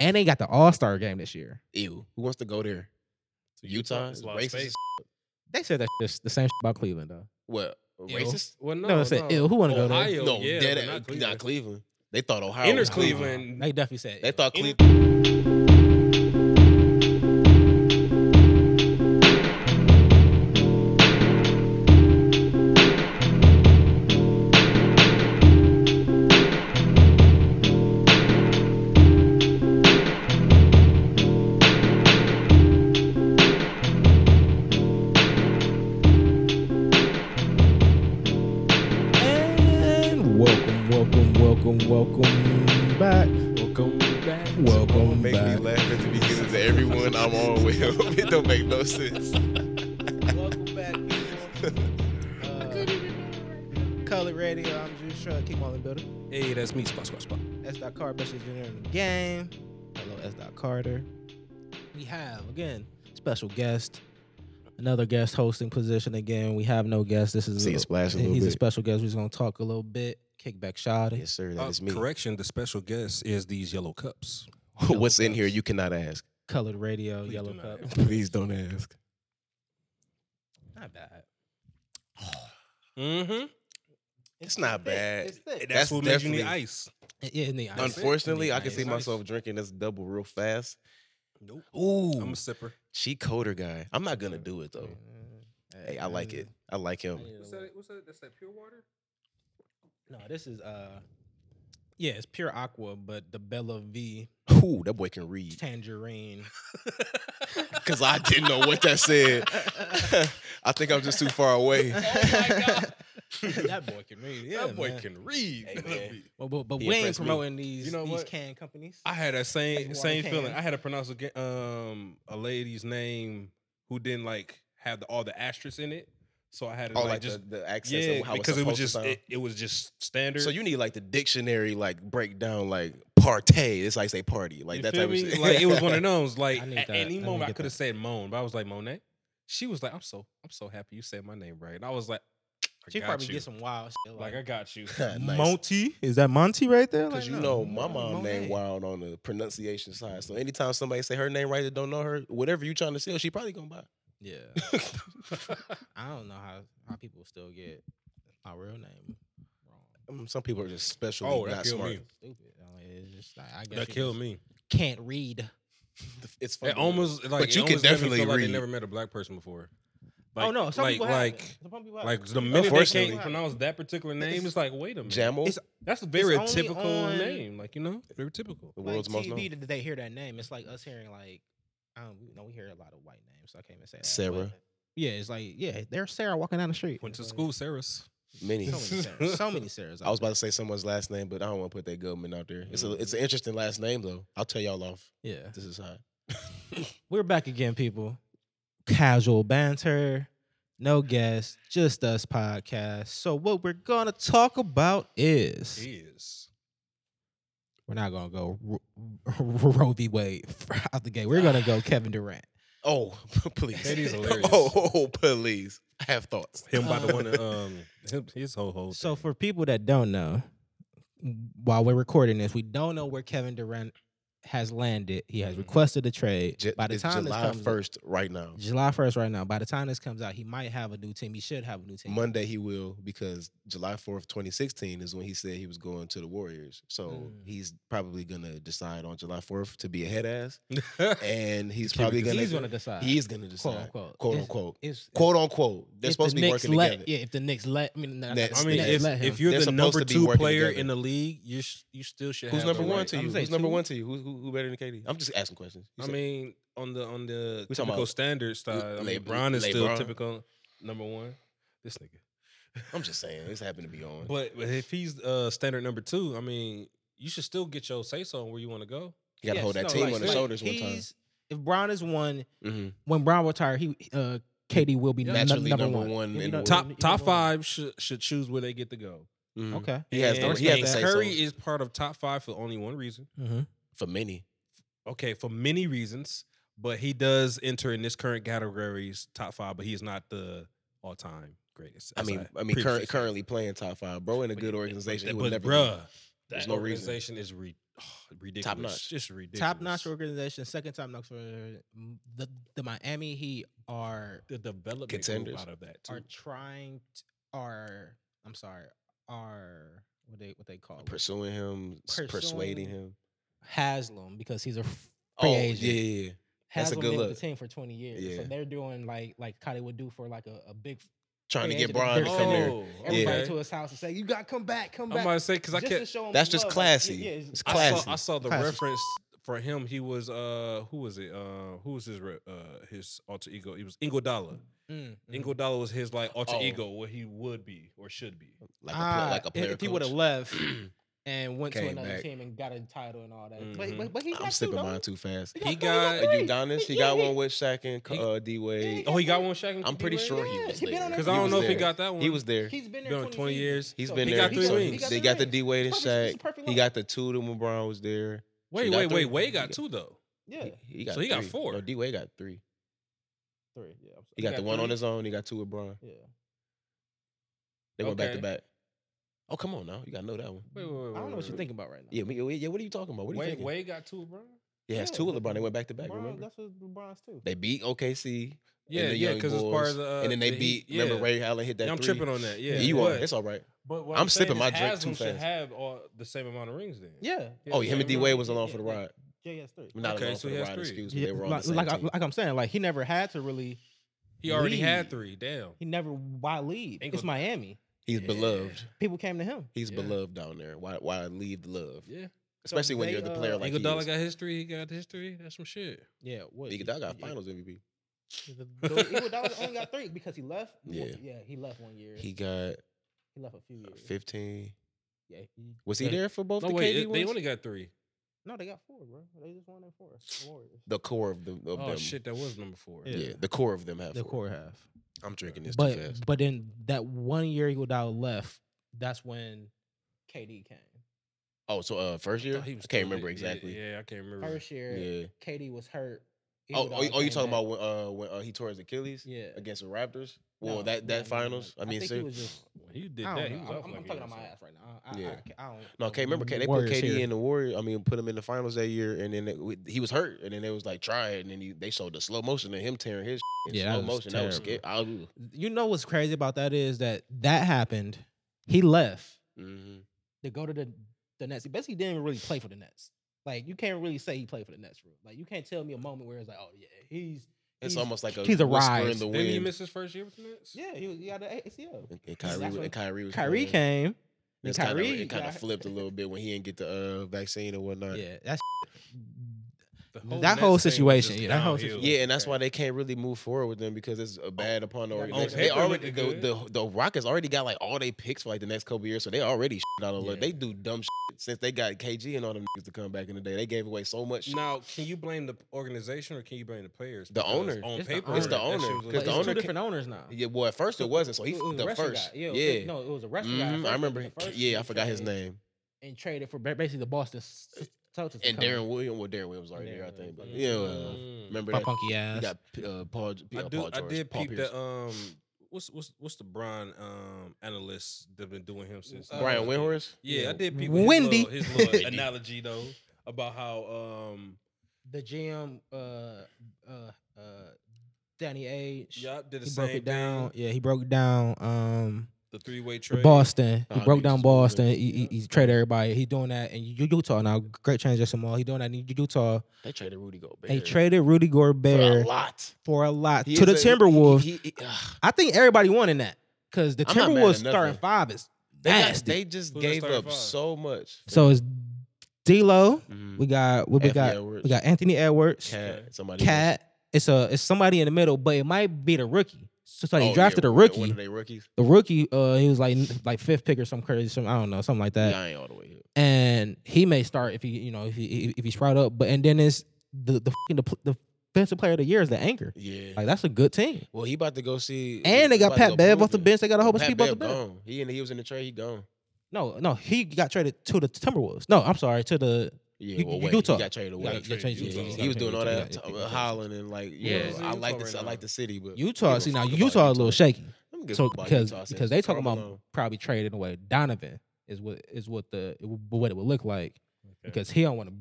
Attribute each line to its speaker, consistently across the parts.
Speaker 1: And they got the All Star game this year.
Speaker 2: Ew. Who wants to go there? Utah is
Speaker 3: a lot of
Speaker 2: racist.
Speaker 3: space.
Speaker 1: They said that shit's the same shit about Cleveland though.
Speaker 2: What?
Speaker 3: Ew.
Speaker 2: Racist?
Speaker 3: Well, no,
Speaker 1: No, I said, ew, who wanna go there?
Speaker 3: Ohio,
Speaker 2: no,
Speaker 3: yeah,
Speaker 2: dead
Speaker 3: but
Speaker 2: ass.
Speaker 3: not Cleveland.
Speaker 2: Not Cleveland. They thought Ohio.
Speaker 3: Inner's
Speaker 2: was Cleveland.
Speaker 3: Cleveland.
Speaker 1: They definitely said
Speaker 2: They thought
Speaker 3: Inner-
Speaker 2: Cleveland.
Speaker 1: And welcome, welcome, welcome, welcome back.
Speaker 3: Welcome back.
Speaker 1: Welcome
Speaker 2: Make me
Speaker 1: back.
Speaker 2: laugh at the beginning to everyone I'm on with. it don't make no sense.
Speaker 1: Welcome back, people. Uh, Colored Radio, I'm Juice Shrug, King Marlin Builder.
Speaker 3: Hey, that's me, Spot Spot Spot.
Speaker 1: S. Dot Carter, best engineer in the game. Hello, S. Dot Carter. We have again special guest, another guest hosting position. Again, we have no guest. This is
Speaker 2: See it splash a
Speaker 1: he's
Speaker 2: little
Speaker 1: a
Speaker 2: bit.
Speaker 1: special guest. We're just gonna talk a little bit. Kickback shot.
Speaker 2: yes, sir. That
Speaker 3: Uh,
Speaker 2: is me.
Speaker 3: Correction: the special guest is these yellow cups.
Speaker 2: What's in here? You cannot ask.
Speaker 1: Colored radio,
Speaker 3: Please
Speaker 1: yellow
Speaker 3: do not.
Speaker 1: cup.
Speaker 2: Please don't ask.
Speaker 1: Not bad.
Speaker 3: Mm-hmm.
Speaker 2: It's not bad.
Speaker 1: It's thick.
Speaker 2: That's,
Speaker 3: That's, what makes you
Speaker 2: definitely.
Speaker 3: need ice.
Speaker 1: Yeah, in the ice.
Speaker 2: Unfortunately, I can see
Speaker 3: Ice.
Speaker 2: myself drinking this double real fast.
Speaker 3: Nope. I'm
Speaker 2: Ooh,
Speaker 3: a sipper.
Speaker 2: cheat coder guy. I'm not gonna do it though. Hey, I like it. I like him.
Speaker 3: What's that? What's that? That's that pure water.
Speaker 1: No, this is uh, yeah, it's pure aqua, but the Bella V
Speaker 2: Ooh, that boy can read.
Speaker 1: tangerine.
Speaker 2: Cause I didn't know what that said. I think I'm just too far away.
Speaker 3: Oh my God.
Speaker 1: that boy can read. Yeah,
Speaker 3: that boy
Speaker 1: man.
Speaker 3: can read.
Speaker 2: Hey, man.
Speaker 1: Well, but, but
Speaker 2: He
Speaker 1: we ain't
Speaker 2: impressed me.
Speaker 1: promoting these
Speaker 3: You know
Speaker 1: these
Speaker 3: what?
Speaker 1: can companies.
Speaker 3: I had that same
Speaker 1: Water
Speaker 3: same
Speaker 1: can.
Speaker 3: feeling. I had to pronounce a, ga- um a lady's name who didn't like have the, all the asterisks in it, so I had to
Speaker 2: Oh,
Speaker 3: like,
Speaker 2: like
Speaker 3: just
Speaker 2: the, the access
Speaker 3: yeah
Speaker 2: of how
Speaker 3: because
Speaker 2: it's
Speaker 3: it was
Speaker 2: supposed to
Speaker 3: just
Speaker 2: sound.
Speaker 3: it, it was just standard.
Speaker 2: So you need like the dictionary like breakdown like partay. It's like say party like
Speaker 3: You
Speaker 2: that
Speaker 3: feel
Speaker 2: type
Speaker 3: me?
Speaker 2: of shit.
Speaker 3: Like it was one of those. Like
Speaker 1: I need
Speaker 3: at
Speaker 1: that. I
Speaker 3: any
Speaker 1: need
Speaker 3: moment I
Speaker 1: that.
Speaker 3: could have said moan, but I was like Monet. She was like, I'm so I'm so happy you said my name right. And I was like, I
Speaker 1: she
Speaker 3: got
Speaker 1: probably
Speaker 3: you.
Speaker 1: get some wild shit
Speaker 3: like
Speaker 1: like,
Speaker 3: I got you.
Speaker 2: Nice.
Speaker 1: Monty. Is that Monty right there?
Speaker 2: Cause
Speaker 1: Like,
Speaker 2: you
Speaker 1: no,
Speaker 2: know my
Speaker 1: no,
Speaker 2: mom
Speaker 1: Monet.
Speaker 2: named Wild on the pronunciation side. So anytime somebody say her name right that don't know her, whatever you trying to sell, she probably gonna buy.
Speaker 1: Yeah, I don't know how how people still get my real name wrong.
Speaker 2: Um, Some people are just special,
Speaker 3: Oh, that
Speaker 2: not
Speaker 3: killed
Speaker 2: smart.
Speaker 3: me.
Speaker 1: Stupid. I mean, it's just like I guess
Speaker 3: that
Speaker 1: you
Speaker 3: killed
Speaker 1: just
Speaker 3: me.
Speaker 1: Can't read.
Speaker 2: It's funny.
Speaker 3: It almost like
Speaker 2: But you
Speaker 3: it
Speaker 2: can
Speaker 3: almost made me
Speaker 2: definitely
Speaker 3: feel like
Speaker 2: read.
Speaker 3: I never met a black person before.
Speaker 1: oh no, some
Speaker 3: like
Speaker 1: people have
Speaker 3: like
Speaker 1: it. Some people have
Speaker 3: like
Speaker 1: it.
Speaker 3: the minute they
Speaker 2: Unfortunately.
Speaker 3: can't pronounce that particular name, it's like wait a minute,
Speaker 2: Jamal,
Speaker 1: It's-
Speaker 3: that's a very
Speaker 1: only
Speaker 3: typical
Speaker 1: on-
Speaker 3: name. Like you know, very typical.
Speaker 2: the world's
Speaker 1: like,
Speaker 2: most known.
Speaker 1: TV, did they hear that name? It's like us hearing like, I don't you know. We hear a lot of white names, so I can't even say that. but-
Speaker 2: Sarah.
Speaker 1: yeah, it's like yeah, there's Sarah walking down the street.
Speaker 3: Went to
Speaker 1: It's like,
Speaker 3: school, Sarah's.
Speaker 2: Many.
Speaker 1: So many Sarahs. So many Sarahs.
Speaker 2: I was about to say someone's last name, but I don't want to put that government out there. It's a it's
Speaker 1: Mm.
Speaker 2: an interesting last name though. I'll tell y'all off.
Speaker 1: Yeah,
Speaker 2: This is hot.
Speaker 1: we're back again, people. Casual banter, no guests, just us podcast. So what we're gonna talk about is
Speaker 3: Is
Speaker 1: we're not gonna go Ro- Roe v. Wade out the gate. We're gonna go Kevin Durant.
Speaker 2: Oh, please.
Speaker 3: That is hilarious.
Speaker 2: Oh, oh, oh, please. I have thoughts.
Speaker 3: him by the
Speaker 1: Uh,
Speaker 3: one that, um him, his whole whole.
Speaker 1: So
Speaker 3: thing.
Speaker 1: for people that don't know, m- while we're recording this, we don't know where Kevin Durant has landed. He has
Speaker 3: Mhm.
Speaker 1: requested a trade.
Speaker 2: Ju-
Speaker 1: By the
Speaker 2: it's
Speaker 1: time
Speaker 2: July
Speaker 1: this comes,
Speaker 2: first, right now.
Speaker 1: July first, right now. By the time this comes out, he might have a new team. He should have a new team.
Speaker 2: Monday he will because July fourth, twenty sixteen is when he said he was going to the Warriors. So
Speaker 1: Mm.
Speaker 2: he's probably gonna decide on July fourth to be a head ass, and he's
Speaker 3: Keep it
Speaker 2: probably gonna
Speaker 1: He's gonna decide.
Speaker 2: he is gonna
Speaker 1: quote
Speaker 2: decide
Speaker 1: unquote.
Speaker 2: quote
Speaker 1: It's-
Speaker 2: unquote
Speaker 1: It's, it's-
Speaker 2: quote unquote. They're
Speaker 1: if the
Speaker 2: supposed to be
Speaker 1: Knicks
Speaker 2: working
Speaker 1: let,
Speaker 2: together.
Speaker 1: Yeah, if the Knicks let, I mean, not- not the
Speaker 2: Nets-
Speaker 1: Knicks,
Speaker 3: I mean,
Speaker 2: Nets
Speaker 3: if,
Speaker 1: let him.
Speaker 3: if you're
Speaker 2: They're
Speaker 3: the
Speaker 2: supposed
Speaker 3: number
Speaker 2: to be
Speaker 3: two
Speaker 2: working
Speaker 3: player
Speaker 2: together.
Speaker 3: in the league, you sh- you still should.
Speaker 2: Who's
Speaker 3: have
Speaker 2: number
Speaker 3: the
Speaker 2: one
Speaker 3: right-
Speaker 2: to
Speaker 1: I'm
Speaker 2: you?
Speaker 1: saying
Speaker 2: Who's number
Speaker 1: two.
Speaker 2: one to you? Who, who, who better than Katie? I'm just asking questions. You
Speaker 3: I
Speaker 2: said-
Speaker 3: mean, on the on the
Speaker 2: We talking
Speaker 3: typical
Speaker 2: about
Speaker 3: standard style, I mean,
Speaker 2: Le-
Speaker 3: LeBron is still
Speaker 2: LeBron.
Speaker 3: typical number one. This nigga,
Speaker 2: I'm just saying this happened to be on.
Speaker 3: but, but if he's uh standard number two, I mean, you should still get your say so on where you want to go.
Speaker 2: you gotta
Speaker 1: Yes,
Speaker 2: hold that
Speaker 1: no,
Speaker 2: team
Speaker 1: like,
Speaker 2: on the
Speaker 1: like,
Speaker 2: shoulders one time.
Speaker 1: he's- If Brown is one,
Speaker 2: Mhm.
Speaker 1: when Brown retired, he uh, KD will be nu-
Speaker 2: Naturally
Speaker 1: number,
Speaker 2: number
Speaker 1: one.
Speaker 2: one
Speaker 1: You
Speaker 2: in
Speaker 1: know-
Speaker 2: the
Speaker 3: Top
Speaker 1: you know
Speaker 3: top
Speaker 1: what?
Speaker 3: five should should choose where they get to go.
Speaker 2: Mhm.
Speaker 1: Okay.
Speaker 2: He has the
Speaker 3: And-
Speaker 2: he has
Speaker 3: and
Speaker 2: the say
Speaker 3: Curry
Speaker 2: so
Speaker 3: is part of top five for only one reason.
Speaker 1: Mm-hmm.
Speaker 2: for many.
Speaker 3: Okay, for many reasons, but he does enter in this current categories top five, but he's not the all time greatest.
Speaker 2: I
Speaker 3: as
Speaker 2: mean, I mean,
Speaker 3: previously
Speaker 2: current
Speaker 3: said.
Speaker 2: currently playing top five, bro, in a
Speaker 3: But-
Speaker 2: good
Speaker 3: but-
Speaker 2: organization. he
Speaker 3: But,
Speaker 2: would never
Speaker 3: bruh,
Speaker 2: There's
Speaker 3: That
Speaker 2: no reason.
Speaker 3: organization is re- ridiculous.
Speaker 2: notch.
Speaker 3: Just ridiculous.
Speaker 1: Top notch organization, second top notch for the the Miami Heat are
Speaker 3: The development
Speaker 2: Contenders.
Speaker 3: group out of that. Too.
Speaker 1: are trying t- are I'm sorry are what they what they call it?
Speaker 2: Pursuing him, s- persuading
Speaker 1: Pursuing-
Speaker 2: him.
Speaker 1: Haslam because he's a f- Free
Speaker 2: Oh
Speaker 1: agent.
Speaker 2: yeah, yeah, yeah. That's a
Speaker 1: Haslam
Speaker 2: good
Speaker 1: been with
Speaker 2: look.
Speaker 1: the team for 20 years so
Speaker 2: Yeah.
Speaker 1: they're doing like like Cotty would do for like a, a big
Speaker 2: Trying
Speaker 1: Free
Speaker 2: to
Speaker 1: agent
Speaker 2: get Brian to
Speaker 1: is
Speaker 2: come here.
Speaker 1: different.
Speaker 2: Yeah.
Speaker 1: everybody to his house and say you got to come back come
Speaker 3: I'm
Speaker 1: back
Speaker 3: about to say because I
Speaker 1: just to
Speaker 3: kept.
Speaker 1: show 'em
Speaker 2: That's
Speaker 1: love,
Speaker 2: just
Speaker 1: like, yeah,
Speaker 2: classy.
Speaker 1: yeah,
Speaker 2: It's
Speaker 1: I-
Speaker 3: I
Speaker 2: classy.
Speaker 3: saw, I saw the
Speaker 1: Classy.
Speaker 3: reference for him. He was uh, who was it? Uh, who was his re- uh, his alter ego? It was Ingodala.
Speaker 1: Mm, mm.
Speaker 3: Ingodala was his like alter
Speaker 2: Oh.
Speaker 3: ego, what he would be or should be.
Speaker 2: Like a, pla-
Speaker 1: Ah,
Speaker 2: like a
Speaker 1: if-
Speaker 2: player.
Speaker 1: if he would have
Speaker 2: coach.
Speaker 1: left and went to
Speaker 2: Came
Speaker 1: another
Speaker 2: back.
Speaker 1: team and got a title and all that
Speaker 3: Mhm.
Speaker 1: but, but, but he got
Speaker 2: Mm-hmm. I'm
Speaker 1: two,
Speaker 2: slipping
Speaker 1: don't
Speaker 2: mine too fast.
Speaker 1: he
Speaker 3: He
Speaker 1: got,
Speaker 3: got-
Speaker 1: three.
Speaker 2: Udonis, he
Speaker 1: Yeah,
Speaker 2: got
Speaker 1: he-
Speaker 2: one with Shaq and
Speaker 3: He-
Speaker 2: uh, D Wade.
Speaker 1: Yeah,
Speaker 3: Oh, he got one Shaq. and
Speaker 2: I'm pretty
Speaker 3: D-Wade?
Speaker 2: sure he
Speaker 1: Yeah,
Speaker 2: was
Speaker 1: he been
Speaker 2: there.
Speaker 1: on there
Speaker 2: Because
Speaker 3: Because
Speaker 1: He
Speaker 3: I don't
Speaker 1: was
Speaker 3: know if he
Speaker 1: there.
Speaker 3: got that one.
Speaker 2: He was there.
Speaker 1: He's been there
Speaker 3: Been on
Speaker 1: 20,
Speaker 3: 20 years.
Speaker 2: He's
Speaker 1: So
Speaker 2: been
Speaker 1: he
Speaker 2: there.
Speaker 3: got three
Speaker 2: so
Speaker 3: rings.
Speaker 1: He got
Speaker 2: They
Speaker 1: three
Speaker 2: got the
Speaker 1: rings.
Speaker 2: D Wade and
Speaker 1: Perfect- it's a
Speaker 2: Shaq.
Speaker 1: perfect
Speaker 2: He
Speaker 1: lineup.
Speaker 2: got the two to when Brown was there.
Speaker 3: Wait,
Speaker 2: He got
Speaker 3: wait,
Speaker 2: three.
Speaker 3: wait. Wade got
Speaker 2: He
Speaker 3: two though.
Speaker 1: Yeah,
Speaker 2: He, he got
Speaker 3: So he got
Speaker 2: three.
Speaker 3: four.
Speaker 2: No, D Wade got three.
Speaker 1: three. Yeah, I'm sorry.
Speaker 2: He got,
Speaker 3: got
Speaker 2: the one on
Speaker 3: three?
Speaker 2: his own. He got two with Brian.
Speaker 1: Yeah.
Speaker 2: They went back to
Speaker 3: Okay.
Speaker 2: back. Oh, come on now. You gotta know that one.
Speaker 3: Wait, wait, wait.
Speaker 1: I don't know what
Speaker 3: wait,
Speaker 1: you're
Speaker 3: wait.
Speaker 1: thinking about right now.
Speaker 2: Yeah, me- yeah, what are you talking about? What are you
Speaker 3: Wade,
Speaker 2: thinking?
Speaker 3: Wade got two, bro.
Speaker 2: Yeah, it's
Speaker 1: Yeah,
Speaker 2: two with
Speaker 1: that's
Speaker 2: LeBron. They
Speaker 1: what-
Speaker 2: went back to back,
Speaker 1: LeBron-
Speaker 2: remember?
Speaker 1: that's what LeBron's too.
Speaker 2: They beat OKC.
Speaker 3: Yeah,
Speaker 2: the
Speaker 3: yeah.
Speaker 2: Young
Speaker 3: Because as far
Speaker 2: Bulls,
Speaker 3: as uh,
Speaker 2: and then they
Speaker 3: the Heat-
Speaker 2: beat, remember Ray Allen hit that
Speaker 3: Yeah, I'm
Speaker 2: three?
Speaker 3: tripping on that. Yeah,
Speaker 2: you
Speaker 3: but,
Speaker 2: are. It's all right.
Speaker 3: But what
Speaker 2: I'm
Speaker 3: I'm,
Speaker 2: sipping
Speaker 3: saying
Speaker 2: my
Speaker 3: is
Speaker 2: drink too
Speaker 3: Haslam should
Speaker 2: fast.
Speaker 3: have all the same amount of rings then.
Speaker 1: Yeah.
Speaker 2: Oh, him
Speaker 3: yeah,
Speaker 2: and D Wade was along for the
Speaker 1: yeah,
Speaker 2: ride.
Speaker 1: JS three.
Speaker 2: Not
Speaker 3: Okay,
Speaker 2: along
Speaker 3: so
Speaker 2: for
Speaker 3: he
Speaker 2: the
Speaker 3: has
Speaker 2: ride,
Speaker 3: three.
Speaker 2: excuse me.
Speaker 1: Yeah,
Speaker 2: they were on
Speaker 1: like,
Speaker 2: the same
Speaker 1: like, I,
Speaker 2: team.
Speaker 1: like I'm saying, like he never had to really.
Speaker 3: He already
Speaker 1: Leave.
Speaker 3: had three. Damn.
Speaker 1: He never why leave.
Speaker 3: Ain't
Speaker 1: It's
Speaker 3: gonna-
Speaker 1: Miami.
Speaker 2: He's
Speaker 3: Yeah.
Speaker 2: beloved.
Speaker 1: People came to him.
Speaker 2: He's
Speaker 3: Yeah.
Speaker 2: beloved down there. Why why leave the love?
Speaker 3: Yeah.
Speaker 2: Especially when
Speaker 1: they,
Speaker 2: you're the
Speaker 1: uh,
Speaker 2: player like
Speaker 3: Like
Speaker 2: he
Speaker 3: Iguodala
Speaker 2: is.
Speaker 3: got his three. He got his three. That's some shit.
Speaker 1: Yeah. What?
Speaker 2: Iguodala got Finals MVP.
Speaker 1: Iguodala only got three because he left. one-
Speaker 2: Yeah.
Speaker 1: Yeah. He left one year.
Speaker 2: He got
Speaker 1: He left a few years.
Speaker 2: 15.
Speaker 1: Yeah. he-
Speaker 2: Was he
Speaker 3: Yeah.
Speaker 2: there for both
Speaker 3: No
Speaker 2: the
Speaker 3: wait,
Speaker 2: KD
Speaker 3: it- they
Speaker 2: ones?
Speaker 3: only got three.
Speaker 1: No, they got four, bro. They just won in four. The Warriors.
Speaker 2: The core of the of
Speaker 3: Oh
Speaker 2: them.
Speaker 3: shit, that was number four.
Speaker 1: Yeah.
Speaker 2: Yeah. the core of them have.
Speaker 1: The
Speaker 2: four.
Speaker 1: core half.
Speaker 2: I'm drinking this too
Speaker 1: But
Speaker 2: fast.
Speaker 1: but then that one year Iguodala left. That's when KD came.
Speaker 2: Oh, so uh, first
Speaker 3: I
Speaker 2: year?
Speaker 3: thought
Speaker 2: I,
Speaker 3: he was
Speaker 2: can't
Speaker 3: still-
Speaker 2: remember
Speaker 3: yeah,
Speaker 2: exactly.
Speaker 3: Yeah, I can't remember.
Speaker 1: First year,
Speaker 2: Yeah.
Speaker 1: KD was hurt.
Speaker 2: Oh,
Speaker 1: Iguodala
Speaker 2: oh, you- oh, you
Speaker 1: came
Speaker 2: talking
Speaker 1: back.
Speaker 2: about when uh when uh, he tore his Achilles
Speaker 1: Yeah.
Speaker 2: against the Raptors? Well,
Speaker 1: No,
Speaker 2: that
Speaker 1: no,
Speaker 2: that
Speaker 1: no, no,
Speaker 2: finals.
Speaker 1: no.
Speaker 2: I mean,
Speaker 1: think
Speaker 2: ser-
Speaker 1: he was just.
Speaker 3: When he did
Speaker 1: I
Speaker 3: that.
Speaker 1: don't
Speaker 3: He
Speaker 1: know.
Speaker 3: was
Speaker 1: I'm,
Speaker 3: off
Speaker 1: I'm,
Speaker 3: like
Speaker 1: I'm
Speaker 3: a
Speaker 1: talking
Speaker 3: year
Speaker 1: on
Speaker 3: or
Speaker 1: my
Speaker 3: something.
Speaker 1: ass right now. I, I,
Speaker 2: Yeah.
Speaker 1: I, I don't,
Speaker 2: no, I can't remember. Can they put
Speaker 1: Warriors
Speaker 2: KD
Speaker 1: here.
Speaker 2: in the Warrior? I mean, put him in the finals that year, and then it, we- he was hurt, and then they was like try it, and then he, they showed the slow motion of him tearing his in
Speaker 1: Yeah, that
Speaker 2: slow
Speaker 1: was
Speaker 2: motion. That was scary. Oh,
Speaker 3: terrible.
Speaker 2: I was,
Speaker 1: You know what's crazy about that is that that happened. He left
Speaker 2: mhm.
Speaker 1: to go to the the Nets. He basically didn't even really play for the Nets. Like you can't really say he played for the Nets. Really. Like you can't tell me a moment where it's like, oh yeah, he's
Speaker 2: It's
Speaker 1: He's-
Speaker 2: almost like a
Speaker 1: he's a
Speaker 2: whisper in
Speaker 1: rise.
Speaker 2: the
Speaker 3: Didn't he
Speaker 2: wind.
Speaker 3: miss his first year with the Nets?
Speaker 1: yeah, he, was, he got an ACL.
Speaker 2: And, and Kyrie,
Speaker 1: That's
Speaker 2: wa-
Speaker 1: what-
Speaker 2: and Kyrie was
Speaker 1: Kyrie
Speaker 2: kinda-
Speaker 1: came.
Speaker 2: It's
Speaker 1: and
Speaker 2: kinda-
Speaker 1: Kyrie
Speaker 2: it kind of
Speaker 1: got-
Speaker 2: flipped a little bit when he didn't get the uh, vaccine and whatnot.
Speaker 1: Yeah, that's
Speaker 3: The
Speaker 1: That whole
Speaker 3: Nets thing was
Speaker 1: situation,
Speaker 3: just
Speaker 1: yeah, that whole
Speaker 3: downhill.
Speaker 1: situation.
Speaker 2: Yeah, and that's why they can't really move forward with them because it's a bad upon the
Speaker 1: Oh, On
Speaker 2: organization.
Speaker 1: paper,
Speaker 2: They
Speaker 1: it
Speaker 2: already
Speaker 3: looked
Speaker 2: the,
Speaker 3: good.
Speaker 2: the the Rockets already got like all they picks for like the next couple years, so they already out of luck.
Speaker 1: Yeah.
Speaker 2: They do dumb shit since they got KG and all them niggas to come back in the day. They gave away so much. shit.
Speaker 3: Now, can you blame the organization or can you blame the players?
Speaker 2: The
Speaker 3: Because
Speaker 2: owner.
Speaker 3: On
Speaker 1: It's the
Speaker 3: paper,
Speaker 1: owner. It's the
Speaker 3: that shit
Speaker 2: owner.
Speaker 3: was
Speaker 2: Because
Speaker 1: but it's
Speaker 2: the
Speaker 3: legit.
Speaker 1: two
Speaker 2: owner
Speaker 1: different owners now.
Speaker 2: Yeah, well, at first it wasn't. So he
Speaker 1: It was
Speaker 2: f***ed
Speaker 1: a
Speaker 2: up
Speaker 1: Russian
Speaker 2: first.
Speaker 1: guy. Yeah, it was-
Speaker 2: yeah,
Speaker 1: no, it was a Russian guy. at
Speaker 2: Mhm,
Speaker 1: first,
Speaker 2: I
Speaker 1: but
Speaker 2: remember.
Speaker 1: the first
Speaker 2: Yeah,
Speaker 1: year
Speaker 2: I forgot his
Speaker 1: traded
Speaker 2: name.
Speaker 1: And traded for ba- basically the Boston S- S- Celtics. to
Speaker 2: And
Speaker 1: come. Mm-hmm.
Speaker 2: Darren Williams. Well, Darren Williams was already
Speaker 1: Darren
Speaker 2: there, I think. But
Speaker 1: Williams.
Speaker 2: yeah, well,
Speaker 3: Mm.
Speaker 2: remember
Speaker 1: My
Speaker 2: that.
Speaker 1: funky
Speaker 2: You
Speaker 1: ass.
Speaker 2: got uh, Paul.
Speaker 3: I,
Speaker 2: uh,
Speaker 3: do,
Speaker 2: Paul
Speaker 3: I
Speaker 2: George,
Speaker 3: did
Speaker 2: Paul
Speaker 3: peep
Speaker 2: Pierce.
Speaker 3: that. Um, what's what's what's the Brian um analyst that been doing him since
Speaker 1: uh,
Speaker 2: Brian Windhorst.
Speaker 3: Yeah,
Speaker 1: Yeah,
Speaker 3: I did peep
Speaker 1: Wendy.
Speaker 3: His little, his
Speaker 2: Wendy.
Speaker 3: little analogy though about how um
Speaker 1: the GM, uh, uh, uh, Danny Age.
Speaker 3: Yup did the
Speaker 1: He
Speaker 3: same
Speaker 1: broke it down.
Speaker 3: thing.
Speaker 1: Yeah, he broke down. Um,
Speaker 3: The three way
Speaker 1: the
Speaker 3: trade.
Speaker 1: Boston. He
Speaker 2: Nah,
Speaker 1: broke
Speaker 2: niggas
Speaker 1: down
Speaker 2: stupid.
Speaker 1: Boston. He, he,
Speaker 3: Yeah.
Speaker 1: he traded everybody. He doing that in U- Utah now. Great transition, Maul. He doing that in Utah.
Speaker 2: They traded Rudy Gobert.
Speaker 1: They traded Rudy
Speaker 2: for a
Speaker 1: Gobert
Speaker 2: lot.
Speaker 1: for a lot
Speaker 2: He
Speaker 1: to the
Speaker 2: is a- he-
Speaker 1: Timberwolves.
Speaker 2: he- he- ugh.
Speaker 1: I think everybody won in that because the
Speaker 2: I'm not mad at
Speaker 1: Timberwolves
Speaker 2: nothing.
Speaker 1: starting five is
Speaker 2: they, got-
Speaker 1: nasty.
Speaker 2: they just
Speaker 3: Who's their
Speaker 2: gave
Speaker 3: starting
Speaker 2: up
Speaker 3: five?
Speaker 2: so much. for-
Speaker 1: so it's D'Lo.
Speaker 2: Mhm.
Speaker 1: We got what we
Speaker 2: Anthony
Speaker 1: got.
Speaker 2: Edwards,
Speaker 1: We got Anthony Edwards, Cat.
Speaker 2: Cat,
Speaker 3: Okay.
Speaker 2: somebody. else.
Speaker 1: It's a it's somebody in the middle, but it might be the rookie. So, so
Speaker 2: Oh,
Speaker 1: they
Speaker 2: yeah,
Speaker 1: drafted a
Speaker 2: one of-
Speaker 1: rookie.
Speaker 2: One of their rookies.
Speaker 1: the rookie, uh, he was like n- like fifth pick or some crazy, some I don't know, something like that.
Speaker 2: yeah, I ain't all the way here.
Speaker 1: And he may start if he, you know, if he if he sprout up. But and then it's the the fucking dep- the defensive player of the year is the anchor.
Speaker 2: Yeah.
Speaker 1: Like that's a good team.
Speaker 2: well, he about to go see.
Speaker 1: And they
Speaker 2: he
Speaker 1: got
Speaker 2: about to
Speaker 1: Pat
Speaker 2: go
Speaker 1: Bev off the
Speaker 2: Brooklyn.
Speaker 1: bench. They got a whole bunch of
Speaker 2: Pat
Speaker 1: people off the
Speaker 2: Bev
Speaker 1: bench.
Speaker 2: gone. He and he was in the trade. He gone.
Speaker 1: No, no, he got traded to the Timberwolves. No, I'm sorry, to the
Speaker 2: Yeah,
Speaker 1: You-
Speaker 2: well,
Speaker 1: you
Speaker 2: wait,
Speaker 1: Utah.
Speaker 2: he got traded
Speaker 1: you
Speaker 2: away.
Speaker 1: gotta- you gotta change
Speaker 2: Yeah,
Speaker 1: Utah.
Speaker 2: he,
Speaker 1: You
Speaker 2: he
Speaker 1: gotta
Speaker 2: was
Speaker 1: change
Speaker 2: doing all
Speaker 1: Utah.
Speaker 2: that
Speaker 1: You gotta-
Speaker 2: uh,
Speaker 1: you gotta change
Speaker 2: hollering and like, you
Speaker 3: Yeah,
Speaker 2: know,
Speaker 3: it's
Speaker 2: I
Speaker 3: Utah
Speaker 2: like
Speaker 3: right
Speaker 2: this. I
Speaker 3: now.
Speaker 2: like the city, but
Speaker 1: Utah.
Speaker 2: give a
Speaker 1: See now
Speaker 2: fuck about
Speaker 1: Utah is a little shaky.
Speaker 2: Let me give a
Speaker 1: So
Speaker 2: fuck about
Speaker 1: because
Speaker 2: Utah since
Speaker 1: because they talking
Speaker 2: Carmelo.
Speaker 1: about probably trading away Donovan. is what is what the it would- what it would look like because he don't want to.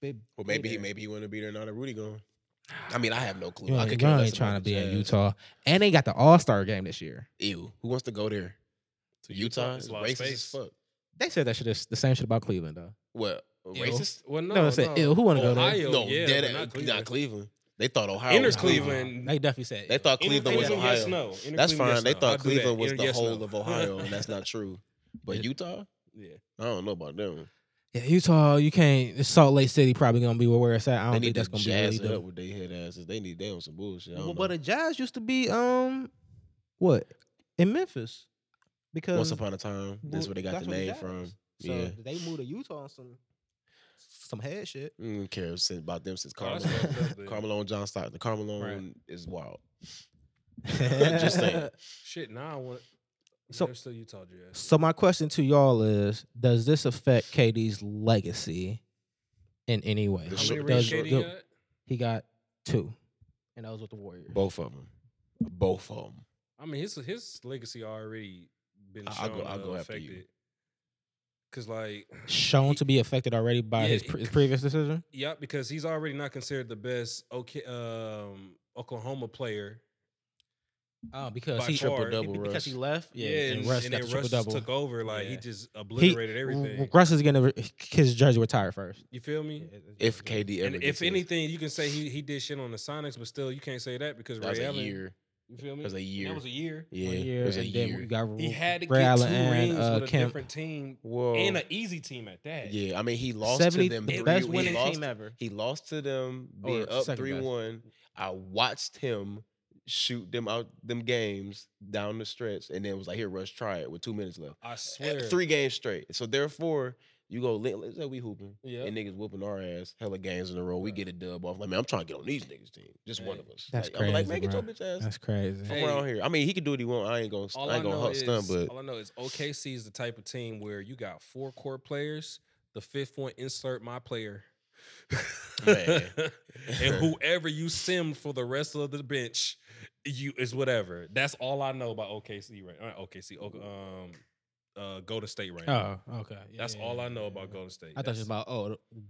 Speaker 1: Be,
Speaker 2: Well, maybe he
Speaker 1: there.
Speaker 2: maybe he wouldn't be there now that Rudy gone. I mean, I have no clue.
Speaker 1: You
Speaker 2: I
Speaker 1: ain't,
Speaker 2: could
Speaker 1: you
Speaker 2: care
Speaker 1: ain't
Speaker 2: less about
Speaker 1: trying to
Speaker 2: the
Speaker 1: be in
Speaker 2: Jazz.
Speaker 1: Utah, and they got the All Star game this year.
Speaker 2: Ew, who wants to go there?
Speaker 3: To
Speaker 2: Utah,
Speaker 3: it's
Speaker 2: is
Speaker 3: a lot of
Speaker 2: racist as
Speaker 3: space.
Speaker 2: fuck.
Speaker 1: They said that shit is the same shit about Cleveland though.
Speaker 2: What
Speaker 3: Ew.
Speaker 2: racist?
Speaker 3: Well, no,
Speaker 1: No, I said, ew, who wanna go there?
Speaker 3: Ohio,
Speaker 2: no,
Speaker 3: yeah,
Speaker 2: dead
Speaker 3: but
Speaker 2: ass-
Speaker 3: not
Speaker 2: not, Cleveland.
Speaker 3: Cleveland.
Speaker 2: They thought Ohio
Speaker 3: Inner
Speaker 2: was
Speaker 3: Cleveland.
Speaker 1: They definitely said
Speaker 2: They
Speaker 1: ill.
Speaker 2: thought Cleveland
Speaker 3: Anything
Speaker 2: was
Speaker 3: is a
Speaker 2: Ohio.
Speaker 3: Yes, no. Inner
Speaker 2: That's
Speaker 3: Cleveland, yes,
Speaker 2: fine. They
Speaker 3: no.
Speaker 2: thought
Speaker 3: I'll do that.
Speaker 2: Cleveland was
Speaker 3: Inner
Speaker 2: the
Speaker 3: yes, no.
Speaker 2: whole of Ohio, and that's not true. But
Speaker 1: It-
Speaker 2: Utah,
Speaker 3: yeah.
Speaker 2: I don't know about them.
Speaker 1: Yeah, Utah, you can't. it's Salt Lake City probably gonna be where it's at. I don't
Speaker 2: They need
Speaker 1: think
Speaker 2: to
Speaker 1: that's gonna be really
Speaker 2: jazz it
Speaker 1: dope.
Speaker 2: up with their head asses. They need them some bullshit. I don't
Speaker 1: Well,
Speaker 2: know.
Speaker 1: but the Jazz used to be um, what in Memphis because
Speaker 2: Once upon a time, this is where they got
Speaker 1: that's
Speaker 2: the
Speaker 1: where
Speaker 2: name
Speaker 1: Jazz
Speaker 2: from.
Speaker 1: was. So
Speaker 2: Yeah,
Speaker 1: they moved to Utah on some some head shit.
Speaker 2: Mm, don't care since- about them since
Speaker 3: Oh,
Speaker 2: Carmelo.
Speaker 3: that's fucked up, dude.
Speaker 2: Carmelo and John Stockton. Carmelo
Speaker 3: Right.
Speaker 2: is wild. Just saying.
Speaker 3: Shit, now I want.
Speaker 1: So-
Speaker 3: There's still Utah Jazz.
Speaker 1: So my question to y'all is: Does this affect KD's legacy in any way?
Speaker 2: The
Speaker 3: How
Speaker 2: sh-
Speaker 3: many
Speaker 2: short-
Speaker 3: rings
Speaker 1: Does-
Speaker 2: short-
Speaker 3: KD
Speaker 1: do-
Speaker 3: got?
Speaker 1: he got two, and that was with the Warriors.
Speaker 2: Both of them. Both of them.
Speaker 3: I mean, his his legacy already been
Speaker 2: I- I'll
Speaker 3: shown
Speaker 2: go- I'll
Speaker 3: uh,
Speaker 2: go after
Speaker 3: affected.
Speaker 2: you.
Speaker 3: Cause like,
Speaker 1: Shown to be affected already by
Speaker 3: Yeah,
Speaker 1: his,
Speaker 3: he-
Speaker 1: pre- his previous decision.
Speaker 3: yeah, because he's already not considered the best OK, um, Oklahoma player.
Speaker 1: Oh, because
Speaker 3: By
Speaker 1: he
Speaker 3: far.
Speaker 2: Triple-double
Speaker 1: because he
Speaker 2: Russ.
Speaker 1: left. Yeah, and Russ got
Speaker 3: then
Speaker 1: the triple
Speaker 3: Russ just
Speaker 1: double.
Speaker 3: took over. Like he
Speaker 1: Yeah.
Speaker 3: just obliterated everything.
Speaker 1: Russ is gonna re- his jersey retired first.
Speaker 3: You feel me?
Speaker 2: If KD ever
Speaker 3: And
Speaker 2: gets
Speaker 3: if
Speaker 2: his.
Speaker 3: anything, you can say he, he did shit on the Sonics, but still, you can't say that because
Speaker 2: that was
Speaker 3: Ray
Speaker 2: a
Speaker 3: Allen.
Speaker 2: year.
Speaker 3: You feel me?
Speaker 2: That was a
Speaker 3: And
Speaker 2: year.
Speaker 3: That was a year.
Speaker 2: Yeah,
Speaker 1: one year,
Speaker 2: it was a
Speaker 1: and then
Speaker 2: year.
Speaker 1: we got
Speaker 3: He
Speaker 1: Ru-
Speaker 3: had to
Speaker 1: Ray
Speaker 3: get
Speaker 1: Allen
Speaker 3: two
Speaker 1: and,
Speaker 3: rings
Speaker 1: uh,
Speaker 3: with a
Speaker 1: Kemp.
Speaker 3: different team
Speaker 2: Whoa.
Speaker 3: and an easy team at that.
Speaker 2: yeah, I mean he lost to them. Three,
Speaker 1: best
Speaker 2: he
Speaker 1: winning
Speaker 2: lost-
Speaker 1: team ever.
Speaker 2: He lost to them
Speaker 1: Or
Speaker 2: being up
Speaker 1: second
Speaker 2: three
Speaker 1: best.
Speaker 2: one. I watched him shoot them out them games down the stretch, and then was like, "Here, Russ, try it with two minutes left."
Speaker 3: I
Speaker 2: Eh,
Speaker 3: swear.
Speaker 2: Three games straight. So therefore, you go. let- Let's say we hooping.
Speaker 3: Yeah.
Speaker 2: And niggas whooping our ass, hella games in a row. We
Speaker 3: Bruh.
Speaker 2: get a dub off. Like, man, I'm trying to get on these niggas team. Just one
Speaker 3: Hey.
Speaker 2: of us.
Speaker 1: That's
Speaker 2: like, I'm like,
Speaker 1: crazy,
Speaker 2: man, get your
Speaker 1: bruh.
Speaker 2: bitch ass
Speaker 1: That's crazy.
Speaker 2: from
Speaker 3: Hey.
Speaker 2: around here. I mean, he can do what he want. I ain't gonna,
Speaker 3: All
Speaker 2: I
Speaker 3: I,
Speaker 2: ain't gonna
Speaker 3: know
Speaker 2: hunt
Speaker 3: is,
Speaker 2: stun, but
Speaker 3: all I know is OKC is the type of team where you got four core players. The fifth one, insert my player.
Speaker 2: Man.
Speaker 3: and whoever you sim for the rest of the bench, you is whatever. That's all I know about OKC right. Not OKC, O- um, uh, Golden State right. now.
Speaker 1: Oh, okay. Yeah,
Speaker 3: That's
Speaker 1: yeah,
Speaker 3: all I
Speaker 1: yeah,
Speaker 3: know
Speaker 1: yeah,
Speaker 3: about
Speaker 1: yeah.
Speaker 3: Golden State.
Speaker 1: I thought it was
Speaker 3: That's-
Speaker 1: about oh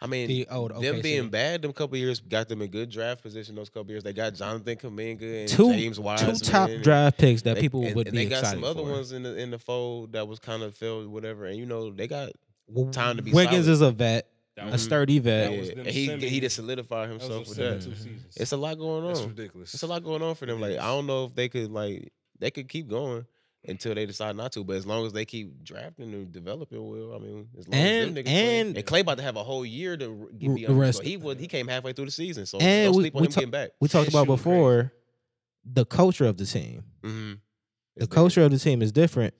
Speaker 2: I mean,
Speaker 1: the old
Speaker 2: them
Speaker 1: OKC.
Speaker 2: being bad, them couple years got them in good draft position. Those couple years, they got Jonathan Kaminga and
Speaker 1: Two-
Speaker 2: James Wiseman.
Speaker 1: two top
Speaker 2: and
Speaker 1: draft picks that
Speaker 2: they-
Speaker 1: people
Speaker 2: and-
Speaker 1: would
Speaker 2: and
Speaker 1: be
Speaker 2: They got
Speaker 1: excited
Speaker 2: some other
Speaker 1: for.
Speaker 2: ones in the in the fold that was kind of filled, whatever. And you know, they got
Speaker 1: Ones,
Speaker 2: time to be
Speaker 1: Wiggins
Speaker 2: solid.
Speaker 1: is a vet,
Speaker 3: that
Speaker 2: Mhm.
Speaker 1: a sturdy vet.
Speaker 3: That was
Speaker 2: Yeah,
Speaker 3: them
Speaker 2: and he
Speaker 3: simming-
Speaker 2: he just solidified
Speaker 3: that was
Speaker 2: himself with
Speaker 3: them
Speaker 2: that.
Speaker 1: simming
Speaker 3: two
Speaker 1: Mhm.
Speaker 3: seasons.
Speaker 2: It's a lot going on.
Speaker 3: That's ridiculous.
Speaker 2: It's a lot going on for them.
Speaker 3: It
Speaker 2: Like I
Speaker 3: is.
Speaker 2: don't know if they could like they could keep going until they decide not to. But as long as they keep drafting and developing, well, I mean, as long as
Speaker 1: And-
Speaker 2: them niggas play-
Speaker 1: and-
Speaker 2: and Clay about to have a whole year to r-
Speaker 1: R-
Speaker 2: get
Speaker 1: the
Speaker 2: beyond.
Speaker 1: rest-
Speaker 2: so he was he came halfway through the season, so
Speaker 1: And
Speaker 2: don't
Speaker 1: we-
Speaker 2: sleep on
Speaker 1: we
Speaker 2: him
Speaker 1: ta-
Speaker 2: getting back.
Speaker 1: We talked
Speaker 3: That
Speaker 1: about
Speaker 3: shit was crazy.
Speaker 1: before the culture of the team.
Speaker 2: Mm-hmm.
Speaker 1: The culture of the team is different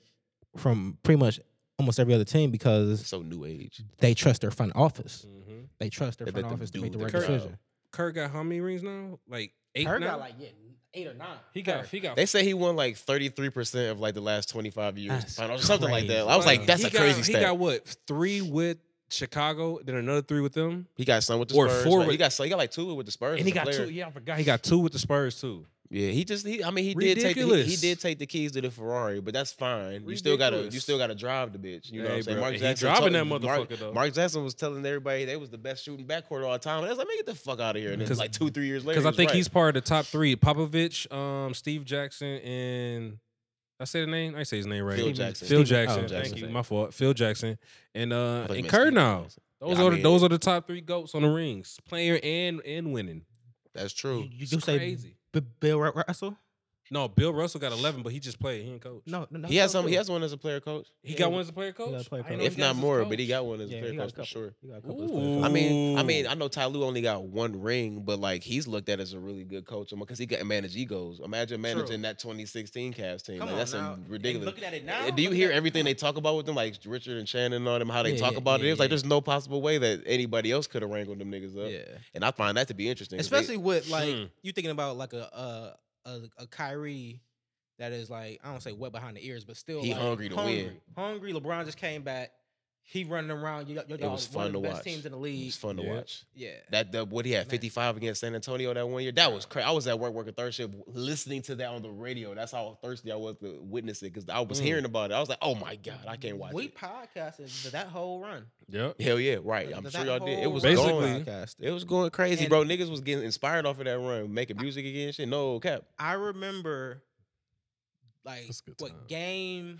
Speaker 1: from pretty much almost every other team because
Speaker 2: so new age.
Speaker 1: they trust their front office.
Speaker 3: Mhm.
Speaker 1: They trust their
Speaker 2: They let
Speaker 1: front
Speaker 2: them
Speaker 1: office to
Speaker 2: do
Speaker 1: make the
Speaker 2: the
Speaker 1: right
Speaker 3: job.
Speaker 1: decision.
Speaker 3: Kerr got how many rings now? Like eight.
Speaker 1: Kerr
Speaker 3: now?
Speaker 1: got like yeah, eight or nine.
Speaker 3: he got
Speaker 1: Kerr.
Speaker 3: he got
Speaker 2: They say he won like thirty three percent of like the last twenty five years,
Speaker 1: That's
Speaker 2: finals, or something like
Speaker 1: crazy.
Speaker 2: that. I was like,
Speaker 1: Like,
Speaker 2: that's
Speaker 3: he
Speaker 2: a crazy
Speaker 3: got,
Speaker 2: stat.
Speaker 3: He got what three with Chicago, then another three with them,
Speaker 2: some with the
Speaker 3: or
Speaker 2: Spurs.
Speaker 3: four
Speaker 2: like,
Speaker 3: with-
Speaker 2: he got so he got like two with the Spurs.
Speaker 3: and
Speaker 2: as
Speaker 3: he
Speaker 2: a
Speaker 3: got
Speaker 2: player.
Speaker 3: two. Yeah, I forgot he got two with the Spurs too.
Speaker 2: Yeah, he just he, I mean he did take the, he- he,
Speaker 3: Ridiculous.
Speaker 2: did take the keys to the Ferrari, but that's fine. You still gotta you
Speaker 3: Ridiculous.
Speaker 2: still gotta drive the bitch. You know what
Speaker 3: Hey,
Speaker 2: I'm saying?
Speaker 3: bro,
Speaker 2: Mark
Speaker 3: and he
Speaker 2: Jackson
Speaker 3: driving that
Speaker 2: told- Mark,
Speaker 3: motherfucker, though.
Speaker 2: Mark Jackson was telling everybody they was the best shooting backcourt all the time. And I was like, man, get the fuck out of here. And then
Speaker 3: 'Cause-
Speaker 2: like two, three years later.
Speaker 3: Because I
Speaker 2: he was
Speaker 3: think
Speaker 2: right.
Speaker 3: he's part of the top three: Popovich, um, Steve Jackson, and I say the name. I say his name right.
Speaker 2: Phil Jackson.
Speaker 3: Phil, Jackson.
Speaker 1: oh,
Speaker 3: thank
Speaker 2: Jackson.
Speaker 3: you. My fault. Phil Jackson and
Speaker 2: I
Speaker 3: uh
Speaker 2: thought you
Speaker 3: and
Speaker 2: meant
Speaker 3: Kerr
Speaker 2: Steve
Speaker 3: now.
Speaker 2: Jackson.
Speaker 3: Those
Speaker 2: I
Speaker 3: are
Speaker 2: mean-
Speaker 3: those are the top three goats on the rings, player and and winning.
Speaker 2: That's
Speaker 1: You,
Speaker 2: true.
Speaker 1: you
Speaker 3: It's
Speaker 1: do say
Speaker 3: crazy.
Speaker 1: B- Bill Ru- Russell?
Speaker 3: No, Bill Russell got eleven, but he just played. He ain't coach.
Speaker 1: No, no, no.
Speaker 2: He has
Speaker 1: no,
Speaker 2: some he
Speaker 1: Bill.
Speaker 2: has one as a player coach.
Speaker 3: he
Speaker 1: yeah,
Speaker 3: got
Speaker 1: he-
Speaker 3: one as a player coach.
Speaker 1: got a player
Speaker 3: I didn't
Speaker 1: coach.
Speaker 3: know
Speaker 2: If
Speaker 3: he got
Speaker 2: not
Speaker 3: as his
Speaker 2: more, but he
Speaker 3: coach.
Speaker 2: got one as a
Speaker 1: Yeah,
Speaker 2: player
Speaker 1: he got a
Speaker 2: coach for
Speaker 1: couple.
Speaker 2: sure.
Speaker 1: He got a couple of
Speaker 3: Ooh.
Speaker 2: I
Speaker 1: players.
Speaker 2: mean, I
Speaker 3: Ooh.
Speaker 2: mean, I know Ty Lue only got one ring, but like he's looked at as a really good coach because he can manage egos. Imagine managing that 2016 Cavs team. Like, that's a ridiculous.
Speaker 1: at it
Speaker 2: And Eh, do you hear everything they talk about with them, like Richard and Shannon and all them, how they
Speaker 1: Yeah,
Speaker 2: talk
Speaker 1: yeah,
Speaker 2: about it?
Speaker 1: yeah,
Speaker 2: It's like
Speaker 1: yeah.
Speaker 2: there's no possible way that anybody else could have wrangled them niggas up.
Speaker 1: Yeah.
Speaker 2: And I find that to be interesting. 'cause they-
Speaker 1: Especially with like
Speaker 3: Hmm.
Speaker 1: you thinking about like a a, a a Kyrie that is like I don't say wet behind the ears, but still
Speaker 2: He
Speaker 1: like,
Speaker 2: hungry to win.
Speaker 1: Hungry. LeBron just came back. He running around. You, you,
Speaker 2: It was
Speaker 1: one
Speaker 2: fun to
Speaker 1: of the best
Speaker 2: watch.
Speaker 1: teams in the
Speaker 2: It
Speaker 1: league.
Speaker 2: was fun to
Speaker 3: Yeah.
Speaker 2: watch.
Speaker 1: Yeah.
Speaker 2: That the what he had
Speaker 1: Man.
Speaker 2: 55 against San Antonio that one year. That was crazy. I was at work working third shift listening to that on the radio. That's how thirsty I was to witness it because I was
Speaker 3: Mm.
Speaker 2: hearing about it. I was like, oh my god, I can't watch
Speaker 1: we
Speaker 2: it.
Speaker 1: podcasted th- that whole run.
Speaker 3: Yep.
Speaker 2: Hell yeah, right.
Speaker 1: Th-
Speaker 2: I'm
Speaker 1: that
Speaker 2: sure y'all did. It
Speaker 1: whole
Speaker 2: was
Speaker 1: run
Speaker 3: Basically-
Speaker 2: going.
Speaker 1: podcasted.
Speaker 2: It was going crazy,
Speaker 1: And-
Speaker 2: bro. Niggas was getting inspired off of that run, making music again. Shit, no cap.
Speaker 1: I remember, like,
Speaker 3: That's good time.
Speaker 1: what game?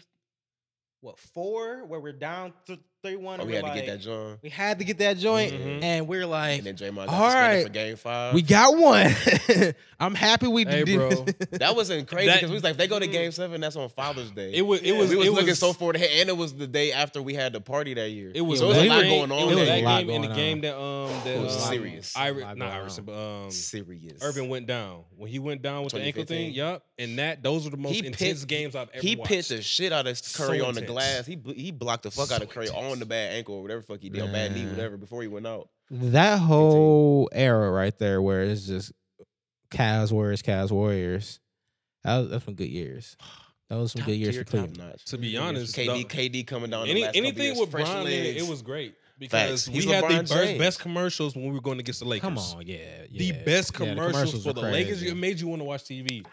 Speaker 1: What four? Where we're down th- three one.
Speaker 2: Oh, we
Speaker 1: we're
Speaker 2: had to get that
Speaker 1: like-
Speaker 2: joint.
Speaker 1: We had to get that joint,
Speaker 3: Mhm.
Speaker 1: and we're like,
Speaker 2: And then Draymond got
Speaker 1: all
Speaker 2: suspended
Speaker 1: right.
Speaker 2: for game five.
Speaker 1: we got one. I'm happy we
Speaker 3: Hey,
Speaker 1: did. this.
Speaker 3: bro.
Speaker 2: that wasn't crazy
Speaker 3: That-
Speaker 2: because we was like, if they go to game seven, that's on Father's Day.
Speaker 3: It was. It
Speaker 1: Yeah.
Speaker 3: was.
Speaker 2: we was
Speaker 3: it
Speaker 2: looking
Speaker 3: was,
Speaker 2: so forward ahead, and it was the day after we had the party that year.
Speaker 3: It was.
Speaker 2: so it was a
Speaker 3: that
Speaker 2: lot
Speaker 3: game-
Speaker 2: going
Speaker 3: It
Speaker 2: on.
Speaker 3: was
Speaker 1: there.
Speaker 2: that
Speaker 3: that
Speaker 2: year.
Speaker 1: A lot
Speaker 3: game and the
Speaker 1: going
Speaker 3: game that um that
Speaker 2: It was
Speaker 3: um,
Speaker 2: serious.
Speaker 1: A lot
Speaker 3: Iri- not
Speaker 1: going
Speaker 3: Iverson,
Speaker 1: on.
Speaker 3: but um
Speaker 2: serious.
Speaker 3: Irvin went down when he went down with the ankle thing.
Speaker 2: 2015.
Speaker 3: Yup, and that those are the most
Speaker 2: He
Speaker 3: intense
Speaker 2: pitched-
Speaker 3: games I've ever
Speaker 2: He
Speaker 3: watched.
Speaker 2: pitched the shit out of Curry
Speaker 3: So
Speaker 2: on the
Speaker 3: intense.
Speaker 2: glass. He bl- he blocked the fuck out of
Speaker 3: So
Speaker 2: Curry
Speaker 3: intense.
Speaker 2: on the bad ankle or whatever the fuck he did, or bad knee,
Speaker 1: Man.
Speaker 2: whatever, before he went out.
Speaker 1: That whole era right there, where it's just Cavs, Warriors, Cavs, Warriors. That was, that's some good years. That was some
Speaker 2: Top
Speaker 1: good years
Speaker 2: tier,
Speaker 1: for Cleveland.
Speaker 2: top notch.
Speaker 3: to be honest,
Speaker 2: KD,
Speaker 3: the-
Speaker 2: KD coming down.
Speaker 3: any,
Speaker 2: the last couple
Speaker 3: anything
Speaker 2: years,
Speaker 3: with
Speaker 2: fresh
Speaker 3: Bron in it,
Speaker 2: legs.
Speaker 3: it was great because we
Speaker 2: He's
Speaker 3: had the
Speaker 2: LeBron
Speaker 3: best,
Speaker 2: James.
Speaker 3: best commercials when we were going against the Lakers.
Speaker 1: Come on, yeah,
Speaker 3: The
Speaker 1: yeah.
Speaker 3: best
Speaker 1: Yeah, the
Speaker 3: commercials, for
Speaker 1: were
Speaker 3: the Lakers,
Speaker 1: crazy.
Speaker 3: it made you want to watch TV.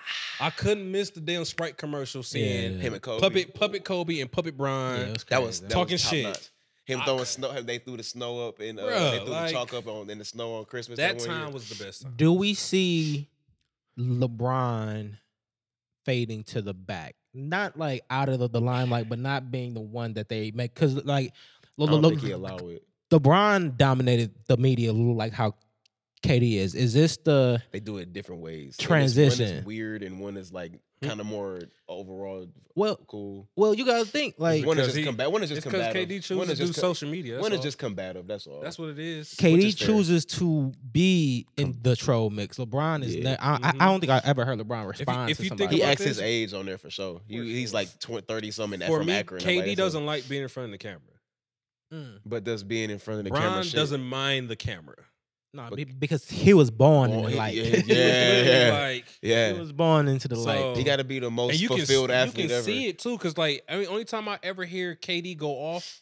Speaker 3: I couldn't miss the damn Sprite commercial seeing
Speaker 1: Yeah.
Speaker 2: him and Kobe.
Speaker 3: puppet puppet Kobe and puppet
Speaker 1: Yeah,
Speaker 3: Brian.
Speaker 1: it was
Speaker 2: That was
Speaker 1: crazy.
Speaker 2: that
Speaker 3: Talking
Speaker 2: was top
Speaker 3: shit.
Speaker 2: notch. Him
Speaker 3: I-
Speaker 2: throwing snow. They threw the snow up and uh,
Speaker 3: Bruh,
Speaker 2: they threw
Speaker 3: like,
Speaker 2: the chalk up on in the snow on Christmas.
Speaker 3: that
Speaker 2: one year.
Speaker 3: time was the best time.
Speaker 1: Do we see LeBron fading to the back? Not like out of the, the limelight, but not being the one that they make because like
Speaker 2: I
Speaker 1: Le-
Speaker 2: don't
Speaker 1: Le-
Speaker 2: think he allowed it.
Speaker 1: LeBron dominated the media like how KD is. Is this the
Speaker 2: They do it different ways. Like, this One
Speaker 1: Transition.
Speaker 2: is weird and one is like kind of more overall
Speaker 1: well?
Speaker 2: cool.
Speaker 1: Well, you gotta think like
Speaker 2: one is
Speaker 3: because
Speaker 2: just
Speaker 3: he-
Speaker 2: combat. One is
Speaker 3: It's
Speaker 2: just
Speaker 3: because
Speaker 2: combative.
Speaker 3: KD
Speaker 2: one
Speaker 3: chooses
Speaker 2: is
Speaker 3: to do
Speaker 2: just co-
Speaker 3: social media. That's
Speaker 2: one is
Speaker 3: all.
Speaker 2: just combative. That's all.
Speaker 3: that's what it is.
Speaker 2: which
Speaker 1: KD
Speaker 2: is fair.
Speaker 1: chooses to be in the troll mix. LeBron is.
Speaker 2: Yeah.
Speaker 1: ne- I, I, I don't think I ever heard LeBron respond
Speaker 3: if
Speaker 1: to
Speaker 3: you think
Speaker 1: somebody.
Speaker 2: he
Speaker 3: about
Speaker 2: acts his
Speaker 3: this-
Speaker 2: age on there for sure. He,
Speaker 3: For
Speaker 2: he's
Speaker 3: sure.
Speaker 2: like 20, 30 something and
Speaker 3: For
Speaker 2: from
Speaker 3: me,
Speaker 2: Akron. I'm like,
Speaker 3: KD
Speaker 2: that's
Speaker 3: doesn't
Speaker 2: a-
Speaker 3: like being in front of the camera.
Speaker 1: Mm.
Speaker 2: But does being in front of the camera
Speaker 3: Bron
Speaker 2: shit-
Speaker 3: doesn't mind the camera.
Speaker 1: No,
Speaker 2: But-
Speaker 1: be- because he was born
Speaker 2: Born-
Speaker 1: in
Speaker 2: he-
Speaker 1: like
Speaker 2: yeah,
Speaker 3: He was literally
Speaker 2: yeah.
Speaker 3: like
Speaker 2: Yeah,
Speaker 1: he was born into the
Speaker 3: So-
Speaker 1: light.
Speaker 2: he got to be the most
Speaker 3: and you can s-
Speaker 2: fulfilled athlete
Speaker 3: you can
Speaker 2: ever.
Speaker 3: see it too, because like I mean, only time I ever hear KD go off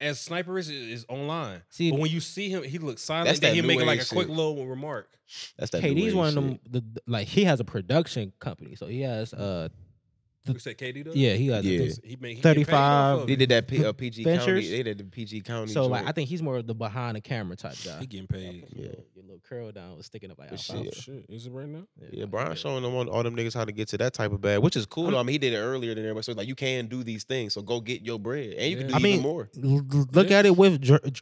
Speaker 3: as sniper is, is online.
Speaker 1: See,
Speaker 3: but when you see him, he looks silent.
Speaker 2: That's
Speaker 3: then
Speaker 2: that
Speaker 3: he
Speaker 2: new
Speaker 3: making like a
Speaker 2: age
Speaker 3: quick
Speaker 2: shit.
Speaker 3: little remark.
Speaker 2: That's that.
Speaker 1: KD's
Speaker 2: new
Speaker 1: one
Speaker 2: age
Speaker 1: of them.
Speaker 2: shit.
Speaker 1: The, the- like he has a production company, so he has uh
Speaker 3: You said KD does.
Speaker 1: yeah he has a
Speaker 2: Yeah.
Speaker 1: dis-
Speaker 3: he made he get paid
Speaker 1: 35
Speaker 3: off of
Speaker 2: They
Speaker 3: it.
Speaker 2: did that P, uh, PG
Speaker 1: Ventures.
Speaker 2: County. They did the PG County.
Speaker 1: so like I
Speaker 2: joint.
Speaker 1: think he's more of the behind the camera type guy.
Speaker 3: He getting paid.
Speaker 1: Okay, your
Speaker 2: Yeah.
Speaker 1: little- your little curl down was sticking up like
Speaker 2: But
Speaker 1: alfalfa.
Speaker 2: shit.
Speaker 3: Oh, Shit, is it right now?
Speaker 2: Yeah, Brian showing them all, all them niggas how to get to that type of bag, which is cool. though. I mean, he did it earlier than everybody. So it's like, you can do these things. So go get your bread, and you can do
Speaker 3: Yeah. I
Speaker 2: even
Speaker 1: mean,
Speaker 2: more.
Speaker 1: L- l- Look at it with Dr-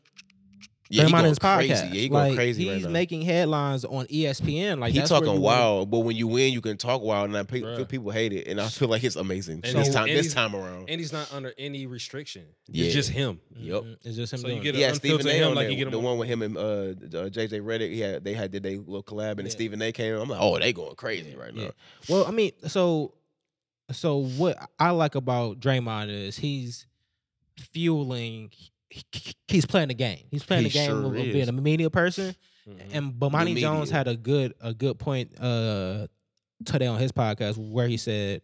Speaker 2: Yeah, he
Speaker 1: Draymond
Speaker 2: going
Speaker 1: and his
Speaker 2: crazy.
Speaker 1: podcast.
Speaker 2: Yeah, he going
Speaker 1: like,
Speaker 2: crazy right
Speaker 1: he's
Speaker 2: now.
Speaker 1: making headlines on E ESPN. Like
Speaker 2: he
Speaker 1: that's where
Speaker 2: talking
Speaker 1: you
Speaker 2: wild, but when you win, you can talk wild, and I pe-
Speaker 3: Bruh.
Speaker 2: people hate it. And I feel like it's amazing.
Speaker 3: And
Speaker 2: this
Speaker 1: he's-
Speaker 2: time,
Speaker 3: and
Speaker 2: this
Speaker 3: he's-
Speaker 2: time around,
Speaker 3: And he's not under any restriction.
Speaker 2: Yeah.
Speaker 3: It's just him.
Speaker 2: Yup.
Speaker 1: Mhm. It's just him.
Speaker 3: So you
Speaker 1: doing
Speaker 3: get
Speaker 1: it.
Speaker 3: a-
Speaker 2: yeah,
Speaker 3: unfiltered
Speaker 2: Stephen A.
Speaker 3: him
Speaker 2: on
Speaker 3: like
Speaker 2: there,
Speaker 3: you get him
Speaker 2: the
Speaker 3: on-
Speaker 2: one with him and uh, uh, JJ Reddick. He had they had did they little collab, and
Speaker 1: Yeah.
Speaker 2: then Stephen A. came. I'm like, oh, they going crazy right
Speaker 1: Yeah.
Speaker 2: now.
Speaker 1: Well, I mean, so so what I like about Draymond is he's fueling. he- he- He's playing the game. He's playing
Speaker 2: He
Speaker 1: the game
Speaker 2: sure
Speaker 1: of, of
Speaker 2: is.
Speaker 1: being a media person.
Speaker 2: Mm-hmm.
Speaker 3: Mhm.
Speaker 1: And Bomani
Speaker 2: media.
Speaker 1: Jones had a good a good point uh, today on his podcast where he said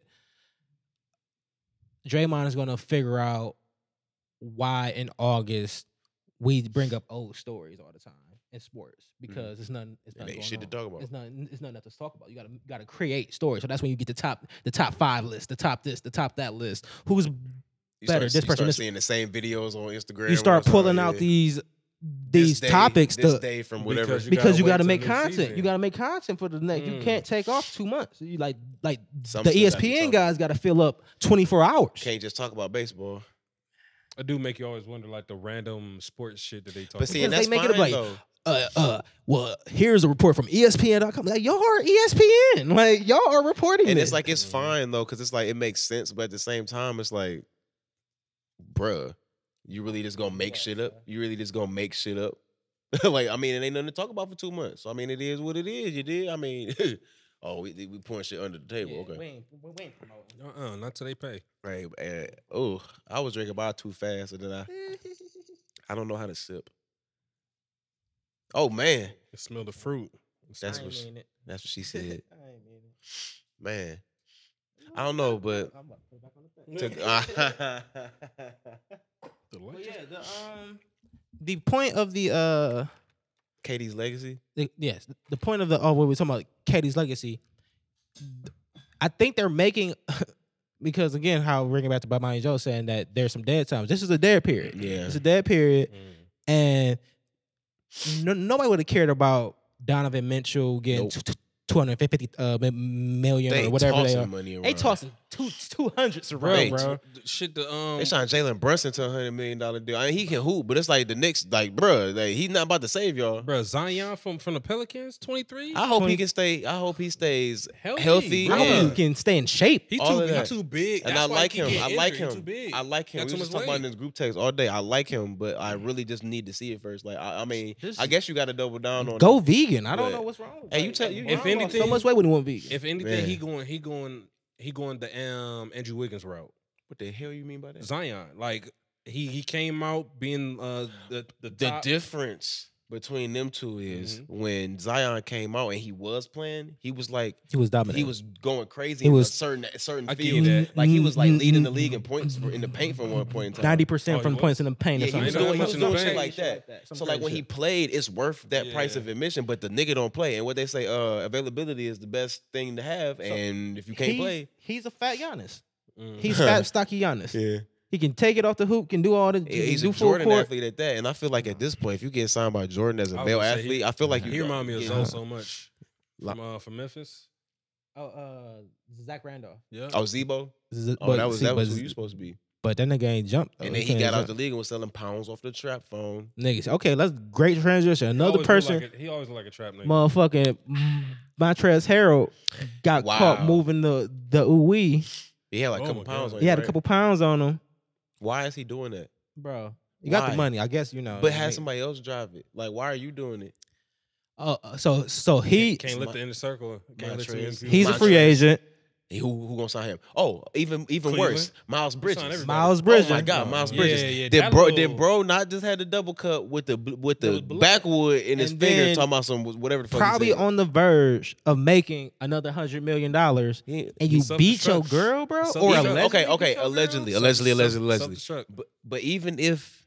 Speaker 1: Draymond is going to figure out why in August we bring up old stories all the time in sports because it's nothing. It's
Speaker 2: And
Speaker 1: nothing
Speaker 2: they
Speaker 1: going
Speaker 2: Mm-hmm. shit to
Speaker 1: on.
Speaker 2: talk about.
Speaker 1: It's nothing. It's nothing else to talk about. You gotta you gotta create stories. So that's when you get the top the top five list, the top this, the top that list. Who's
Speaker 2: You
Speaker 1: better,
Speaker 2: Start,
Speaker 1: this
Speaker 2: you
Speaker 1: person,
Speaker 2: start
Speaker 1: this-
Speaker 2: seeing the same videos on Instagram.
Speaker 1: you start
Speaker 2: or something,
Speaker 1: pulling out
Speaker 2: yeah.
Speaker 1: these
Speaker 2: This
Speaker 1: these
Speaker 2: day-
Speaker 1: topics
Speaker 2: this
Speaker 1: to,
Speaker 2: day from whatever.
Speaker 3: Because you
Speaker 1: because you
Speaker 3: wait
Speaker 1: gotta
Speaker 3: till
Speaker 1: make
Speaker 3: the new
Speaker 1: content. You
Speaker 3: season.
Speaker 1: gotta make content for the next. You
Speaker 3: Mm.
Speaker 1: can't take off two months. You like like
Speaker 2: Some
Speaker 1: the E
Speaker 2: shit gotta be
Speaker 1: ESPN
Speaker 2: something.
Speaker 1: guys gotta fill up twenty four hours.
Speaker 2: Can't just talk about baseball.
Speaker 3: I do make you always wonder like the random sports shit that they talk
Speaker 2: But see,
Speaker 1: Because
Speaker 2: and
Speaker 1: they
Speaker 3: about.
Speaker 2: that's
Speaker 1: make it
Speaker 2: fine,
Speaker 1: a like-
Speaker 2: though.
Speaker 1: Uh, uh, well, here's a report from E ESPN.com. Like y'all are E ESPN. Like y'all are reporting
Speaker 2: And
Speaker 1: this.
Speaker 2: it's like it's
Speaker 3: Mhm.
Speaker 2: fine though, because it's like it makes sense, but at the same time, it's like, bruh, you really just gonna make
Speaker 1: Right,
Speaker 2: shit up? You really just gonna make shit up? like, I mean, it ain't nothing to talk about for two months. So, I mean, it is what it is. You did. I mean, oh, we we pouring shit under the table. okay.
Speaker 1: ain't, we ain't promoting.
Speaker 3: Uh-uh, not till they pay.
Speaker 2: Right. And, oh, I was drinking by too fast, and then I I don't know how to sip. Oh man,
Speaker 3: It smell the fruit.
Speaker 2: That's
Speaker 1: I
Speaker 2: what
Speaker 1: ain't
Speaker 2: she-
Speaker 1: mean it.
Speaker 2: that's what she said.
Speaker 1: I ain't mean it.
Speaker 2: Man, I don't know, but
Speaker 1: I'm about to put it back on the thing.
Speaker 2: to,
Speaker 3: The
Speaker 1: But
Speaker 3: Lakers.
Speaker 1: yeah, the um, the point of the uh,
Speaker 2: Katie's legacy.
Speaker 1: the, yes, the point of the oh, we were talking about Katie's legacy. I think they're making because again, how bringing back to Bobby Joe saying that there's some dead times. This is a dead period.
Speaker 2: Yeah.
Speaker 1: It's a dead period,
Speaker 3: Mm.
Speaker 1: and no, nobody would have cared about Donovan Mitchell getting
Speaker 2: Nope.
Speaker 1: two two two hundred fifty uh, mi- million
Speaker 2: They
Speaker 1: or whatever they
Speaker 2: tossing
Speaker 1: are.
Speaker 2: money around.
Speaker 1: They tossing two two hundreds around,
Speaker 2: They
Speaker 1: bro.
Speaker 3: The Shit, the um,
Speaker 2: They signed Jalen Brunson to a hundred million dollar deal. I mean, he can hoop, but it's like the Knicks, like, bruh, like, he's not about to save y'all.
Speaker 3: bro, Zion from from the Pelicans, twenty three.
Speaker 2: I hope
Speaker 1: 20
Speaker 2: he can stay. I hope he stays
Speaker 3: Healthy,
Speaker 2: Ah, healthy.
Speaker 1: I hope
Speaker 2: and-
Speaker 1: you can stay in shape.
Speaker 3: He
Speaker 2: all
Speaker 3: too,
Speaker 2: of
Speaker 3: he
Speaker 2: that.
Speaker 3: too big,
Speaker 2: And
Speaker 3: That's
Speaker 2: I
Speaker 3: why he
Speaker 2: like
Speaker 3: keep
Speaker 2: him. I
Speaker 3: getting
Speaker 2: like
Speaker 3: injured. He Too
Speaker 2: him.
Speaker 3: big.
Speaker 2: I like him.
Speaker 3: Got
Speaker 2: We
Speaker 3: too
Speaker 2: was just
Speaker 3: much
Speaker 2: talking about in
Speaker 3: weight.
Speaker 2: this group text all day. I like him, but I
Speaker 3: Mm-hmm.
Speaker 2: really just need to see it first. Like, I, I mean,
Speaker 1: This-
Speaker 2: I guess you got to double down on.
Speaker 1: Go
Speaker 2: it.
Speaker 1: vegan. I don't
Speaker 2: But-
Speaker 1: know what's wrong. with
Speaker 2: Hey, you
Speaker 1: that.
Speaker 2: tell- you-
Speaker 1: If
Speaker 3: If
Speaker 1: anything, so
Speaker 3: anything-
Speaker 1: much weight when he went vegan.
Speaker 3: If anything,
Speaker 2: Man.
Speaker 3: he going, he going, he going the um Andrew Wiggins route.
Speaker 2: What the hell you mean by that?
Speaker 3: Zion, like he he came out being uh the the,
Speaker 2: The
Speaker 3: top- Mm-hmm.
Speaker 2: difference between them two is when Zion came out and he was playing, he was like
Speaker 1: he was dominant.
Speaker 2: he was going crazy
Speaker 1: It
Speaker 2: in a
Speaker 1: was- Mm-hmm.
Speaker 2: certain certain
Speaker 3: I give you
Speaker 2: field.
Speaker 3: that.
Speaker 2: Like he was like leading the league in points for, in the paint for one point in time.
Speaker 1: ninety percent
Speaker 3: Oh,
Speaker 1: from
Speaker 3: he
Speaker 1: points in the paint.
Speaker 2: Yeah,
Speaker 1: or
Speaker 2: he
Speaker 1: something.
Speaker 2: was
Speaker 3: something
Speaker 2: doing, he
Speaker 3: like
Speaker 2: was
Speaker 3: that.
Speaker 2: doing
Speaker 3: Something
Speaker 2: shit like that. So like when he played, it's worth that price of
Speaker 3: Yeah.
Speaker 2: admission. But the nigga don't play, and what they say, uh, availability is the best thing to have. And if you can't
Speaker 1: he's,
Speaker 2: play, Mm-hmm.
Speaker 1: he's a fat Giannis.
Speaker 3: Mm.
Speaker 1: He's fat stocky Giannis.
Speaker 2: yeah,
Speaker 1: He can take it off the hoop, can do all this. he can
Speaker 2: he's
Speaker 1: do
Speaker 2: a
Speaker 1: full
Speaker 2: Jordan
Speaker 1: court.
Speaker 2: athlete at that. And I feel like at this point, if you get signed by Jordan as a
Speaker 3: I
Speaker 2: male
Speaker 3: would say he-
Speaker 2: athlete, I feel like you
Speaker 3: he remind me of
Speaker 2: yeah.
Speaker 3: Zoe so much
Speaker 2: Lo-
Speaker 3: from uh, from Memphis.
Speaker 1: Oh, uh, Zach Randolph.
Speaker 3: Yeah,
Speaker 2: Oh, Zebo.
Speaker 1: Z-
Speaker 2: Oh,
Speaker 1: but,
Speaker 2: that was
Speaker 1: see,
Speaker 2: that was
Speaker 1: but,
Speaker 2: who you supposed to be.
Speaker 1: but that nigga ain't jumped. though.
Speaker 2: And then he
Speaker 1: can't
Speaker 2: got out the
Speaker 1: jump.
Speaker 2: league and was selling pounds off the trap phone.
Speaker 1: niggas. Okay, let's great transition.
Speaker 3: He
Speaker 1: Another
Speaker 3: always look
Speaker 1: person,
Speaker 3: Like a, he always look like a trap nigga.
Speaker 1: motherfucking Montrez Harrell, got caught
Speaker 2: Wow.
Speaker 1: moving the the ooey.
Speaker 2: He had like a
Speaker 3: Oh
Speaker 2: couple
Speaker 3: my
Speaker 2: pounds.
Speaker 3: God.
Speaker 2: On
Speaker 1: He
Speaker 2: him,
Speaker 1: had a
Speaker 2: right?
Speaker 1: couple pounds on him,
Speaker 2: Why is he doing that?
Speaker 1: bro. You got the
Speaker 2: Why?
Speaker 1: money, I guess. You know,
Speaker 2: But
Speaker 1: I
Speaker 2: had
Speaker 1: mean-
Speaker 2: somebody else drive it. Like, why are you doing it?
Speaker 1: Oh, uh, so so he
Speaker 3: can't let the inner circle. Can't let too many
Speaker 2: Montrez.
Speaker 3: people-
Speaker 1: he's a
Speaker 2: Montrez.
Speaker 1: free agent.
Speaker 2: Hey, Who who gonna sign him? Oh, even even
Speaker 3: Cleveland.
Speaker 2: worse, Miles Bridges.
Speaker 3: everybody.
Speaker 1: Miles
Speaker 2: Oh
Speaker 1: Bridges.
Speaker 2: my God, Miles
Speaker 3: Yeah,
Speaker 2: Bridges.
Speaker 3: yeah, yeah,
Speaker 2: Did
Speaker 3: that
Speaker 2: bro,
Speaker 3: little-
Speaker 2: did bro not just had the double cut with the bl- with
Speaker 1: It
Speaker 2: the
Speaker 1: was blood.
Speaker 2: backwood in his
Speaker 1: And
Speaker 2: finger,
Speaker 1: then
Speaker 2: talking about some whatever the fuck. he
Speaker 1: Probably
Speaker 2: said.
Speaker 1: on the verge of making another hundred million dollars,
Speaker 2: He-
Speaker 1: and
Speaker 3: He
Speaker 1: you
Speaker 3: self-destruct.
Speaker 1: beat your girl, bro.
Speaker 3: Self-
Speaker 1: Or
Speaker 3: he
Speaker 2: even-
Speaker 1: allegedly
Speaker 2: okay,
Speaker 1: beat
Speaker 2: okay,
Speaker 1: your girl?
Speaker 2: allegedly,
Speaker 3: Self-
Speaker 2: allegedly,
Speaker 3: self-
Speaker 2: allegedly, allegedly.
Speaker 3: self-destruct.
Speaker 2: But but even if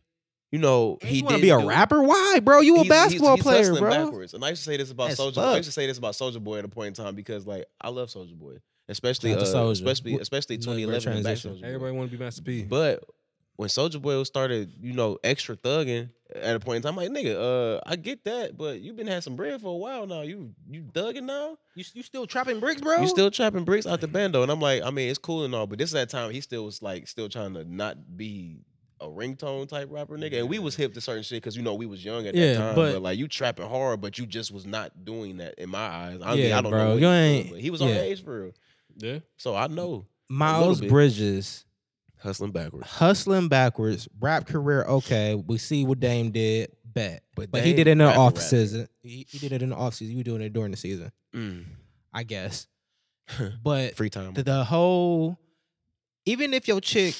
Speaker 2: you know
Speaker 1: He
Speaker 2: Oh, he
Speaker 1: you want to
Speaker 2: didn't
Speaker 1: be a
Speaker 2: do it,
Speaker 1: rapper? Why, bro? You a
Speaker 2: he's- he's-
Speaker 1: basketball
Speaker 2: he's
Speaker 1: player,
Speaker 2: hustling
Speaker 1: bro.
Speaker 2: Backwards. And I used to say this about
Speaker 1: As
Speaker 2: Soldier. I
Speaker 1: fuck.
Speaker 2: used to say this about Soldier Boy at a point in time because like I love Soldier Boy, especially
Speaker 1: Shout out
Speaker 2: uh,
Speaker 1: to Soulja.
Speaker 2: especially
Speaker 1: Wh-
Speaker 2: especially
Speaker 1: another great
Speaker 2: 2011 and back
Speaker 1: transition.
Speaker 2: Soulja Boy.
Speaker 3: Everybody want to be Master P.
Speaker 2: But when Soldier Boy started, you know, extra thugging at a point in time, I'm like, nigga, uh, I get that, but you've been had some bread for a while now. You you thugging now?
Speaker 1: You, you still trapping bricks, bro?
Speaker 2: You still trapping bricks out the bando? And I'm like, I mean, it's cool and all, but this is that time he still was like still trying to not be a ringtone type rapper nigga. And we was hip to certain shit because you know we was young at that
Speaker 1: Yeah,
Speaker 2: time.
Speaker 1: but-
Speaker 2: But, like you trapping hard, but you just was not doing that in my eyes. I mean,
Speaker 1: Yeah,
Speaker 2: I don't
Speaker 1: bro,
Speaker 2: know. what
Speaker 1: you
Speaker 2: he was doing,
Speaker 1: ain't-
Speaker 2: but he was
Speaker 1: yeah.
Speaker 2: our age for real.
Speaker 3: yeah,
Speaker 2: So I know.
Speaker 1: Miles
Speaker 2: bit.
Speaker 1: Bridges
Speaker 2: Hustling backwards.
Speaker 1: hustling backwards, rap career. Okay, we see what Dame did. Bet, but,
Speaker 2: But
Speaker 1: he
Speaker 2: Dame
Speaker 1: did it in the
Speaker 2: rapper,
Speaker 1: off
Speaker 2: rapper.
Speaker 1: season. He, he did it in the off season. You were doing it during the season,
Speaker 2: Mm.
Speaker 1: I guess. But
Speaker 2: Free time.
Speaker 1: the, the whole even if your chick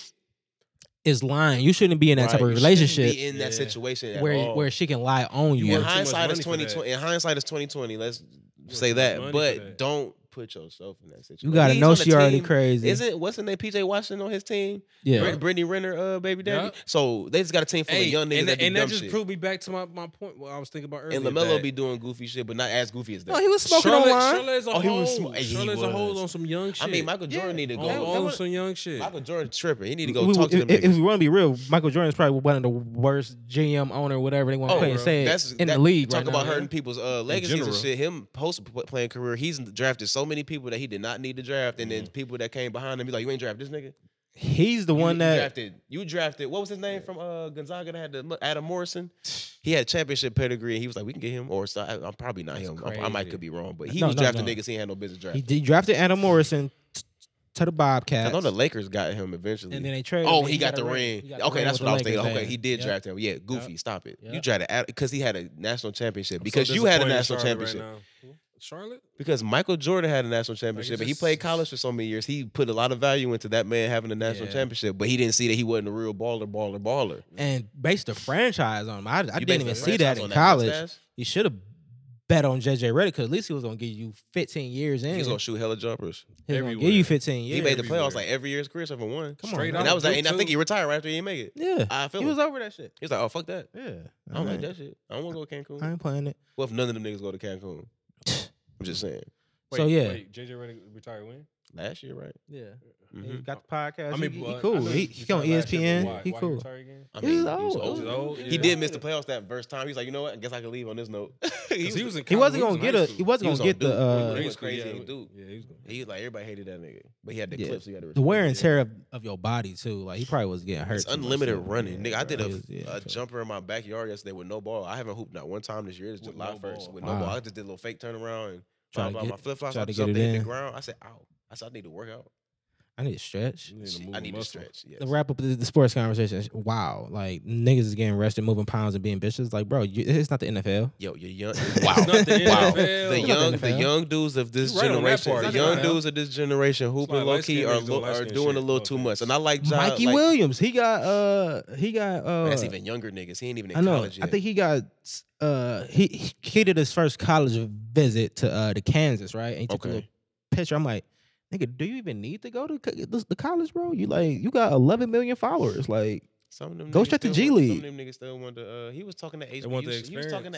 Speaker 1: is lying, you shouldn't be in that type of
Speaker 2: Right, you shouldn't
Speaker 1: relationship
Speaker 2: Be in that
Speaker 3: Yeah.
Speaker 2: situation at
Speaker 1: where
Speaker 2: all.
Speaker 1: where she can lie on you.
Speaker 3: You
Speaker 2: in
Speaker 3: work too much
Speaker 2: hindsight is
Speaker 3: money for that.
Speaker 2: twenty twenty. In hindsight is twenty twenty. Let's
Speaker 3: work
Speaker 2: say
Speaker 3: too much
Speaker 2: that,
Speaker 3: money
Speaker 2: but
Speaker 3: for that.
Speaker 2: don't put yourself in that situation.
Speaker 1: you gotta
Speaker 2: He's
Speaker 1: know
Speaker 2: on the
Speaker 1: she already
Speaker 2: team.
Speaker 1: crazy.
Speaker 2: Isn't what's the name? PJ Washington on his team.
Speaker 1: yeah.
Speaker 2: Brit- Brittany Renner, uh, baby daddy.
Speaker 3: Yeah.
Speaker 2: So they just got a team full of young niggas
Speaker 3: and,
Speaker 2: that do
Speaker 3: and
Speaker 2: dumb
Speaker 3: that just
Speaker 2: shit.
Speaker 3: proved me back to my, my point. What I was thinking about earlier.
Speaker 2: and Lamelo
Speaker 3: that
Speaker 2: be doing goofy shit, but not as goofy as that.
Speaker 1: No, he was smoking
Speaker 3: Charlotte,
Speaker 1: online.
Speaker 3: Charlotte is a
Speaker 2: Oh, he was
Speaker 3: whole.
Speaker 2: sm- he
Speaker 3: Charlotte is a whole
Speaker 2: was.
Speaker 3: on some young
Speaker 2: I
Speaker 3: shit.
Speaker 2: mean, Michael
Speaker 1: Yeah.
Speaker 2: Jordan need to
Speaker 3: on,
Speaker 2: go.
Speaker 1: That-
Speaker 3: on
Speaker 1: that was-
Speaker 3: some young shit.
Speaker 2: Michael Jordan tripping. He need to go
Speaker 1: We-
Speaker 2: talk to
Speaker 1: if,
Speaker 2: them
Speaker 1: if- if
Speaker 2: niggas.
Speaker 1: we want to be real, Michael Jordan is probably one of the worst GM owner, whatever they want to
Speaker 2: Oh,
Speaker 1: play and
Speaker 3: bro,
Speaker 1: say
Speaker 2: That's
Speaker 1: it in
Speaker 2: that-
Speaker 1: the league.
Speaker 2: Talk
Speaker 1: right
Speaker 2: about
Speaker 1: now.
Speaker 2: hurting people's uh, legacies and
Speaker 3: general.
Speaker 2: shit. Him post p- playing career, he's drafted so many people that he did not need to draft, and
Speaker 3: Mm.
Speaker 2: then people that came behind him, be like, "You ain't draft this nigga."
Speaker 1: He's the
Speaker 2: You-
Speaker 1: one
Speaker 2: you
Speaker 1: that
Speaker 2: drafted. You drafted. What was his name from uh, Gonzaga that had the mu- Adam Morrison? He had championship pedigree. and He was like, we can get him. Or so I, am probably not him. I'm- I might
Speaker 3: crazy.
Speaker 2: could be wrong, but he
Speaker 1: No,
Speaker 2: was
Speaker 1: no,
Speaker 2: drafting
Speaker 1: no.
Speaker 2: niggas. He had no business
Speaker 1: he
Speaker 2: drafting.
Speaker 1: did- drafted Adam Morrison t- to the
Speaker 2: I
Speaker 1: Bobcats,
Speaker 2: know the Lakers got him eventually.
Speaker 1: and then they traded.
Speaker 2: Oh,
Speaker 1: him.
Speaker 2: he, got, the
Speaker 1: a
Speaker 2: ring.
Speaker 1: He got the
Speaker 2: Okay,
Speaker 1: ring
Speaker 2: that's
Speaker 1: with
Speaker 2: what I was
Speaker 1: the Lakers
Speaker 2: thinking. Okay,
Speaker 1: then.
Speaker 2: he did
Speaker 1: Yep.
Speaker 2: draft him. Yeah, goofy. Stop it. You
Speaker 1: Yep.
Speaker 2: tried to because he had a national championship.
Speaker 3: I'm so
Speaker 2: Because you had a
Speaker 3: disappointed in
Speaker 2: national
Speaker 3: Charlotte right
Speaker 2: championship.
Speaker 3: now. Charlotte.
Speaker 2: Because Michael Jordan had a national championship, and he
Speaker 3: just-
Speaker 2: played college for so many years. He put a lot of value into that man having a national
Speaker 3: Yeah.
Speaker 2: championship, but he didn't see that he wasn't a real baller, baller, baller.
Speaker 1: and based the franchise on him. I, I
Speaker 2: You
Speaker 1: didn't even
Speaker 2: based a
Speaker 1: see that
Speaker 2: franchise
Speaker 1: in
Speaker 2: on
Speaker 1: college.
Speaker 2: mustache?
Speaker 1: You should have bet on JJ Reddick because at least he was gonna give you 15 years in.
Speaker 2: He's
Speaker 1: He's
Speaker 2: gonna shoot hella jumpers.
Speaker 1: gonna give
Speaker 3: everywhere.
Speaker 1: you 15 years.
Speaker 2: he made the
Speaker 3: everywhere.
Speaker 2: playoffs like every year. His career except for one.
Speaker 1: Come on,
Speaker 3: Straight
Speaker 1: man.
Speaker 3: up.
Speaker 2: And that was like, and I
Speaker 3: Bluetooth.
Speaker 2: think he retired right after he didn't make it.
Speaker 1: yeah,
Speaker 2: I feel
Speaker 1: he
Speaker 2: it.
Speaker 1: was over that shit.
Speaker 2: He's like, oh fuck that.
Speaker 1: Yeah,
Speaker 2: I don't
Speaker 1: I
Speaker 2: like
Speaker 1: ain't-
Speaker 2: that shit. I don't want to go to
Speaker 1: I
Speaker 2: Cancun.
Speaker 1: ain't playing it.
Speaker 2: What if none of them niggas go to Cancun? I'm just saying.
Speaker 1: so yeah,
Speaker 3: wait, JJ Reddick retired when?
Speaker 2: Last year, right?
Speaker 1: yeah. He
Speaker 2: Mhm.
Speaker 1: got the podcast.
Speaker 3: I mean,
Speaker 1: he,
Speaker 3: but
Speaker 1: he
Speaker 3: I
Speaker 1: cool.
Speaker 3: know
Speaker 1: He,
Speaker 3: you
Speaker 1: he
Speaker 3: said
Speaker 1: on E
Speaker 3: last year, but
Speaker 1: ESPN.
Speaker 3: why-
Speaker 1: he
Speaker 3: why
Speaker 1: cool.
Speaker 3: retired again?
Speaker 2: I
Speaker 1: He was
Speaker 2: he was
Speaker 1: old.
Speaker 2: old.
Speaker 3: He was old,
Speaker 2: He
Speaker 3: yeah.
Speaker 2: did miss the playoffs that first time. He's like, you know what? I guess I can leave on this note. he, was,
Speaker 3: 'Cause he
Speaker 2: he
Speaker 3: was in
Speaker 1: He wasn't
Speaker 3: college, was
Speaker 1: gonna
Speaker 3: in
Speaker 1: get
Speaker 3: high
Speaker 1: a.
Speaker 3: school.
Speaker 1: He wasn't
Speaker 2: He was
Speaker 1: gonna get the
Speaker 2: on Duke.
Speaker 1: uh,
Speaker 2: He
Speaker 3: Grade
Speaker 2: was
Speaker 3: school,
Speaker 2: crazy
Speaker 3: yeah,
Speaker 2: in Duke.
Speaker 3: Yeah, he was gonna-
Speaker 2: he was like everybody hated that nigga, but he had the
Speaker 1: Yeah.
Speaker 2: clips. So you got to
Speaker 1: the wear and tear of, of your body too. Like he probably was getting hurt.
Speaker 2: It's
Speaker 1: too much,
Speaker 2: unlimited
Speaker 1: too.
Speaker 2: running,
Speaker 1: Yeah,
Speaker 2: nigga. I did
Speaker 1: bro.
Speaker 2: a,
Speaker 1: He was- yeah,
Speaker 2: a
Speaker 1: so-
Speaker 2: jumper in my backyard yesterday with no ball. I haven't hooped not one time this year. This
Speaker 3: With
Speaker 2: July
Speaker 3: no
Speaker 2: first
Speaker 3: ball.
Speaker 2: with
Speaker 1: Wow.
Speaker 2: no ball. I just did a little fake turnaround and
Speaker 1: Try
Speaker 2: try
Speaker 1: to
Speaker 2: about
Speaker 1: get-
Speaker 2: my flip flops.
Speaker 1: try
Speaker 2: I
Speaker 1: to get
Speaker 2: jumped
Speaker 1: it
Speaker 2: in the
Speaker 1: in.
Speaker 2: ground. I said, ow. I said I need to work out.
Speaker 1: I need to stretch.
Speaker 3: You need to move
Speaker 2: I
Speaker 3: a
Speaker 2: need to
Speaker 3: muscle.
Speaker 2: stretch. Yes.
Speaker 1: To wrap up the, the sports conversation, wow, like niggas is getting rested, moving pounds, and being bitches. Like, bro, you, it's not the NFL.
Speaker 2: Yo, you're young.
Speaker 1: Wow.
Speaker 3: It's not the
Speaker 2: Wow.
Speaker 3: NFL.
Speaker 2: The
Speaker 1: Not the
Speaker 2: young, the
Speaker 1: NFL.
Speaker 2: young dudes of this
Speaker 3: You right on that
Speaker 2: generation,
Speaker 3: part.
Speaker 2: the
Speaker 3: It's
Speaker 2: young
Speaker 3: not the
Speaker 2: dudes of this generation, hooping
Speaker 3: like
Speaker 2: low key
Speaker 3: light-skinned
Speaker 2: are
Speaker 3: niggas doing
Speaker 2: lo- are
Speaker 3: light-skinned
Speaker 2: doing a
Speaker 3: shit.
Speaker 2: little
Speaker 3: Okay.
Speaker 2: too much. And I like John,
Speaker 1: Mikey
Speaker 2: like,
Speaker 1: Williams, he got uh, he got uh,
Speaker 2: That's even younger niggas. He ain't even in
Speaker 1: I know.
Speaker 2: college yet.
Speaker 1: I think he got uh he, he he did his first college visit to uh to Kansas, right? And he took a
Speaker 2: Okay.
Speaker 1: little picture. I'm like, nigga, do you even need to go to co- the, the college, bro? You like you got 11 million followers. Like,
Speaker 2: Some of them
Speaker 1: Go
Speaker 2: niggas
Speaker 1: straight to
Speaker 2: still
Speaker 1: G
Speaker 2: want-
Speaker 1: League.
Speaker 2: Some of them niggas still want to. Uh, he was talking to
Speaker 3: want the
Speaker 2: HBU. shit. He was talking to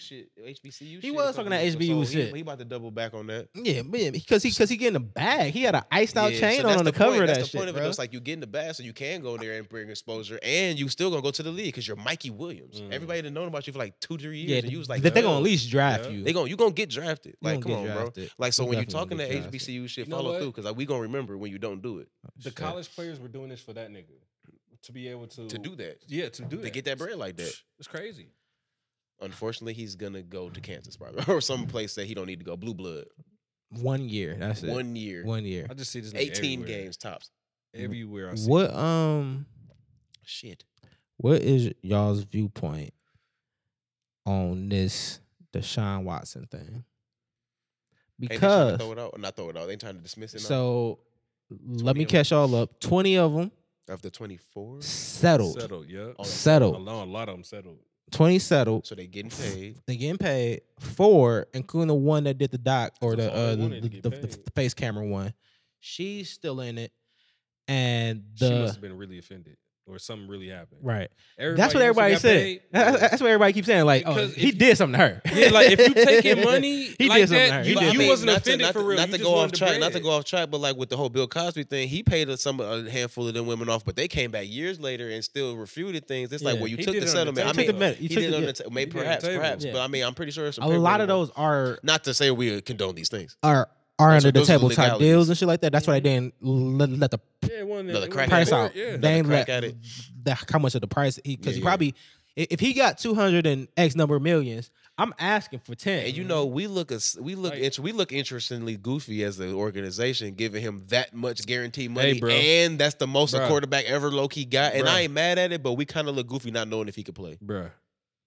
Speaker 2: HBU shit, HBCU. shit.
Speaker 1: He
Speaker 2: a
Speaker 1: was
Speaker 2: couple
Speaker 1: talking to
Speaker 2: weeks ago,
Speaker 1: HBU
Speaker 2: so he-
Speaker 1: shit.
Speaker 2: He about to double back on that.
Speaker 1: yeah, man, because he because he getting a bag. He had an iced out
Speaker 2: Yeah,
Speaker 1: chain on
Speaker 2: so that's
Speaker 1: on the,
Speaker 2: point.
Speaker 1: cover of
Speaker 2: That's
Speaker 1: that
Speaker 2: the
Speaker 1: shit,
Speaker 2: point of it.
Speaker 1: bro.
Speaker 2: It's like you getting the bag, so you can go in there and bring exposure, and you still gonna go to the league because you're Mikey Williams.
Speaker 3: Mm.
Speaker 2: Everybody done known about you for like two, three years.
Speaker 1: yeah,
Speaker 2: and you was like,
Speaker 1: that they gonna at
Speaker 2: "Yo,
Speaker 1: least draft
Speaker 3: yeah.
Speaker 1: you.
Speaker 2: They gonna you gonna get drafted.
Speaker 1: You
Speaker 2: Like,
Speaker 1: gonna
Speaker 2: come on,
Speaker 1: get
Speaker 2: bro.
Speaker 1: drafted.
Speaker 2: Like, so
Speaker 1: You
Speaker 2: when you
Speaker 1: definitely
Speaker 2: talking to
Speaker 1: gonna get drafted.
Speaker 2: HBCU shit,
Speaker 3: You know
Speaker 2: follow
Speaker 3: what?
Speaker 2: through because like, we gonna remember when you don't do it
Speaker 3: The college players were doing this for that nigga to be able to
Speaker 2: to do that
Speaker 3: Yeah, to do
Speaker 2: to get that bread like that.
Speaker 3: It's crazy.
Speaker 2: Unfortunately, he's gonna go to Kansas probably or some place that he don't need to go. Blue blood.
Speaker 1: one year. That's it.
Speaker 2: One year,
Speaker 1: One year.
Speaker 3: I just see this. nigga
Speaker 2: 18
Speaker 3: everywhere.
Speaker 2: games tops.
Speaker 3: everywhere. I see.
Speaker 1: What um
Speaker 2: Shit.
Speaker 1: What is y'all's viewpoint on this Deshaun Watson thing?
Speaker 2: Ain't they trying to
Speaker 1: Because
Speaker 2: throw it out? Not throw it out. They trying to dismiss it. So
Speaker 1: so let
Speaker 2: 20
Speaker 1: me
Speaker 2: of 'em.
Speaker 1: catch y'all up. Twenty of them
Speaker 2: of the 24,
Speaker 1: settled.
Speaker 3: Settled, yeah.
Speaker 2: Oh,
Speaker 3: A
Speaker 1: Settled.
Speaker 3: lot, a lot of them settled.
Speaker 1: Twenty settled.
Speaker 2: so they getting paid.
Speaker 1: They getting paid four, including the one that did the doc or
Speaker 3: That's
Speaker 1: the
Speaker 3: all they
Speaker 1: uh, the,
Speaker 3: wanted to
Speaker 1: the,
Speaker 3: get
Speaker 1: the-
Speaker 3: paid.
Speaker 1: the face camera one. She's still in it, and
Speaker 3: she must
Speaker 1: the
Speaker 3: have been really offended, or something really happened.
Speaker 1: right.
Speaker 3: Everybody
Speaker 1: That's what
Speaker 3: else who
Speaker 1: everybody
Speaker 3: got
Speaker 1: said.
Speaker 3: paid,
Speaker 1: That's, that's what everybody keeps saying. Like, oh,
Speaker 3: Because
Speaker 1: he
Speaker 3: if you-
Speaker 1: did something to her.
Speaker 3: yeah, like if you taking money
Speaker 1: He did
Speaker 3: like
Speaker 1: something to her.
Speaker 3: that, you,
Speaker 1: But
Speaker 2: I
Speaker 1: did.
Speaker 3: you
Speaker 2: mean,
Speaker 3: wasn't
Speaker 2: not to-
Speaker 3: offended
Speaker 2: not to-
Speaker 3: for real.
Speaker 2: Not
Speaker 3: you
Speaker 2: to
Speaker 3: just
Speaker 2: go
Speaker 3: wanted
Speaker 2: off
Speaker 3: the
Speaker 2: track. Not to
Speaker 3: bread.
Speaker 2: go off track. But like with the whole Bill Cosby thing, he paid us some a handful of them women off, but they came back years later and still refuted things. It's like,
Speaker 1: Yeah.
Speaker 2: well, you
Speaker 3: He
Speaker 2: took
Speaker 3: did
Speaker 2: the
Speaker 3: it on the
Speaker 2: settlement.
Speaker 3: table.
Speaker 2: I
Speaker 1: You took
Speaker 2: mean,
Speaker 1: the minute. You
Speaker 2: he
Speaker 1: took
Speaker 2: did it
Speaker 1: the-
Speaker 2: on the ta-
Speaker 3: he
Speaker 2: maybe
Speaker 3: did it on the
Speaker 2: perhaps,
Speaker 3: table.
Speaker 2: perhaps.
Speaker 1: Yeah.
Speaker 2: But I mean, I'm pretty sure it's
Speaker 1: a lot of
Speaker 2: paperwork.
Speaker 1: those are
Speaker 2: Not to say we condone these things.
Speaker 1: are are
Speaker 2: Those
Speaker 1: under
Speaker 2: are-
Speaker 1: the
Speaker 2: those are the
Speaker 1: table type
Speaker 2: legalities.
Speaker 1: deals and shit like that. That's why they didn't let, let the
Speaker 3: Yeah, it wasn't-
Speaker 2: Another
Speaker 3: it wasn't
Speaker 2: crack
Speaker 1: price
Speaker 2: at
Speaker 3: fair,
Speaker 1: out.
Speaker 3: Yeah.
Speaker 1: They ain't
Speaker 2: crack
Speaker 1: let
Speaker 2: at it.
Speaker 1: the, how much of the price he because
Speaker 2: Yeah,
Speaker 1: he
Speaker 2: yeah.
Speaker 1: probably i- if he got two hundred and x number of millions, I'm asking for ten.
Speaker 2: And you know, we look as we look
Speaker 3: Like-
Speaker 2: int- we look interestingly goofy as an organization, giving him that much guaranteed money,
Speaker 3: bro.
Speaker 2: and that's the most
Speaker 3: Bruh.
Speaker 2: a quarterback ever low key got. And
Speaker 3: Bruh.
Speaker 2: I ain't mad at it, but we kind of look goofy not knowing if he could play
Speaker 3: Bruh,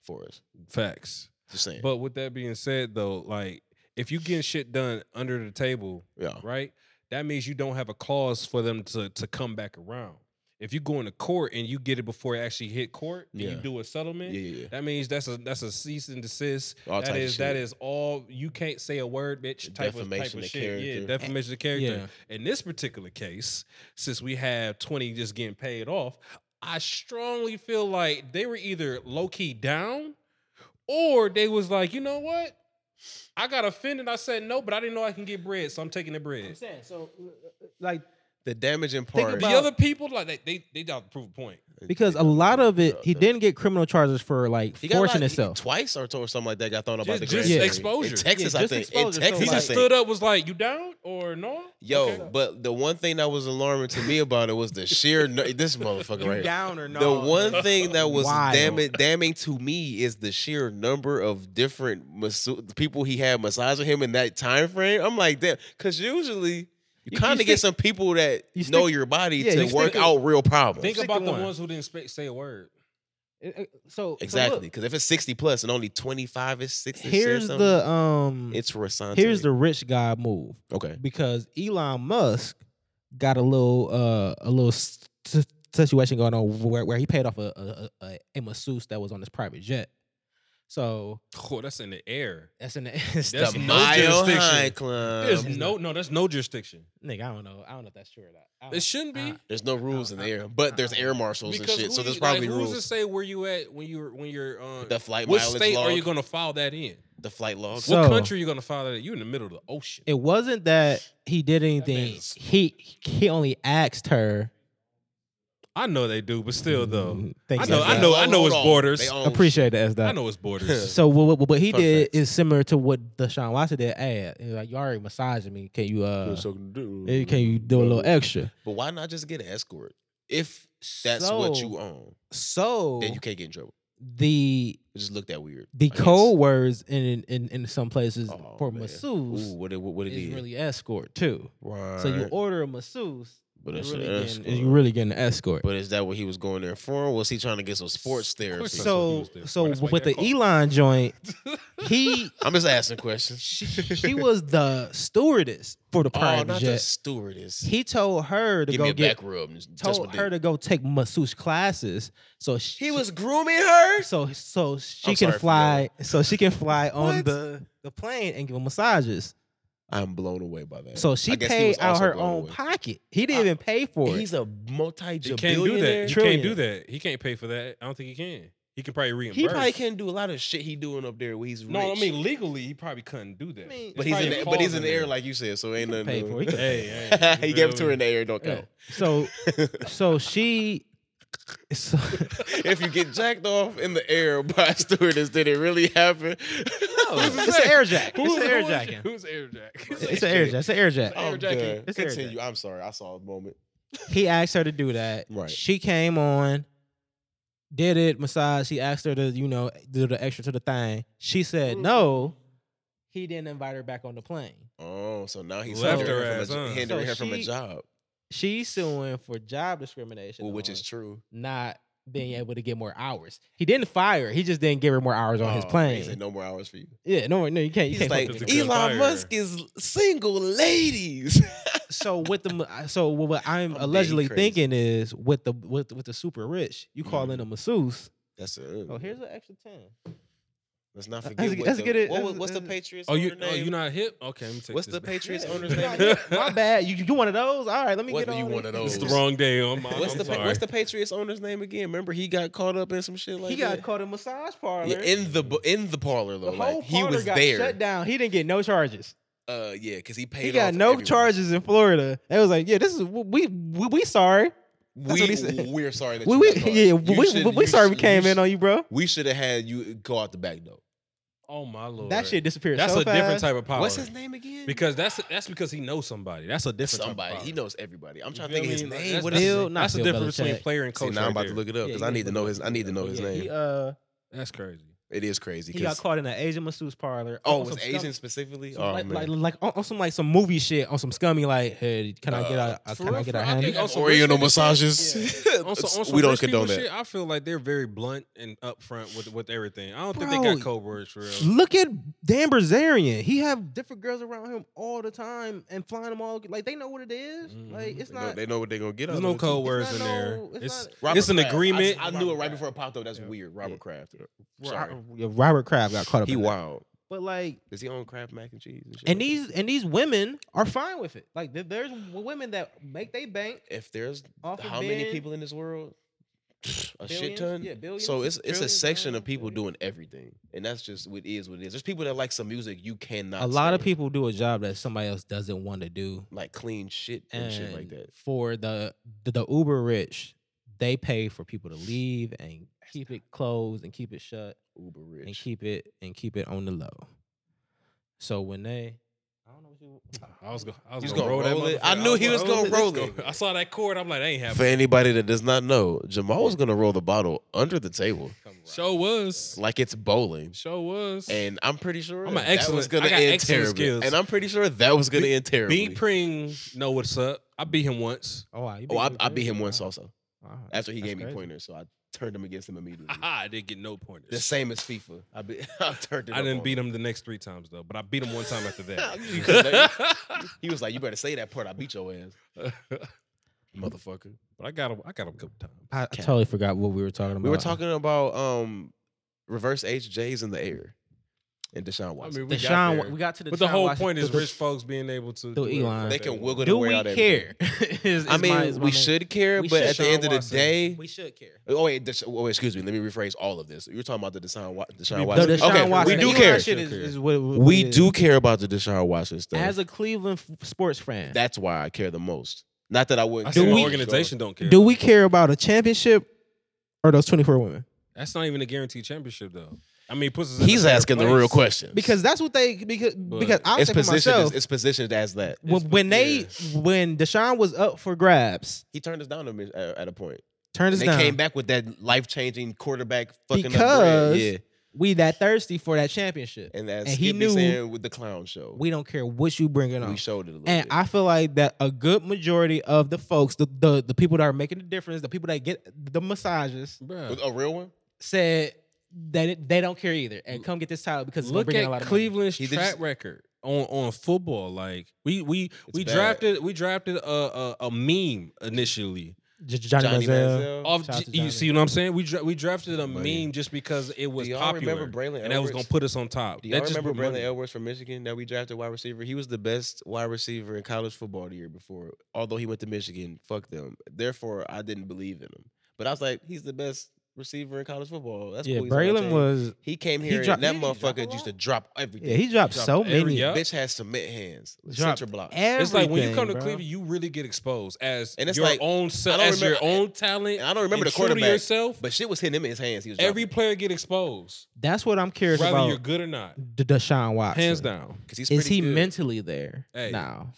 Speaker 2: for us.
Speaker 3: facts.
Speaker 2: Just saying.
Speaker 3: But with that being said, though, like if you getting shit done under the table,
Speaker 2: yeah.
Speaker 3: right? That means you don't have a cause for them to to come back around. If you go into court and you get it before it actually hit court, and you
Speaker 2: Yeah.
Speaker 3: do a
Speaker 2: Yeah,
Speaker 3: settlement.
Speaker 2: yeah, yeah.
Speaker 3: That means that's a that's a cease and desist.
Speaker 2: All
Speaker 3: that
Speaker 2: types of
Speaker 3: is that
Speaker 2: shit.
Speaker 3: is all you can't say a word, bitch. Type of type
Speaker 2: Defamation
Speaker 3: of,
Speaker 2: of
Speaker 3: shit. Yeah,
Speaker 2: character.
Speaker 3: defamation of
Speaker 1: yeah,
Speaker 3: character. In this particular case, since we have twenty just getting paid off, I strongly feel like they were either low key down, or they was like, you know what, I got offended. I said no, but I didn't know I can get bread, so I'm taking the bread.
Speaker 1: saying so like
Speaker 2: The damaging part.
Speaker 1: about-
Speaker 3: The other people like they they they don't prove a point.
Speaker 1: because a lot of it he didn't get criminal charges for like
Speaker 2: He got a lot-
Speaker 1: forcing
Speaker 2: he-
Speaker 1: himself.
Speaker 2: twice or, or something like that. Got thrown out by
Speaker 3: Just-
Speaker 2: the
Speaker 3: just
Speaker 2: grand jury.
Speaker 3: exposure.
Speaker 2: in Texas.
Speaker 1: Yeah,
Speaker 2: I
Speaker 1: just
Speaker 2: think in
Speaker 1: exposure, so
Speaker 2: Texas,
Speaker 3: He
Speaker 1: like-
Speaker 2: I
Speaker 3: just
Speaker 2: think.
Speaker 3: stood up, was like, "You down or no?"
Speaker 2: Yo,
Speaker 3: Okay.
Speaker 2: but the one thing that was alarming to me about it was the sheer nu- this motherfucker right. here.
Speaker 1: down or
Speaker 2: the one thing that was
Speaker 1: Wild.
Speaker 2: damning, damning to me is the sheer number of different masseuse- people he had massaging him in that time frame. I'm like that because usually you
Speaker 1: you
Speaker 2: kind of get
Speaker 1: stick-
Speaker 2: some people that
Speaker 1: you
Speaker 2: know
Speaker 1: stick-
Speaker 2: your body
Speaker 1: yeah, you
Speaker 2: to
Speaker 1: stick
Speaker 2: work
Speaker 1: a-
Speaker 2: out real problems.
Speaker 3: Think
Speaker 1: Stick to
Speaker 3: about the
Speaker 1: one.
Speaker 3: ones who didn't spe- say a word.
Speaker 1: So
Speaker 2: exactly because if it's 60 plus and only 25 is 60,
Speaker 1: here's the um
Speaker 2: it's Rasante.
Speaker 1: here's the rich guy move.
Speaker 2: okay.
Speaker 1: because Elon Musk got a little uh a little s- s- situation going on where, where he paid off a a, a a masseuse that was on his private jet. So
Speaker 3: Oh, that's in the air.
Speaker 1: that's in the it's
Speaker 3: That's
Speaker 1: the-
Speaker 3: no jurisdiction.
Speaker 2: club.
Speaker 3: There's no, no, that's no jurisdiction.
Speaker 1: nigga. I don't know. I don't know if that's true or not. I don't-
Speaker 3: It shouldn't be.
Speaker 1: I-
Speaker 2: There's no rules in the air, but there's air marshals Ah. and shit.
Speaker 3: who
Speaker 2: So there's
Speaker 3: you- like,
Speaker 2: probably
Speaker 3: who's to
Speaker 2: rules.
Speaker 3: say where you at when you're when you're uh,
Speaker 2: The flight
Speaker 3: what
Speaker 2: mileage
Speaker 3: state
Speaker 2: log.
Speaker 3: are you gonna file that in?
Speaker 2: the flight logs.
Speaker 1: So-
Speaker 3: what country are you gonna file that in? You in the middle of the ocean.
Speaker 1: It wasn't that he did anything.
Speaker 3: man's-
Speaker 1: He he only asked her.
Speaker 3: I know they do, but still though.
Speaker 1: Mm, thank
Speaker 3: I
Speaker 1: you,
Speaker 3: know-
Speaker 1: Esdot.
Speaker 3: I know- I know it's
Speaker 2: Hold on.
Speaker 3: borders.
Speaker 2: They own
Speaker 1: Appreciate that,
Speaker 3: I
Speaker 1: that.
Speaker 3: know it's borders.
Speaker 1: So what, what, what he
Speaker 2: Fun
Speaker 1: did
Speaker 2: facts.
Speaker 1: is similar to what Deshaun Watson did. Hey, he was like you already massaging me. Can you uh? eh, Can you do a little extra?
Speaker 2: But why not just get an escort? If that's what you
Speaker 1: So-
Speaker 2: own,
Speaker 1: So
Speaker 2: then you Oh, can't get in trouble.
Speaker 1: the
Speaker 2: It just look that weird.
Speaker 1: the
Speaker 2: I guess.
Speaker 1: code words in in, in some places
Speaker 2: Oh,
Speaker 1: for
Speaker 2: man.
Speaker 1: masseuse
Speaker 2: Ooh, what it, what it
Speaker 1: is
Speaker 2: is.
Speaker 1: really escort too. So you
Speaker 2: Right.
Speaker 1: order a masseuse,
Speaker 2: but
Speaker 1: you're
Speaker 2: it's
Speaker 1: really,
Speaker 2: an
Speaker 1: getting,
Speaker 2: escort.
Speaker 1: you really getting an escort.
Speaker 2: But is that what he was going there for? Or was he trying to get some sports therapy?
Speaker 3: course that's what he
Speaker 1: so
Speaker 3: was there for.
Speaker 1: so
Speaker 3: That's why
Speaker 1: with
Speaker 3: they're
Speaker 1: the
Speaker 3: called.
Speaker 1: Elon joint, he
Speaker 2: I'm just asking questions.
Speaker 1: she, she was the stewardess for the
Speaker 2: Oh,
Speaker 1: private
Speaker 2: not the
Speaker 1: jet.
Speaker 2: stewardess.
Speaker 1: he told her to
Speaker 2: Give
Speaker 1: go
Speaker 2: me a
Speaker 1: get
Speaker 2: back rub. and touch
Speaker 1: told
Speaker 2: my
Speaker 1: her to
Speaker 2: dick.
Speaker 1: go take masseuse classes. So she,
Speaker 2: He was grooming her.
Speaker 1: so so she
Speaker 2: I'm
Speaker 1: can
Speaker 2: sorry for
Speaker 1: fly. So she can fly on
Speaker 2: What?
Speaker 1: the the plane and give him massages.
Speaker 2: I'm blown away by that.
Speaker 1: So she
Speaker 2: I guess he
Speaker 1: paid
Speaker 2: was
Speaker 1: out
Speaker 2: also
Speaker 1: her
Speaker 2: blown
Speaker 1: own
Speaker 2: away.
Speaker 1: pocket. He didn't
Speaker 2: I-
Speaker 1: even pay for it.
Speaker 2: He's a multi
Speaker 3: He can't do that. He
Speaker 2: billionaire.
Speaker 3: can't do
Speaker 1: Trillion.
Speaker 3: that. He can't pay for that. I don't think he can. He can probably reimburse.
Speaker 2: He probably can do a lot of shit he doing up there where he's rich.
Speaker 3: No, I mean legally, he probably couldn't do that.
Speaker 1: I mean-
Speaker 3: It's
Speaker 2: but he's
Speaker 3: probably
Speaker 2: in
Speaker 3: a
Speaker 2: the, but
Speaker 3: clause
Speaker 2: he's in the air
Speaker 3: there.
Speaker 2: like you said, so ain't nothing.
Speaker 1: pay
Speaker 2: doing.
Speaker 1: for it. He can
Speaker 3: pay. Hey, hey,
Speaker 2: he
Speaker 3: you
Speaker 2: gave
Speaker 3: feel
Speaker 2: it to her
Speaker 3: me?
Speaker 2: in the air. Don't count.
Speaker 1: So so she so,
Speaker 2: if you get jacked off in the air by a stewardess, did it really happen? Oh,
Speaker 3: Who's
Speaker 1: it's
Speaker 3: that?
Speaker 1: an air jack.
Speaker 3: Who's
Speaker 1: It's an air
Speaker 3: who is-
Speaker 1: jacking.
Speaker 3: Who's air jack?
Speaker 1: It's an air jack. It's an air jack.
Speaker 2: I'm
Speaker 3: Air jacking.
Speaker 2: done.
Speaker 1: It's air
Speaker 2: Oh, Continue. I'm sorry. I saw a moment.
Speaker 1: He asked her to do that.
Speaker 2: Right.
Speaker 1: She came on, did it, massage. He asked her to, you know, do the extra to the thing. She said no. He didn't invite her back on the plane.
Speaker 2: Oh, so now he's
Speaker 3: Left
Speaker 2: hindering
Speaker 3: her
Speaker 2: from a
Speaker 3: ass,
Speaker 2: jo-
Speaker 3: huh?
Speaker 2: hindering
Speaker 1: So
Speaker 2: her from a
Speaker 1: she-
Speaker 2: job,
Speaker 1: She's suing for job discrimination,
Speaker 2: well, which is Mm-hmm.
Speaker 1: on
Speaker 2: true.
Speaker 1: not being able to get more hours. He didn't fire. her, He just didn't give her more hours on his
Speaker 2: Oh,
Speaker 1: plane.
Speaker 2: He said no more hours for you.
Speaker 1: Yeah, no, no, you can't. You
Speaker 2: He's
Speaker 1: can't
Speaker 2: like
Speaker 1: fuck with
Speaker 3: the
Speaker 1: the
Speaker 3: girl.
Speaker 2: Elon
Speaker 3: Fire.
Speaker 2: Musk is single ladies.
Speaker 1: so with the ma- so what I'm,
Speaker 2: I'm dead, you
Speaker 1: allegedly
Speaker 2: crazy. Mm-hmm.
Speaker 1: thinking is with the with with the super rich, you call in a masseuse.
Speaker 2: That's a,
Speaker 1: Oh, here's an extra ten.
Speaker 2: Let's not
Speaker 1: Let's
Speaker 2: forget.
Speaker 1: get-
Speaker 2: what
Speaker 1: let's
Speaker 2: the,
Speaker 1: get it-
Speaker 2: What, was-
Speaker 1: let's-
Speaker 2: what's the
Speaker 1: let's-
Speaker 2: Patriots?
Speaker 3: Oh, you
Speaker 2: owner
Speaker 3: oh,
Speaker 2: name?
Speaker 3: you not hip? Okay, let me take
Speaker 2: What's
Speaker 3: this
Speaker 2: the
Speaker 3: back.
Speaker 2: Patriots
Speaker 1: Yeah,
Speaker 2: owner's
Speaker 1: you
Speaker 2: name?
Speaker 1: got it. My bad. You you one of those? All right, let me
Speaker 2: What
Speaker 1: get
Speaker 2: do you
Speaker 1: on
Speaker 2: one
Speaker 1: it.
Speaker 2: of those?
Speaker 3: It's the wrong day. On my,
Speaker 2: Oh. What's
Speaker 3: I'm
Speaker 2: the pa-
Speaker 3: sorry.
Speaker 2: What's the Patriots owner's name again? Remember he got caught up in some shit like
Speaker 1: He got
Speaker 2: that.
Speaker 1: caught in massage parlor.
Speaker 2: Yeah, in the bu- in the parlor though,
Speaker 1: the whole
Speaker 2: like he
Speaker 1: parlor
Speaker 2: was
Speaker 1: got
Speaker 2: there.
Speaker 1: shut down. He didn't get no charges.
Speaker 2: Uh, yeah, because he paid.
Speaker 1: he got
Speaker 2: off
Speaker 1: no
Speaker 2: everyone.
Speaker 1: charges in Florida. They was like, yeah, this is we we, we sorry.
Speaker 2: We
Speaker 1: what he said.
Speaker 2: we're sorry that
Speaker 1: We,
Speaker 2: you
Speaker 1: we
Speaker 2: got caught.
Speaker 1: yeah,
Speaker 2: You
Speaker 1: we,
Speaker 2: should-
Speaker 1: we, we
Speaker 2: you
Speaker 1: sorry we
Speaker 2: should-
Speaker 1: came
Speaker 2: you
Speaker 1: in
Speaker 2: should-
Speaker 1: on you, bro.
Speaker 2: We should have had you go out the back door.
Speaker 3: Oh my lord.
Speaker 1: That shit disappeared.
Speaker 3: That's
Speaker 1: so
Speaker 3: a different
Speaker 1: fast.
Speaker 3: type of power.
Speaker 2: What's his name again?
Speaker 3: Because that's that's because he knows somebody. That's a different
Speaker 2: somebody
Speaker 3: Type of
Speaker 2: he
Speaker 3: power.
Speaker 2: knows everybody. I'm
Speaker 3: You
Speaker 2: trying to
Speaker 3: feel
Speaker 2: think of his
Speaker 3: me? Like,
Speaker 2: name.
Speaker 3: that's-
Speaker 2: What
Speaker 1: that's
Speaker 2: is
Speaker 1: Bill-
Speaker 2: it?
Speaker 1: not
Speaker 3: That's the
Speaker 1: Bill
Speaker 3: difference between
Speaker 1: Belichick.
Speaker 3: player and
Speaker 2: See,
Speaker 3: coach.
Speaker 2: now I'm about
Speaker 3: right
Speaker 2: to
Speaker 3: there.
Speaker 2: look it up
Speaker 1: Yeah,
Speaker 2: because
Speaker 1: you
Speaker 2: I
Speaker 1: look
Speaker 2: need to know
Speaker 1: up.
Speaker 2: his. I need to know
Speaker 1: But
Speaker 2: his
Speaker 1: yeah,
Speaker 2: name.
Speaker 1: He, uh,
Speaker 3: That's crazy.
Speaker 2: It is crazy.
Speaker 1: he got
Speaker 2: 'cause-
Speaker 1: caught in an Asian masseuse parlor. on
Speaker 2: Oh, it's
Speaker 1: some
Speaker 2: Asian
Speaker 1: scum-
Speaker 2: specifically.
Speaker 1: some
Speaker 2: Oh
Speaker 1: like,
Speaker 2: man.
Speaker 1: like like on, on some like some movie shit on some scummy like hey can I get
Speaker 2: Uh,
Speaker 1: out uh,
Speaker 3: for
Speaker 1: can I
Speaker 3: real,
Speaker 1: get
Speaker 3: for
Speaker 1: out
Speaker 3: real, I
Speaker 1: hand?
Speaker 3: think on some
Speaker 2: Oriental
Speaker 3: rich nigga shit-
Speaker 2: massages.
Speaker 3: Yeah. On some- on some
Speaker 2: Uh, we don't
Speaker 3: rich people
Speaker 2: condone that.
Speaker 3: Shit, I feel like they're very blunt and upfront with with everything. I don't think they
Speaker 1: Bro,
Speaker 3: got code words for real.
Speaker 1: Look at Dan Brazarian. He have different girls around him all the time and flying them all like they know what it is.
Speaker 3: Mhm.
Speaker 1: Like it's
Speaker 2: Mm-hmm. They know-
Speaker 1: not
Speaker 2: they know what they're gonna get.
Speaker 3: There's
Speaker 2: out
Speaker 3: no
Speaker 2: of it, too.
Speaker 3: code words
Speaker 1: not
Speaker 3: in
Speaker 1: no-
Speaker 3: there.
Speaker 1: it's
Speaker 3: It's
Speaker 1: not-
Speaker 2: Robert
Speaker 3: it's an
Speaker 2: Kraft. I-
Speaker 3: agreement.
Speaker 2: I, knew
Speaker 1: Robert
Speaker 2: it right
Speaker 1: Kraft.
Speaker 2: before it popped up. That's weird. Robert
Speaker 1: Yeah.
Speaker 2: Kraft. Sorry.
Speaker 1: Ro- yeah, Robert Kraft got caught up.
Speaker 2: He
Speaker 1: in that.
Speaker 2: wild.
Speaker 1: But like
Speaker 2: Does he own Kraft mac and cheese? And, shit
Speaker 1: and
Speaker 2: like
Speaker 1: these and these women are fine with it. Like there- there's women that make they bank
Speaker 2: that? If there's
Speaker 1: off of
Speaker 2: how many
Speaker 1: being-
Speaker 2: people in this world? A shit
Speaker 1: Billions?
Speaker 2: ton.
Speaker 1: Yeah, billions,
Speaker 2: So it's it's a
Speaker 1: trillions,
Speaker 2: section of
Speaker 1: billions,
Speaker 2: people
Speaker 1: billions.
Speaker 2: doing everything, and that's just what is what it is. There's people that like some music you cannot.
Speaker 1: A lot of
Speaker 2: stand,
Speaker 1: people do a job that somebody else doesn't want to do,
Speaker 2: like clean shit and,
Speaker 1: and
Speaker 2: Oh, shit like that.
Speaker 1: for the, the the uber rich, they pay for people to leave and keep it closed and keep it shut
Speaker 2: Uber
Speaker 1: and
Speaker 2: rich.
Speaker 1: keep it and keep it on the low. So when they, I don't know what you.
Speaker 3: I was gonna, I was
Speaker 2: He's
Speaker 3: gonna,
Speaker 2: gonna
Speaker 3: roll, that
Speaker 2: roll it.
Speaker 3: motherfucker.
Speaker 2: I knew he was gonna roll
Speaker 3: Let's
Speaker 2: it.
Speaker 3: go. I saw that chord. I'm like, that ain't
Speaker 2: For
Speaker 3: happening.
Speaker 2: anybody that does not know, Jamal was gonna roll the bottle under the table
Speaker 3: Show was.
Speaker 2: like it's bowling.
Speaker 3: Show was.
Speaker 2: And I'm pretty sure
Speaker 3: I'm an
Speaker 2: that was
Speaker 3: excellent-
Speaker 2: gonna
Speaker 3: I got
Speaker 2: end
Speaker 3: excellent
Speaker 2: terribly.
Speaker 3: skills.
Speaker 2: And I'm pretty sure that was gonna
Speaker 3: Beat-
Speaker 2: end terribly.
Speaker 3: Beat Pring know what's up. I beat him once.
Speaker 1: Oh, wow, you
Speaker 2: oh, I,
Speaker 1: me
Speaker 2: I
Speaker 1: too?
Speaker 2: beat him once
Speaker 1: Wow.
Speaker 2: also
Speaker 1: Wow,
Speaker 2: after he
Speaker 1: that's
Speaker 2: gave me
Speaker 1: crazy.
Speaker 2: pointers, so I turned him against him immediately.
Speaker 3: I didn't get no pointers.
Speaker 2: the same as FIFA. I be, I turned. It
Speaker 3: I
Speaker 2: up
Speaker 3: didn't
Speaker 2: on
Speaker 3: beat him the next three times though, but I beat him one time after
Speaker 2: You couldn't-
Speaker 3: that.
Speaker 2: He was like, "You better say that part. I beat your ass, motherfucker."
Speaker 3: but I got him. I got him a couple times.
Speaker 1: I, I totally forgot what we were talking about.
Speaker 2: We were talking about um reverse HJ's in the air, and Deshaun
Speaker 3: I
Speaker 2: Watson.
Speaker 3: mean, we
Speaker 1: Deshaun,
Speaker 3: got
Speaker 1: Wa-
Speaker 3: there.
Speaker 1: we got to the.
Speaker 3: but the
Speaker 1: Deshaun
Speaker 3: whole
Speaker 1: Watson-
Speaker 3: point is
Speaker 1: the-
Speaker 3: rich folks being able
Speaker 1: Through
Speaker 3: to. do whatever
Speaker 1: Elon.
Speaker 2: they can
Speaker 3: want.
Speaker 2: wiggle their
Speaker 1: Do
Speaker 2: way
Speaker 1: we
Speaker 2: out of
Speaker 1: care?
Speaker 2: everything.
Speaker 1: Is- is
Speaker 2: I
Speaker 1: my-
Speaker 2: mean,
Speaker 1: is my
Speaker 2: we
Speaker 1: main-
Speaker 2: should care,
Speaker 1: We
Speaker 2: but
Speaker 1: should.
Speaker 2: at the end of the
Speaker 3: Watson.
Speaker 2: day,
Speaker 1: We should care.
Speaker 2: Oh wait, Desha- oh, excuse me. Let me rephrase all of this. You're talking about the Deshaun, Wa- Deshaun
Speaker 3: be
Speaker 1: No,
Speaker 2: Watson.
Speaker 3: better.
Speaker 1: Deshaun
Speaker 2: okay,
Speaker 1: Watson.
Speaker 2: we
Speaker 1: the
Speaker 2: do
Speaker 1: Elon
Speaker 2: care.
Speaker 1: Shit is,
Speaker 3: Care.
Speaker 1: is what, what
Speaker 2: We
Speaker 1: it is.
Speaker 2: do care about the Deshaun Watson stuff.
Speaker 1: As a Cleveland f- sports fan,
Speaker 2: That's why I care the most. Not that I
Speaker 3: I
Speaker 2: wouldn't.
Speaker 3: said
Speaker 1: Do
Speaker 2: care
Speaker 3: the
Speaker 2: about
Speaker 1: we-
Speaker 3: organization don't care.
Speaker 1: do we care about a championship or those twenty four women?
Speaker 3: That's not even a guaranteed championship, though. I mean, it puts us in
Speaker 2: Deshaun.
Speaker 3: a
Speaker 2: He's
Speaker 3: better
Speaker 2: asking the
Speaker 3: place.
Speaker 2: real question
Speaker 1: Because that's what they because because I'll
Speaker 2: it's
Speaker 1: say for myself
Speaker 2: positioned. It's positioned as that.
Speaker 1: when,
Speaker 3: it's-
Speaker 1: when they
Speaker 3: yeah.
Speaker 1: when Deshaun was up for grabs,
Speaker 2: He turned us down to me at, at a point.
Speaker 1: turned us
Speaker 2: they
Speaker 1: down.
Speaker 2: came back with that life changing quarterback fucking up
Speaker 1: Because-
Speaker 2: brand. yeah,
Speaker 1: We that thirsty for that championship.
Speaker 2: and that's
Speaker 1: and he
Speaker 2: he
Speaker 1: knew-
Speaker 2: knew saying with the clown show.
Speaker 1: We don't care what you bringing on.
Speaker 2: we showed it a little
Speaker 1: And
Speaker 2: bit.
Speaker 1: I feel like that a good majority of the folks, the, the the people that are making the difference, the people that get the massages,
Speaker 3: Bruh.
Speaker 2: With a real one.
Speaker 1: said that it, they don't care either and come get this title because it's gonna
Speaker 3: Look
Speaker 1: bring in a lot
Speaker 3: at
Speaker 1: of
Speaker 3: Cleveland's
Speaker 2: He did
Speaker 3: track
Speaker 2: just-
Speaker 3: record on on football. Like we we we
Speaker 2: bad.
Speaker 3: drafted we drafted a a, a meme initially.
Speaker 1: money. J- Johnny, Manziel.
Speaker 2: Johnny Manziel.
Speaker 3: Off,
Speaker 1: Shout out to
Speaker 3: you
Speaker 1: Johnny.
Speaker 3: see what I'm saying? We dra- we drafted a
Speaker 2: Money.
Speaker 3: meme just because it was
Speaker 2: Do y'all
Speaker 3: popular,
Speaker 2: remember Braylon
Speaker 3: and that was
Speaker 2: Edwards?
Speaker 3: gonna put us on top.
Speaker 2: Do
Speaker 3: That
Speaker 2: y'all
Speaker 3: just
Speaker 2: remember
Speaker 3: put
Speaker 2: Braylon
Speaker 3: money.
Speaker 2: Edwards from Michigan that we drafted wide receiver? He was the best wide receiver in college football the year before. Although he went to Michigan, fuck them. Therefore, I didn't believe in him. But I was like, he's the best receiver in college football. That's
Speaker 1: Yeah,
Speaker 2: cool. He's on my
Speaker 1: Braylon
Speaker 2: team.
Speaker 1: was.
Speaker 2: He came
Speaker 1: he
Speaker 2: here
Speaker 1: dropped-
Speaker 2: and that
Speaker 1: he didn't drop a
Speaker 2: motherfucker
Speaker 1: lot.
Speaker 2: used to drop
Speaker 1: Yeah,
Speaker 2: everything.
Speaker 1: he dropped
Speaker 3: Dropped
Speaker 1: so
Speaker 3: every-
Speaker 1: many.
Speaker 3: yeah.
Speaker 2: Bitch has cement hands,
Speaker 1: Dropped
Speaker 2: center block.
Speaker 3: It's like when you come to
Speaker 1: Everything, bro.
Speaker 3: Cleveland, you really get exposed as
Speaker 2: And it's
Speaker 3: your
Speaker 2: like,
Speaker 3: own
Speaker 2: I
Speaker 3: self,
Speaker 2: don't
Speaker 3: as your
Speaker 2: remember-
Speaker 3: own talent.
Speaker 2: and I don't remember
Speaker 3: and
Speaker 2: the
Speaker 3: true to
Speaker 2: quarterback,
Speaker 3: yourself.
Speaker 2: But shit was hitting him in his hands. He was
Speaker 3: Every
Speaker 2: every
Speaker 3: player get exposed,
Speaker 1: That's what I'm curious
Speaker 3: whether you're
Speaker 1: about.
Speaker 3: good or not.
Speaker 1: D- Deshaun Watson.
Speaker 3: Hands down.
Speaker 2: because he's
Speaker 1: Is
Speaker 2: pretty
Speaker 1: he
Speaker 2: good.
Speaker 1: mentally there
Speaker 3: Hey.
Speaker 1: now?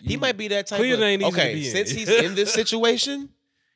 Speaker 2: He might be that type.
Speaker 3: Cleveland ain't
Speaker 2: of,
Speaker 3: easy to
Speaker 2: okay,
Speaker 3: be in.
Speaker 2: since he's in this situation,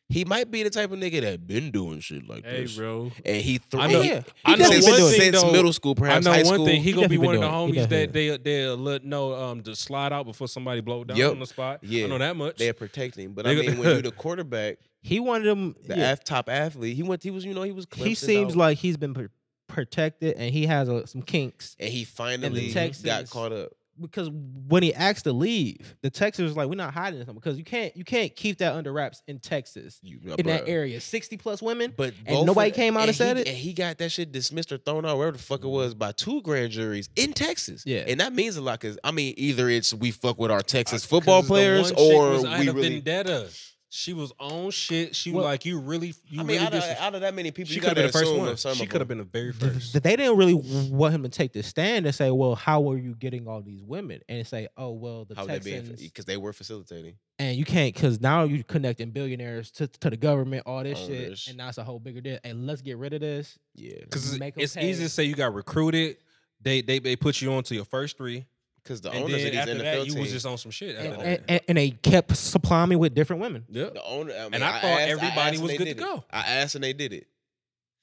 Speaker 2: he might be the type of nigga that been doing shit like
Speaker 3: Hey,
Speaker 2: this.
Speaker 3: bro.
Speaker 2: and he threw.
Speaker 3: I know-
Speaker 2: he-
Speaker 1: Yeah.
Speaker 3: I know
Speaker 2: since,
Speaker 1: definitely
Speaker 3: one
Speaker 1: been doing
Speaker 3: thing
Speaker 2: since
Speaker 3: though,
Speaker 2: middle school, perhaps
Speaker 3: I
Speaker 2: high
Speaker 3: know one
Speaker 2: school.
Speaker 3: thing. He
Speaker 1: He
Speaker 3: gonna be
Speaker 1: definitely
Speaker 3: one of
Speaker 1: been
Speaker 3: the
Speaker 1: doing it. He
Speaker 3: homies that they they let know um to slide out before somebody blow down
Speaker 2: Yep.
Speaker 3: on the spot. I
Speaker 2: Yeah.
Speaker 3: know that much.
Speaker 2: they're protecting him, but
Speaker 3: They-
Speaker 2: I mean, when you're the quarterback,
Speaker 1: He wanted him.
Speaker 2: the
Speaker 1: yeah.
Speaker 2: ath- top athlete, he went. He was, you know, he was.
Speaker 1: he
Speaker 2: Clemson
Speaker 1: seems
Speaker 2: dog,
Speaker 1: like he's been pr- protected and he has uh, some kinks
Speaker 2: and he finally got
Speaker 1: Texans-
Speaker 2: caught up.
Speaker 1: because when he asked to leave, the Texans was like, "We're not hiding something because you can't you can't keep that under wraps in Texas
Speaker 2: You know,
Speaker 1: in that
Speaker 2: bruh.
Speaker 1: area, sixty plus women."
Speaker 2: But
Speaker 1: And
Speaker 2: both
Speaker 1: nobody
Speaker 2: of-
Speaker 1: came out and said
Speaker 2: he,
Speaker 1: it?
Speaker 2: And he got that shit dismissed or thrown out, wherever the fuck it
Speaker 3: Mm-hmm.
Speaker 2: was, by two grand juries in Texas.
Speaker 1: Yeah.
Speaker 2: and that means a lot because I mean, either it's we fuck with our Texas
Speaker 3: Uh, 'Cause
Speaker 2: football
Speaker 3: the
Speaker 2: players,
Speaker 3: one chick
Speaker 2: or
Speaker 3: was, I had
Speaker 2: we
Speaker 3: a
Speaker 2: really.
Speaker 3: vendetta. She was on shit. She
Speaker 1: Well,
Speaker 3: was like, you really, you
Speaker 2: I mean,
Speaker 3: really
Speaker 2: out of,
Speaker 3: did. some-
Speaker 2: out of that many people,
Speaker 3: She
Speaker 2: you
Speaker 3: could have
Speaker 2: gotta
Speaker 3: been the first
Speaker 2: assume
Speaker 3: one.
Speaker 2: that some
Speaker 3: She
Speaker 2: of
Speaker 3: could have
Speaker 2: them-
Speaker 3: been the very
Speaker 1: th-
Speaker 3: first.
Speaker 1: th- they didn't really want him to take the stand and say, "Well, how are you getting all these women?" And say, "Oh, well, the
Speaker 2: How they being? E-,
Speaker 1: Texans
Speaker 2: Because they were facilitating.
Speaker 1: and you can't because now you're connecting billionaires to, to the government, all this
Speaker 2: All
Speaker 1: shit,
Speaker 2: this.
Speaker 1: and now it's a whole bigger deal. And let's get rid of this.
Speaker 2: Yeah,
Speaker 3: Because
Speaker 1: Make 'em
Speaker 3: it's
Speaker 1: pay.
Speaker 3: easy to say you got recruited. They they they put you on to your first three,
Speaker 2: because the
Speaker 3: and
Speaker 2: owners of
Speaker 3: then
Speaker 2: these
Speaker 3: after
Speaker 2: NFL
Speaker 3: that, you
Speaker 2: teams,
Speaker 3: was just on some shit.
Speaker 1: And,
Speaker 3: After
Speaker 2: don't
Speaker 1: and,
Speaker 3: that.
Speaker 1: and, and they kept supplying me with different women.
Speaker 3: Yep.
Speaker 2: the owner. I mean,
Speaker 3: uh, I thought
Speaker 2: asked-
Speaker 3: everybody
Speaker 2: asked and
Speaker 3: was
Speaker 2: they
Speaker 3: good to
Speaker 2: did it.
Speaker 3: go.
Speaker 2: I asked and they did it.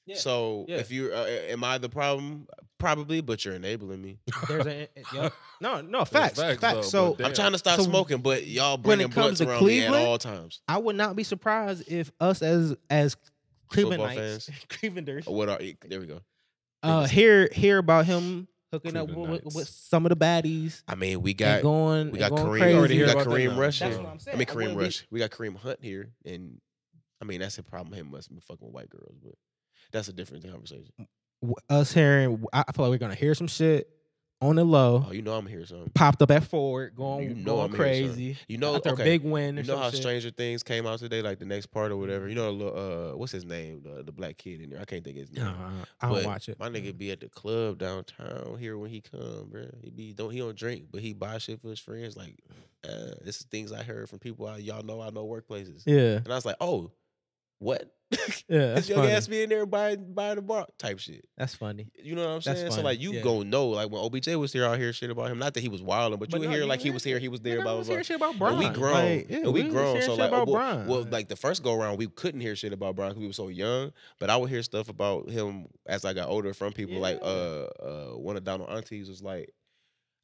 Speaker 1: Yeah.
Speaker 2: So
Speaker 1: Yeah.
Speaker 2: if you, uh, am I the problem? Probably, but you're enabling me.
Speaker 1: There's a, yep. no, no facts,
Speaker 3: facts,
Speaker 1: facts.
Speaker 3: though,
Speaker 1: so
Speaker 3: but
Speaker 2: I'm trying to stop
Speaker 1: So
Speaker 2: smoking, but y'all
Speaker 1: when
Speaker 2: bringing
Speaker 1: it comes
Speaker 2: blunts
Speaker 1: to
Speaker 2: around me
Speaker 1: Cleveland-
Speaker 2: at all times.
Speaker 1: I would not be surprised if us as as
Speaker 2: Football
Speaker 1: Clevelanders, Clevelanders,
Speaker 2: What are there we go?
Speaker 1: uh, hear hear about him hooking up with,
Speaker 3: Clevenites.
Speaker 1: with some of the baddies
Speaker 2: I mean, we
Speaker 1: and
Speaker 2: got
Speaker 1: going.
Speaker 2: we got
Speaker 1: and going
Speaker 2: Kareem,
Speaker 1: crazy.
Speaker 3: already
Speaker 2: we
Speaker 3: hear
Speaker 2: got
Speaker 3: about that
Speaker 2: Kareem
Speaker 3: now.
Speaker 2: Rush.
Speaker 1: That's
Speaker 2: here.
Speaker 1: what I'm
Speaker 2: I
Speaker 1: saying.
Speaker 2: mean,
Speaker 1: I
Speaker 2: Kareem
Speaker 1: wouldn't be-
Speaker 2: Rush. We got Kareem Hunt here, and I mean that's the problem. Him must be fucking with white girls, but that's a different conversation.
Speaker 1: w- us hearing. I I feel like we're gonna hear some shit on the low.
Speaker 2: Oh, you know I'm here, son.
Speaker 1: Popped up at Ford, going
Speaker 2: You know
Speaker 1: going
Speaker 2: I'm here, son.
Speaker 1: crazy.
Speaker 2: You know,
Speaker 1: after
Speaker 2: okay.
Speaker 1: a big win, or
Speaker 2: You know
Speaker 1: some
Speaker 2: how
Speaker 1: shit.
Speaker 2: Stranger Things came out today, like the next part or whatever. You know the little uh, what's his name, the, the black kid in there. I can't think of his name.
Speaker 1: Nah, I don't
Speaker 2: But
Speaker 1: watch it.
Speaker 2: My nigga be at the club downtown here when he come, bro. He be don't he don't drink, but he buy shit for his friends. Like, uh, this is things I heard from people I y'all know I know workplaces.
Speaker 1: Yeah,
Speaker 2: And I was like, oh, what?
Speaker 1: yeah, that's
Speaker 2: This young
Speaker 1: funny.
Speaker 2: ass be in there buying buying the bar type shit.
Speaker 1: that's funny.
Speaker 2: You know what I'm
Speaker 1: That's
Speaker 2: saying? So
Speaker 1: funny.
Speaker 2: like you
Speaker 1: Yeah.
Speaker 2: gonna know like when OBJ was here, I hear shit about him. Not that he was wilding, but,
Speaker 1: But
Speaker 2: you
Speaker 1: no,
Speaker 2: hear
Speaker 1: you
Speaker 2: like he
Speaker 1: hear
Speaker 2: was here, he was there, blah blah blah.
Speaker 1: shit about
Speaker 2: And we
Speaker 1: Bron.
Speaker 2: grown.
Speaker 1: Like, yeah,
Speaker 2: and we,
Speaker 1: was
Speaker 2: grown.
Speaker 1: hearing
Speaker 2: So
Speaker 1: shit
Speaker 2: like,
Speaker 1: about
Speaker 2: oh, well,
Speaker 1: Bron.
Speaker 2: well, like the first go around, we couldn't hear shit about Brian because we were so young. But I would hear stuff about him as I got older from people. Like
Speaker 1: Yeah.
Speaker 2: uh, uh, one of Donald aunties was like,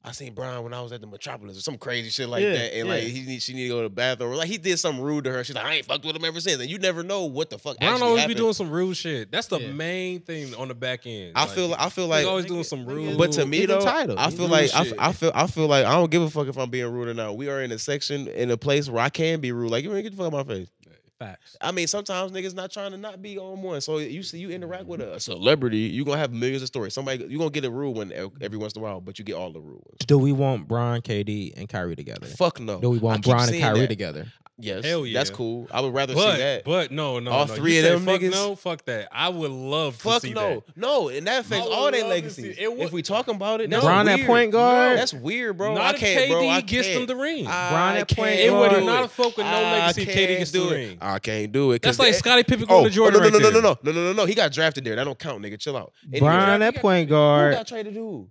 Speaker 2: I seen Brian when I was at the Metropolis or some crazy shit like
Speaker 1: Yeah,
Speaker 2: that, and like
Speaker 1: yeah.
Speaker 2: he need, she need to go to the bathroom. Like he did something rude to her. She's like, I ain't fucked with him ever since. And you never know what the fuck.
Speaker 3: Brown
Speaker 2: actually
Speaker 3: always
Speaker 2: happened.
Speaker 3: be doing some rude shit. That's the
Speaker 1: Yeah.
Speaker 3: main thing on the back end.
Speaker 2: I feel. I feel like
Speaker 3: like he's always doing some rude.
Speaker 2: But to me
Speaker 1: He's
Speaker 2: though,
Speaker 1: entitled.
Speaker 2: I
Speaker 1: He's
Speaker 2: feel
Speaker 3: doing
Speaker 2: like I, f-
Speaker 3: shit.
Speaker 2: I feel I feel like I don't give a fuck if I'm being rude or not. We are in a section in a place where I can be rude. Like you ain't get the fuck out my face.
Speaker 1: Facts.
Speaker 2: I mean, sometimes niggas not trying to not be on one. So you see, you interact with
Speaker 3: Mm-hmm.
Speaker 2: a celebrity, you gonna have millions of stories. Somebody, you gonna get a rule one ev- every once in a while, but you get all the rule ones.
Speaker 1: Do we want Bron, KD, and Kyrie together?
Speaker 2: Fuck no.
Speaker 1: Do we
Speaker 2: I
Speaker 1: want
Speaker 2: keep
Speaker 1: Bron and
Speaker 2: seeing
Speaker 1: Kyrie
Speaker 2: that.
Speaker 1: together?
Speaker 2: Yes,
Speaker 3: Hell
Speaker 2: that's
Speaker 3: yeah.
Speaker 2: cool. I would rather see
Speaker 3: But
Speaker 2: that.
Speaker 3: but no no
Speaker 2: All
Speaker 3: no. You
Speaker 2: three of
Speaker 3: say
Speaker 2: them
Speaker 3: fuck
Speaker 2: niggas?
Speaker 3: No, fuck that. I would love to
Speaker 2: Fuck
Speaker 3: see
Speaker 2: no,
Speaker 3: that.
Speaker 2: no, and that affects
Speaker 3: I
Speaker 2: all
Speaker 3: would
Speaker 2: their
Speaker 3: love to see-
Speaker 2: legacies.
Speaker 3: it would-
Speaker 2: if we talking about it,
Speaker 3: No,
Speaker 2: that's
Speaker 1: Bron at
Speaker 2: weird.
Speaker 1: point guard?
Speaker 2: That's weird, bro.
Speaker 3: Not
Speaker 2: I can't,
Speaker 3: if KD
Speaker 2: bro. I
Speaker 3: gets them
Speaker 2: can't.
Speaker 3: the ring.
Speaker 1: at
Speaker 2: I
Speaker 1: point
Speaker 2: can't
Speaker 3: it would
Speaker 1: guard.
Speaker 2: do
Speaker 3: not have fuck with no
Speaker 2: I
Speaker 3: legacy if KD
Speaker 2: can't
Speaker 3: gets
Speaker 2: do it.
Speaker 3: the ring.
Speaker 2: I can't do it. 'cause
Speaker 3: That's like
Speaker 2: that-
Speaker 3: Scottie Pippen
Speaker 2: Oh,
Speaker 3: going to Jordan
Speaker 2: oh, no, no,
Speaker 3: right
Speaker 2: no, no,
Speaker 3: there.
Speaker 2: no, no, no, no, no. He got drafted there. That don't count, nigga. Chill out. And he was
Speaker 1: Bron
Speaker 2: drafted-
Speaker 1: at point
Speaker 2: Who
Speaker 1: guard.
Speaker 2: got traded to who?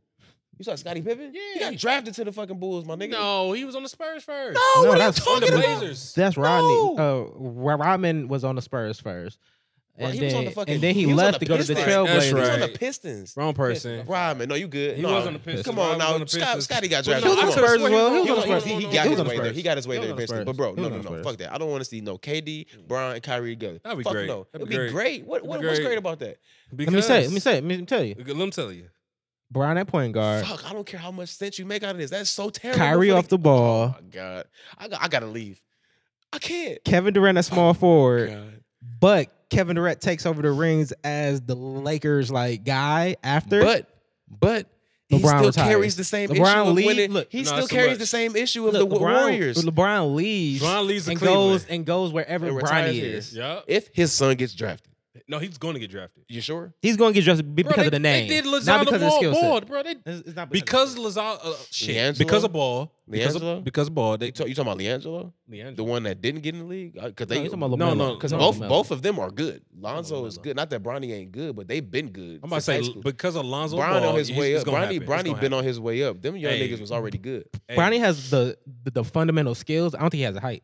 Speaker 2: You saw Scottie Pippen? He
Speaker 3: Yeah.
Speaker 2: got drafted to the fucking Bulls, my nigga.
Speaker 3: No, he was on the Spurs first.
Speaker 2: No, what are you
Speaker 1: that's-
Speaker 3: on the
Speaker 2: talking about?
Speaker 3: Blazers.
Speaker 1: That's Rodney.
Speaker 2: No.
Speaker 1: Uh, Ra- Rodman was on the Spurs first,
Speaker 2: Right,
Speaker 1: and
Speaker 2: he
Speaker 1: then
Speaker 2: was on the fucking-
Speaker 1: and then he,
Speaker 2: he was on
Speaker 1: left
Speaker 2: the
Speaker 1: to go to the
Speaker 2: Pistons.
Speaker 3: That's
Speaker 1: Trailblazers.
Speaker 2: He was on the
Speaker 3: right.
Speaker 2: Pistons.
Speaker 3: Wrong person.
Speaker 2: Rodman, no, you good.
Speaker 3: He
Speaker 2: no,
Speaker 3: was on the Pistons.
Speaker 2: Come on
Speaker 3: Rodman was on
Speaker 2: now,
Speaker 3: the
Speaker 2: Scott,
Speaker 3: Pistons.
Speaker 2: Scotty got
Speaker 3: He was
Speaker 2: drafted.
Speaker 1: on the
Speaker 2: Come
Speaker 1: Spurs as well.
Speaker 2: He,
Speaker 1: He was on the
Speaker 2: was-
Speaker 1: Spurs.
Speaker 2: he
Speaker 1: He
Speaker 2: got
Speaker 1: was
Speaker 2: his
Speaker 1: on
Speaker 2: way
Speaker 1: the
Speaker 2: there. He got his way
Speaker 1: Spurs.
Speaker 2: there
Speaker 1: He was on
Speaker 2: eventually.
Speaker 1: the
Speaker 2: But bro,
Speaker 1: Spurs.
Speaker 2: no,
Speaker 1: He
Speaker 2: no,
Speaker 1: was on
Speaker 2: no,
Speaker 1: the
Speaker 2: fuck that. I don't want to see no KD, Brian, and Kyrie together.
Speaker 3: That'd be
Speaker 2: fuck
Speaker 3: great.
Speaker 2: No, it'd
Speaker 3: That'd be
Speaker 2: be
Speaker 3: great.
Speaker 2: great. What
Speaker 3: That'd be
Speaker 2: what- what's
Speaker 3: great.
Speaker 2: great about that?
Speaker 1: Let me say. Let me say. Let me tell you.
Speaker 3: Let me tell you.
Speaker 1: Bron at point guard.
Speaker 2: Fuck, I don't care how much sense you make out of this. That's so terrible.
Speaker 1: Kyrie
Speaker 2: for
Speaker 1: off the ball.
Speaker 2: Oh my god, I got, I gotta leave. I can't.
Speaker 1: Kevin Durant a small forward,
Speaker 2: God.
Speaker 1: but Kevin Durant takes over the rings as the Lakers like guy after.
Speaker 2: But but he
Speaker 1: LeBron
Speaker 2: still
Speaker 1: retires.
Speaker 2: carries the same
Speaker 1: LeBron
Speaker 2: issue.
Speaker 1: leave-
Speaker 2: of winning.
Speaker 1: look,
Speaker 2: he
Speaker 3: no,
Speaker 2: still
Speaker 3: it's too
Speaker 2: carries
Speaker 3: much.
Speaker 2: the same issue of
Speaker 1: Look,
Speaker 2: the
Speaker 1: LeBron,
Speaker 2: Warriors.
Speaker 1: LeBron leaves
Speaker 3: Bron leaves the
Speaker 1: and
Speaker 3: Cleveland.
Speaker 1: goes and goes wherever
Speaker 2: And
Speaker 1: Bronny
Speaker 2: retires
Speaker 1: is.
Speaker 2: here.
Speaker 3: Yeah.
Speaker 2: if his son gets drafted,
Speaker 3: No, he's going to get drafted.
Speaker 2: you sure?
Speaker 1: He's going to get drafted be-
Speaker 3: Bro,
Speaker 1: because
Speaker 3: they-
Speaker 1: of the name,
Speaker 3: They did
Speaker 1: not
Speaker 3: Lazada
Speaker 1: because of the
Speaker 3: ball,
Speaker 1: skill
Speaker 3: ball,
Speaker 1: set.
Speaker 3: bro. They,
Speaker 1: It's- it's not
Speaker 3: because Lazada, uh, shit,
Speaker 2: Leangelo?
Speaker 3: because of ball, because
Speaker 2: Leangelo?
Speaker 3: of, because of ball, they
Speaker 2: You, talk, you talking about Leangelo,
Speaker 3: Leangelo.
Speaker 2: the one that didn't get in the league? Because
Speaker 1: No,
Speaker 2: they,
Speaker 1: you Oh, talking about
Speaker 3: no,
Speaker 1: LaMelo.
Speaker 3: no,
Speaker 2: because
Speaker 1: No,
Speaker 2: both
Speaker 1: LaMelo.
Speaker 2: both of them are good. Lonzo is
Speaker 1: LaMelo.
Speaker 2: good. Not that Bronny ain't good, but they've been good.
Speaker 3: I'm about to
Speaker 2: since high
Speaker 3: say
Speaker 2: school.
Speaker 3: because Alonzo
Speaker 2: Bron
Speaker 3: ball,
Speaker 2: on his
Speaker 3: it's-
Speaker 2: way
Speaker 3: it's
Speaker 2: up.
Speaker 3: gonna
Speaker 2: Bronny
Speaker 3: happen. It's
Speaker 2: Bronny
Speaker 3: gonna
Speaker 2: been on his way up. Them young
Speaker 3: Hey.
Speaker 2: niggas was already good.
Speaker 3: happen.
Speaker 1: Bronny has the, the the fundamental skills. I don't think he has the height.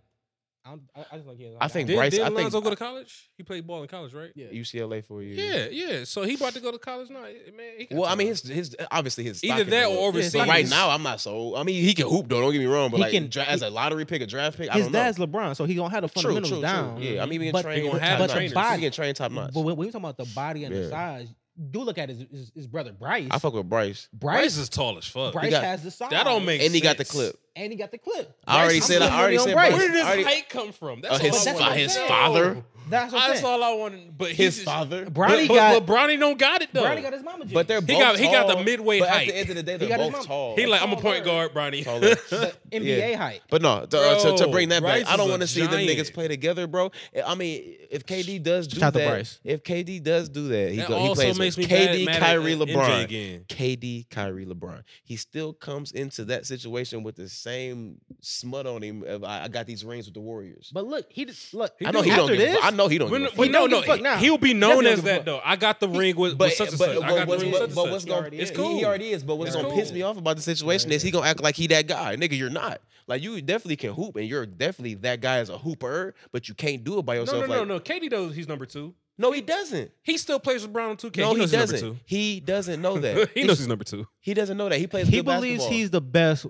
Speaker 1: I, don't, I, I just don't think he has the
Speaker 2: I
Speaker 1: height.
Speaker 2: think
Speaker 3: Did,
Speaker 2: Bryce-
Speaker 3: did
Speaker 2: I think-
Speaker 3: Alonzo go to college? He played ball in college, right?
Speaker 1: Yeah.
Speaker 2: UCLA for a year.
Speaker 3: Yeah, yeah. So he about to go to college now. Eh, Man, he got
Speaker 2: Well, I
Speaker 3: time.
Speaker 2: mean, his his obviously his
Speaker 3: Either
Speaker 2: stock is
Speaker 3: that
Speaker 2: low.
Speaker 3: or
Speaker 1: Yeah,
Speaker 3: overseas.
Speaker 1: but
Speaker 2: But right now, I'm not so. I mean, he can hoop though. Don't get me wrong, but
Speaker 1: He
Speaker 2: like
Speaker 1: can-
Speaker 2: dra- as a lottery pick, a draft pick, I
Speaker 1: his
Speaker 2: don't know.
Speaker 1: dad's LeBron, so he gonna have the fundamentals down.
Speaker 2: Yeah, I mean, being
Speaker 1: But-
Speaker 2: trained
Speaker 3: They
Speaker 2: on
Speaker 3: gonna have
Speaker 2: top notch.
Speaker 3: trainers.
Speaker 2: He
Speaker 1: Body.
Speaker 2: getting trained top notch.
Speaker 1: But when, when we talking about the body and the
Speaker 2: Yeah.
Speaker 1: size, do look at his his, his brother Bryce.
Speaker 2: I fuck with Bryce,
Speaker 3: Bryce
Speaker 1: Bryce,
Speaker 3: is tall as fuck.
Speaker 1: Bryce
Speaker 2: got-
Speaker 1: has the size.
Speaker 3: That don't make
Speaker 2: and he got the
Speaker 3: sense.
Speaker 2: clip.
Speaker 1: And he got the clip.
Speaker 2: I already
Speaker 1: I'm
Speaker 2: said.
Speaker 1: with you
Speaker 2: I already
Speaker 1: on
Speaker 2: said.
Speaker 1: Bryce.
Speaker 2: Bryce.
Speaker 3: Where did his
Speaker 2: I already-
Speaker 3: height come from? That's
Speaker 2: Uh,
Speaker 3: all
Speaker 2: his
Speaker 3: I
Speaker 1: fa-
Speaker 3: wanted to
Speaker 1: his
Speaker 3: know.
Speaker 2: father.
Speaker 1: That's what I'm
Speaker 3: That's
Speaker 1: saying.
Speaker 3: all I wanted. But he
Speaker 2: his
Speaker 3: just-
Speaker 2: father.
Speaker 1: Bronny
Speaker 3: but, but-
Speaker 1: got
Speaker 3: but Bronny don't got it though.
Speaker 1: Bronny got his mama. Juice.
Speaker 2: But they're
Speaker 3: He
Speaker 2: both
Speaker 3: got- he got the
Speaker 2: tall,
Speaker 3: midway
Speaker 2: but
Speaker 3: height.
Speaker 2: At the end of the day,
Speaker 1: got
Speaker 2: they're
Speaker 1: his
Speaker 2: both
Speaker 1: mom-
Speaker 2: tall.
Speaker 3: he like I'm a
Speaker 1: Taller.
Speaker 3: point guard, Bronny.
Speaker 2: Taller.
Speaker 1: The NBA height.
Speaker 2: But no, to, uh, to- to,
Speaker 3: Bro,
Speaker 2: bring that
Speaker 3: Bryce
Speaker 2: back, I
Speaker 3: is
Speaker 2: don't
Speaker 3: a
Speaker 2: want to see them
Speaker 3: giant.
Speaker 2: niggas play together, bro. I mean, if KD does do
Speaker 1: Shout out to
Speaker 2: that,
Speaker 1: Bryce.
Speaker 2: if KD does do that, he,
Speaker 3: That
Speaker 2: go, he
Speaker 3: also
Speaker 2: plays
Speaker 3: makes me
Speaker 2: with KD,
Speaker 3: mad, mad at
Speaker 2: Kyrie,
Speaker 3: MJ
Speaker 2: LeBron.
Speaker 3: again.
Speaker 2: KD, Kyrie, LeBron. He still comes into that situation with the same smut on him. Of, I, I got these rings with the Warriors.
Speaker 1: But look, he just look.
Speaker 3: He
Speaker 2: I know he
Speaker 1: after
Speaker 2: don't. Give a
Speaker 1: this,
Speaker 2: fuck. I know he don't.
Speaker 3: When,
Speaker 2: give a
Speaker 3: when,
Speaker 2: fuck.
Speaker 3: no,
Speaker 1: don't give
Speaker 3: no,
Speaker 1: a fuck now.
Speaker 3: he'll be known
Speaker 1: Definitely
Speaker 3: as
Speaker 1: don't give a
Speaker 3: that
Speaker 1: fuck.
Speaker 3: though. I got the ring with,
Speaker 2: But,
Speaker 3: with such and
Speaker 2: but,
Speaker 3: such. I got
Speaker 2: but,
Speaker 3: the ring with such
Speaker 2: but,
Speaker 3: and
Speaker 2: but
Speaker 3: such.
Speaker 2: what's going
Speaker 1: already
Speaker 2: it's
Speaker 1: is.
Speaker 2: cool.
Speaker 3: He
Speaker 2: He already is. But what's
Speaker 1: It's
Speaker 2: gonna
Speaker 3: cool.
Speaker 2: piss me off about the situation is he gonna act like he that guy, nigga. You're not. Like you definitely can hoop, and you're definitely that guy as a hooper, but you can't do it by
Speaker 3: No,
Speaker 2: yourself.
Speaker 3: no,
Speaker 2: like,
Speaker 3: no, no. Katie knows he's number two.
Speaker 2: No, he doesn't.
Speaker 3: He still plays with Brown on 2K.
Speaker 2: no,
Speaker 3: he
Speaker 2: he,
Speaker 3: knows he's number
Speaker 2: doesn't. He doesn't know
Speaker 3: two.
Speaker 2: that.
Speaker 3: he
Speaker 2: It's-
Speaker 3: knows he's number two.
Speaker 2: he doesn't know that. He plays.
Speaker 1: he
Speaker 2: good
Speaker 1: believes
Speaker 2: basketball.
Speaker 1: he's the best.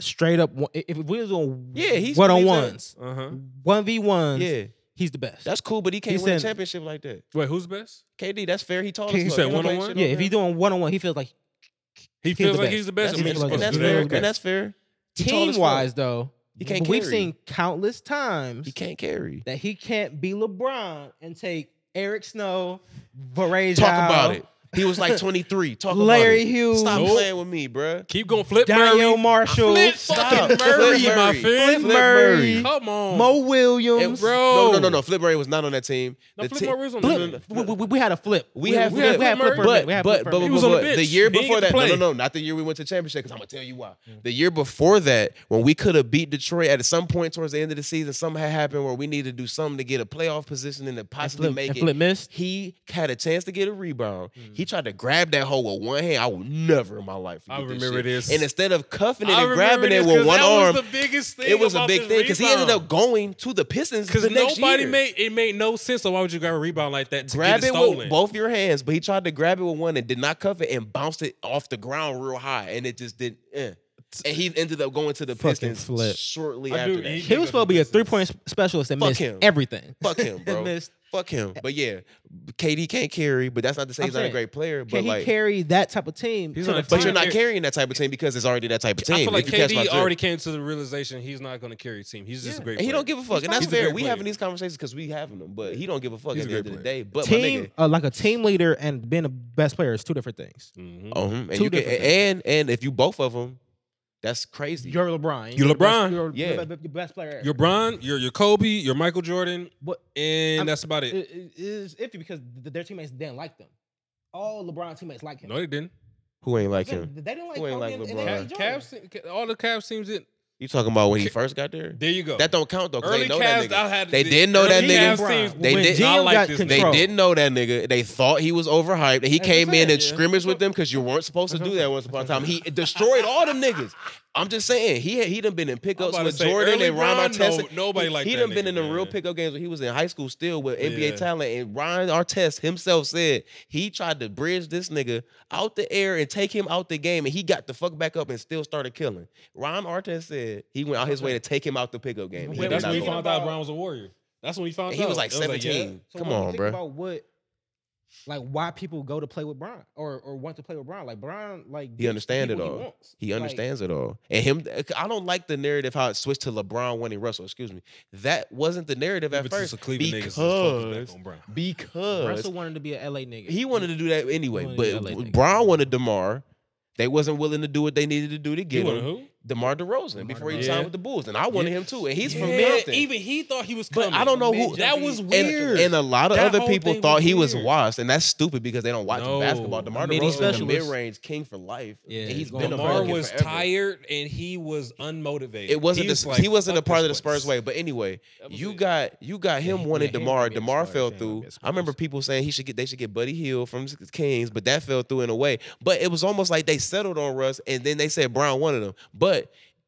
Speaker 1: Straight up, one- if we was on
Speaker 2: Yeah, he's-
Speaker 1: one on
Speaker 2: he's a-
Speaker 1: ones,
Speaker 3: Uh huh.
Speaker 1: one v ones,
Speaker 2: Yeah,
Speaker 1: he's the best.
Speaker 2: that's cool, but he can't
Speaker 1: He's
Speaker 2: win a
Speaker 1: saying-
Speaker 2: championship like that.
Speaker 3: Wait, who's best?
Speaker 2: KD, that's fair. He tall.
Speaker 1: He
Speaker 2: as fuck.
Speaker 3: said
Speaker 2: He don't play
Speaker 3: one-on-one?
Speaker 2: shit
Speaker 1: yeah,
Speaker 2: on
Speaker 1: if he's
Speaker 2: there.
Speaker 1: doing one on one, he feels like
Speaker 3: He
Speaker 1: the
Speaker 3: feels like
Speaker 1: best.
Speaker 3: he's the best.
Speaker 1: That's
Speaker 3: and we're
Speaker 1: what I'm
Speaker 3: just
Speaker 2: and
Speaker 1: supposed
Speaker 2: that's
Speaker 1: to
Speaker 3: do
Speaker 1: do.
Speaker 2: fair.
Speaker 3: that.
Speaker 2: And
Speaker 1: Okay.
Speaker 2: that's fair. He tall
Speaker 1: team
Speaker 2: as fuck.
Speaker 1: wise though.
Speaker 2: He can't
Speaker 1: We've
Speaker 2: carry.
Speaker 1: seen countless times
Speaker 2: he can't carry.
Speaker 1: that he can't be LeBron and take Eric Snow, Varejao,
Speaker 2: Talk about it. He was like 23. Talk
Speaker 1: Larry
Speaker 2: about it.
Speaker 1: Hughes.
Speaker 2: Stop
Speaker 3: Nope.
Speaker 2: playing with me, bruh.
Speaker 3: Keep going, Flip
Speaker 1: Daniel
Speaker 3: Murray.
Speaker 1: Marshall,
Speaker 3: Flip
Speaker 2: Stop.
Speaker 3: fucking
Speaker 2: Flip
Speaker 3: Murray, my
Speaker 2: Murray.
Speaker 1: Flip
Speaker 3: friend.
Speaker 2: Flip
Speaker 1: Murray,
Speaker 3: Come on,
Speaker 1: Mo Williams.
Speaker 2: And-
Speaker 3: Bro.
Speaker 2: No, no, no, no. Flip Murray was not on that team.
Speaker 3: No,
Speaker 2: The
Speaker 3: Flip
Speaker 2: te-
Speaker 3: Murray was on
Speaker 2: No,
Speaker 3: that
Speaker 2: no,
Speaker 3: team.
Speaker 2: no.
Speaker 1: We, we- we had a flip.
Speaker 2: We
Speaker 1: We-
Speaker 2: had
Speaker 1: we
Speaker 2: Flip.
Speaker 1: had- we had
Speaker 3: Flip
Speaker 1: Flip for a
Speaker 3: Murray.
Speaker 1: minute.
Speaker 2: but,
Speaker 1: We had
Speaker 2: but,
Speaker 1: Flip for
Speaker 2: but,
Speaker 1: a
Speaker 2: but,
Speaker 1: minute.
Speaker 3: He was on
Speaker 2: but
Speaker 3: the
Speaker 2: the
Speaker 3: bench.
Speaker 2: year
Speaker 3: He didn't
Speaker 2: before
Speaker 3: get
Speaker 2: that,
Speaker 3: to
Speaker 2: no, no,
Speaker 3: play. Mm.
Speaker 2: no, not the year we went to championship. Because I'm gonna tell you why. The year before that, when we could have beat Detroit at some point towards the end of the season, something had happened where we needed to do something to get a playoff position and to possibly
Speaker 1: Flip,
Speaker 2: make
Speaker 1: and
Speaker 2: it.
Speaker 1: flip missed.
Speaker 2: He had a chance to get a rebound. He tried to grab that hole with one hand. I will never in my life.
Speaker 3: Mm. I
Speaker 2: forget
Speaker 3: remember
Speaker 2: shit.
Speaker 3: this.
Speaker 2: And instead of cuffing it
Speaker 3: I
Speaker 2: and grabbing
Speaker 3: remember
Speaker 2: it
Speaker 3: this
Speaker 2: with
Speaker 3: 'cause
Speaker 2: one
Speaker 3: that
Speaker 2: arm,
Speaker 3: was the biggest thing.
Speaker 2: it was a
Speaker 3: about
Speaker 2: big
Speaker 3: this
Speaker 2: thing because he ended
Speaker 3: rebound.
Speaker 2: up going to the Pistons
Speaker 3: Because
Speaker 2: the next
Speaker 3: nobody
Speaker 2: year.
Speaker 3: made it made no sense of why would you grab a rebound like that to
Speaker 2: grab
Speaker 3: get
Speaker 2: it
Speaker 3: it stolen.
Speaker 2: with both your hands, but he tried to grab it with one and did not cuff it and bounced it off the ground real high, and it just did. Eh. And he ended up going to the
Speaker 1: Fucking
Speaker 2: Pistons
Speaker 1: flip.
Speaker 2: shortly
Speaker 3: I
Speaker 2: after
Speaker 3: do-
Speaker 2: that.
Speaker 3: he-
Speaker 1: He was supposed to be a three point specialist and
Speaker 2: Fuck
Speaker 1: missed
Speaker 2: him.
Speaker 1: everything.
Speaker 2: Fuck him, bro.
Speaker 1: missed
Speaker 2: Fuck him. But yeah, KD can't carry, but that's not to say
Speaker 1: I'm
Speaker 2: he's not a
Speaker 1: saying,
Speaker 2: great player. But
Speaker 1: Can he
Speaker 2: like,
Speaker 1: carry that type of team?
Speaker 3: He's
Speaker 1: to
Speaker 3: not
Speaker 1: the
Speaker 3: a
Speaker 2: but
Speaker 1: final?
Speaker 2: you're not
Speaker 3: Car-
Speaker 2: carrying that type of team because it's already that type of team.
Speaker 3: I feel like
Speaker 2: If you catch my
Speaker 3: KD
Speaker 2: drift.
Speaker 3: already came to the realization he's not going to carry a team. He's just
Speaker 1: Yeah.
Speaker 3: a great.
Speaker 2: And he
Speaker 3: player.
Speaker 2: don't give a fuck, and
Speaker 1: not-
Speaker 2: that's
Speaker 3: He's a
Speaker 2: fair.
Speaker 3: great
Speaker 2: We
Speaker 3: player.
Speaker 2: having these conversations because we having them, but he don't give a fuck
Speaker 3: He's
Speaker 2: at
Speaker 3: a
Speaker 2: the
Speaker 3: great
Speaker 2: end of the
Speaker 3: player.
Speaker 2: day. But my nigga,
Speaker 1: team, uh, like a team leader and being a best player is two different things.
Speaker 3: Mhm.
Speaker 2: oh, hmm, and
Speaker 1: Two
Speaker 2: you can,
Speaker 1: different
Speaker 2: and and if you both of them, that's crazy.
Speaker 1: You're LeBron.
Speaker 3: You're
Speaker 1: the best-
Speaker 3: LeBron.
Speaker 1: You're,
Speaker 2: Yeah.
Speaker 1: the be- best player. ever.
Speaker 3: You're Bron, you're you're Kobe, you're Michael Jordan,
Speaker 1: But
Speaker 3: and
Speaker 1: I'm-
Speaker 3: that's about it.
Speaker 2: Mm.
Speaker 1: it, it- it's iffy because th- their teammates didn't like them. All LeBron teammates like him.
Speaker 3: no, they didn't.
Speaker 2: Who ain't like
Speaker 1: Yeah,
Speaker 2: him?
Speaker 1: They didn't like
Speaker 2: Who ain't
Speaker 1: Kobe
Speaker 2: like
Speaker 1: and, and
Speaker 2: LeBron?
Speaker 1: they
Speaker 3: Ca-
Speaker 1: didn't like Jordan.
Speaker 3: Cavs, te- all the Cavs teams didn't.
Speaker 2: You talking about when he
Speaker 3: Ca-
Speaker 2: first got there?
Speaker 3: There you go.
Speaker 2: That don't count though. 'cause
Speaker 3: early
Speaker 2: they know
Speaker 3: Cavs.
Speaker 2: that nigga.
Speaker 3: I had
Speaker 2: They
Speaker 3: the
Speaker 2: didn't know that
Speaker 3: early
Speaker 2: nigga.
Speaker 3: Cavs teams
Speaker 2: They
Speaker 3: did
Speaker 2: did-
Speaker 3: not
Speaker 1: GM
Speaker 3: like
Speaker 1: got
Speaker 3: this.
Speaker 2: They
Speaker 1: control.
Speaker 2: didn't know that nigga. They thought he was overhyped. He
Speaker 1: That's
Speaker 2: came
Speaker 1: what I'm
Speaker 2: in and
Speaker 1: saying.
Speaker 2: scrimmaged with them because you weren't supposed to
Speaker 1: That's
Speaker 2: do
Speaker 1: what
Speaker 2: that
Speaker 1: I'm
Speaker 2: once upon a time. He destroyed all them niggas. I'm just saying he had, he done been in pickups with Jordan and Ron Artest.
Speaker 3: No, nobody
Speaker 2: he,
Speaker 3: like
Speaker 2: he
Speaker 3: that
Speaker 2: done been
Speaker 3: nigga,
Speaker 2: in the real
Speaker 3: man.
Speaker 2: pickup games when he was in high school still with NBA
Speaker 3: Yeah.
Speaker 2: talent. And Ron Artest himself said he tried to bridge this nigga out the air and take him out the game, and he got the fuck back up and still started killing. Ron Artest said he went out his way to take him out the pickup game. and he
Speaker 1: Wait,
Speaker 2: did
Speaker 3: That's
Speaker 2: not
Speaker 3: when
Speaker 1: we
Speaker 2: go.
Speaker 3: he
Speaker 1: talking
Speaker 3: found out
Speaker 1: about-
Speaker 3: Brown was a warrior. That's when he found
Speaker 2: And
Speaker 3: out
Speaker 2: he was like
Speaker 3: It yeah.
Speaker 2: 17.
Speaker 1: So
Speaker 2: Come
Speaker 1: when you
Speaker 2: on,
Speaker 1: think
Speaker 2: bro.
Speaker 1: About what, like why people go to play with Bron or or want to play with Bron? Like Bron, like
Speaker 2: He understand
Speaker 1: people
Speaker 2: it
Speaker 1: he
Speaker 2: all.
Speaker 1: wants.
Speaker 2: He
Speaker 1: Like,
Speaker 2: understands it all. And him, eh, I don't like the narrative how it switched to LeBron winning Russell. Excuse me. That wasn't the narrative at
Speaker 3: But it's
Speaker 2: first
Speaker 3: the Cleveland niggas that's focused
Speaker 2: because
Speaker 3: back on Brown.
Speaker 2: because
Speaker 1: Russell wanted to be an LA nigga.
Speaker 2: he wanted to do that anyway.
Speaker 1: wanted
Speaker 2: But
Speaker 1: to be LA nigga.
Speaker 2: Brown wanted Demar. They wasn't willing to do what they needed to do to
Speaker 3: You
Speaker 2: get
Speaker 3: want
Speaker 2: him.
Speaker 3: who?
Speaker 2: Demar DeRozan
Speaker 1: DeMar
Speaker 2: before he
Speaker 3: DeRozan.
Speaker 2: signed
Speaker 3: Yeah.
Speaker 2: with the Bulls, and I wanted him too. And he's from
Speaker 3: Yeah,
Speaker 2: Milton.
Speaker 3: Even he thought he was
Speaker 2: But I
Speaker 3: coming.
Speaker 2: don't know who-
Speaker 3: That was
Speaker 1: And-
Speaker 3: weird.
Speaker 2: and uh, a lot of
Speaker 3: That
Speaker 2: other
Speaker 3: whole
Speaker 2: people
Speaker 3: thing
Speaker 2: thought
Speaker 3: was
Speaker 2: he was
Speaker 3: weird.
Speaker 2: washed, and that's stupid because they don't watch
Speaker 3: No.
Speaker 2: basketball. DeMar
Speaker 1: Midi
Speaker 2: DeRozan is a
Speaker 1: specialist.
Speaker 2: mid-range king for life.
Speaker 1: Yeah,
Speaker 2: and he's
Speaker 1: he's
Speaker 2: been a
Speaker 3: Lamar
Speaker 2: Vulcan
Speaker 3: was
Speaker 2: forever.
Speaker 3: tired and he was unmotivated.
Speaker 2: It wasn't
Speaker 3: He
Speaker 2: the,
Speaker 3: was like,
Speaker 2: he wasn't a
Speaker 3: "Fuck
Speaker 2: part of the
Speaker 3: this
Speaker 2: Spurs
Speaker 3: place."
Speaker 2: way. But anyway,
Speaker 3: That was
Speaker 2: you
Speaker 3: it.
Speaker 2: got you got him
Speaker 1: Yeah, he-
Speaker 2: wanting
Speaker 1: yeah, he
Speaker 2: Demar.
Speaker 1: might be a
Speaker 2: Demar
Speaker 1: Spurs.
Speaker 2: fell
Speaker 1: He might
Speaker 2: through.
Speaker 1: be a
Speaker 2: I remember
Speaker 1: Spurs.
Speaker 2: people saying he should get they should get Buddy Hill from the Kings, but that fell through in a way. But it was almost like they settled on Russ, and then they said Brown wanted him. But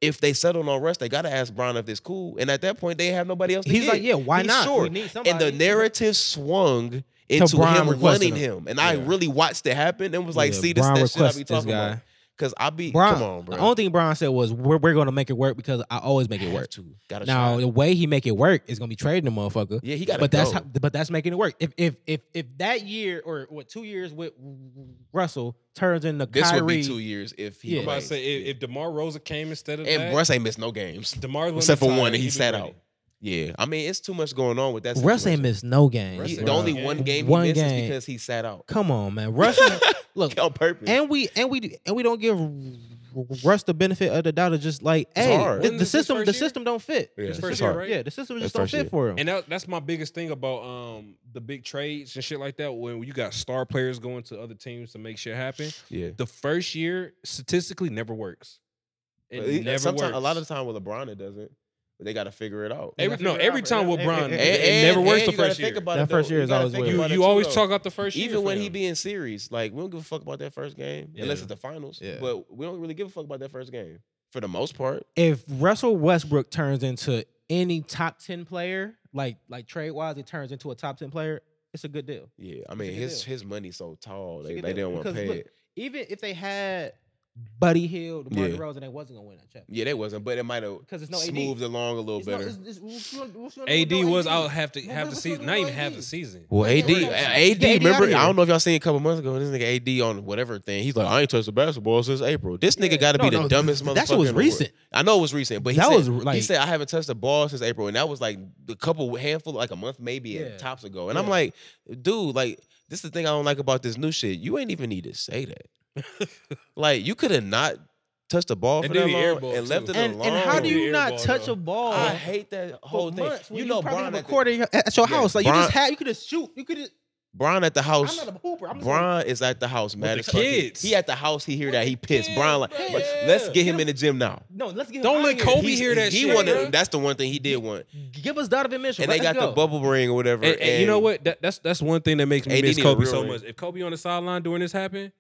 Speaker 2: if they settled on Russ, they gotta ask Brown if it's cool. And at that point, they have nobody else. To
Speaker 1: He's
Speaker 2: get.
Speaker 1: like, yeah, why
Speaker 2: He's
Speaker 1: not?
Speaker 2: short.
Speaker 1: We need somebody.
Speaker 2: and the narrative swung into
Speaker 1: Bron
Speaker 2: him
Speaker 1: requesting
Speaker 2: wanting
Speaker 1: him.
Speaker 2: him, and I
Speaker 3: Yeah.
Speaker 2: really watched it happen and was like,
Speaker 1: Yeah,
Speaker 2: see this,
Speaker 1: Bron
Speaker 2: that shit I be
Speaker 1: requested this
Speaker 2: talking about. Cause I be
Speaker 1: Bron-
Speaker 2: come on, bro.
Speaker 1: The only thing Bron said was, "We're, we're going to make it work because I always make it
Speaker 2: Have
Speaker 1: work."
Speaker 2: to. Gotta
Speaker 1: Now
Speaker 2: try.
Speaker 1: the way he make it work is going to be trading the motherfucker.
Speaker 2: yeah, he got.
Speaker 1: but that's
Speaker 2: go.
Speaker 1: how, but that's making it work. If if if if that year or what two years with Russell turns into
Speaker 2: This
Speaker 1: Kyrie,
Speaker 2: would be two years if he.
Speaker 1: Yeah.
Speaker 3: I'm about to
Speaker 2: played.
Speaker 3: say if, if Demar Rosa came instead of
Speaker 2: and
Speaker 3: that,
Speaker 2: Russ ain't missed no games.
Speaker 3: DeMar Lillard
Speaker 2: except for
Speaker 3: tired,
Speaker 2: one, and he
Speaker 3: was
Speaker 2: sat
Speaker 3: ready.
Speaker 2: out. Yeah, I mean it's too much going on with that.
Speaker 1: Russ ain't
Speaker 2: situation.
Speaker 1: missed no games.
Speaker 3: Russ
Speaker 2: He- the
Speaker 3: ain't
Speaker 1: bro.
Speaker 3: missed
Speaker 2: only
Speaker 3: no
Speaker 2: one
Speaker 3: game.
Speaker 2: game
Speaker 1: One
Speaker 2: he missed is
Speaker 1: game.
Speaker 2: because he sat out
Speaker 1: Come on, man, Russell. look,
Speaker 2: on purpose.
Speaker 1: and we and we and we don't give Russ the benefit of the doubt of just like, hey,
Speaker 2: hard.
Speaker 1: the,
Speaker 3: Wasn't
Speaker 1: the
Speaker 3: this his
Speaker 1: system,
Speaker 3: first
Speaker 1: the
Speaker 3: year?
Speaker 1: system don't fit. The
Speaker 2: Yeah, it's
Speaker 1: system-
Speaker 2: first year,
Speaker 3: right?
Speaker 1: yeah, the system
Speaker 2: That's
Speaker 1: just don't
Speaker 2: first
Speaker 1: fit
Speaker 2: year.
Speaker 1: for him.
Speaker 3: And that, that's my biggest thing about um the big trades and shit like that. When you got star players going to other teams to make shit happen,
Speaker 2: yeah,
Speaker 3: the first year statistically never works. It
Speaker 2: But he-
Speaker 3: never
Speaker 2: sometimes
Speaker 3: works.
Speaker 2: a lot of the time with LeBron it doesn't. But they got to figure it out. eh,
Speaker 1: They
Speaker 3: Every,
Speaker 1: gotta
Speaker 3: no,
Speaker 1: figure it
Speaker 3: every
Speaker 1: out,
Speaker 3: time
Speaker 1: bro.
Speaker 3: with
Speaker 1: It-
Speaker 3: Bron,
Speaker 1: it-
Speaker 3: it, it never
Speaker 2: and
Speaker 3: works the
Speaker 2: eh, you gotta
Speaker 3: first year.
Speaker 2: Think about
Speaker 1: That
Speaker 2: it, though.
Speaker 1: first year
Speaker 2: You
Speaker 1: is
Speaker 2: gotta
Speaker 1: always
Speaker 2: think
Speaker 1: weird.
Speaker 3: You,
Speaker 2: about it,
Speaker 3: you
Speaker 2: too,
Speaker 3: always
Speaker 2: though.
Speaker 3: talk out the first year.
Speaker 2: Even when
Speaker 3: for
Speaker 2: he
Speaker 3: him.
Speaker 2: be in series, like we don't give a fuck about that first game unless
Speaker 3: Yeah.
Speaker 2: it's the finals.
Speaker 1: Yeah.
Speaker 2: But we don't really give a fuck about that first game for the most part.
Speaker 1: if Russell Westbrook turns into any top ten player, like like trade wise, it turns into a top ten player, it's a good deal.
Speaker 2: Yeah, I
Speaker 1: It's
Speaker 2: mean
Speaker 1: a good
Speaker 2: his
Speaker 1: deal.
Speaker 2: his money's so tall
Speaker 1: It's a
Speaker 2: they,
Speaker 1: good
Speaker 2: they
Speaker 1: deal.
Speaker 2: don't want to
Speaker 1: Because
Speaker 2: pay
Speaker 1: look,
Speaker 2: it.
Speaker 1: Even if they had Buddy Hill, DeMar
Speaker 2: Yeah.
Speaker 1: DeRozan, they wasn't gonna win that championship
Speaker 2: Yeah, they wasn't, but it might have
Speaker 1: because it's no AD.
Speaker 2: smoothed along a little
Speaker 1: It's no-
Speaker 2: better.
Speaker 1: it's- it's- what's you gonna- what's you gonna do
Speaker 3: AD
Speaker 1: with no
Speaker 3: was out half the
Speaker 1: Well,
Speaker 3: half
Speaker 1: what-
Speaker 3: the
Speaker 1: what's
Speaker 3: season,
Speaker 1: going
Speaker 3: not
Speaker 1: on
Speaker 3: even
Speaker 1: with
Speaker 3: half
Speaker 1: AD?
Speaker 3: the season.
Speaker 2: Well,
Speaker 1: Like,
Speaker 2: AD,
Speaker 1: they
Speaker 2: uh,
Speaker 1: were out
Speaker 2: AD,
Speaker 1: here. Get AD
Speaker 2: remember?
Speaker 1: outta
Speaker 2: I
Speaker 1: here.
Speaker 2: don't know if y'all seen a couple months ago. This nigga AD on whatever thing. He's like, I ain't touched the basketball since April. This nigga
Speaker 1: Yeah.
Speaker 2: got to be
Speaker 1: No,
Speaker 2: the
Speaker 1: no,
Speaker 2: dumbest motherfucker.
Speaker 1: That shit was
Speaker 2: in the world.
Speaker 1: recent.
Speaker 2: I know it was recent, but he
Speaker 1: That
Speaker 2: said,
Speaker 1: was
Speaker 2: he
Speaker 1: like-
Speaker 2: said I haven't touched the ball since April, and that was like a couple handful, like a month maybe at
Speaker 1: Yeah.
Speaker 2: tops ago. And I'm
Speaker 1: Yeah.
Speaker 2: like, dude, like this is the thing I don't like about this new shit. You ain't even need to say that. like you could have not touched the ball
Speaker 3: And
Speaker 2: for
Speaker 3: do
Speaker 2: that
Speaker 3: the air ball,
Speaker 2: long and left
Speaker 3: too.
Speaker 2: it
Speaker 1: And,
Speaker 2: alone.
Speaker 1: and how do
Speaker 3: Weird
Speaker 1: you not
Speaker 3: ball,
Speaker 1: touch
Speaker 3: though.
Speaker 1: a ball?
Speaker 2: I hate that whole
Speaker 1: Oh. for
Speaker 2: thing.
Speaker 1: months when
Speaker 2: You know,
Speaker 1: probably
Speaker 2: Bron
Speaker 1: have a
Speaker 2: at, the,
Speaker 1: quarter at, at your
Speaker 2: Yeah,
Speaker 1: house. Like you
Speaker 2: Bron-
Speaker 1: just had, you could just shoot. You could. just
Speaker 2: Bron at the house.
Speaker 1: I'm not a hooper. I'm just gonna-
Speaker 2: Bron is at the house, mad
Speaker 3: the
Speaker 2: as fuck. He-
Speaker 3: kids.
Speaker 2: He at the house. He hear
Speaker 3: With
Speaker 2: that.
Speaker 3: the
Speaker 2: He pissed. Bron like,
Speaker 3: kids,
Speaker 2: "Look,
Speaker 3: bruh.
Speaker 2: let's get him
Speaker 1: Get
Speaker 2: in the gym now.
Speaker 1: no, let's get. him
Speaker 3: Don't
Speaker 1: out
Speaker 3: let
Speaker 1: of here.
Speaker 3: Kobe
Speaker 2: He's-
Speaker 3: hear that
Speaker 2: he
Speaker 3: shit,
Speaker 2: wanted-
Speaker 3: bruh.
Speaker 2: That's the one thing he did want.
Speaker 1: Give us Donovan Mitchell.
Speaker 2: And they
Speaker 1: Let's
Speaker 2: got the
Speaker 1: go.
Speaker 2: bubble ring or whatever.
Speaker 3: And, and you know what? That, that's that's one thing that makes me
Speaker 2: AD
Speaker 3: miss
Speaker 2: need a
Speaker 3: Kobe
Speaker 2: real
Speaker 3: so
Speaker 2: ring.
Speaker 3: much. If Kobe on the sideline during this happen,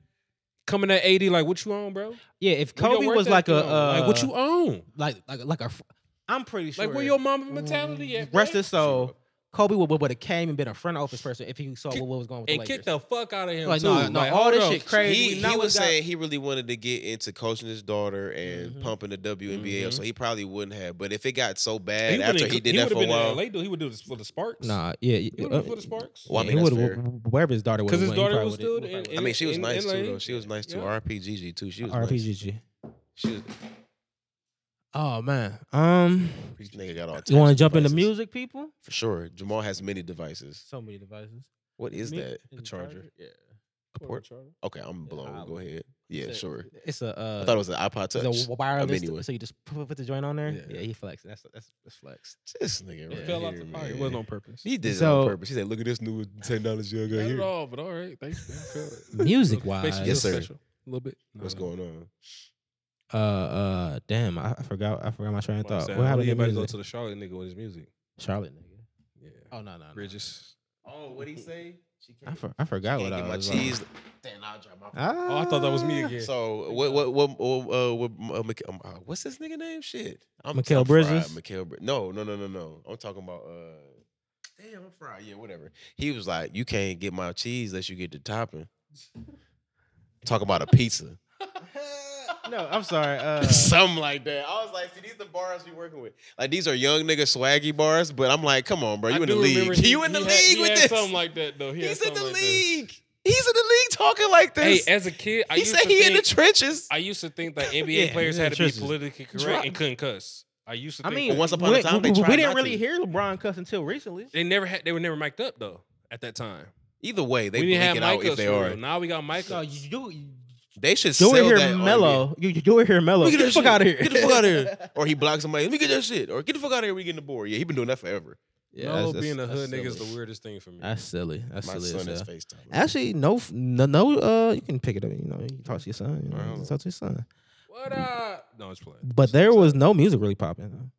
Speaker 3: coming at AD like, what you on, bro?
Speaker 1: Yeah, if
Speaker 3: Where your
Speaker 1: Kobe
Speaker 3: work
Speaker 1: was like
Speaker 3: ethic
Speaker 1: a
Speaker 3: on?
Speaker 1: uh,
Speaker 3: like, what you on?
Speaker 1: like like like a. fr- I'm pretty sure.
Speaker 3: Like, where your mama mentality at?
Speaker 1: Rest
Speaker 3: bruh?
Speaker 1: his soul. Kobe would, would have came and been a front office person if he saw what, what was going on with
Speaker 3: and
Speaker 1: the
Speaker 3: kick
Speaker 1: Lakers.
Speaker 3: the fuck out of him
Speaker 1: Like,
Speaker 3: too.
Speaker 1: no, no, all
Speaker 3: hold
Speaker 1: this
Speaker 3: up.
Speaker 1: shit crazy.
Speaker 2: He,
Speaker 1: We
Speaker 2: he
Speaker 1: know
Speaker 2: was
Speaker 1: we got-
Speaker 2: saying he really wanted to get into coaching his daughter and
Speaker 1: Mhm.
Speaker 2: pumping the WNBA,
Speaker 3: Mhm.
Speaker 2: so he probably wouldn't have. But if it got so bad
Speaker 3: He would've
Speaker 2: after
Speaker 3: been-
Speaker 2: he did
Speaker 3: would've
Speaker 2: that for a
Speaker 3: been in
Speaker 2: while,
Speaker 3: LA, dude. He would do this for the Sparks.
Speaker 1: Nah, yeah, yeah,
Speaker 3: he would
Speaker 1: uh,
Speaker 3: do it for the Sparks.
Speaker 2: Well, I
Speaker 1: yeah,
Speaker 2: mean,
Speaker 1: he
Speaker 2: that's
Speaker 1: would've- wherever his daughter was,
Speaker 3: 'Cause his daughter was still in-
Speaker 2: I mean, she was
Speaker 3: in-
Speaker 2: nice
Speaker 3: in
Speaker 2: too.
Speaker 3: LA,
Speaker 2: Though she was nice too.
Speaker 3: yeah.
Speaker 2: RPGG too. She was Nice.
Speaker 1: RPGG.
Speaker 2: She was,
Speaker 1: Oh man, um,
Speaker 2: this nigga got
Speaker 1: you
Speaker 2: all.
Speaker 1: want to
Speaker 2: types of
Speaker 1: jump into
Speaker 2: devices.
Speaker 1: music, people?
Speaker 2: For sure, Jamal has many devices.
Speaker 1: So many devices.
Speaker 2: What is
Speaker 1: Me-
Speaker 2: that?
Speaker 1: is
Speaker 2: A
Speaker 1: it
Speaker 2: charger?
Speaker 1: Yeah.
Speaker 2: A port? Okay, I'm
Speaker 1: Yeah,
Speaker 2: blown.
Speaker 1: I
Speaker 2: Go
Speaker 1: would-
Speaker 2: ahead. Yeah,
Speaker 1: It's a-
Speaker 2: sure.
Speaker 1: It's a. Uh,
Speaker 2: I thought it was an iPod
Speaker 1: it's a
Speaker 2: Touch.
Speaker 1: w- wireless.
Speaker 2: anyway.
Speaker 1: So you just put, put the joint on there.
Speaker 3: Yeah.
Speaker 1: Yeah, he flexing. That's that's that's flex.
Speaker 2: This nigga
Speaker 1: It
Speaker 2: right
Speaker 3: It fell out
Speaker 2: here,
Speaker 3: the
Speaker 2: man.
Speaker 3: fire. It wasn't on purpose.
Speaker 2: He did it on
Speaker 1: So-
Speaker 2: purpose. He said, "Look at this new technology I got
Speaker 3: Not at
Speaker 2: here."
Speaker 3: all, but all right. Thanks. thanks, uh,
Speaker 1: Music
Speaker 3: makes you
Speaker 1: wise,
Speaker 3: feel
Speaker 2: Yes, sir.
Speaker 3: special A little bit.
Speaker 2: What's
Speaker 3: Nah.
Speaker 2: going on?
Speaker 1: uh, uh, damn, I, I forgot. I forgot my train of
Speaker 3: Well, I'm
Speaker 1: thought.
Speaker 3: saying,
Speaker 1: What
Speaker 3: how
Speaker 1: happened
Speaker 3: did
Speaker 1: to
Speaker 3: everybody go
Speaker 1: music?
Speaker 3: to the Charlotte nigga with his music?
Speaker 1: Charlotte, nigga.
Speaker 3: Yeah.
Speaker 1: Oh no, no, no.
Speaker 3: Bridges.
Speaker 2: Oh, what he say? She
Speaker 1: I, for, I forgot what I
Speaker 2: my
Speaker 1: was.
Speaker 2: cheese.
Speaker 1: Like.
Speaker 2: Damn, I'll drop my.
Speaker 1: Ah,
Speaker 3: Oh, I thought that was me again.
Speaker 2: So what what what, what uh, what uh, Mik- um, uh, what's this nigga name? Shit, I'm,
Speaker 1: Mikal
Speaker 2: I'm fried,
Speaker 1: Bridges?
Speaker 2: Mikal Brid- No, no, no, no, no. I'm talking about. uh Damn, I'm fried. Yeah, whatever. He was like, "You can't get my cheese unless you get the topping." Talking about a pizza,
Speaker 1: no, I'm sorry. Uh,
Speaker 2: something like that. I was like, "See, these the bars we working with. Like these are young nigga swaggy bars." But I'm like, "Come on, bro, you
Speaker 3: I
Speaker 2: in the
Speaker 3: do remember
Speaker 2: league?
Speaker 3: he-
Speaker 2: you in the
Speaker 3: he had-
Speaker 2: league
Speaker 3: he
Speaker 2: with
Speaker 3: had
Speaker 2: this?
Speaker 3: Something like that though. He had
Speaker 2: He's in the
Speaker 3: something like this.
Speaker 2: league. He's in the league talking like
Speaker 3: Hey,
Speaker 2: this.
Speaker 3: as a kid, I
Speaker 2: he
Speaker 3: used
Speaker 2: said
Speaker 3: to
Speaker 2: he in the
Speaker 3: think-
Speaker 2: trenches."
Speaker 3: I used to think that NBA
Speaker 1: Yeah,
Speaker 3: players
Speaker 1: yeah,
Speaker 3: had to be
Speaker 1: Tristan.
Speaker 3: politically correct
Speaker 1: Drop.
Speaker 3: and couldn't cuss. I used to
Speaker 1: I
Speaker 3: think
Speaker 1: mean,
Speaker 2: once upon a
Speaker 1: we-
Speaker 2: time, they
Speaker 1: we, we
Speaker 2: tried
Speaker 1: didn't
Speaker 2: not
Speaker 1: really
Speaker 2: to.
Speaker 1: hear LeBron cuss until recently.
Speaker 3: they never had they were never mic'd up though at that time.
Speaker 2: Either way, they
Speaker 3: we didn't have
Speaker 2: blink it out
Speaker 3: mic
Speaker 2: if
Speaker 3: ups
Speaker 2: they
Speaker 3: for
Speaker 2: are.
Speaker 3: real. Now we got mic
Speaker 1: No,
Speaker 3: ups.
Speaker 1: you you
Speaker 2: They should
Speaker 1: you
Speaker 2: sell
Speaker 1: would
Speaker 2: that
Speaker 1: hear
Speaker 2: on
Speaker 1: Mello. You you would hear Mello.
Speaker 2: Look at
Speaker 1: Get the
Speaker 2: that
Speaker 1: fuck
Speaker 2: shit.
Speaker 1: out of here.
Speaker 2: Get the fuck out of here. me. Or he blocks somebody. Let me get that shit. Or get the fuck out of here. We getting the board. Yeah, he been doing that forever.
Speaker 3: Melo being a hood nigga is the
Speaker 1: silly.
Speaker 3: weirdest thing for me.
Speaker 1: That's silly. That's
Speaker 2: My
Speaker 1: silly.
Speaker 2: son
Speaker 1: as
Speaker 2: is
Speaker 1: hell.
Speaker 2: FaceTime.
Speaker 1: Actually, no, f- no, no. Uh, you can pick it up. You know, you can talk to your son. You know,
Speaker 2: Right.
Speaker 1: you can talk to your son.
Speaker 3: what up? No, it's playing.
Speaker 1: But there was no music really popping. Though.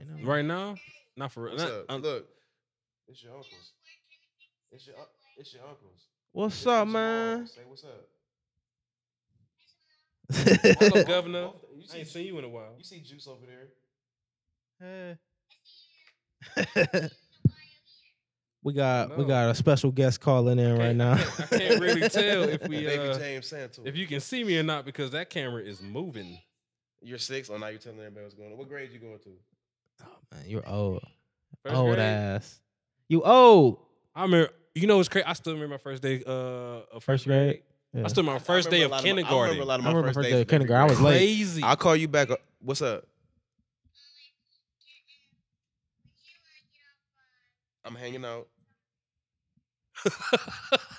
Speaker 1: Ain't no-
Speaker 3: Right now, not for real.
Speaker 2: What's
Speaker 3: Not,
Speaker 2: up?
Speaker 3: um,
Speaker 2: Look, it's your uncles. It's your un- it's your uncles.
Speaker 1: What's
Speaker 2: It's
Speaker 1: up,
Speaker 2: Jamal.
Speaker 1: man?
Speaker 2: Say what's up.
Speaker 3: Hello, governor.
Speaker 2: Both-
Speaker 3: I ain't seen you in a while.
Speaker 2: You see Juice over there.
Speaker 1: we got we
Speaker 3: No.
Speaker 1: got a special guest calling in right
Speaker 3: Can't-
Speaker 1: now.
Speaker 3: I can't really tell if we
Speaker 2: Baby
Speaker 3: uh,
Speaker 2: James Santos.
Speaker 3: if you can see me or not because that camera is moving.
Speaker 2: You're six. Oh, now you're telling everybody what's going on. What grade you going to?
Speaker 1: Oh, man, you're old,
Speaker 3: First
Speaker 1: old
Speaker 3: grade,
Speaker 1: ass. You old.
Speaker 3: I remember. You know what's crazy? I still remember my first day uh, of
Speaker 1: First grade. Yeah.
Speaker 3: I still remember my first
Speaker 2: I
Speaker 3: day
Speaker 2: remember
Speaker 3: of
Speaker 2: a lot my- I
Speaker 3: kindergarten.
Speaker 2: remember a lot of
Speaker 1: I
Speaker 2: my
Speaker 1: remember
Speaker 2: first,
Speaker 1: first
Speaker 2: days
Speaker 1: day of
Speaker 2: in every
Speaker 1: kindergarten. I was
Speaker 2: grade.
Speaker 1: late.
Speaker 3: Crazy.
Speaker 2: I'll call you back. Uh, What's up? I'm hanging out.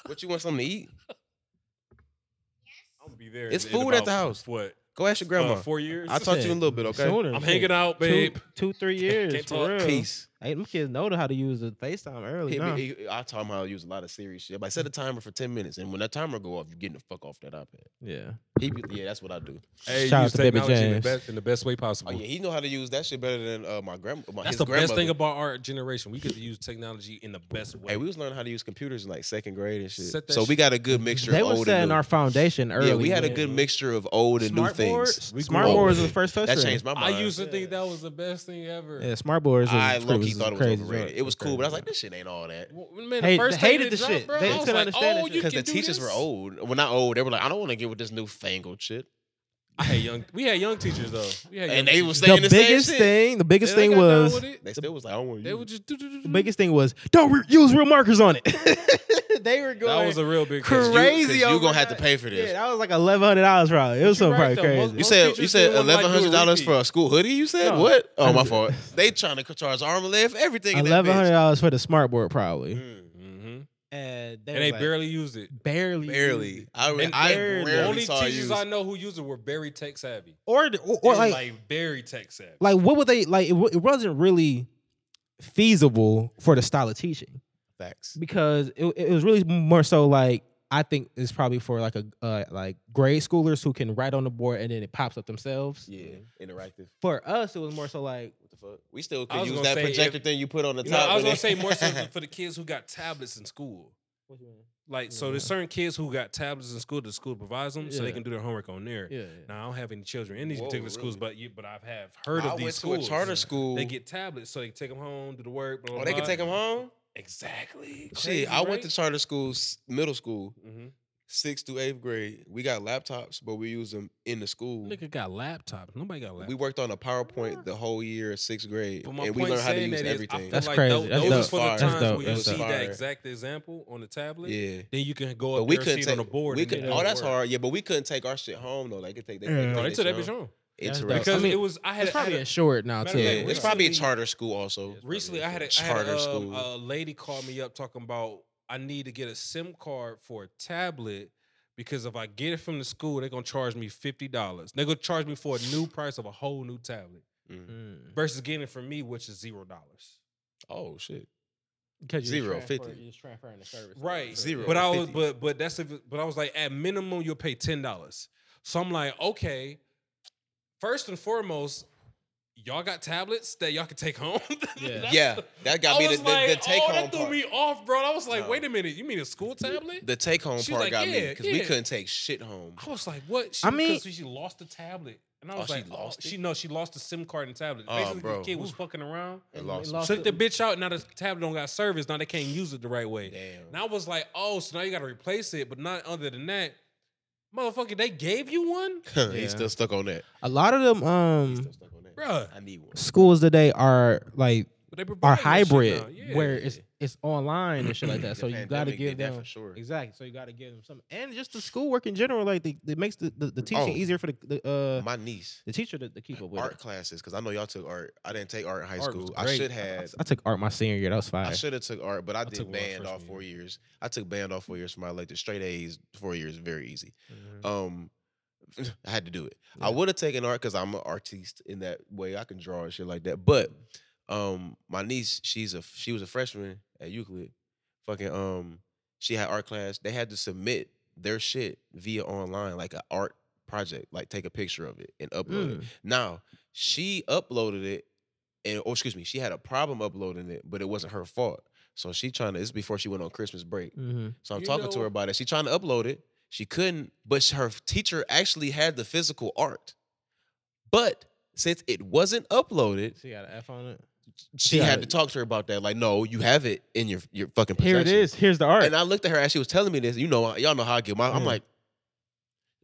Speaker 2: What you want something to eat?
Speaker 3: I'll be there.
Speaker 2: It's
Speaker 3: in- in
Speaker 2: food at
Speaker 3: about,
Speaker 2: the house.
Speaker 3: What?
Speaker 2: Go ask your
Speaker 3: Grandma.
Speaker 2: grandma.
Speaker 3: Uh, four years.
Speaker 2: I'll talk to you in a little bit, okay?
Speaker 1: Sooner,
Speaker 3: I'm
Speaker 1: shit.
Speaker 3: hanging out,
Speaker 1: Two-
Speaker 3: babe.
Speaker 1: Two, three years
Speaker 3: Can't
Speaker 1: for
Speaker 3: talk.
Speaker 1: real.
Speaker 2: Peace.
Speaker 1: Hey, them kids know how to use the FaceTime early.
Speaker 2: Hit
Speaker 1: now.
Speaker 2: me- he- I taught him how to use a lot of serious shit. But I set a timer for 10 minutes, and when that timer go off, you're getting the fuck off that iPad.
Speaker 1: Yeah.
Speaker 2: He be, yeah, that's what I do.
Speaker 3: Hey,
Speaker 1: Shout out
Speaker 3: use
Speaker 1: to Baby
Speaker 3: technology in the
Speaker 1: James.
Speaker 3: best, in the best way
Speaker 2: Oh
Speaker 3: possible.
Speaker 2: yeah, he know how to use that shit better than uh, my grandma. My,
Speaker 3: That's
Speaker 2: his
Speaker 3: the best thing
Speaker 2: grandmother.
Speaker 3: about our generation. We get to use technology in the best way.
Speaker 2: Hey, we was learning how to use computers in like second grade and shit.
Speaker 3: Set that
Speaker 2: So we
Speaker 3: shit-
Speaker 2: got a good mixture.
Speaker 1: They
Speaker 2: of
Speaker 1: were
Speaker 2: old and
Speaker 1: setting
Speaker 2: new.
Speaker 1: our foundation early.
Speaker 2: yeah, we had a
Speaker 1: when-
Speaker 2: good mixture of old and new
Speaker 1: Smart
Speaker 2: things.
Speaker 1: boards-
Speaker 3: We
Speaker 1: Smart
Speaker 3: grew up.
Speaker 1: boards was the first touch.
Speaker 2: That changed my mind.
Speaker 3: I used to think that was the best thing ever.
Speaker 1: Yeah, smart boards. Was,
Speaker 2: I low
Speaker 1: was
Speaker 2: key thought it was
Speaker 1: crazy
Speaker 2: overrated.
Speaker 1: joint.
Speaker 2: It was cool, but I was like,
Speaker 1: crazy
Speaker 2: this shit ain't all that.
Speaker 3: Well, Man,
Speaker 1: Hate- they
Speaker 3: first thing
Speaker 1: hated
Speaker 3: it
Speaker 1: the
Speaker 3: dropped,
Speaker 1: shit.
Speaker 3: Bro,
Speaker 1: They
Speaker 3: I was
Speaker 1: couldn't
Speaker 3: like,
Speaker 1: understand
Speaker 3: oh,
Speaker 1: that
Speaker 3: you
Speaker 2: Because the
Speaker 3: can do
Speaker 2: teachers
Speaker 3: this?
Speaker 2: were old. Well, not old. They were like, I don't want to get with this newfangled shit.
Speaker 3: I had young. We had young teachers though. We had
Speaker 2: And
Speaker 3: young
Speaker 2: they were
Speaker 3: teachers.
Speaker 2: saying
Speaker 1: The
Speaker 2: the same
Speaker 1: biggest
Speaker 2: shit.
Speaker 1: thing, the biggest
Speaker 3: They
Speaker 1: thing
Speaker 3: got down
Speaker 1: was,
Speaker 3: with it.
Speaker 2: They still was like, I don't want
Speaker 3: They
Speaker 2: you.
Speaker 3: would just do do do
Speaker 1: the
Speaker 3: do.
Speaker 1: biggest thing was, don't re- use real markers on it. they were going
Speaker 3: That was a real big
Speaker 1: Correct.
Speaker 3: thing.
Speaker 1: crazy
Speaker 2: You,
Speaker 1: over
Speaker 2: gonna have to
Speaker 1: that.
Speaker 2: pay for
Speaker 1: Yeah,
Speaker 2: this.
Speaker 1: that was like eleven hundred dollars probably. It was
Speaker 3: But you
Speaker 1: something probably
Speaker 3: right, though.
Speaker 1: crazy.
Speaker 2: you
Speaker 3: most
Speaker 2: said you
Speaker 3: teachers
Speaker 2: said
Speaker 3: didn't want,
Speaker 2: eleven
Speaker 3: like,
Speaker 2: hundred dollars
Speaker 3: do a
Speaker 2: for a school hoodie. You said
Speaker 1: No.
Speaker 2: what? Oh my fault. They trying to charge arm and leg for everything. in that
Speaker 1: Eleven hundred
Speaker 2: bitch.
Speaker 1: dollars for the smart board probably.
Speaker 2: Mm,
Speaker 3: Mhm.
Speaker 1: And they,
Speaker 3: And
Speaker 1: was
Speaker 3: they
Speaker 1: like,
Speaker 3: barely used it.
Speaker 1: barely,
Speaker 2: barely. I
Speaker 1: And
Speaker 2: I
Speaker 1: they're the
Speaker 2: rarely
Speaker 3: only
Speaker 2: saw
Speaker 3: teachers
Speaker 2: you.
Speaker 3: I know who used it were very tech savvy.
Speaker 1: or or,
Speaker 3: They
Speaker 1: or
Speaker 3: was,
Speaker 1: like,
Speaker 3: like,
Speaker 1: like
Speaker 3: very tech savvy.
Speaker 1: what would they like? It, wa- it wasn't really feasible for the style of teaching.
Speaker 2: Facts.
Speaker 1: because it, it was really more so like I think it's probably for like a uh, like grade schoolers who can write on the board and then it pops up themselves.
Speaker 2: Yeah, interactive.
Speaker 1: For us, it was more so like
Speaker 2: What the fuck? We still
Speaker 3: I
Speaker 2: could
Speaker 3: was
Speaker 2: use
Speaker 3: gonna
Speaker 2: that
Speaker 3: say
Speaker 2: projector
Speaker 3: if-
Speaker 2: thing you put on the
Speaker 3: You
Speaker 2: top.
Speaker 3: know, I
Speaker 2: and
Speaker 3: was gonna
Speaker 2: it-
Speaker 3: say more so for the kids who got tablets in school. Like, so there's
Speaker 1: Yeah.
Speaker 3: certain kids who got tablets in school. The school provides them, so
Speaker 1: Mm-hmm.
Speaker 3: they
Speaker 1: Yeah.
Speaker 3: can do their homework on there.
Speaker 1: Yeah.
Speaker 3: Now I don't have any children in these
Speaker 2: Whoa,
Speaker 3: particular schools,
Speaker 2: really?
Speaker 3: but you, but I've have heard
Speaker 2: I
Speaker 3: of
Speaker 2: went
Speaker 3: these
Speaker 2: to
Speaker 3: schools.
Speaker 2: a charter
Speaker 3: Yeah.
Speaker 2: school.
Speaker 3: They get tablets, so they can take them home, do the work. Blah,
Speaker 2: oh, they can
Speaker 3: blah.
Speaker 2: take them home.
Speaker 3: Exactly.
Speaker 2: Shit, I went to charter school, s- middle school,
Speaker 3: hmm
Speaker 2: sixth to eighth grade. We got laptops, but we used them in the school.
Speaker 3: Nigga got laptops. Nobody got
Speaker 2: We
Speaker 3: laptops.
Speaker 2: worked on a PowerPoint the whole year of sixth grade,
Speaker 3: But my
Speaker 2: and we
Speaker 3: point
Speaker 2: learned how to
Speaker 3: saying
Speaker 2: use
Speaker 3: that is, I feel
Speaker 2: everything.
Speaker 1: That's
Speaker 3: like
Speaker 1: crazy.
Speaker 3: tho-
Speaker 1: That's
Speaker 3: those
Speaker 2: dope.
Speaker 3: is for the
Speaker 2: That's
Speaker 3: times
Speaker 1: dope.
Speaker 3: where you
Speaker 1: That's
Speaker 3: see that
Speaker 2: fire.
Speaker 3: exact example on the tablet.
Speaker 2: yeah,
Speaker 3: Then you can go up
Speaker 2: but
Speaker 3: there
Speaker 2: we
Speaker 3: and
Speaker 2: couldn't
Speaker 3: see it
Speaker 2: take
Speaker 3: on the board.
Speaker 2: We
Speaker 3: and
Speaker 2: could,
Speaker 3: then
Speaker 2: oh,
Speaker 3: it
Speaker 2: that's
Speaker 3: work.
Speaker 2: hard. Yeah, but we couldn't take our shit home though. Like it take they,
Speaker 1: Yeah.
Speaker 2: they,
Speaker 3: No,
Speaker 2: they,
Speaker 3: they took that bitch home.
Speaker 1: That's
Speaker 2: Interesting.
Speaker 1: dope.
Speaker 3: Because
Speaker 1: mean,
Speaker 3: it was I had
Speaker 1: It's
Speaker 3: a- I had
Speaker 1: probably
Speaker 3: a-
Speaker 1: insured now
Speaker 3: Matter
Speaker 1: too.
Speaker 3: of
Speaker 2: Yeah,
Speaker 3: fact,
Speaker 2: it's probably a
Speaker 3: recently-
Speaker 2: charter school also.
Speaker 3: Recently, I had a, I had
Speaker 2: charter
Speaker 3: a, um,
Speaker 2: school.
Speaker 3: a lady call me up talking about I need to get a SIM card for a tablet because if I get it from the school, they're gonna charge me fifty dollars. They're gonna charge me for a new price of a whole new tablet
Speaker 2: Mm.
Speaker 1: Mm.
Speaker 3: versus getting it from me, which is zero dollars.
Speaker 2: Oh shit!
Speaker 1: Because you're
Speaker 2: Zero,
Speaker 1: transfer-
Speaker 2: 50.
Speaker 1: You're just transferring the service.
Speaker 3: Right,
Speaker 2: Zero.
Speaker 3: But I was,
Speaker 2: 50.
Speaker 3: but but that's if, but I was like, at minimum, you'll pay ten dollars. So I'm like, okay. First and foremost, y'all got tablets that y'all can take home.
Speaker 1: Yeah.
Speaker 3: That's
Speaker 2: yeah,
Speaker 3: the-
Speaker 2: that
Speaker 3: I
Speaker 2: got me the,
Speaker 3: was
Speaker 2: the,
Speaker 3: like,
Speaker 2: the take
Speaker 3: oh,
Speaker 2: home
Speaker 3: that threw
Speaker 2: part.
Speaker 3: me off, bro. I was like,
Speaker 2: No.
Speaker 3: wait a minute, you mean a school tablet?
Speaker 2: The take home
Speaker 3: She
Speaker 2: part
Speaker 3: like,
Speaker 2: got me
Speaker 3: yeah,
Speaker 2: because we
Speaker 3: yeah.
Speaker 2: couldn't take shit home.
Speaker 3: I was like, what? She,
Speaker 1: I mean-
Speaker 3: because she lost the tablet, and I
Speaker 2: Oh,
Speaker 3: was
Speaker 2: she
Speaker 3: like, oh,
Speaker 2: lost it?
Speaker 3: she no, she lost the SIM card and tablet.
Speaker 2: Oh,
Speaker 3: Basically,
Speaker 2: bro.
Speaker 3: the kid was fucking around,
Speaker 2: And lost.
Speaker 1: lost-
Speaker 3: took the bitch out. Now the tablet don't got service. Now they can't use it the right way.
Speaker 2: Damn.
Speaker 3: And I was like, oh, so now you got to replace it, but not other than that, motherfucker, they gave you one,
Speaker 1: Yeah.
Speaker 2: He's still stuck on that.
Speaker 1: A lot of them
Speaker 2: He's
Speaker 1: um
Speaker 2: still stuck on that.
Speaker 3: Bruh.
Speaker 2: I need one.
Speaker 1: schools today are like
Speaker 3: But they
Speaker 1: are
Speaker 3: provide that shit
Speaker 1: hybrid,
Speaker 3: now. Yeah.
Speaker 1: where it's it's online and shit like that. So
Speaker 2: The
Speaker 1: you got to
Speaker 2: pandemic
Speaker 1: give
Speaker 2: did that
Speaker 1: them
Speaker 2: for sure.
Speaker 1: exactly. So you got to give them something, and just the schoolwork in general. Like the, it makes the, the, the teaching
Speaker 2: Oh.
Speaker 1: easier for the, the uh
Speaker 2: My niece
Speaker 1: the teacher to, to keep up with.
Speaker 2: art
Speaker 1: it.
Speaker 2: classes because I know y'all took art. I didn't take art in high
Speaker 3: Art was
Speaker 2: school. I
Speaker 3: great.
Speaker 2: should
Speaker 1: I,
Speaker 2: have.
Speaker 1: I took art my senior year. That was
Speaker 2: I
Speaker 1: fire.
Speaker 2: should have took art, but I,
Speaker 3: took
Speaker 2: did
Speaker 3: one my
Speaker 2: band
Speaker 3: first
Speaker 2: all
Speaker 3: year.
Speaker 2: four years. I took band all four years for my elective. Straight A's, four years, very easy.
Speaker 1: Mhm.
Speaker 2: Um, I had to do it. I
Speaker 1: Yeah.
Speaker 2: would have taken art because I'm an artiste in that way. I can draw and shit like that. But um, my niece, she's a she was a freshman at Euclid. Fucking um, she had art class. They had to submit their shit via online, like an art project, like take a picture of it and upload it.
Speaker 1: Mm.
Speaker 2: Now she uploaded it, and oh excuse me, she had a problem uploading it, but it wasn't her fault. So she trying to. This is before she went on Christmas break.
Speaker 1: Mhm.
Speaker 2: So I'm
Speaker 3: You
Speaker 2: talking to
Speaker 3: know-
Speaker 2: her about it. She trying to upload it. She couldn't, but sh- her teacher actually had the physical art. But since it wasn't uploaded,
Speaker 1: She got an F on it.
Speaker 2: she
Speaker 1: Yeah.
Speaker 2: had to talk to her about that. Like, no, you have it in your your fucking
Speaker 1: Here
Speaker 2: possession.
Speaker 1: it is. Here's the art.
Speaker 2: And I looked at her as she was telling me this. You know, y'all know how I get my. I'm
Speaker 1: Yeah.
Speaker 2: like,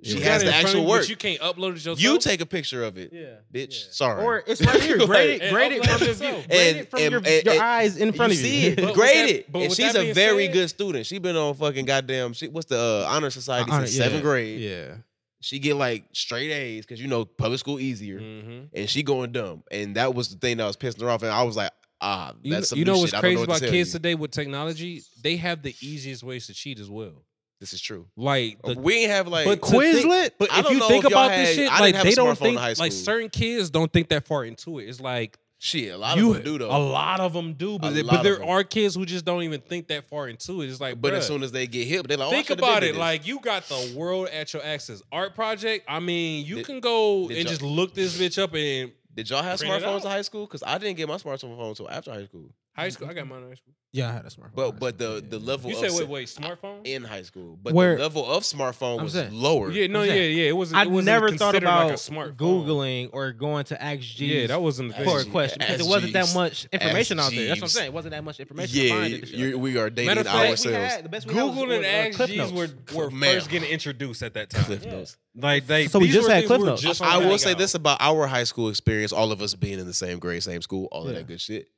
Speaker 2: she
Speaker 1: You
Speaker 2: has
Speaker 1: got
Speaker 2: the
Speaker 3: it in front of
Speaker 2: actual
Speaker 3: you, but
Speaker 2: work.
Speaker 3: You
Speaker 2: You,
Speaker 3: can't upload it yourself.
Speaker 2: take a picture of it,
Speaker 1: yeah,
Speaker 2: bitch.
Speaker 1: yeah.
Speaker 2: Sorry.
Speaker 1: Or it's right here. Grade
Speaker 3: Like-
Speaker 1: it. Grade it
Speaker 3: And
Speaker 1: from your
Speaker 3: upload
Speaker 1: view.
Speaker 3: yourself.
Speaker 1: Grade
Speaker 2: And-
Speaker 1: it from
Speaker 2: and-
Speaker 1: your,
Speaker 2: and-
Speaker 1: your
Speaker 2: and-
Speaker 1: eyes in front
Speaker 2: you
Speaker 1: of you.
Speaker 2: see
Speaker 3: But
Speaker 2: it,
Speaker 3: with
Speaker 2: grade
Speaker 3: that-
Speaker 2: it.
Speaker 3: but
Speaker 2: And
Speaker 3: with
Speaker 2: she's
Speaker 3: that
Speaker 2: a
Speaker 3: being
Speaker 2: very
Speaker 3: said-
Speaker 2: good student. She been on fucking goddamn. She, what's the uh, honor society
Speaker 1: Honor-
Speaker 2: since
Speaker 1: yeah.
Speaker 2: seventh grade?
Speaker 1: yeah.
Speaker 2: She get like straight A's because you know public school easier,
Speaker 3: Mm-hmm.
Speaker 2: and she going dumb. And that was the thing that was pissing her off. And I was like, ah,
Speaker 3: You,
Speaker 2: that's some
Speaker 3: you
Speaker 2: new
Speaker 3: know what's
Speaker 2: shit. I don't
Speaker 3: crazy
Speaker 2: know what
Speaker 3: about
Speaker 2: to tell
Speaker 3: kids
Speaker 2: you.
Speaker 3: today with technology? They have the easiest ways to cheat as well.
Speaker 2: This is true.
Speaker 3: Like the
Speaker 2: we ain't have like
Speaker 3: but to think-
Speaker 1: Quizlet.
Speaker 2: but I
Speaker 3: if
Speaker 2: don't
Speaker 3: you
Speaker 2: know
Speaker 3: think
Speaker 2: if y'all
Speaker 3: about this
Speaker 2: had- I
Speaker 3: shit,
Speaker 2: didn't
Speaker 3: like
Speaker 2: have a
Speaker 3: they don't
Speaker 2: smartphone in
Speaker 3: think
Speaker 2: high
Speaker 3: like
Speaker 2: school.
Speaker 3: certain kids don't think that far into it. It's like
Speaker 2: shit. A lot
Speaker 3: you,
Speaker 2: of them do though.
Speaker 3: a lot of them do,
Speaker 2: A
Speaker 3: but, they-
Speaker 2: lot
Speaker 3: but
Speaker 2: of
Speaker 3: there
Speaker 2: them.
Speaker 3: are kids who just don't even think that far into it. It's like,
Speaker 2: but
Speaker 3: bruh,
Speaker 2: as soon as they get hit, they like oh, I
Speaker 3: think
Speaker 2: should've been
Speaker 3: about
Speaker 2: did
Speaker 3: it.
Speaker 2: this.
Speaker 3: Like you got the world at your access. Art project. I mean, you
Speaker 2: Did-
Speaker 3: can go
Speaker 2: did
Speaker 3: and
Speaker 2: y'all-
Speaker 3: just look this bitch up in
Speaker 2: did y'all have
Speaker 3: print it
Speaker 2: smartphones
Speaker 3: out.
Speaker 2: in high school? Because I didn't get my smartphone until after high school.
Speaker 3: high school. I got mine in high school.
Speaker 1: Yeah, I had a smartphone.
Speaker 2: But but the the level
Speaker 3: You
Speaker 2: of
Speaker 3: said
Speaker 2: s-
Speaker 3: wait, wait, smartphone?
Speaker 2: in high school, but
Speaker 1: Where-
Speaker 2: the level of smartphone
Speaker 1: I'm
Speaker 2: was
Speaker 1: saying-
Speaker 2: lower.
Speaker 3: Yeah, no,
Speaker 1: I'm
Speaker 3: yeah,
Speaker 1: saying,
Speaker 3: yeah. It wasn't.
Speaker 1: I
Speaker 3: it wasn't
Speaker 1: never thought
Speaker 3: considered
Speaker 1: about
Speaker 3: like a smart
Speaker 1: googling or going to Ask Jeeves
Speaker 3: Yeah, that wasn't the
Speaker 2: Ask
Speaker 1: for a
Speaker 2: Jeeves.
Speaker 1: question because
Speaker 2: Ask
Speaker 1: it wasn't that
Speaker 2: Jeeves.
Speaker 1: much information out there. That's what I'm
Speaker 2: Jeeves.
Speaker 1: saying. It wasn't that much information. to
Speaker 2: yeah.
Speaker 1: find it and shit like
Speaker 2: you're- We are dating
Speaker 3: Matter of fact,
Speaker 1: that.
Speaker 2: ourselves.
Speaker 1: we had, the best we had was,
Speaker 3: Google and
Speaker 1: was, uh,
Speaker 3: Ask
Speaker 1: Cliff
Speaker 3: Jeeves were,
Speaker 1: Notes.
Speaker 3: were
Speaker 2: Ma'am.
Speaker 3: first getting introduced at that time.
Speaker 2: Cliff Notes.
Speaker 3: Like they,
Speaker 1: So we
Speaker 3: these
Speaker 1: just
Speaker 3: were
Speaker 1: had
Speaker 3: things
Speaker 1: Cliff
Speaker 3: we were
Speaker 1: Notes.
Speaker 3: just
Speaker 2: I
Speaker 3: finding
Speaker 2: will say
Speaker 3: out.
Speaker 2: this about our high school experience, all of us being in the same grade, same school, all of
Speaker 1: Yeah.
Speaker 2: that good shit.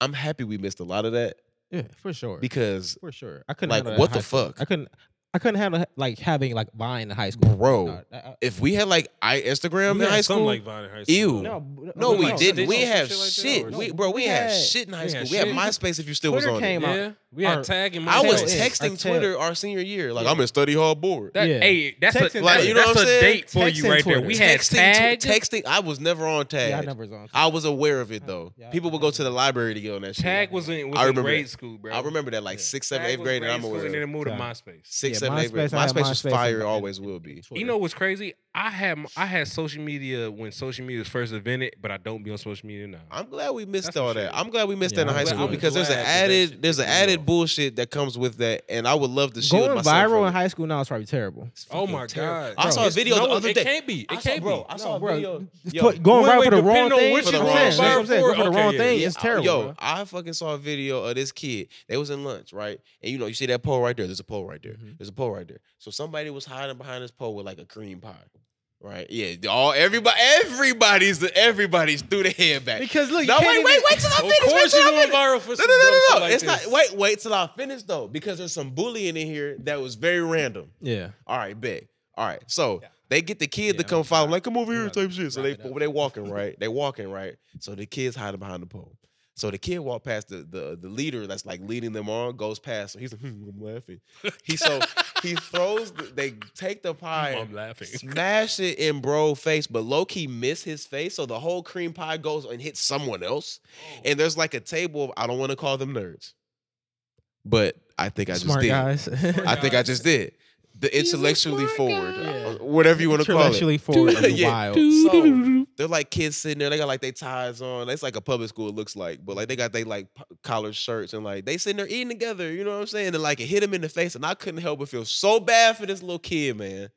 Speaker 2: I'm happy we missed a lot of that
Speaker 1: Yeah, for sure.
Speaker 2: because
Speaker 1: For sure. I couldn't
Speaker 2: like
Speaker 1: handle that
Speaker 2: what
Speaker 1: in
Speaker 2: the
Speaker 1: high school.
Speaker 2: fuck?
Speaker 1: I couldn't. I couldn't handle like having like Vine in high school.
Speaker 2: Bro,
Speaker 1: No, I- I-
Speaker 2: if we had like I Instagram in
Speaker 3: We had
Speaker 2: high
Speaker 3: something
Speaker 2: school,
Speaker 3: like Vine in high
Speaker 2: Ew.
Speaker 3: school.
Speaker 1: no,
Speaker 2: no, we
Speaker 3: like
Speaker 2: didn't.
Speaker 3: Stitch
Speaker 2: We
Speaker 3: or some
Speaker 2: have
Speaker 3: shit like that,
Speaker 2: shit.
Speaker 3: or
Speaker 2: we,
Speaker 1: something.
Speaker 2: bro, we,
Speaker 1: We
Speaker 2: had,
Speaker 1: had-
Speaker 2: shit in high
Speaker 3: we
Speaker 2: school.
Speaker 3: had
Speaker 2: We had
Speaker 3: shit.
Speaker 2: MySpace if you still
Speaker 1: Twitter
Speaker 2: was on
Speaker 1: came
Speaker 2: it.
Speaker 1: out.
Speaker 3: Yeah, we had
Speaker 1: Our-
Speaker 3: tag and
Speaker 2: I was
Speaker 1: Tell
Speaker 3: MySpace.
Speaker 1: it. Our
Speaker 2: texting
Speaker 1: tell.
Speaker 2: Twitter our senior year, like
Speaker 1: Yeah.
Speaker 2: I'm in study hall bored.
Speaker 1: That- Yeah.
Speaker 4: Hey, that's
Speaker 1: Text
Speaker 4: a
Speaker 1: and-
Speaker 2: Like,
Speaker 4: that's,
Speaker 2: you know
Speaker 4: that's
Speaker 2: what I'm
Speaker 4: a
Speaker 2: saying?
Speaker 4: date for
Speaker 1: Text
Speaker 4: you
Speaker 1: and
Speaker 4: right there.
Speaker 1: Twitter.
Speaker 4: We had
Speaker 2: texting,
Speaker 4: tag.
Speaker 2: tw- texting. I was never on tag.
Speaker 1: yeah, I never was on.
Speaker 2: I was aware of it though.
Speaker 1: Yeah,
Speaker 2: People
Speaker 1: I
Speaker 2: would go
Speaker 1: remember
Speaker 2: to the library to get on that shit.
Speaker 3: Tag was in, was
Speaker 2: I
Speaker 3: in
Speaker 2: remember
Speaker 3: grade
Speaker 2: that.
Speaker 3: school, bro.
Speaker 2: I remember that like
Speaker 3: Yeah.
Speaker 2: sixth, seventh,
Speaker 3: Tag
Speaker 2: eighth
Speaker 3: was
Speaker 2: grade, and I'm
Speaker 3: grade school,
Speaker 2: aware.
Speaker 3: And then it
Speaker 2: of it.
Speaker 3: moved to
Speaker 1: Yeah.
Speaker 3: MySpace.
Speaker 2: Sixth,
Speaker 1: Yeah,
Speaker 2: seventh, eighth grade.
Speaker 1: MySpace, I had
Speaker 2: MySpace was
Speaker 1: MySpace and-
Speaker 2: fire.
Speaker 1: and-
Speaker 2: Always will be.
Speaker 1: Twitter.
Speaker 3: You know what's crazy? I had I had social media when social media was first invented, but I don't be on social media now.
Speaker 2: I'm glad we missed
Speaker 3: That's
Speaker 2: all
Speaker 3: some
Speaker 2: that.
Speaker 3: shit.
Speaker 2: I'm glad we missed
Speaker 1: Yeah,
Speaker 2: that in
Speaker 1: I'm
Speaker 2: high
Speaker 1: glad-
Speaker 2: school
Speaker 1: I'm
Speaker 2: because there's an
Speaker 3: glad that that
Speaker 2: added
Speaker 3: shit
Speaker 2: there's an
Speaker 3: didn't go
Speaker 2: added stupid bullshit that comes with that, and I would love to shield
Speaker 1: Going
Speaker 2: myself from
Speaker 1: viral
Speaker 2: it.
Speaker 1: in high school now is probably terrible.
Speaker 2: It's
Speaker 3: Oh
Speaker 2: fucking
Speaker 3: my
Speaker 2: terrible.
Speaker 3: god!
Speaker 2: I
Speaker 3: Bro,
Speaker 2: saw a
Speaker 3: it's-
Speaker 2: video
Speaker 3: no,
Speaker 2: the other
Speaker 3: it
Speaker 2: day.
Speaker 3: can't be. It
Speaker 2: I saw-
Speaker 3: can't
Speaker 2: bro,
Speaker 3: be.
Speaker 2: I saw a
Speaker 1: bro,
Speaker 2: video.
Speaker 1: It's
Speaker 2: Yo,
Speaker 1: put- going
Speaker 3: Wait,
Speaker 1: viral
Speaker 3: wait,
Speaker 1: for the wrong
Speaker 3: depending on
Speaker 1: thing.
Speaker 3: which
Speaker 1: That's
Speaker 2: you
Speaker 1: what I'm
Speaker 2: going
Speaker 1: saying. That's what
Speaker 2: viral
Speaker 1: I'm saying. Going
Speaker 3: for,
Speaker 1: for the
Speaker 3: okay,
Speaker 1: wrong
Speaker 3: yeah,
Speaker 1: thing
Speaker 2: Yeah,
Speaker 1: is
Speaker 2: I-
Speaker 1: terrible.
Speaker 2: Yo,
Speaker 1: bro.
Speaker 2: I fucking saw a video of this kid. They was in lunch, right? And you know, you see that pole right there. There's a pole right there.
Speaker 1: Mhm.
Speaker 2: There's a pole right there. So somebody was hiding behind this pole with like a cream pie. Right? Yeah. they All everybody everybody's everybody's threw the head back.
Speaker 1: Because look, you
Speaker 2: no,
Speaker 1: can't
Speaker 2: wait,
Speaker 1: even-
Speaker 2: wait, wait till I
Speaker 3: Of
Speaker 2: finish. Wait
Speaker 3: course,
Speaker 2: till
Speaker 3: you're
Speaker 2: I
Speaker 3: going
Speaker 2: finish.
Speaker 3: viral for
Speaker 2: No,
Speaker 3: some
Speaker 2: no, no,
Speaker 3: dumb
Speaker 2: no,
Speaker 3: shit
Speaker 2: no.
Speaker 3: like
Speaker 2: it's
Speaker 3: this.
Speaker 2: not wait, wait till I finish though, because there's some bullying in here that was very random.
Speaker 1: Yeah.
Speaker 2: All right, bet. All right, so
Speaker 3: Yeah.
Speaker 2: they get the kid to
Speaker 3: Yeah,
Speaker 2: come
Speaker 3: I'm
Speaker 2: follow,
Speaker 3: not-
Speaker 2: like, come over
Speaker 3: I'm
Speaker 2: here,
Speaker 3: not
Speaker 2: type shit. So they
Speaker 3: wrapping up.
Speaker 2: they walking right, they walking right. So the kid's hiding behind the pole. So the kid walked past the the, the leader that's like leading them on, goes past. So he's like, hmm, I'm laughing. He so he throws. The, they take the pie,
Speaker 3: I'm
Speaker 2: and
Speaker 3: laughing.
Speaker 2: smash it in bro face, but low key miss his face. So the whole cream pie goes and hits someone else. And there's like a table. Of, I don't want to call them nerds, but I think I just
Speaker 1: Smart
Speaker 2: did.
Speaker 1: guys.
Speaker 2: I think I just did. The
Speaker 3: He's a
Speaker 2: intellectually
Speaker 3: smart
Speaker 2: forward,
Speaker 3: guy.
Speaker 2: uh, whatever you want to call it.
Speaker 1: Intellectually forward and
Speaker 2: Yeah.
Speaker 1: wild.
Speaker 2: So they're like kids sitting there. They got like they ties on. That's like a public school. It looks like, but like they got they like p- collared shirts and like they sitting there eating together. You know what I'm saying? And like it hit him in the face, and I couldn't help but feel so bad for this little kid, man.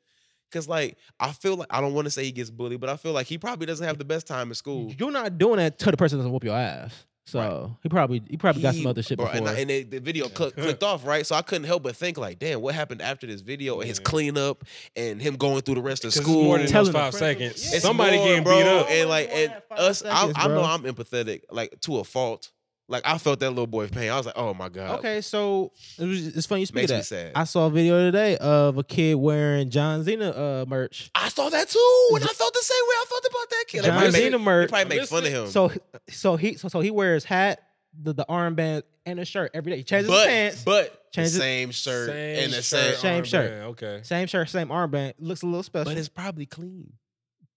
Speaker 2: Cause like I feel like I don't want to say he gets bullied, but I feel like he probably doesn't have the best time in school.
Speaker 1: You're not doing that to the person that doesn't whoop your ass. So he probably he probably got
Speaker 2: He-
Speaker 1: some other shit
Speaker 2: bro,
Speaker 1: before.
Speaker 2: And, I, and they- the video cl- clicked off, right? So I couldn't help but think, like, damn, what happened after this video and his
Speaker 3: Yeah.
Speaker 2: cleanup and him going through the rest of
Speaker 3: Because it's
Speaker 2: school?
Speaker 3: more than
Speaker 1: Telling
Speaker 3: those
Speaker 1: the
Speaker 3: five
Speaker 1: friends.
Speaker 3: seconds.
Speaker 1: Yeah.
Speaker 2: It's
Speaker 3: Somebody
Speaker 2: more,
Speaker 3: getting
Speaker 2: bro,
Speaker 3: beat up.
Speaker 2: and like and
Speaker 1: Five
Speaker 2: us.
Speaker 1: seconds,
Speaker 2: I, I know
Speaker 1: bro.
Speaker 2: I'm empathetic, like to a fault. Like I felt that little boy's pain. I was like, oh my god,
Speaker 1: okay, so it was, it's funny you speak of
Speaker 2: makes me
Speaker 1: that.
Speaker 2: sad.
Speaker 1: I
Speaker 2: I,
Speaker 1: saw a video today of a kid wearing John Cena uh, merch.
Speaker 2: saw that too, and I felt the same way. I felt about that kid. They
Speaker 1: John
Speaker 2: probably
Speaker 1: Cena
Speaker 2: make, they
Speaker 1: merch.
Speaker 2: probably make fun of him.
Speaker 1: So so he so, so he wears hat, the, the armband, and a shirt every day. He changes his
Speaker 2: but
Speaker 1: pants.
Speaker 2: but the
Speaker 1: Change it-
Speaker 2: same shirt
Speaker 3: Same
Speaker 2: and the same.
Speaker 3: shirt,
Speaker 1: Same
Speaker 3: armband,
Speaker 1: shirt.
Speaker 3: Okay.
Speaker 1: same shirt, same armband. Looks a little special.
Speaker 2: But it's probably clean.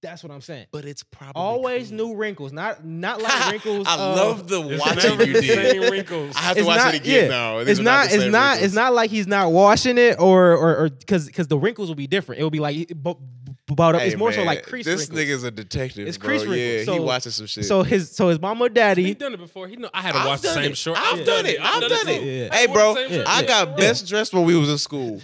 Speaker 1: That's what I'm saying.
Speaker 2: But it's probably
Speaker 1: Always
Speaker 2: clean.
Speaker 1: new wrinkles, not not like wrinkles.
Speaker 2: I
Speaker 1: of-
Speaker 2: love the
Speaker 3: It's
Speaker 2: watching
Speaker 3: never
Speaker 2: you
Speaker 3: the
Speaker 2: did.
Speaker 3: same wrinkles.
Speaker 2: I have to
Speaker 1: It's
Speaker 2: watch
Speaker 1: not-
Speaker 2: it again
Speaker 1: yeah.
Speaker 2: now. These
Speaker 1: It's
Speaker 2: are not
Speaker 1: not.
Speaker 2: the
Speaker 1: It's
Speaker 2: same
Speaker 1: not.
Speaker 2: wrinkles.
Speaker 1: It's not like he's not washing it or or or because because the wrinkles will be different. It will be like it bu- bu- balled up.
Speaker 2: Hey,
Speaker 1: it's more so
Speaker 2: man,
Speaker 1: like crease
Speaker 2: This
Speaker 1: wrinkles.
Speaker 2: nigga's a detective.
Speaker 1: It's
Speaker 2: bro.
Speaker 1: crease
Speaker 2: Yeah,
Speaker 1: wrinkles.
Speaker 2: he
Speaker 1: So-
Speaker 2: watching some shit.
Speaker 1: So his so his mama or
Speaker 3: He
Speaker 1: daddy.
Speaker 3: done it before. He know. I had to
Speaker 2: I've
Speaker 3: watch the
Speaker 2: done
Speaker 3: same
Speaker 2: it.
Speaker 3: shirt.
Speaker 2: I've done it. I've done
Speaker 3: too.
Speaker 1: it.
Speaker 3: I
Speaker 2: Hey,
Speaker 3: wore the
Speaker 2: bro,
Speaker 3: same shirt.
Speaker 2: I
Speaker 1: Yeah.
Speaker 2: got best dressed when we was in school,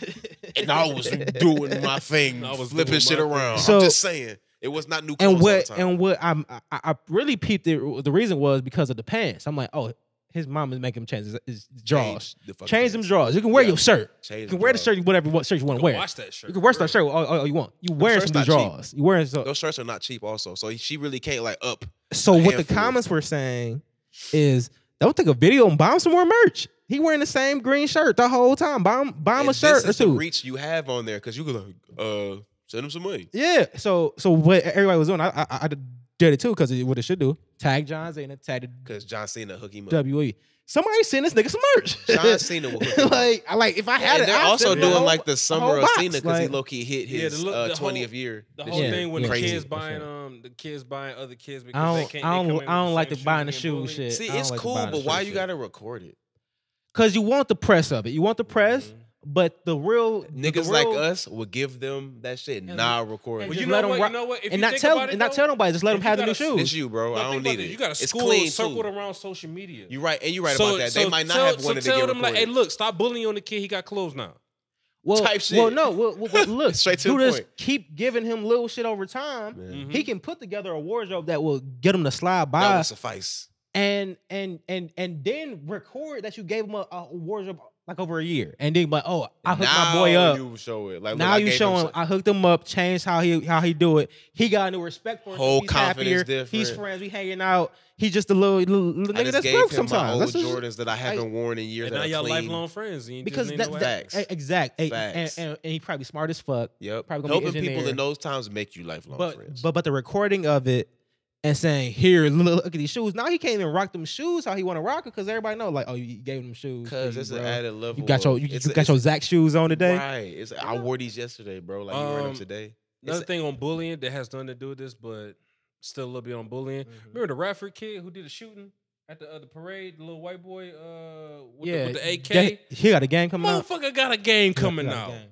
Speaker 2: and I was doing my thing,
Speaker 3: I was
Speaker 2: flipping
Speaker 3: doing
Speaker 2: shit
Speaker 3: my
Speaker 2: around.
Speaker 1: thing.
Speaker 2: I'm
Speaker 1: So-
Speaker 2: just saying, it was not new.
Speaker 1: And
Speaker 2: clothes all the
Speaker 1: what
Speaker 2: time.
Speaker 1: and what I'm I, I really peeped it. The reason was because of the pants. I'm like, oh, his mom is making him change his, his
Speaker 2: Change
Speaker 1: drawers.
Speaker 2: the fucking
Speaker 1: Change, them
Speaker 2: pants.
Speaker 1: drawers. You can wear
Speaker 2: Yeah.
Speaker 1: your shirt.
Speaker 2: Change
Speaker 1: You
Speaker 2: the
Speaker 1: can wear the
Speaker 2: drawers.
Speaker 1: shirt. Whatever you want, shirt you want to wear.
Speaker 3: Watch that shirt.
Speaker 1: You can wear
Speaker 3: bro.
Speaker 1: that shirt all, all, all you want. You wearing some
Speaker 2: shirt's
Speaker 1: new
Speaker 2: not cheap.
Speaker 1: drawers. You wearing some.
Speaker 2: Those shirts are not cheap, also. So she really can't like up.
Speaker 1: So
Speaker 2: A
Speaker 1: what the
Speaker 2: handful.
Speaker 1: comments were saying is don't take a video and bomb some more merch. He wearing the same green shirt the whole time. Bomb bomb
Speaker 2: And
Speaker 1: a shirt
Speaker 2: this
Speaker 1: or
Speaker 2: is the
Speaker 1: two.
Speaker 2: reach you have on there because you could like uh send him some money.
Speaker 1: yeah. So so what everybody was doing, I I, I did it too because what it should do. Tag John Cena, tag the
Speaker 2: Because John Cena hook him up.
Speaker 3: E.
Speaker 1: WWE. Somebody send this nigga some merch.
Speaker 2: John Cena will hook him up.
Speaker 1: like I like if I had
Speaker 2: and
Speaker 1: it.
Speaker 2: they're
Speaker 1: I'd
Speaker 2: also
Speaker 1: send
Speaker 2: doing
Speaker 1: a whole-
Speaker 2: like the
Speaker 1: a
Speaker 2: summer
Speaker 1: whole
Speaker 2: of
Speaker 1: box.
Speaker 2: Cena because he
Speaker 1: Like,
Speaker 2: low key hit
Speaker 3: Yeah,
Speaker 2: his
Speaker 3: the look-
Speaker 2: uh,
Speaker 3: the whole-
Speaker 2: 20th year.
Speaker 3: The
Speaker 2: this
Speaker 3: whole
Speaker 1: Yeah,
Speaker 2: year.
Speaker 3: thing when
Speaker 1: crazy.
Speaker 3: the kids
Speaker 1: That's
Speaker 3: buying
Speaker 1: right.
Speaker 3: um the kids buying other kids because
Speaker 1: I
Speaker 3: they
Speaker 1: don't
Speaker 3: can't.
Speaker 1: I
Speaker 3: they come
Speaker 1: don't
Speaker 3: in
Speaker 1: I don't
Speaker 3: with
Speaker 1: like
Speaker 3: the
Speaker 1: the
Speaker 3: same
Speaker 1: buying the
Speaker 3: shoes and
Speaker 1: shoe
Speaker 3: getting
Speaker 1: shit.
Speaker 2: See,
Speaker 1: I don't
Speaker 2: it's
Speaker 1: like the
Speaker 2: cool,
Speaker 1: buying the
Speaker 2: but why
Speaker 1: shoe
Speaker 2: you
Speaker 1: shit.
Speaker 2: gotta record it?
Speaker 1: Cause you want the press of it. You want the
Speaker 3: bullied.
Speaker 1: press, but the real the
Speaker 2: Mm-hmm. Niggas like
Speaker 1: real-
Speaker 2: us will give them that shit,
Speaker 1: And-
Speaker 2: not record
Speaker 1: and
Speaker 3: Well,
Speaker 2: it.
Speaker 1: just
Speaker 3: you
Speaker 1: let
Speaker 3: know
Speaker 1: 'em
Speaker 3: what? You
Speaker 1: rock-
Speaker 3: know what? If
Speaker 1: and
Speaker 3: you
Speaker 1: not
Speaker 3: think
Speaker 1: tell
Speaker 3: about it,
Speaker 1: and not
Speaker 3: though-
Speaker 1: tell nobody. Just let
Speaker 3: if
Speaker 1: them
Speaker 3: you
Speaker 1: have the new
Speaker 3: gotta-
Speaker 1: shoes.
Speaker 2: It's you, bro.
Speaker 3: No,
Speaker 2: I don't
Speaker 3: think about
Speaker 2: need
Speaker 3: this.
Speaker 2: it.
Speaker 3: You got to
Speaker 2: it's
Speaker 3: school
Speaker 2: clean
Speaker 3: and circled
Speaker 2: too.
Speaker 3: around social media.
Speaker 2: You're right, and you're right
Speaker 3: so,
Speaker 2: about that.
Speaker 3: So
Speaker 2: they might not
Speaker 3: tell,
Speaker 2: have wanted to
Speaker 3: so tell
Speaker 2: get
Speaker 3: them like,
Speaker 2: recorded.
Speaker 3: hey, look, stop bullying on the kid. He got clothes now.
Speaker 1: Well,
Speaker 2: type shit.
Speaker 1: well, no, well, well, well, look,
Speaker 2: Straight to
Speaker 1: do
Speaker 2: the
Speaker 1: this.
Speaker 2: point.
Speaker 1: Keep giving him little shit over time.
Speaker 2: Man,
Speaker 1: He can put together a wardrobe that will get him to slide
Speaker 2: that
Speaker 1: by,
Speaker 2: would suffice.
Speaker 1: and and and and then record that you gave him a, a wardrobe like over a year, and then be like, oh, I hooked my boy
Speaker 2: Now
Speaker 1: up.
Speaker 2: You show it. Like, look,
Speaker 1: now
Speaker 2: I
Speaker 1: you
Speaker 2: gave him
Speaker 1: showing
Speaker 2: some-
Speaker 1: I hooked him up, changed how he how he do it. He got a new respect for him.
Speaker 2: Whole
Speaker 1: he's
Speaker 2: confidence
Speaker 1: happier. He's
Speaker 2: different.
Speaker 1: friends. We hanging out. He's just a little, little, little nigga
Speaker 2: I just
Speaker 1: that's
Speaker 2: gave
Speaker 1: broke
Speaker 2: him my
Speaker 1: sometimes.
Speaker 2: old
Speaker 1: That's just-
Speaker 2: Jordans that I haven't worn in years.
Speaker 3: And
Speaker 2: that
Speaker 3: now
Speaker 2: are
Speaker 3: y'all
Speaker 2: clean.
Speaker 3: lifelong friends. And you
Speaker 1: because
Speaker 3: just
Speaker 1: that,
Speaker 3: need to
Speaker 1: that
Speaker 2: Facts.
Speaker 1: e- exact e-
Speaker 2: Facts.
Speaker 1: And, and, and he probably smart as fuck.
Speaker 2: Yep.
Speaker 1: Probably gonna be
Speaker 2: Helping people
Speaker 1: engineer.
Speaker 2: in those times make you lifelong
Speaker 1: but
Speaker 2: friends.
Speaker 1: but but the recording of it and saying here look, look at these shoes now he can't even rock them shoes how he want to rock it because everybody know like oh you gave them shoes for
Speaker 2: because
Speaker 1: you,
Speaker 2: it's an
Speaker 1: bro.
Speaker 2: added level.
Speaker 1: you got your
Speaker 2: of-
Speaker 1: you,
Speaker 2: it's
Speaker 1: you
Speaker 2: a-
Speaker 1: got
Speaker 2: it's-
Speaker 1: your Zach shoes on today
Speaker 2: Right. It's, I wore these yesterday, bro. Like you wearing them
Speaker 3: Um,
Speaker 2: today.
Speaker 3: Another
Speaker 2: It's-
Speaker 3: thing on bullying that has nothing to do with this, but still a little bit on bullying.
Speaker 1: Mm-hmm.
Speaker 3: Remember the Radford kid who did a shooting at the, uh, the parade, the little white boy uh, with,
Speaker 1: yeah
Speaker 3: the, with the AK?
Speaker 1: gang- he got a gang coming out
Speaker 3: Motherfucker got a game
Speaker 1: Yeah,
Speaker 3: coming
Speaker 1: he got a
Speaker 3: out.
Speaker 1: gang.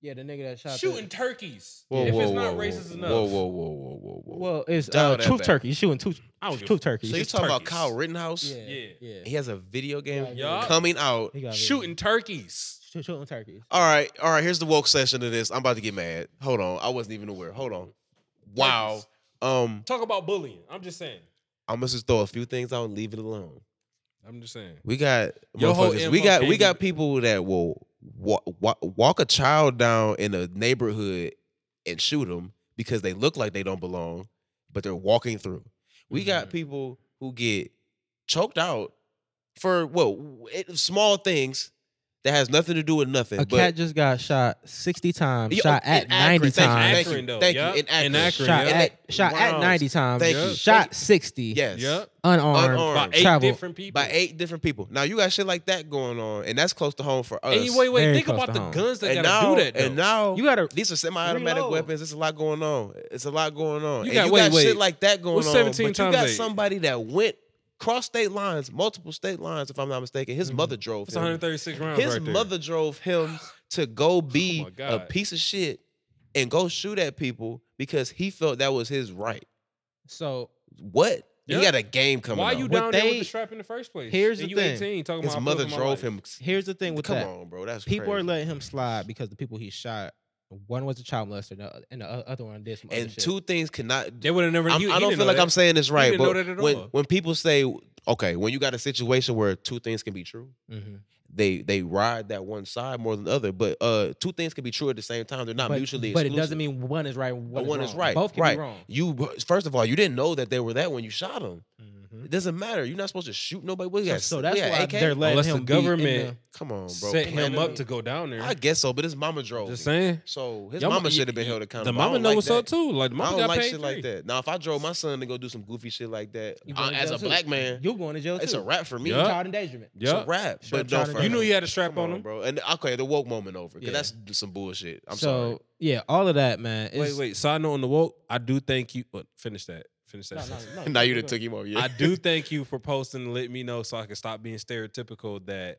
Speaker 1: yeah the nigga that shot
Speaker 3: Shooting
Speaker 1: the,
Speaker 3: turkeys.
Speaker 2: Whoa,
Speaker 3: if
Speaker 2: whoa,
Speaker 3: it's not
Speaker 2: whoa,
Speaker 3: racist
Speaker 2: whoa,
Speaker 3: enough.
Speaker 2: Whoa, whoa, whoa, whoa, whoa,
Speaker 1: Well, it's
Speaker 2: Dial
Speaker 1: uh,
Speaker 2: that
Speaker 1: Truth
Speaker 2: back.
Speaker 1: Turkey. He's shooting two,
Speaker 3: I don't give
Speaker 1: two
Speaker 3: a-
Speaker 1: turkeys.
Speaker 2: So you
Speaker 3: It's
Speaker 2: talking about
Speaker 3: turkeys.
Speaker 2: Kyle Rittenhouse?
Speaker 1: yeah, yeah.
Speaker 2: He has a video game
Speaker 3: Yeah.
Speaker 2: coming out.
Speaker 1: He got it.
Speaker 3: shooting turkeys.
Speaker 1: Shoot- shooting turkeys.
Speaker 2: All right, all right. Here's the woke session of this. I'm about to get mad. Hold on, I wasn't even aware. Hold on. Wow.
Speaker 3: Turkeys.
Speaker 2: Um,
Speaker 3: Talk about bullying. I'm just saying.
Speaker 2: I'm gonna just throw a few things out and leave it alone.
Speaker 3: I'm just saying.
Speaker 2: We got
Speaker 3: Your whole
Speaker 2: motherfuckers-
Speaker 3: MO
Speaker 2: we got we
Speaker 3: can't
Speaker 2: got
Speaker 3: be-
Speaker 2: people that will walk, walk a child down in a neighborhood and shoot them because they look like they don't belong, but they're walking through. We got
Speaker 3: Mhm.
Speaker 2: people who get choked out for well it, small things that has nothing to do with nothing.
Speaker 1: A
Speaker 2: but
Speaker 1: cat just got shot sixty times.
Speaker 2: Yeah,
Speaker 1: shot
Speaker 2: in
Speaker 1: at
Speaker 2: Akron,
Speaker 1: ninety
Speaker 2: thank you,
Speaker 1: times.
Speaker 2: Thank you,
Speaker 3: Akron, though.
Speaker 2: thank you,
Speaker 3: Yeah.
Speaker 2: in Akron.
Speaker 3: In Akron,
Speaker 1: Shot
Speaker 3: yeah.
Speaker 2: And
Speaker 1: at
Speaker 2: they-
Speaker 1: shot at
Speaker 2: Wow.
Speaker 1: ninety times.
Speaker 2: Thank
Speaker 3: you.
Speaker 1: Shot sixty.
Speaker 2: yes,
Speaker 3: Yeah.
Speaker 1: Unarmed.
Speaker 2: Unarmed.
Speaker 3: By eight
Speaker 1: Travel.
Speaker 3: different people.
Speaker 2: by eight different people. Now you got shit like that going on, and that's close to home for us.
Speaker 3: And you- wait, wait.
Speaker 1: Very
Speaker 3: Think
Speaker 1: close
Speaker 3: about
Speaker 1: to
Speaker 3: the
Speaker 1: home.
Speaker 3: guns that
Speaker 2: and
Speaker 3: gotta
Speaker 2: now,
Speaker 3: do that. Though.
Speaker 2: and now
Speaker 1: You gotta
Speaker 2: These are semi-automatic
Speaker 1: Reload.
Speaker 2: weapons. It's a lot going on. It's a lot going on.
Speaker 3: You
Speaker 2: and
Speaker 3: got-
Speaker 2: you
Speaker 3: wait,
Speaker 2: got
Speaker 3: wait.
Speaker 2: shit like that going
Speaker 3: What's
Speaker 2: on.
Speaker 3: 17
Speaker 2: but you
Speaker 3: times
Speaker 2: got
Speaker 3: eight?
Speaker 2: somebody that went cross state lines, multiple state lines, if I'm not mistaken. His mother drove
Speaker 3: Mm-hmm. That's
Speaker 2: him.
Speaker 3: 136 rounds.
Speaker 2: His
Speaker 3: right there. Oh
Speaker 2: mother drove him to go be
Speaker 3: my
Speaker 2: a
Speaker 3: God.
Speaker 2: piece of shit and go shoot at people because he felt that was his right.
Speaker 1: so
Speaker 2: What?
Speaker 3: Yeah.
Speaker 2: He got a game coming.
Speaker 3: Why
Speaker 2: out.
Speaker 3: you
Speaker 1: What
Speaker 3: down there with
Speaker 1: they-
Speaker 3: the strap in the first place?
Speaker 1: here's
Speaker 3: and
Speaker 1: the
Speaker 3: you
Speaker 1: thing.
Speaker 3: 18 talking
Speaker 2: His
Speaker 3: about
Speaker 2: mother
Speaker 3: I put up my
Speaker 2: drove
Speaker 3: life.
Speaker 2: him.
Speaker 1: here's the thing with
Speaker 2: Come
Speaker 1: that.
Speaker 2: on, bro. That's
Speaker 1: People
Speaker 2: crazy.
Speaker 1: are letting him slide because the people he shot, one was a child molester, and the, and the o- other one did some other
Speaker 2: and
Speaker 1: shit.
Speaker 2: two things cannot
Speaker 3: They would have never.
Speaker 2: I'm,
Speaker 3: you,
Speaker 2: I
Speaker 3: he
Speaker 2: don't
Speaker 3: didn't
Speaker 2: feel
Speaker 3: know
Speaker 2: like
Speaker 3: that.
Speaker 2: I'm saying this right,
Speaker 3: didn't
Speaker 2: but
Speaker 3: know that at
Speaker 2: when
Speaker 3: all.
Speaker 2: when people say, okay, when you got a situation where two things can be true,
Speaker 1: Mhm.
Speaker 2: they they ride that one side more than the other. But uh, two things can be true at the same time; they're not
Speaker 1: but,
Speaker 2: mutually
Speaker 1: but
Speaker 2: exclusive.
Speaker 1: it doesn't mean one is right. and One,
Speaker 2: one
Speaker 1: is,
Speaker 2: is
Speaker 1: wrong.
Speaker 2: right,
Speaker 1: Both can
Speaker 2: right.
Speaker 1: be wrong.
Speaker 2: you. First of all, you didn't know that they were that when you shot them.
Speaker 1: Mhm.
Speaker 3: Mm-hmm.
Speaker 2: It doesn't matter. You're not supposed to shoot nobody. What, you got,
Speaker 1: so
Speaker 2: what
Speaker 1: that's
Speaker 2: you got,
Speaker 1: why
Speaker 2: AK?
Speaker 1: they're letting
Speaker 3: Unless the
Speaker 1: him be in
Speaker 3: government-
Speaker 2: Come on, bro.
Speaker 3: Set
Speaker 2: Plan
Speaker 3: him up
Speaker 2: it.
Speaker 3: to go down there.
Speaker 2: I guess so, but his mama drove.
Speaker 3: Just
Speaker 2: me.
Speaker 3: saying.
Speaker 2: So his
Speaker 3: Y'all
Speaker 2: mama
Speaker 3: ma-
Speaker 2: should have been
Speaker 3: y-
Speaker 2: held accountable.
Speaker 3: The
Speaker 2: I
Speaker 3: mama
Speaker 2: don't
Speaker 3: know
Speaker 2: like
Speaker 3: what's
Speaker 2: that.
Speaker 3: up too. Like the
Speaker 2: I
Speaker 3: mama
Speaker 2: don't
Speaker 3: got
Speaker 2: like
Speaker 3: paid
Speaker 2: shit like
Speaker 3: three.
Speaker 2: that. Now, if I drove my son to go do some goofy shit like that,
Speaker 1: You
Speaker 2: I-
Speaker 1: going to
Speaker 2: as
Speaker 1: jail
Speaker 2: a
Speaker 1: too.
Speaker 2: black man,
Speaker 1: You're going to jail
Speaker 2: it's
Speaker 1: too.
Speaker 2: a wrap for me.
Speaker 3: Yeah.
Speaker 1: Child endangerment.
Speaker 2: It's a
Speaker 3: Yeah.
Speaker 2: rap,
Speaker 1: Sure,
Speaker 2: but no
Speaker 1: tryna
Speaker 2: for
Speaker 1: do
Speaker 3: You
Speaker 1: that.
Speaker 3: knew
Speaker 2: him.
Speaker 3: he had a strap
Speaker 2: Come
Speaker 3: on
Speaker 2: on,
Speaker 3: him.
Speaker 2: bro. And okay, the woke moment over because
Speaker 1: Yeah.
Speaker 2: that's d- some bullshit. I'm
Speaker 1: so
Speaker 2: sorry.
Speaker 1: yeah, all of that, man.
Speaker 3: Wait,
Speaker 1: is-
Speaker 3: wait. Side note on the woke, I do thank you. But finish that. Finish that.
Speaker 1: No,
Speaker 3: sentence.
Speaker 1: no, no,
Speaker 2: now you
Speaker 1: go,
Speaker 2: done
Speaker 1: go.
Speaker 2: took him over. Yeah.
Speaker 3: I do thank you for posting. and Let me know so I can stop being stereotypical that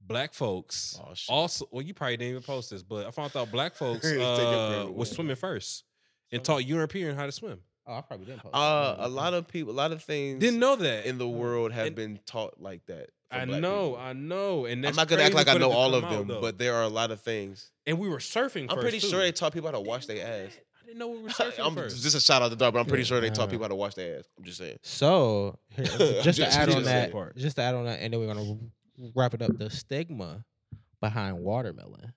Speaker 3: black folks
Speaker 2: Oh, shit.
Speaker 3: also. Well, you probably didn't even post this, but I found out black folks
Speaker 2: Take your
Speaker 3: uh,
Speaker 2: brother
Speaker 3: was
Speaker 2: away.
Speaker 3: swimming first and taught European how to swim.
Speaker 1: Oh, I probably didn't post. that.
Speaker 2: Uh,
Speaker 1: I
Speaker 2: a
Speaker 1: don't know.
Speaker 2: lot of people, a lot of things
Speaker 3: Didn't know that.
Speaker 2: in the world have
Speaker 3: And-
Speaker 2: been taught like that. for
Speaker 3: I
Speaker 2: black
Speaker 3: know,
Speaker 2: people.
Speaker 3: I know, and that's
Speaker 2: I'm not gonna act
Speaker 3: crazy
Speaker 2: like I
Speaker 3: for them
Speaker 2: know
Speaker 3: to
Speaker 2: all of
Speaker 3: come out,
Speaker 2: them,
Speaker 3: though.
Speaker 2: but there are a lot of things.
Speaker 3: and we were surfing.
Speaker 2: I'm
Speaker 3: first,
Speaker 2: pretty
Speaker 3: too.
Speaker 2: sure they taught people how to wash their ass.
Speaker 3: I didn't know we were surfing
Speaker 2: I'm
Speaker 3: first.
Speaker 2: just a shout out the dog, but I'm pretty
Speaker 1: Yeah,
Speaker 2: sure they
Speaker 1: nah.
Speaker 2: taught people how to wash their ass. I'm just saying.
Speaker 1: So here- just to
Speaker 2: Just-
Speaker 1: add on that,
Speaker 2: just
Speaker 3: that part.
Speaker 1: just to add on that, and then we're gonna wrap it up. The stigma behind watermelon.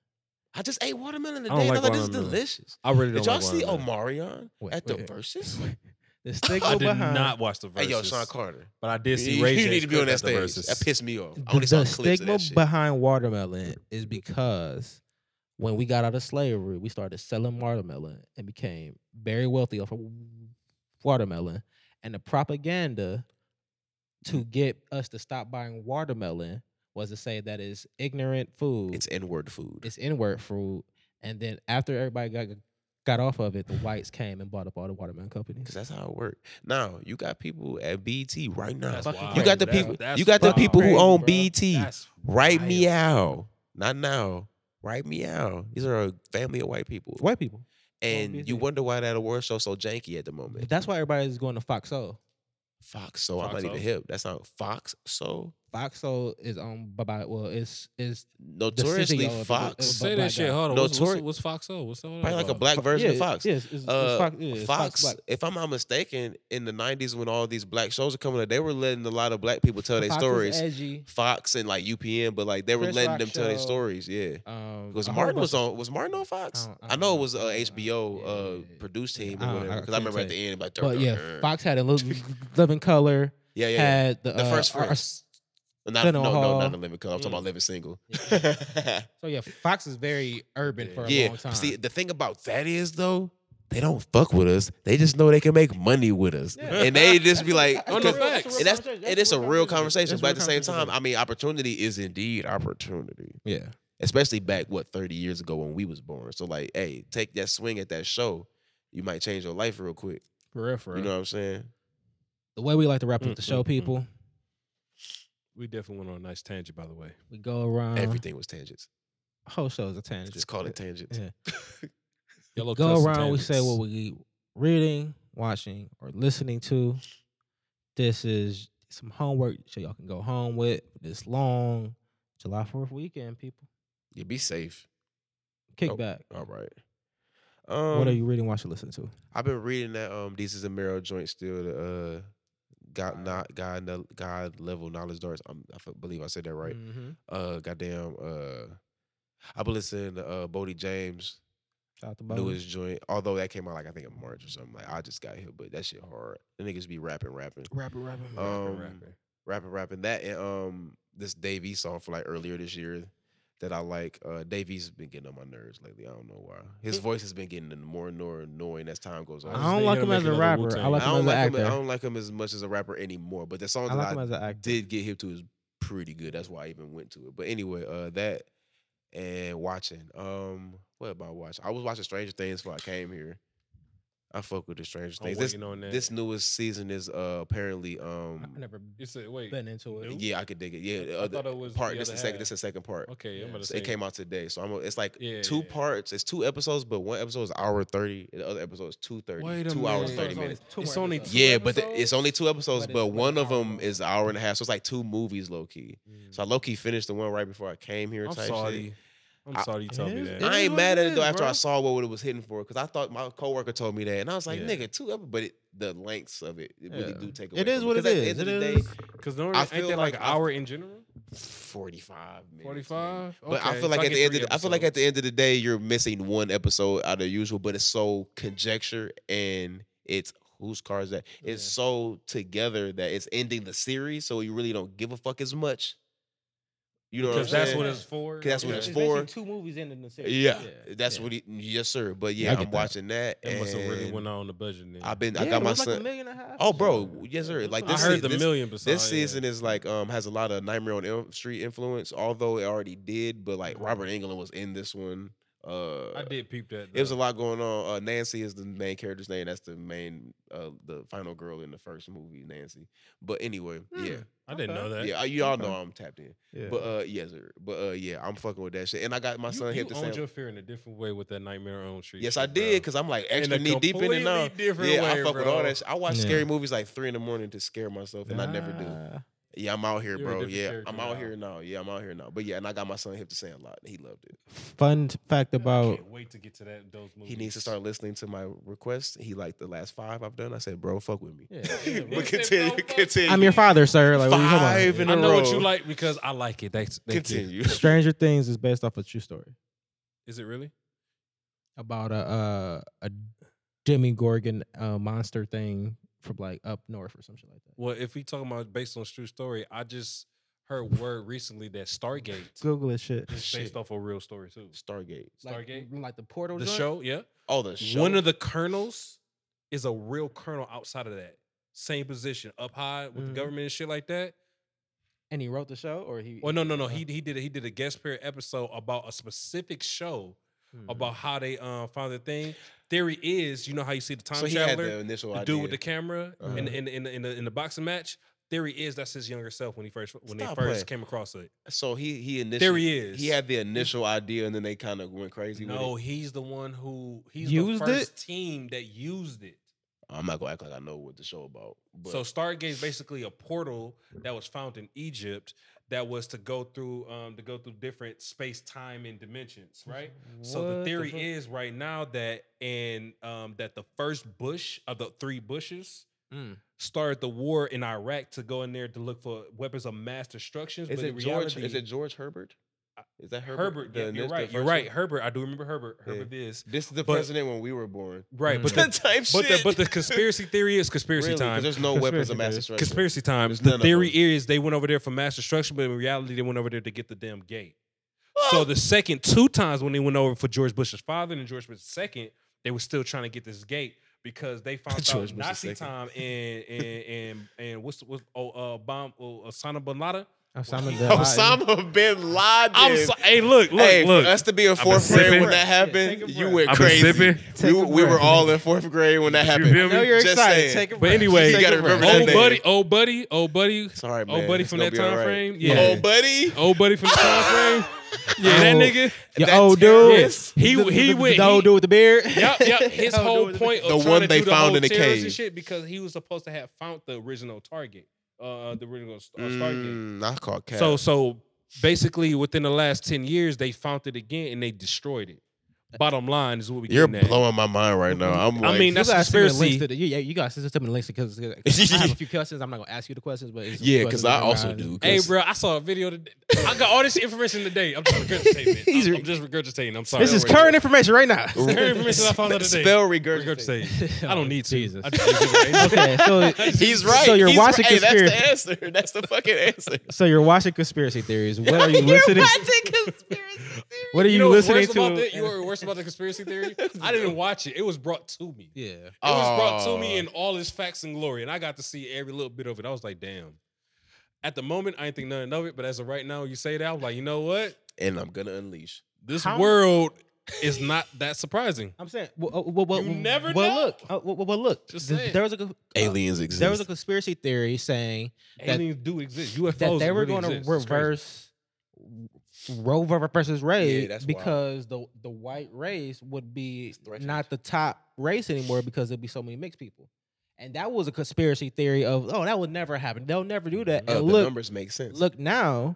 Speaker 2: I just ate watermelon today.
Speaker 3: don't
Speaker 2: and I
Speaker 3: like
Speaker 2: thought this is
Speaker 3: watermelon.
Speaker 2: delicious.
Speaker 3: I really
Speaker 2: Did
Speaker 3: don't.
Speaker 2: y'all
Speaker 3: like
Speaker 2: see
Speaker 3: watermelon.
Speaker 2: Omarion
Speaker 1: Wait,
Speaker 2: at the
Speaker 1: wait.
Speaker 2: verses?
Speaker 1: The stigma
Speaker 3: I did
Speaker 1: behind
Speaker 3: not watch the
Speaker 2: Hey,
Speaker 3: verses.
Speaker 2: yo, Sean Carter.
Speaker 3: but I did see
Speaker 2: you,
Speaker 3: Ray
Speaker 2: you
Speaker 3: J's
Speaker 2: need to be
Speaker 3: clip
Speaker 2: on
Speaker 3: at
Speaker 2: that
Speaker 3: the
Speaker 2: stage.
Speaker 3: verses.
Speaker 2: That pissed me off. I
Speaker 1: the,
Speaker 2: only saw
Speaker 1: the
Speaker 2: clips of
Speaker 1: stigma
Speaker 2: that shit.
Speaker 1: behind watermelon is because when we got out of slavery, we started selling watermelon and became very wealthy off of watermelon. And the propaganda to get us to stop buying watermelon was to say that is ignorant food.
Speaker 2: It's N word food.
Speaker 1: it's N-word food. And then after everybody got got off of it, the whites came and bought up all the watermelon
Speaker 2: Cause
Speaker 1: companies.
Speaker 2: that's how it worked. Now you got people at BT right now.
Speaker 3: That's
Speaker 1: fucking
Speaker 3: wild.
Speaker 2: You got the
Speaker 3: That's-
Speaker 2: people.
Speaker 3: that's
Speaker 2: You got the
Speaker 3: wild.
Speaker 2: people who
Speaker 1: crazy,
Speaker 2: own
Speaker 1: bro.
Speaker 2: BT.
Speaker 3: That's
Speaker 2: Right
Speaker 3: wild.
Speaker 2: meow. Not now. Right meow. These are a family of white people,
Speaker 1: White people.
Speaker 2: and
Speaker 1: BT.
Speaker 2: you wonder why that award show so janky at the
Speaker 1: But
Speaker 2: moment.
Speaker 1: that's why everybody's going to Fox Soul.
Speaker 2: Fox. So I'm
Speaker 3: Fox
Speaker 2: not even
Speaker 3: Soul.
Speaker 2: hip. That's not Fox. So
Speaker 1: Fox Soul is on by well, it's is of
Speaker 2: notoriously
Speaker 1: it was- it
Speaker 2: Fox.
Speaker 1: was-
Speaker 3: Say
Speaker 1: black
Speaker 3: that shit.
Speaker 1: guy.
Speaker 3: Hold on. What's, what's,
Speaker 2: Notori-
Speaker 3: what's Fox O? What's all that
Speaker 2: Probably like a
Speaker 3: about?
Speaker 2: black version
Speaker 1: yeah,
Speaker 2: of Fox.
Speaker 1: Yes, it's, it's
Speaker 2: Uh,
Speaker 1: Fox, yeah, it's
Speaker 2: Fox,
Speaker 1: Black.
Speaker 2: if I'm not mistaken, in the '90s when all these black shows were coming out, they were letting a lot of black people tell their
Speaker 1: Fox is
Speaker 2: stories.
Speaker 1: edgy.
Speaker 2: Fox and like UPN, but like they were
Speaker 1: Chris
Speaker 2: letting
Speaker 1: Rock
Speaker 2: them tell their
Speaker 1: show.
Speaker 2: stories. Yeah,
Speaker 1: Um,
Speaker 2: because
Speaker 1: a whole
Speaker 2: Martin was
Speaker 1: bunch
Speaker 2: on. Was Martin on
Speaker 1: I
Speaker 2: Fox? I,
Speaker 1: don't- I
Speaker 2: know
Speaker 1: don't
Speaker 2: it was
Speaker 1: know.
Speaker 2: a
Speaker 1: I don't-
Speaker 2: HBO
Speaker 1: yeah,
Speaker 2: uh,
Speaker 1: yeah, yeah.
Speaker 2: produced team
Speaker 1: I don't-
Speaker 2: or
Speaker 1: I
Speaker 2: whatever. Because I
Speaker 1: couldn't
Speaker 2: remember at
Speaker 1: tell
Speaker 2: the end, like,
Speaker 1: of- But yeah,
Speaker 2: "Durr."
Speaker 1: Fox had a little living color.
Speaker 2: yeah, yeah, yeah.
Speaker 1: Had the,
Speaker 2: the
Speaker 1: uh,
Speaker 2: first
Speaker 1: our- our-
Speaker 2: friends. Not, no,
Speaker 1: Fennel
Speaker 2: no,
Speaker 1: Hall.
Speaker 2: not the living color. I'm talking
Speaker 3: Mm.
Speaker 2: about living single.
Speaker 1: so yeah, Fox is very urban for a
Speaker 2: yeah.
Speaker 1: long time.
Speaker 2: See, the thing about that is though, they don't fuck with us. They just know they can make money with us,
Speaker 1: Yeah.
Speaker 2: and they just be like,
Speaker 3: Oh, no,
Speaker 2: 'cause-
Speaker 3: facts.
Speaker 2: and that's and it's a real conversation.
Speaker 1: That's
Speaker 2: But
Speaker 1: real
Speaker 2: at the same
Speaker 1: conversation.
Speaker 2: time, I mean, opportunity is indeed opportunity.
Speaker 1: Yeah.
Speaker 2: especially back what 30 years ago when we was born so like hey take that swing at that show you might change your life real quick
Speaker 1: For real, for real.
Speaker 2: you know what i'm saying
Speaker 1: the way we like to wrap up
Speaker 3: Mm,
Speaker 1: the
Speaker 3: mm,
Speaker 1: show,
Speaker 3: mm.
Speaker 1: people,
Speaker 3: We definitely went on a nice tangent, by the way.
Speaker 1: we go around.
Speaker 2: everything was tangents
Speaker 1: Whole show is a tangent.
Speaker 2: just call it tangents
Speaker 1: Yeah.
Speaker 3: Yellow
Speaker 1: go
Speaker 3: custom
Speaker 1: around. We say
Speaker 3: tangents.
Speaker 1: what we reading, watching, or listening to. This is some homework so y'all can go home with this long July 4th weekend, people.
Speaker 2: Yeah, be safe.
Speaker 1: Kickback.
Speaker 2: All right. Um,
Speaker 1: what are you reading, watching, listening to?
Speaker 2: I've been reading that um Desus and Mero joint still. The uh, God not God no- God level knowledge darts. I'm, I f- believe I said that right.
Speaker 1: Mhm.
Speaker 2: Uh, goddamn. Uh, I've been listening to uh Bodie James
Speaker 1: Shout out to Bo.
Speaker 2: newest joint. Although that came out like I think in March or something. Like I just got hit, but that shit hard. The niggas be rapping, rapping,
Speaker 1: Rapper, rapper.
Speaker 2: Um, rapping, rapping. That and um this Davey song for like earlier this year. That I like. Uh, Davey's been getting on my nerves lately. I don't know why. His voice has been getting more and more annoying as time goes on.
Speaker 1: I
Speaker 3: was
Speaker 1: don't
Speaker 3: thinking
Speaker 1: like
Speaker 3: of
Speaker 1: him as
Speaker 3: making
Speaker 1: a
Speaker 3: another
Speaker 1: rapper.
Speaker 3: Wu-Tang.
Speaker 1: I like
Speaker 2: I
Speaker 1: him as
Speaker 2: don't
Speaker 1: an
Speaker 2: like him. I
Speaker 1: actor.
Speaker 2: don't like him as much as a rapper anymore. But the song
Speaker 1: I
Speaker 2: that
Speaker 1: like him
Speaker 2: I
Speaker 1: as an actor.
Speaker 2: did get him to is pretty good. That's why I even went to it. But anyway, uh, that and watching. Um, what about watching? I was watching Stranger Things before I came here. I fuck with the Stranger
Speaker 3: I'm
Speaker 1: Oh,
Speaker 2: Things. This,
Speaker 3: waiting on that.
Speaker 2: this newest season is uh apparently
Speaker 1: I
Speaker 2: um
Speaker 1: never
Speaker 3: You said wait.
Speaker 1: been into it.
Speaker 3: Nope.
Speaker 2: yeah I could dig it yeah the
Speaker 3: I
Speaker 2: other
Speaker 3: thought it was
Speaker 2: part
Speaker 3: The
Speaker 2: this is
Speaker 3: other
Speaker 2: second
Speaker 3: half.
Speaker 2: this is second part
Speaker 3: Okay, I'm
Speaker 1: Yeah,
Speaker 3: about to
Speaker 2: So
Speaker 3: say
Speaker 2: it came out today so I'm a, it's like
Speaker 3: Yeah,
Speaker 2: two
Speaker 3: yeah, yeah.
Speaker 2: parts it's two episodes but one episode is hour thirty and the other episode is two thirty
Speaker 3: Wait a
Speaker 2: two hours
Speaker 3: minute.
Speaker 2: thirty
Speaker 3: So
Speaker 2: minutes
Speaker 1: Two
Speaker 3: It's
Speaker 1: more
Speaker 3: only
Speaker 1: episodes.
Speaker 3: two-
Speaker 2: yeah, but the,
Speaker 3: episodes?
Speaker 2: it's only two episodes,
Speaker 1: But
Speaker 2: but,
Speaker 1: it's- but an
Speaker 2: one of
Speaker 1: hour Mm.
Speaker 2: them
Speaker 1: long.
Speaker 2: is an hour and a half. So it's like two movies, low key. So I low key finished the one right before I came here.
Speaker 3: I'm
Speaker 2: type shit.
Speaker 3: sorry. I'm
Speaker 2: I-
Speaker 3: sorry you told me
Speaker 1: is- it
Speaker 3: that.
Speaker 2: I ain't
Speaker 1: what
Speaker 2: mad
Speaker 1: it
Speaker 2: at it though.
Speaker 1: is,
Speaker 2: After I
Speaker 1: bro.
Speaker 2: saw what it was hitting for, because I thought my coworker told me that, and I was like,
Speaker 3: Yeah.
Speaker 2: "Nigga, two episodes." But it, the lengths of it, it really
Speaker 1: Yeah.
Speaker 2: do take away.
Speaker 1: It is
Speaker 2: from
Speaker 1: what it
Speaker 2: 'Cause at the
Speaker 1: is.
Speaker 2: end
Speaker 1: It
Speaker 2: of the
Speaker 1: is.
Speaker 3: Cause don't
Speaker 2: I
Speaker 3: ain't
Speaker 2: feel
Speaker 3: that like
Speaker 2: like
Speaker 3: an
Speaker 2: I-
Speaker 3: hour in general?
Speaker 2: day, forty-five minutes.
Speaker 3: Forty
Speaker 2: maybe.
Speaker 3: five.
Speaker 2: But I feel like at the end, of the, I feel like at the end of the day, you're missing one episode out of usual. But it's so conjecture and it's whose car is that? It's
Speaker 1: Yeah.
Speaker 2: so together that it's ending the series, so you really don't give a fuck as much. You know, what I'm
Speaker 3: because that's
Speaker 2: saying?
Speaker 3: what it's for.
Speaker 2: 'Cause that's what
Speaker 3: Yeah.
Speaker 2: it's
Speaker 1: It's
Speaker 2: for.
Speaker 1: basically Two movies ending the series.
Speaker 2: Yeah, that's
Speaker 1: yeah.
Speaker 2: what. He, yes, sir. But
Speaker 1: Yeah,
Speaker 2: yeah,
Speaker 1: I
Speaker 2: I'm
Speaker 1: get that.
Speaker 2: watching that.
Speaker 3: That must have really
Speaker 2: and
Speaker 3: went on the budget. Then.
Speaker 2: I've been. I
Speaker 1: Yeah,
Speaker 2: got
Speaker 1: it
Speaker 2: my
Speaker 1: was like a
Speaker 2: son.
Speaker 1: million and a half.
Speaker 2: Oh, bro, yes, sir. Like
Speaker 3: I
Speaker 2: this.
Speaker 3: heard
Speaker 2: se-
Speaker 3: the
Speaker 2: this-
Speaker 3: million percent.
Speaker 2: This season is like um has a lot of Nightmare on Elm Street influence, although it already did. But like Robert Englund was in this one. Uh,
Speaker 3: I did peep that.
Speaker 2: It was a
Speaker 3: though.
Speaker 2: lot going on. Uh, Nancy is the main character's name. That's the main, uh, the final girl in the first movie, Nancy. But anyway, yeah,
Speaker 3: I didn't
Speaker 1: Okay.
Speaker 3: know Hmm. that.
Speaker 2: yeah, uh, you all
Speaker 1: Okay.
Speaker 2: know I'm tapped in.
Speaker 1: Yeah.
Speaker 2: But uh, yes, sir. But uh, yeah, I'm fucking with that shit. And I got my
Speaker 3: You-
Speaker 2: son
Speaker 3: you
Speaker 2: hit the
Speaker 3: owned
Speaker 2: same.
Speaker 3: your fear in a different way with that Nightmare on Elm Street.
Speaker 2: Yes,
Speaker 3: shit,
Speaker 2: I did,
Speaker 3: bro.
Speaker 2: cause I'm like
Speaker 3: In
Speaker 2: extra
Speaker 3: a
Speaker 2: knee deep in it
Speaker 3: completely
Speaker 2: now.
Speaker 3: different
Speaker 2: Yeah, I
Speaker 3: way,
Speaker 2: fuck with all
Speaker 3: bro.
Speaker 2: that. Shit. I watch
Speaker 1: Yeah.
Speaker 2: scary movies like three in the morning to scare myself, and I never do.
Speaker 1: Ah.
Speaker 2: Yeah, I'm out here,
Speaker 3: You're a
Speaker 2: bro.
Speaker 3: different
Speaker 2: Yeah,
Speaker 3: character
Speaker 2: I'm out
Speaker 3: now.
Speaker 2: here now. Yeah, I'm out here now. But yeah, and I got my son hip to say a lot. He loved it.
Speaker 1: Fun fact
Speaker 3: I
Speaker 1: about
Speaker 3: can't wait to get to that. Those movies.
Speaker 2: He needs to start listening to my requests. He liked the last five I've done. I said, bro, fuck with me.
Speaker 1: Yeah.
Speaker 2: but continue, continue.
Speaker 1: I'm your father, sir. Like what are you talking about?
Speaker 2: Five in
Speaker 3: I
Speaker 2: a
Speaker 3: know what
Speaker 2: row.
Speaker 3: you like because I like it. That's, that's it.
Speaker 2: Continue.
Speaker 1: Stranger Things is based off a true story
Speaker 3: Is it really?
Speaker 1: about a uh, a demigorgon uh, monster thing from like up north or something like that.
Speaker 3: Well, if we talking about based on true story, I just heard word recently that Stargate is
Speaker 1: Google this shit.
Speaker 3: based
Speaker 2: Shit.
Speaker 3: off a real story too.
Speaker 2: Stargate.
Speaker 1: Like,
Speaker 3: Stargate?
Speaker 1: like the portal.
Speaker 3: The
Speaker 1: joint?
Speaker 3: show, yeah.
Speaker 2: Oh, the show.
Speaker 3: One of the colonels is a real colonel outside of that. Same position, up high with
Speaker 2: Mm-hmm.
Speaker 1: Mhm.
Speaker 3: the government and shit like that.
Speaker 1: and he wrote the show, or he?
Speaker 3: Well, no, no, no.
Speaker 1: uh,
Speaker 3: He he did a, he did a guest pair episode about a specific show
Speaker 1: hmm.
Speaker 3: about
Speaker 2: Mm-hmm.
Speaker 3: how they uh, found the thing. Theory is, you know how you see the time
Speaker 2: so he had
Speaker 3: traveler,
Speaker 2: the initial
Speaker 3: the
Speaker 2: idea.
Speaker 3: dude with the camera
Speaker 2: Uh-huh.
Speaker 3: in, the- in, the- in, the- in, the, in the boxing match. Theory is that's his younger self when he first when
Speaker 2: Stop
Speaker 3: they first
Speaker 2: playing.
Speaker 3: came across it.
Speaker 2: so he he initially
Speaker 3: There he is.
Speaker 2: He had the initial idea, and then they kind of went crazy.
Speaker 3: no,
Speaker 2: with
Speaker 3: he's the one who he's
Speaker 1: Used
Speaker 3: the first team that used it.
Speaker 2: it. I'm not gonna act like I know what the show about. But
Speaker 3: so Stargate is basically a portal that was found in Egypt that was to go through um, to go through different space, time, and dimensions, right? So the
Speaker 1: What
Speaker 3: theory
Speaker 1: fuck?
Speaker 3: is right now that and um, that the first Bush of the three Bushes
Speaker 1: Mm.
Speaker 3: started the war in Iraq to go in there to look for weapons of mass destruction.
Speaker 2: is
Speaker 3: but
Speaker 2: it
Speaker 3: in
Speaker 2: George?
Speaker 3: reality-
Speaker 2: Is it George Herbert? Is that Herbert?
Speaker 3: Herbert?
Speaker 2: the
Speaker 3: yeah, you're
Speaker 2: initial- the
Speaker 3: right. You're
Speaker 2: first
Speaker 3: right.
Speaker 2: one?
Speaker 3: Herbert. I do remember Herbert.
Speaker 2: Yeah. Mm-hmm.
Speaker 3: Herbert this.
Speaker 2: This is the
Speaker 3: But-
Speaker 2: president when we were born.
Speaker 3: Right, but
Speaker 1: Mm.
Speaker 3: the,
Speaker 2: That type
Speaker 3: but the,
Speaker 2: shit.
Speaker 3: but the conspiracy theory is conspiracy
Speaker 2: Really, 'cause
Speaker 3: time.
Speaker 2: There's no weapons of mass
Speaker 1: Conspiracy
Speaker 2: destruction.
Speaker 3: Conspiracy time.
Speaker 2: There's
Speaker 3: The
Speaker 2: none of
Speaker 3: theory
Speaker 2: them.
Speaker 3: is they went over there for mass destruction, but in reality, they went over there to get the damn gate.
Speaker 2: Oh.
Speaker 3: So the second two times when they went over for George Bush's father and George Bush's second, they were still trying to get this gate because they found
Speaker 2: George
Speaker 3: out
Speaker 2: Bush's
Speaker 3: Nazi
Speaker 2: second.
Speaker 3: time and and and and what's what's oh uh bomb oh, Osama bin Laden.
Speaker 1: Osama bin Laden.
Speaker 2: Osama bin Laden.
Speaker 3: I'm so, hey, look, look,
Speaker 2: hey,
Speaker 3: look.
Speaker 2: for us to be in fourth grade
Speaker 3: sipping.
Speaker 2: when that
Speaker 1: Take
Speaker 2: happened,
Speaker 1: a
Speaker 2: you
Speaker 1: breath.
Speaker 2: went
Speaker 3: I've been
Speaker 2: crazy.
Speaker 3: sipping.
Speaker 1: Take
Speaker 2: We,
Speaker 1: a
Speaker 2: we were
Speaker 1: breath.
Speaker 2: all in fourth grade when that
Speaker 3: You
Speaker 2: happened.
Speaker 3: feel
Speaker 1: I
Speaker 3: me?
Speaker 1: know you're
Speaker 2: Just
Speaker 1: excited.
Speaker 2: saying.
Speaker 1: Take a
Speaker 3: But
Speaker 1: breath.
Speaker 3: anyway,
Speaker 1: Take
Speaker 2: You gotta
Speaker 1: a breath.
Speaker 2: remember that
Speaker 3: old
Speaker 2: nigga.
Speaker 3: buddy, old buddy, old buddy,
Speaker 2: Sorry, man.
Speaker 3: old Oh, buddy
Speaker 2: It's
Speaker 3: from
Speaker 2: gonna
Speaker 3: that
Speaker 2: be all
Speaker 3: time
Speaker 2: right.
Speaker 3: frame.
Speaker 1: Yeah.
Speaker 3: Yeah,
Speaker 2: Old buddy.
Speaker 3: old buddy from the time frame. Yeah, that
Speaker 1: Oh.
Speaker 3: nigga.
Speaker 1: Yo,
Speaker 2: That
Speaker 1: old dude.
Speaker 2: terrorist.
Speaker 3: He
Speaker 1: The-
Speaker 3: he
Speaker 1: the,
Speaker 3: went.
Speaker 1: the old
Speaker 3: he-
Speaker 1: dude with the beard.
Speaker 3: Yep, yep. His
Speaker 1: Old dude
Speaker 3: whole
Speaker 1: with the
Speaker 3: point
Speaker 1: beard.
Speaker 3: of
Speaker 2: The
Speaker 3: trying
Speaker 2: one
Speaker 3: to
Speaker 2: they
Speaker 3: do the
Speaker 2: found
Speaker 3: whole
Speaker 2: in the
Speaker 3: terrorism
Speaker 2: cave.
Speaker 3: shit because he was supposed to have found the original target, uh, the original st- uh, Stargate.
Speaker 2: Mm, I call cat.
Speaker 3: So so basically, within the last ten years, they found it again and they destroyed it. Bottom line is what we
Speaker 2: you're
Speaker 3: getting at.
Speaker 2: blowing my mind right now. I'm.
Speaker 3: I
Speaker 2: Like,
Speaker 3: mean,
Speaker 1: You
Speaker 3: that's
Speaker 1: gotta send me the links
Speaker 3: conspiracy.
Speaker 1: to the- you- yeah, you guys send me the links because 'cause I have a few questions. I'm not gonna ask you the questions, but it's some
Speaker 2: yeah, because
Speaker 1: questions
Speaker 2: I
Speaker 1: got.
Speaker 2: also do.
Speaker 3: Hey,
Speaker 2: 'cause-
Speaker 3: bro, I saw a video today. I got all this information today. I'm just regurgitating.
Speaker 1: He's
Speaker 3: It. I'm,
Speaker 1: re-
Speaker 3: I'm just regurgitating. I'm sorry.
Speaker 1: This is
Speaker 2: Don't worry.
Speaker 1: current information right now.
Speaker 3: It's current information I found out today.
Speaker 2: Spell regurgitate.
Speaker 3: regurgitating. I don't need to.
Speaker 1: Jesus.
Speaker 3: I just give it away.
Speaker 1: okay, so
Speaker 2: He's right.
Speaker 1: So you're
Speaker 2: He's
Speaker 1: watching
Speaker 2: right.
Speaker 1: conspiracy.
Speaker 2: That's the answer. That's the fucking answer.
Speaker 1: so you're watching conspiracy theories. What are you listening? What are you,
Speaker 3: You know what's
Speaker 1: listening
Speaker 3: worse
Speaker 1: to?
Speaker 3: about that? You know what's worse about the conspiracy theory? I didn't watch it. It was brought to me. It
Speaker 1: yeah.
Speaker 2: Oh.
Speaker 3: was brought to me in all its facts and glory, and I got to see every little bit of it. I was like, damn. At the moment, I ain't think nothing of it, but as of right now, you say that, I'm like, you know what?
Speaker 2: And I'm gonna unleash.
Speaker 3: This
Speaker 1: How-
Speaker 3: world is not that surprising.
Speaker 1: I'm saying. Well, uh, well, well,
Speaker 3: You never
Speaker 1: well,
Speaker 3: know.
Speaker 1: Look, uh, well, well, well, look.
Speaker 3: Just
Speaker 1: th-
Speaker 3: saying.
Speaker 1: there was a co-
Speaker 2: Aliens exist.
Speaker 1: there was a conspiracy theory saying That-
Speaker 3: Aliens do exist. UFOs
Speaker 1: that they were
Speaker 3: really
Speaker 1: going to
Speaker 3: exist. It's crazy.
Speaker 1: reverse Roe ver- versus Wade
Speaker 2: Yeah, that's wild.
Speaker 1: because the the white race would be
Speaker 2: It's threatening.
Speaker 1: not the top race anymore because there'd be so many mixed people, and that was a conspiracy theory of oh that would never happen. They'll never do that.
Speaker 2: Uh,
Speaker 1: And
Speaker 2: the
Speaker 1: look,
Speaker 2: numbers make sense.
Speaker 1: look now,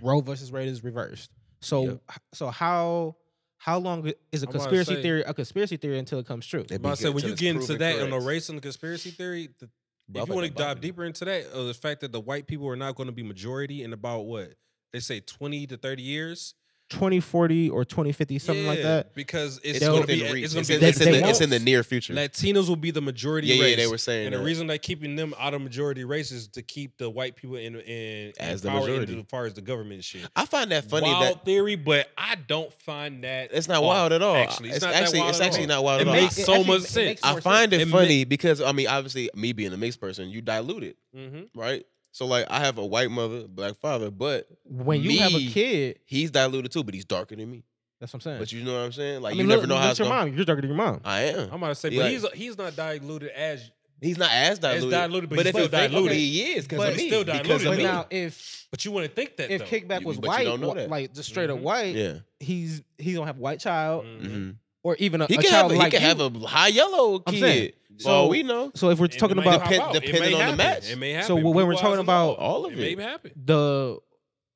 Speaker 1: Roe versus Wade is reversed. So
Speaker 2: Yep.
Speaker 1: h- so how how long is a
Speaker 3: I'm about to
Speaker 1: conspiracy
Speaker 3: say-
Speaker 1: theory a conspiracy theory until it comes true?
Speaker 3: I'm about to say when you get into that on the race and the conspiracy theory, the,
Speaker 2: Bro, I
Speaker 3: if you want to
Speaker 2: think about
Speaker 3: dive
Speaker 2: it.
Speaker 3: deeper into that, uh, the fact that the white people are not going to be majority in about what they say twenty to thirty years,
Speaker 1: Twenty forty or twenty fifty something like
Speaker 3: Yeah,
Speaker 1: that.
Speaker 3: because it's,
Speaker 2: it's
Speaker 3: going to
Speaker 2: within
Speaker 3: be
Speaker 2: reach.
Speaker 3: it's going
Speaker 2: It's
Speaker 3: to be
Speaker 2: in- it's in
Speaker 1: they
Speaker 2: the- it's in the
Speaker 3: Latinos.
Speaker 2: near future.
Speaker 3: Latinos will be the majority
Speaker 2: Yeah,
Speaker 3: race.
Speaker 2: yeah, they were saying
Speaker 3: and the
Speaker 2: that.
Speaker 3: reason they're keeping them out of majority race is to keep the white people in in
Speaker 2: As
Speaker 3: in
Speaker 2: the
Speaker 3: power
Speaker 2: majority.
Speaker 3: into- as far as the government shit.
Speaker 2: I find that funny
Speaker 3: wild
Speaker 2: that
Speaker 3: theory, but I don't find that
Speaker 2: it's not
Speaker 3: off,
Speaker 2: wild at all.
Speaker 3: Actually, it's, not
Speaker 2: actually
Speaker 3: that wild
Speaker 2: it's
Speaker 3: at
Speaker 2: actually
Speaker 3: all.
Speaker 2: not wild at
Speaker 3: It
Speaker 2: all.
Speaker 3: makes
Speaker 2: I-
Speaker 3: so much sense.
Speaker 2: I find it
Speaker 3: It
Speaker 2: funny because I mean, obviously, me being a mixed person, you dilute it,
Speaker 3: hmm
Speaker 2: right? So like, I have a white mother, black father, but
Speaker 1: when you have a
Speaker 2: me-
Speaker 1: kid,
Speaker 2: he's diluted too, but he's darker than me.
Speaker 1: that's what I'm saying.
Speaker 2: But you know what I'm saying? Like,
Speaker 1: I
Speaker 2: you
Speaker 1: mean,
Speaker 2: never
Speaker 1: look,
Speaker 2: know
Speaker 1: look
Speaker 2: how
Speaker 1: at
Speaker 2: it's
Speaker 1: your
Speaker 2: going.
Speaker 1: mom. You're darker than your mom.
Speaker 2: I am.
Speaker 3: I'm about to say,
Speaker 2: He like-
Speaker 3: but he's he's not diluted as
Speaker 2: He's not as diluted.
Speaker 3: diluted, but he's
Speaker 2: if
Speaker 3: still
Speaker 2: it- okay,
Speaker 3: diluted.
Speaker 2: he is because
Speaker 1: But
Speaker 2: of me.
Speaker 3: still
Speaker 2: Because
Speaker 3: diluted.
Speaker 2: of
Speaker 1: But
Speaker 2: me.
Speaker 1: now, if
Speaker 3: But you wouldn't think that
Speaker 1: if
Speaker 3: though.
Speaker 1: kickback
Speaker 2: You-
Speaker 1: was
Speaker 2: but you
Speaker 1: white,
Speaker 2: don't know
Speaker 1: wha-
Speaker 2: that. Mm-hmm.
Speaker 1: like just straight
Speaker 3: Mhm.
Speaker 1: up white,
Speaker 2: yeah.
Speaker 1: he's he don't have a white child
Speaker 3: Mhm.
Speaker 2: Mhm.
Speaker 1: or even a,
Speaker 2: He
Speaker 1: a
Speaker 2: can, have
Speaker 1: child
Speaker 2: a,
Speaker 1: like
Speaker 2: he can
Speaker 1: you.
Speaker 2: have a high yellow
Speaker 1: I'm
Speaker 2: kid.
Speaker 1: saying.
Speaker 2: so
Speaker 1: So-
Speaker 2: we know
Speaker 1: so if we're
Speaker 3: And it
Speaker 1: talking
Speaker 3: may
Speaker 1: about
Speaker 3: pop
Speaker 2: Depend-
Speaker 3: out. It
Speaker 2: depending
Speaker 3: may
Speaker 2: on the
Speaker 3: happen.
Speaker 2: match.
Speaker 3: It may happen.
Speaker 1: So when we're
Speaker 3: Blue eyes
Speaker 1: talking
Speaker 3: and
Speaker 1: about
Speaker 2: all of
Speaker 3: may
Speaker 2: it.
Speaker 3: happen.
Speaker 1: the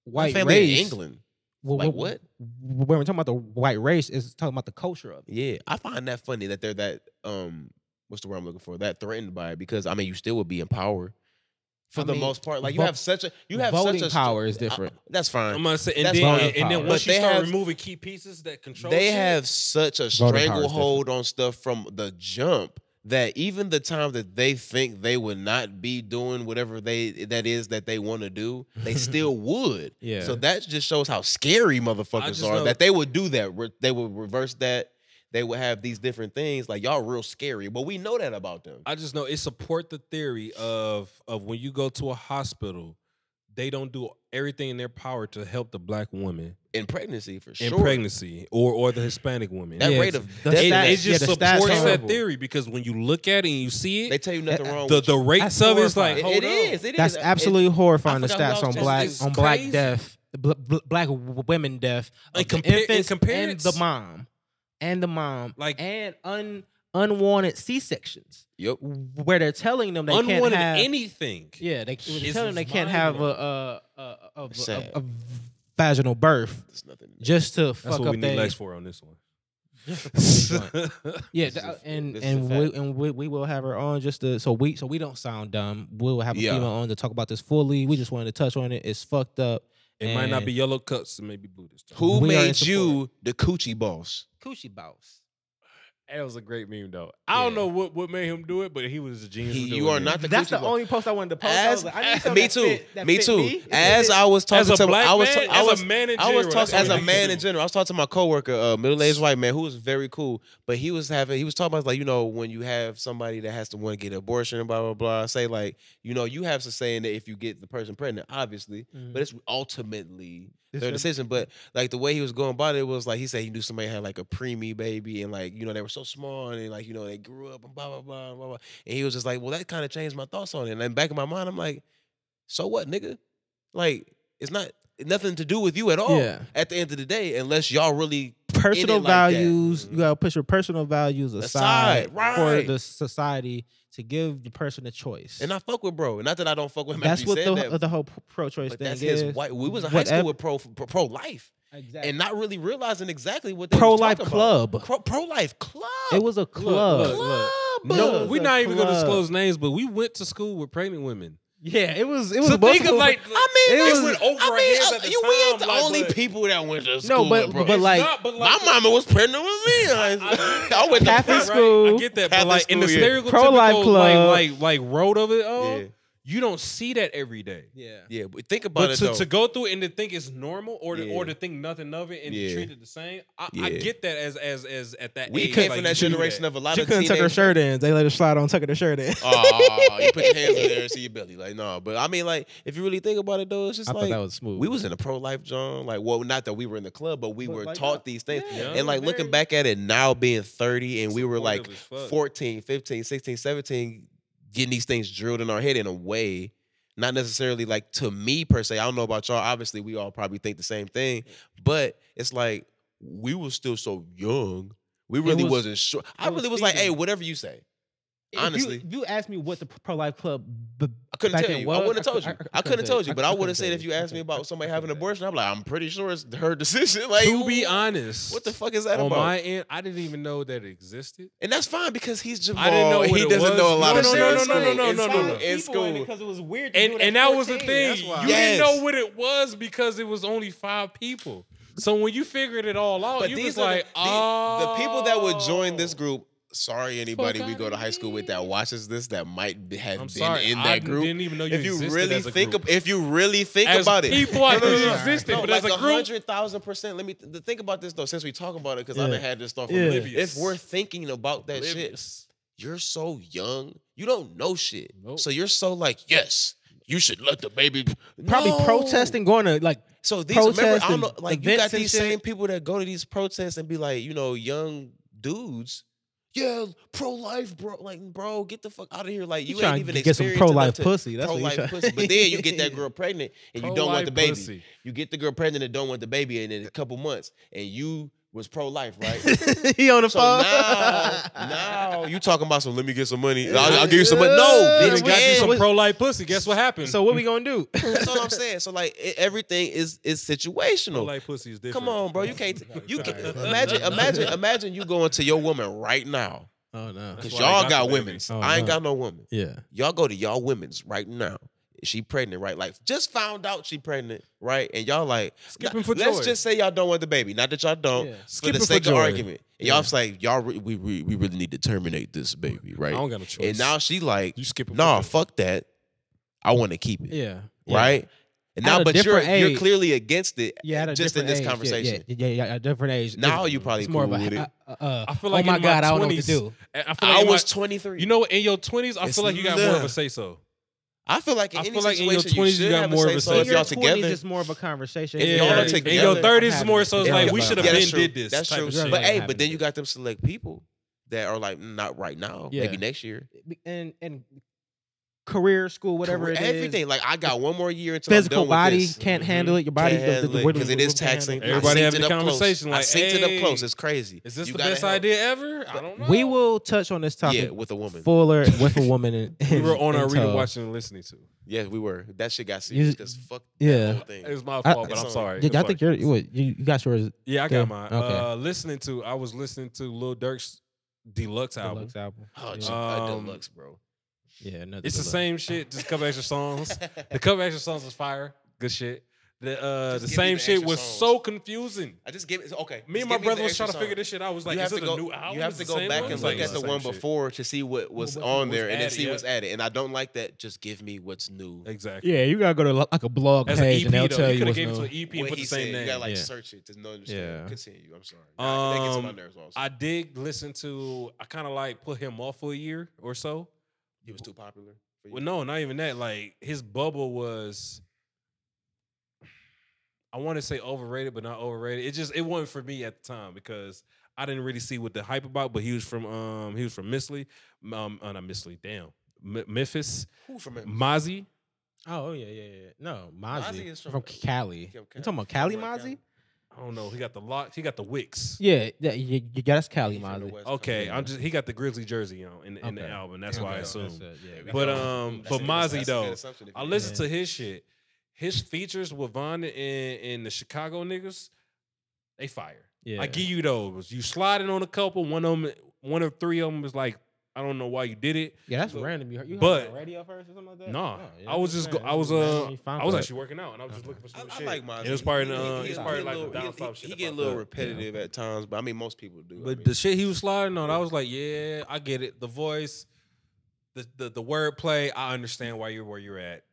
Speaker 2: My
Speaker 1: white
Speaker 2: family
Speaker 1: race,
Speaker 2: in England.
Speaker 1: well,
Speaker 2: Like
Speaker 1: when-
Speaker 2: what?
Speaker 1: When we're talking about the white race, is talking about the culture of it.
Speaker 2: Yeah, I find that funny that they're that um what's the word I'm looking for? That threatened by it because I mean you still would be in power for
Speaker 1: I
Speaker 2: the
Speaker 1: mean,
Speaker 2: most part. Like you
Speaker 1: vo-
Speaker 2: have such a you have
Speaker 1: voting
Speaker 2: such a
Speaker 1: power is
Speaker 2: I-
Speaker 1: different.
Speaker 2: that's
Speaker 3: I'm
Speaker 2: fine.
Speaker 3: gonna say, and
Speaker 2: That's
Speaker 3: then,
Speaker 1: voting
Speaker 3: and, and then
Speaker 1: power.
Speaker 3: once
Speaker 2: But
Speaker 3: you
Speaker 2: they
Speaker 3: start
Speaker 2: have-
Speaker 3: removing key pieces that control,
Speaker 2: They
Speaker 3: shit,
Speaker 2: have such a
Speaker 1: Voting power is different.
Speaker 2: stranglehold on stuff from the jump that even the time that they think they would not be doing whatever they that is that they want to do, they still would.
Speaker 1: Yeah.
Speaker 2: So that just shows how scary
Speaker 3: just
Speaker 2: motherfuckers are
Speaker 3: know-
Speaker 2: that they would do that. re- They would reverse that. They would have these different things. Like y'all real scary, but we know that about them.
Speaker 3: I just know it support the theory of of when you go to a hospital, they don't do everything in their power to help the black woman
Speaker 2: in pregnancy for
Speaker 3: in
Speaker 2: sure.
Speaker 3: pregnancy or or the Hispanic woman.
Speaker 2: That
Speaker 1: Yeah,
Speaker 2: rate of
Speaker 1: the
Speaker 2: death,
Speaker 3: it,
Speaker 1: stats-
Speaker 3: it
Speaker 1: yeah,
Speaker 3: just
Speaker 1: the stats
Speaker 3: supports that
Speaker 1: horrible.
Speaker 3: theory because when you look at it and you see
Speaker 2: they
Speaker 3: it,
Speaker 2: tell you nothing wrong.
Speaker 3: Eh, the
Speaker 2: with
Speaker 3: the
Speaker 2: you.
Speaker 3: rates
Speaker 1: That's
Speaker 3: of it's like
Speaker 1: horrifying.
Speaker 2: It- it
Speaker 3: hold on.
Speaker 2: is. It is.
Speaker 1: That's absolutely horrifying. The
Speaker 2: I forgot
Speaker 1: stats
Speaker 2: we
Speaker 1: on
Speaker 2: was
Speaker 1: black
Speaker 3: just-
Speaker 1: on
Speaker 3: it's
Speaker 1: black
Speaker 3: crazy.
Speaker 1: death, the bl- bl- black w- women death, of
Speaker 3: Like,
Speaker 1: the
Speaker 3: compare- it's
Speaker 1: infants
Speaker 3: compared-
Speaker 1: and the mom, and the mom,
Speaker 3: Like-
Speaker 1: like and un unwanted C sections
Speaker 2: Yep.
Speaker 1: where they're telling them they
Speaker 3: unwanted
Speaker 1: can't have
Speaker 3: anything.
Speaker 1: yeah they they're
Speaker 3: It's
Speaker 1: telling them they can't have a a a, a, a,
Speaker 2: Sad.
Speaker 1: a vaginal birth
Speaker 2: There's nothing. in there.
Speaker 1: just to
Speaker 3: That's
Speaker 1: fuck
Speaker 3: what
Speaker 1: up
Speaker 3: we need
Speaker 1: their
Speaker 3: Lex for on this one.
Speaker 1: yeah
Speaker 2: This is
Speaker 1: th- uh,
Speaker 2: a-
Speaker 1: and
Speaker 2: this is a
Speaker 1: and we,
Speaker 2: fact.
Speaker 1: and we, we will have her on just to so we so we don't sound dumb we'll have a
Speaker 2: Yeah.
Speaker 1: female on to talk about this fully we just wanted to touch on it it's fucked up
Speaker 3: It might not
Speaker 1: And-
Speaker 3: be yellow cups, it may be blue this time.
Speaker 2: Who
Speaker 1: We are in
Speaker 2: made you the coochie boss?
Speaker 1: coochie bouse.
Speaker 3: That was a great meme though. I don't
Speaker 1: Yeah.
Speaker 3: know what, what made him do it, but he was a genius.
Speaker 2: He-
Speaker 3: for
Speaker 2: you
Speaker 3: doing
Speaker 2: are
Speaker 3: it.
Speaker 2: not the
Speaker 1: That's
Speaker 2: coochie
Speaker 1: the
Speaker 2: boss.
Speaker 1: only post I wanted to post. I was
Speaker 2: As,
Speaker 1: like, I need something
Speaker 2: me
Speaker 1: that
Speaker 2: too.
Speaker 1: fit- that
Speaker 2: me
Speaker 1: fit
Speaker 2: too.
Speaker 1: me.
Speaker 2: As I was talking
Speaker 3: as a
Speaker 2: to,
Speaker 3: black
Speaker 2: I was,
Speaker 3: man,
Speaker 2: I was,
Speaker 3: as a man in
Speaker 2: I was
Speaker 3: general, that's
Speaker 2: talking as
Speaker 3: what
Speaker 2: a
Speaker 3: he
Speaker 2: man
Speaker 3: do.
Speaker 2: in general. I was talking to my coworker, uh, middle-aged white man, who was very cool. But he was having, he was talking about like, you know, when you have somebody that has to want to get an abortion and blah blah blah. Say like, you know, you have to say that if you get the person pregnant, obviously,
Speaker 1: Mm-hmm.
Speaker 3: Mm-hmm.
Speaker 2: but it's ultimately their decision. But like the way he was going about it was like he said he knew somebody had like a preemie baby and like you know they were so small and like you know they grew up and blah blah blah blah blah. And he was just like, well, that kind of changed my thoughts on it. And then back in my mind, I'm like, so what, nigga? Like It's not nothing to do with you at all.
Speaker 1: Yeah.
Speaker 2: At the end of the day, unless y'all really
Speaker 1: Personal
Speaker 2: oh, like that.
Speaker 1: values. You gotta push your personal values aside,
Speaker 2: Aside, right.
Speaker 1: for the society to give the person a choice.
Speaker 2: and I fuck with bro. Not that I don't fuck with him.
Speaker 1: that's
Speaker 2: That's
Speaker 1: what
Speaker 2: said
Speaker 1: the,
Speaker 2: that,
Speaker 1: the whole pro-choice
Speaker 2: but
Speaker 1: thing
Speaker 2: that's
Speaker 1: is.
Speaker 2: his white. We was in high
Speaker 1: Whatever-
Speaker 2: school with pro pro, pro life
Speaker 1: Exactly.
Speaker 2: and not really realizing exactly what they was
Speaker 1: pro-life
Speaker 2: talking about.
Speaker 1: club.
Speaker 2: Pro, life club.
Speaker 1: It was a club.
Speaker 3: look,
Speaker 2: club.
Speaker 3: No,
Speaker 1: Look,
Speaker 3: we're
Speaker 1: the
Speaker 3: not even gonna
Speaker 1: club.
Speaker 3: disclose names, but we went to school with pregnant women.
Speaker 1: Yeah, it was. It was
Speaker 3: so think of
Speaker 1: multiple-
Speaker 3: like,
Speaker 2: I mean,
Speaker 1: It
Speaker 2: they
Speaker 1: was-
Speaker 2: went
Speaker 3: I mean, uh,
Speaker 2: you, we ain't the only people that went to school.
Speaker 1: no, but
Speaker 2: bro.
Speaker 1: but like
Speaker 3: not, but
Speaker 2: my
Speaker 3: like,
Speaker 2: mama was pregnant with me. I, I went to
Speaker 1: Catholic
Speaker 2: prep.
Speaker 3: right,
Speaker 1: school.
Speaker 3: I get that, but
Speaker 2: Catholic
Speaker 3: like in the
Speaker 2: school, yeah.
Speaker 3: stereotypical
Speaker 1: Pro-life club.
Speaker 3: like like like road of it all,
Speaker 2: Yeah,
Speaker 3: you don't see that every day.
Speaker 1: yeah,
Speaker 2: yeah. But think about
Speaker 3: But
Speaker 2: it
Speaker 3: to,
Speaker 2: though.
Speaker 3: to go through it and to think it's normal or to, or
Speaker 2: Yeah.
Speaker 3: to think nothing of it and to
Speaker 2: Yeah.
Speaker 3: treat it the same, I, I
Speaker 2: Yeah.
Speaker 3: get that as as as at that
Speaker 2: we
Speaker 3: age,
Speaker 2: came
Speaker 3: like,
Speaker 2: from
Speaker 3: you
Speaker 2: that
Speaker 3: do
Speaker 2: generation
Speaker 3: that.
Speaker 2: of a lot
Speaker 1: She
Speaker 2: of
Speaker 1: couldn't tuck her
Speaker 2: teenagers.
Speaker 1: shirt in. They let her slide on tucking her shirt in.
Speaker 2: Oh, you put your hands in there and see your belly. Like, no, but I mean, like, if you really think about it, though, it's just
Speaker 1: I thought
Speaker 2: like
Speaker 1: that was smooth.
Speaker 2: we was in a pro life, John. Like, well, not that we were in the club, but we
Speaker 1: But,
Speaker 2: were
Speaker 1: like, uh,
Speaker 2: taught
Speaker 1: no.
Speaker 2: these things.
Speaker 3: Yeah.
Speaker 2: And like looking
Speaker 1: Very-
Speaker 2: back at it now, being thirty, and we were like
Speaker 3: Supportive as fuck.
Speaker 2: 14, 15, 16, 17, getting these things drilled in our head in a way, not necessarily like to me per se. I don't know about y'all. Obviously, we all probably think the same thing, but it's like we were still so young. We really
Speaker 1: was-
Speaker 2: was, not sure. I
Speaker 1: it was
Speaker 2: really was like,
Speaker 1: thinking.
Speaker 2: hey, whatever you say.
Speaker 1: If you-
Speaker 2: honestly.
Speaker 1: if you, asked me what the pro life club. B-
Speaker 2: I couldn't
Speaker 1: back
Speaker 2: tell
Speaker 1: then
Speaker 2: you.
Speaker 1: was,
Speaker 2: I would have told
Speaker 1: cou-
Speaker 2: you. I, couldn't told you, but I, would
Speaker 1: couldn't
Speaker 2: have said
Speaker 1: tell
Speaker 2: if you asked
Speaker 1: couldn't-
Speaker 2: me
Speaker 1: I
Speaker 2: about somebody
Speaker 1: couldn't
Speaker 2: having an
Speaker 1: tell you.
Speaker 2: abortion, I'm like, I'm pretty sure it's her decision. Like,
Speaker 3: to be
Speaker 2: wh-
Speaker 3: honest,
Speaker 2: what the fuck is that
Speaker 3: on
Speaker 2: about?
Speaker 3: my end, I didn't even know that it existed.
Speaker 2: and that's fine because he's Jamal.
Speaker 3: I didn't know
Speaker 2: and
Speaker 3: what
Speaker 2: he
Speaker 3: it
Speaker 2: doesn't
Speaker 3: was.
Speaker 2: know a lot
Speaker 3: No,
Speaker 2: of
Speaker 3: no,
Speaker 2: shit.
Speaker 3: no,
Speaker 2: in
Speaker 3: no,
Speaker 2: school.
Speaker 3: no, no,
Speaker 2: In
Speaker 3: no,
Speaker 2: school-
Speaker 3: no.
Speaker 2: In school.
Speaker 1: because it was weird.
Speaker 3: and and that was the thing. You didn't
Speaker 2: Yes.
Speaker 3: know what it was because it was only five people. So when you figured it all out,
Speaker 2: But
Speaker 3: Oh, you
Speaker 2: these
Speaker 3: was
Speaker 2: are
Speaker 3: like,
Speaker 2: the, the- the people that would join this
Speaker 3: "Oh."
Speaker 2: group. Sorry, anybody
Speaker 3: Fuck
Speaker 2: we go
Speaker 3: outta
Speaker 2: to high school with
Speaker 3: here.
Speaker 2: that watches this that might be- have
Speaker 3: I'm
Speaker 2: been
Speaker 3: sorry,
Speaker 2: in that
Speaker 3: I
Speaker 2: group.
Speaker 3: didn't even know you
Speaker 2: if you
Speaker 3: existed
Speaker 2: really
Speaker 3: as a
Speaker 2: think,
Speaker 3: group.
Speaker 2: ab- if you really think
Speaker 3: As
Speaker 2: about it,
Speaker 3: people, I knew you existed, but as
Speaker 2: like
Speaker 3: a group-
Speaker 2: hundred thousand percent. Let me th- think about this though. Since we talking about it, because I've
Speaker 1: Yeah.
Speaker 2: had this thought. From
Speaker 1: Yeah.
Speaker 2: If we're thinking about that shit,
Speaker 3: Oblivious.
Speaker 2: you're so young, you don't know shit.
Speaker 3: Nope.
Speaker 2: So you're so like, yes, you should let the baby
Speaker 1: Probably
Speaker 2: No.
Speaker 1: protesting, going to like
Speaker 2: So these
Speaker 1: protests
Speaker 2: remember, I don't
Speaker 1: and
Speaker 2: know, like you got
Speaker 1: events and
Speaker 2: these
Speaker 1: shit.
Speaker 2: same people that go to these protests and be like, you know, young dudes. Yeah, pro life, bro. Like, bro, get the fuck out of here. Like,
Speaker 1: you
Speaker 2: you
Speaker 1: trying
Speaker 2: ain't
Speaker 1: to
Speaker 2: even
Speaker 1: get some pro life pussy. That's
Speaker 2: Pro
Speaker 1: what you
Speaker 2: life
Speaker 1: trying-
Speaker 2: pussy. But then you get that girl pregnant and you don't want
Speaker 3: Pro-life
Speaker 2: the baby.
Speaker 3: pussy.
Speaker 2: You get the girl pregnant and don't want the baby, and in a couple months, and you was pro life, right?
Speaker 1: he on the
Speaker 2: So
Speaker 1: phone.
Speaker 2: now, now you talking about some? Let me get some money. I'll, I'll give you some money. No,
Speaker 1: Yeah,
Speaker 2: bitch,
Speaker 3: Nigga got you
Speaker 2: and-
Speaker 3: some
Speaker 1: what-
Speaker 3: pro life pussy. Guess what happened?
Speaker 1: So what we gonna do?
Speaker 2: that's all I'm saying. So like it, everything is is
Speaker 3: pro
Speaker 2: situational.
Speaker 3: life pussy is different.
Speaker 2: Come on, bro. You can't. You can
Speaker 3: Sorry.
Speaker 2: imagine. Imagine. uh, Imagine you going to your woman right now
Speaker 1: oh no.
Speaker 2: because
Speaker 3: That's why I
Speaker 2: y'all
Speaker 3: got
Speaker 2: got,
Speaker 3: the baby.
Speaker 2: women's.
Speaker 1: Oh,
Speaker 2: I ain't
Speaker 1: no.
Speaker 2: got no woman.
Speaker 1: Yeah.
Speaker 2: Y'all go to y'all women's right now. She pregnant, right? Like just found out she pregnant, right? And y'all like,
Speaker 3: Skipping for
Speaker 2: let's
Speaker 3: joy.
Speaker 2: just say y'all don't want the baby. Not that y'all don't.
Speaker 1: Yeah.
Speaker 2: For
Speaker 3: Skipping
Speaker 2: the
Speaker 3: for
Speaker 2: sake of
Speaker 3: joy.
Speaker 2: argument, and y'all
Speaker 1: Yeah.
Speaker 2: just like y'all re- we, we we really need to terminate this baby,
Speaker 3: I
Speaker 2: right?
Speaker 3: don't got no choice.
Speaker 2: And now she like,
Speaker 3: you skipping.
Speaker 2: nah,
Speaker 3: for joy.
Speaker 2: fuck that. I want to keep it
Speaker 1: Yeah.
Speaker 2: right? And
Speaker 1: At
Speaker 2: now,
Speaker 1: a
Speaker 2: but you're
Speaker 1: different
Speaker 2: you're
Speaker 1: age-
Speaker 2: clearly against it.
Speaker 1: Yeah, at a
Speaker 2: just in
Speaker 1: different
Speaker 2: this
Speaker 1: age, yeah,
Speaker 2: conversation.
Speaker 1: Yeah, yeah, yeah, at a different age.
Speaker 2: Now
Speaker 1: it-
Speaker 2: you probably
Speaker 1: it's more
Speaker 2: cool
Speaker 1: of
Speaker 2: with
Speaker 1: a.
Speaker 2: it.
Speaker 1: ha- uh, uh,
Speaker 3: I feel like
Speaker 1: oh my
Speaker 3: in
Speaker 1: god,
Speaker 3: my
Speaker 1: I don't know what to
Speaker 3: 20s,
Speaker 1: do.
Speaker 3: And I feel
Speaker 2: I
Speaker 3: like
Speaker 2: was
Speaker 3: was.
Speaker 2: 23.
Speaker 3: You know, what? in your twenties, I
Speaker 2: It's
Speaker 3: feel like you got more of a
Speaker 2: not-
Speaker 3: say so.
Speaker 2: I feel like in
Speaker 3: I
Speaker 2: any
Speaker 3: feel like in your
Speaker 2: situation,
Speaker 3: 20s, you
Speaker 2: you should
Speaker 3: got
Speaker 2: have
Speaker 3: more
Speaker 2: a
Speaker 3: of a
Speaker 2: say.
Speaker 3: say.
Speaker 2: So
Speaker 3: If
Speaker 2: if y'all together,
Speaker 1: it's more of a conversation.
Speaker 2: If y'all are
Speaker 3: in
Speaker 2: together,
Speaker 3: your
Speaker 2: I'm
Speaker 3: thirties, more so it's
Speaker 2: If
Speaker 3: like
Speaker 2: y'all-
Speaker 3: we should have
Speaker 2: yeah,
Speaker 3: been
Speaker 2: that's true.
Speaker 3: did this.
Speaker 2: That's
Speaker 3: type
Speaker 2: true.
Speaker 3: Of
Speaker 1: shit.
Speaker 2: But
Speaker 1: Yeah,
Speaker 2: hey,
Speaker 1: happening.
Speaker 2: but then you got them select people that are like, not right now.
Speaker 1: Yeah.
Speaker 2: Maybe next year.
Speaker 1: and and career, school, whatever
Speaker 2: Career-
Speaker 1: it is.
Speaker 2: everything. Like I got one more year until
Speaker 1: Physical
Speaker 2: I'm done
Speaker 1: body
Speaker 2: with this.
Speaker 1: can't
Speaker 3: Mhm.
Speaker 1: handle it. Your body
Speaker 2: Can't handle it,
Speaker 1: the- the-
Speaker 2: it is
Speaker 1: can't handle
Speaker 2: taxing.
Speaker 1: it.
Speaker 2: I
Speaker 3: Everybody
Speaker 2: synced it
Speaker 3: having the
Speaker 2: up close.
Speaker 3: conversation,
Speaker 2: I
Speaker 3: like,
Speaker 2: synced it
Speaker 3: hey,
Speaker 2: up close. It's crazy.
Speaker 3: Is this
Speaker 2: You
Speaker 3: the
Speaker 2: gotta
Speaker 3: best
Speaker 2: help.
Speaker 3: idea ever? I don't know.
Speaker 1: We will touch on this
Speaker 2: Yeah,
Speaker 1: topic
Speaker 2: with a woman.
Speaker 1: fuller with a woman. In,
Speaker 3: We were on
Speaker 1: in
Speaker 3: our reading,
Speaker 1: tow.
Speaker 3: watching, and listening to.
Speaker 2: Yeah, we were. That shit got serious because fuck
Speaker 1: Yeah.
Speaker 2: that whole thing.
Speaker 3: It was my
Speaker 1: I-
Speaker 3: fault, but I'm
Speaker 2: It's
Speaker 3: sorry.
Speaker 2: alright.
Speaker 1: Yeah,
Speaker 3: It's
Speaker 1: I
Speaker 3: like-
Speaker 1: think you're you, what, you you got yours.
Speaker 3: Yeah, I
Speaker 1: Yeah,
Speaker 3: got mine.
Speaker 1: okay.
Speaker 3: Uh, listening to, I was listening to Lil Durk's deluxe album.
Speaker 1: Deluxe album.
Speaker 2: Oh,
Speaker 1: yeah.
Speaker 2: shit, a
Speaker 3: Um,
Speaker 2: deluxe, bro.
Speaker 1: yeah, another
Speaker 3: It's the
Speaker 1: deluxe.
Speaker 3: same shit, just cover extra songs. The cover extra songs is fire. Good shit. The uh,
Speaker 2: Just
Speaker 3: the
Speaker 2: give me
Speaker 3: same
Speaker 2: the
Speaker 3: shit
Speaker 2: extra
Speaker 3: was
Speaker 2: songs.
Speaker 3: so confusing.
Speaker 2: I just give it. Okay.
Speaker 3: Me
Speaker 2: just
Speaker 3: and my
Speaker 2: give the
Speaker 3: brother was
Speaker 2: extra
Speaker 3: trying to
Speaker 2: song.
Speaker 3: figure this shit out. I was like,
Speaker 2: you
Speaker 3: is
Speaker 2: have
Speaker 3: it
Speaker 2: to
Speaker 3: a
Speaker 2: go,
Speaker 3: new album?
Speaker 2: you have
Speaker 3: Is
Speaker 2: to
Speaker 3: it
Speaker 2: go
Speaker 3: the same
Speaker 2: back
Speaker 3: one?
Speaker 2: and
Speaker 3: It's
Speaker 2: look
Speaker 3: like,
Speaker 2: at
Speaker 3: it's
Speaker 2: the
Speaker 3: same
Speaker 2: one
Speaker 3: shit.
Speaker 2: before to see what was
Speaker 3: what
Speaker 2: on
Speaker 3: was
Speaker 2: there and then
Speaker 3: added,
Speaker 2: see
Speaker 3: yeah.
Speaker 2: what's added. And I don't like that. Just give me what's new.
Speaker 3: Exactly.
Speaker 1: Yeah, you gotta go to li- like a blog
Speaker 3: As an
Speaker 1: page
Speaker 3: EP,
Speaker 1: and
Speaker 3: though,
Speaker 1: they'll
Speaker 3: you
Speaker 1: tell
Speaker 3: could
Speaker 1: you
Speaker 3: have
Speaker 1: what's
Speaker 3: gave it to
Speaker 1: new.
Speaker 3: an EP and
Speaker 2: What
Speaker 3: put
Speaker 2: he
Speaker 3: the same
Speaker 2: said,
Speaker 3: name.
Speaker 2: You gotta like
Speaker 1: Yeah.
Speaker 2: search it to know. understand.
Speaker 1: Yeah.
Speaker 2: Continue. I'm sorry. I- that gets
Speaker 3: Um,
Speaker 2: on my nerves also.
Speaker 3: I did listen to. I kind of like put him off for a year or so.
Speaker 2: he was too popular. for you.
Speaker 3: Well, no, not even that. Like his bubble was, I want to say overrated, but not overrated. It just it wasn't for me at the time because I didn't really see what the hype about. But he was from um he was from Misley, um uh, not Misley, damn M- Memphis,
Speaker 2: Who from him?
Speaker 3: Mozzie.
Speaker 1: Oh yeah, yeah, yeah. No, Mozzie
Speaker 2: is
Speaker 1: from,
Speaker 2: from-
Speaker 1: Cali.
Speaker 2: from
Speaker 1: You talking
Speaker 2: Cali.
Speaker 1: about Cali
Speaker 2: From, like, Cali.
Speaker 1: Mozzie?
Speaker 3: I don't know. He got the locks. He got the wicks.
Speaker 1: Yeah, yeah, you, you got us Cali
Speaker 2: He from the
Speaker 1: Mozzie.
Speaker 2: West Coast.
Speaker 3: Okay,
Speaker 1: Yeah.
Speaker 3: I'm just he got the Grizzly jersey on in, in the
Speaker 1: Okay.
Speaker 3: album. That's why I
Speaker 1: Okay,
Speaker 3: assume.
Speaker 1: that's it,
Speaker 2: Yeah,
Speaker 1: yeah.
Speaker 2: we
Speaker 3: But,
Speaker 2: can-
Speaker 3: um,
Speaker 2: that's
Speaker 3: but
Speaker 2: a good-
Speaker 3: Mozzie,
Speaker 2: that's a good
Speaker 3: though,
Speaker 2: assumption if
Speaker 3: I
Speaker 2: you-
Speaker 3: listened
Speaker 1: Yeah.
Speaker 3: to his shit. His features with Von and, and the Chicago niggas, they fire.
Speaker 1: yeah.
Speaker 3: I give you those. You sliding on a couple. One of them, one of three of them was like, I don't know why you did it.
Speaker 1: yeah, that's
Speaker 2: Look,
Speaker 1: random. You heard, you heard
Speaker 3: but-
Speaker 1: it on radio first or something like that?
Speaker 3: Nah,
Speaker 1: Oh, yeah,
Speaker 3: I was
Speaker 1: I'm
Speaker 3: just go,
Speaker 1: saying,
Speaker 3: I
Speaker 1: you
Speaker 3: was
Speaker 1: randomly
Speaker 3: uh
Speaker 1: found
Speaker 3: I was
Speaker 1: that.
Speaker 3: actually working out and I was just looking for some
Speaker 2: I,
Speaker 3: new
Speaker 2: I
Speaker 3: shit.
Speaker 2: like Mozzie.
Speaker 3: It was probably in,
Speaker 2: He- he-
Speaker 3: uh,
Speaker 2: he-
Speaker 3: it's
Speaker 2: he
Speaker 3: probably
Speaker 2: get a
Speaker 3: like the
Speaker 2: little- he-
Speaker 3: down south
Speaker 2: he-
Speaker 3: shit.
Speaker 2: He get a
Speaker 3: about
Speaker 2: little
Speaker 3: that.
Speaker 2: repetitive at times, but I mean most people do. I
Speaker 3: But
Speaker 2: mean,
Speaker 3: the shit he was sliding on, I was like, yeah, I get it. The voice, the the the wordplay, I understand why you're where you're at.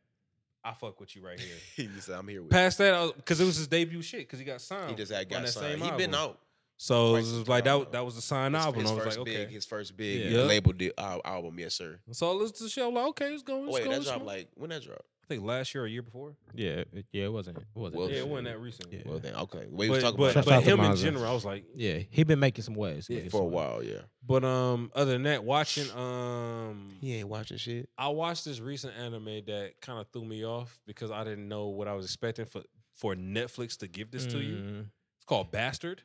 Speaker 3: I fuck with you right here.
Speaker 2: he just said, I'm here with.
Speaker 3: Past that, because it was his debut shit, because he got
Speaker 2: you."
Speaker 3: signed.
Speaker 2: He just had
Speaker 3: on
Speaker 2: got
Speaker 3: that
Speaker 2: signed.
Speaker 3: same
Speaker 2: He been
Speaker 3: album.
Speaker 2: out.
Speaker 3: So it
Speaker 2: Frank
Speaker 3: was like
Speaker 2: Chicago.
Speaker 3: that. That was the sign
Speaker 2: His-
Speaker 3: album.
Speaker 2: his
Speaker 3: I was
Speaker 2: first
Speaker 3: like, okay.
Speaker 2: big, his first big
Speaker 3: Yeah.
Speaker 2: label di- uh, album. Yes, sir.
Speaker 3: So I listened to the show. Like, okay, it's going.
Speaker 2: Oh,
Speaker 3: It's
Speaker 2: wait,
Speaker 3: going.
Speaker 2: that
Speaker 3: it's
Speaker 2: dropped
Speaker 3: going.
Speaker 2: like when that dropped?
Speaker 3: I think last year or year before.
Speaker 1: Yeah, it- yeah, it wasn't. It wasn't.
Speaker 2: Well,
Speaker 3: yeah, it
Speaker 2: shit.
Speaker 3: wasn't that recent.
Speaker 1: Yeah.
Speaker 2: Well then, okay. We was
Speaker 3: But
Speaker 2: talking
Speaker 3: but,
Speaker 1: Shout
Speaker 2: about
Speaker 3: but
Speaker 1: out to
Speaker 3: him in
Speaker 1: Mazza.
Speaker 3: general, I was like,
Speaker 1: Yeah, he been making some waves
Speaker 3: Yeah,
Speaker 1: nigga,
Speaker 2: for a
Speaker 1: so-
Speaker 2: while. Yeah,
Speaker 3: but um, other than that, watching um,
Speaker 2: he ain't watching shit.
Speaker 3: I watched this recent anime that kind of threw me off because I didn't know what I was expecting for for Netflix to give this to you.
Speaker 1: Mm,
Speaker 3: It's called Bastard.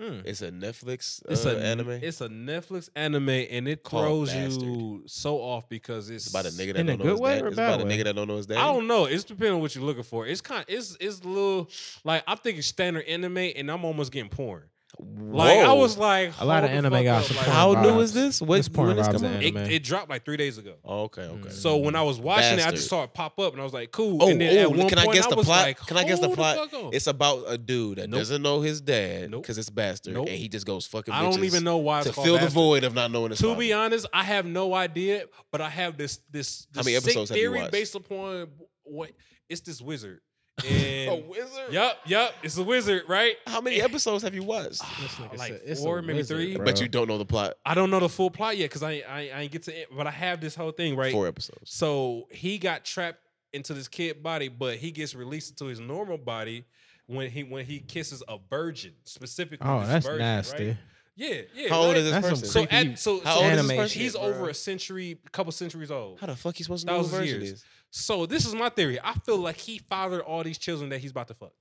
Speaker 1: mm.
Speaker 2: It's a Netflix.
Speaker 3: It's
Speaker 2: uh,
Speaker 3: a
Speaker 2: anime.
Speaker 3: It's a Netflix anime, and it
Speaker 2: Called
Speaker 3: throws you so off because it's
Speaker 2: It's about a nigga that
Speaker 1: In a
Speaker 2: don't know
Speaker 1: good
Speaker 2: his
Speaker 1: way
Speaker 2: dad.
Speaker 1: or
Speaker 2: It's
Speaker 1: bad
Speaker 2: about a
Speaker 1: way?
Speaker 2: nigga that don't know his dad.
Speaker 3: I don't know. It's depending on what you're looking for. It's kind. It's it's a little like I'm thinking standard anime, and I'm almost getting porn. Like I was like
Speaker 1: A lot of
Speaker 3: hold the
Speaker 1: anime
Speaker 3: fuck
Speaker 1: got
Speaker 3: up,
Speaker 1: some
Speaker 3: like-
Speaker 1: porn
Speaker 2: How new
Speaker 1: vibes.
Speaker 2: is this? What,
Speaker 1: It's porn
Speaker 2: when this
Speaker 1: vibes
Speaker 2: come
Speaker 1: and
Speaker 2: out?
Speaker 3: It,
Speaker 1: anime.
Speaker 3: it dropped like three days ago.
Speaker 2: Oh, okay, okay.
Speaker 1: Mm.
Speaker 3: So when I was watching it, I
Speaker 2: Bastard.
Speaker 3: just saw it pop up, and I was like, "Cool."
Speaker 2: Oh,
Speaker 3: and then
Speaker 2: oh,
Speaker 3: at one
Speaker 2: can I
Speaker 3: point,
Speaker 2: guess the
Speaker 3: was
Speaker 2: plot?
Speaker 3: like,
Speaker 2: Can I guess the
Speaker 3: "Hold
Speaker 2: plot?
Speaker 3: fuck up."
Speaker 2: It's about a dude that
Speaker 3: Nope.
Speaker 2: doesn't know his dad
Speaker 3: Nope.
Speaker 2: because it's bastard,
Speaker 3: Nope.
Speaker 2: and he just goes fucking.
Speaker 3: I don't
Speaker 2: bitches
Speaker 3: even know why it's
Speaker 2: to
Speaker 3: called
Speaker 2: fill the
Speaker 3: Bastard.
Speaker 2: void of not knowing his.
Speaker 3: To
Speaker 2: father.
Speaker 3: be honest, I have no idea, but I have this this,
Speaker 2: How
Speaker 3: this
Speaker 2: many
Speaker 3: sick
Speaker 2: episodes have you
Speaker 3: theory
Speaker 2: watched?
Speaker 3: based upon what it's this wizard. And
Speaker 2: wizard.
Speaker 3: yep, yep, it's a wizard, right?
Speaker 2: How many episodes have you watched?
Speaker 1: This nigga
Speaker 3: Ah, like
Speaker 1: said it's a
Speaker 3: four, maybe
Speaker 1: wizard,
Speaker 3: three.
Speaker 1: bro.
Speaker 2: But you don't know the plot.
Speaker 3: I don't know the full plot yet because I, I I ain't get to it, but I have this whole thing right.
Speaker 2: Four episodes.
Speaker 3: So he got trapped into this kid body, but he gets released into his normal body when he when he kisses a virgin specifically.
Speaker 1: Oh,
Speaker 3: this
Speaker 1: that's
Speaker 3: virgin,
Speaker 1: nasty.
Speaker 3: Right? Yeah, yeah.
Speaker 2: How old
Speaker 3: like-
Speaker 2: is this
Speaker 1: That's some
Speaker 2: person?
Speaker 3: So
Speaker 1: creepy
Speaker 3: at so,
Speaker 2: How
Speaker 3: so
Speaker 2: old is
Speaker 1: anime
Speaker 2: this person?
Speaker 3: he's
Speaker 2: bro?
Speaker 3: over a century, couple centuries old.
Speaker 2: How the fuck you supposed to know who
Speaker 3: Thousand
Speaker 2: virgin
Speaker 3: years.
Speaker 2: is?
Speaker 3: So this is my theory. I feel like he fathered all these children that he's about to fuck,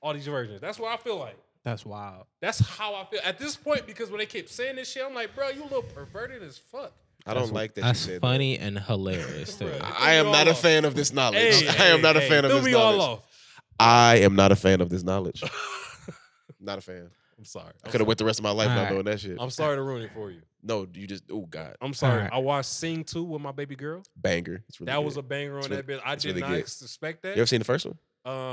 Speaker 3: all these virgins. That's what I feel like.
Speaker 1: That's wild.
Speaker 3: That's how I feel at this point because when they kept saying this shit, I'm like, bro, you a little perverted as fuck.
Speaker 2: I don't like that. you
Speaker 1: That's
Speaker 2: said that.
Speaker 1: funny and hilarious. too.
Speaker 3: Bruh.
Speaker 2: I am not a fan of this knowledge.
Speaker 3: Hey,
Speaker 2: I am
Speaker 3: hey,
Speaker 2: not a
Speaker 3: hey,
Speaker 2: fan of
Speaker 3: threw
Speaker 2: this
Speaker 3: me
Speaker 2: knowledge.
Speaker 3: all off.
Speaker 2: I am not a fan of this knowledge. not a fan.
Speaker 3: I'm sorry.
Speaker 2: I
Speaker 3: I'm
Speaker 2: could have went the rest of my life not
Speaker 1: Alright.
Speaker 2: doing that shit.
Speaker 3: I'm sorry to ruin it for you.
Speaker 2: No, you just oh god,
Speaker 3: I'm sorry.
Speaker 1: right.
Speaker 3: I watched Sing 2 with my baby girl.
Speaker 2: banger. It's really
Speaker 3: that was a
Speaker 2: good.
Speaker 3: banger on
Speaker 2: It's
Speaker 3: that bit. I
Speaker 2: it's
Speaker 3: did
Speaker 2: really
Speaker 3: not
Speaker 2: good.
Speaker 3: expect
Speaker 2: You ever
Speaker 3: that.
Speaker 2: seen the first one?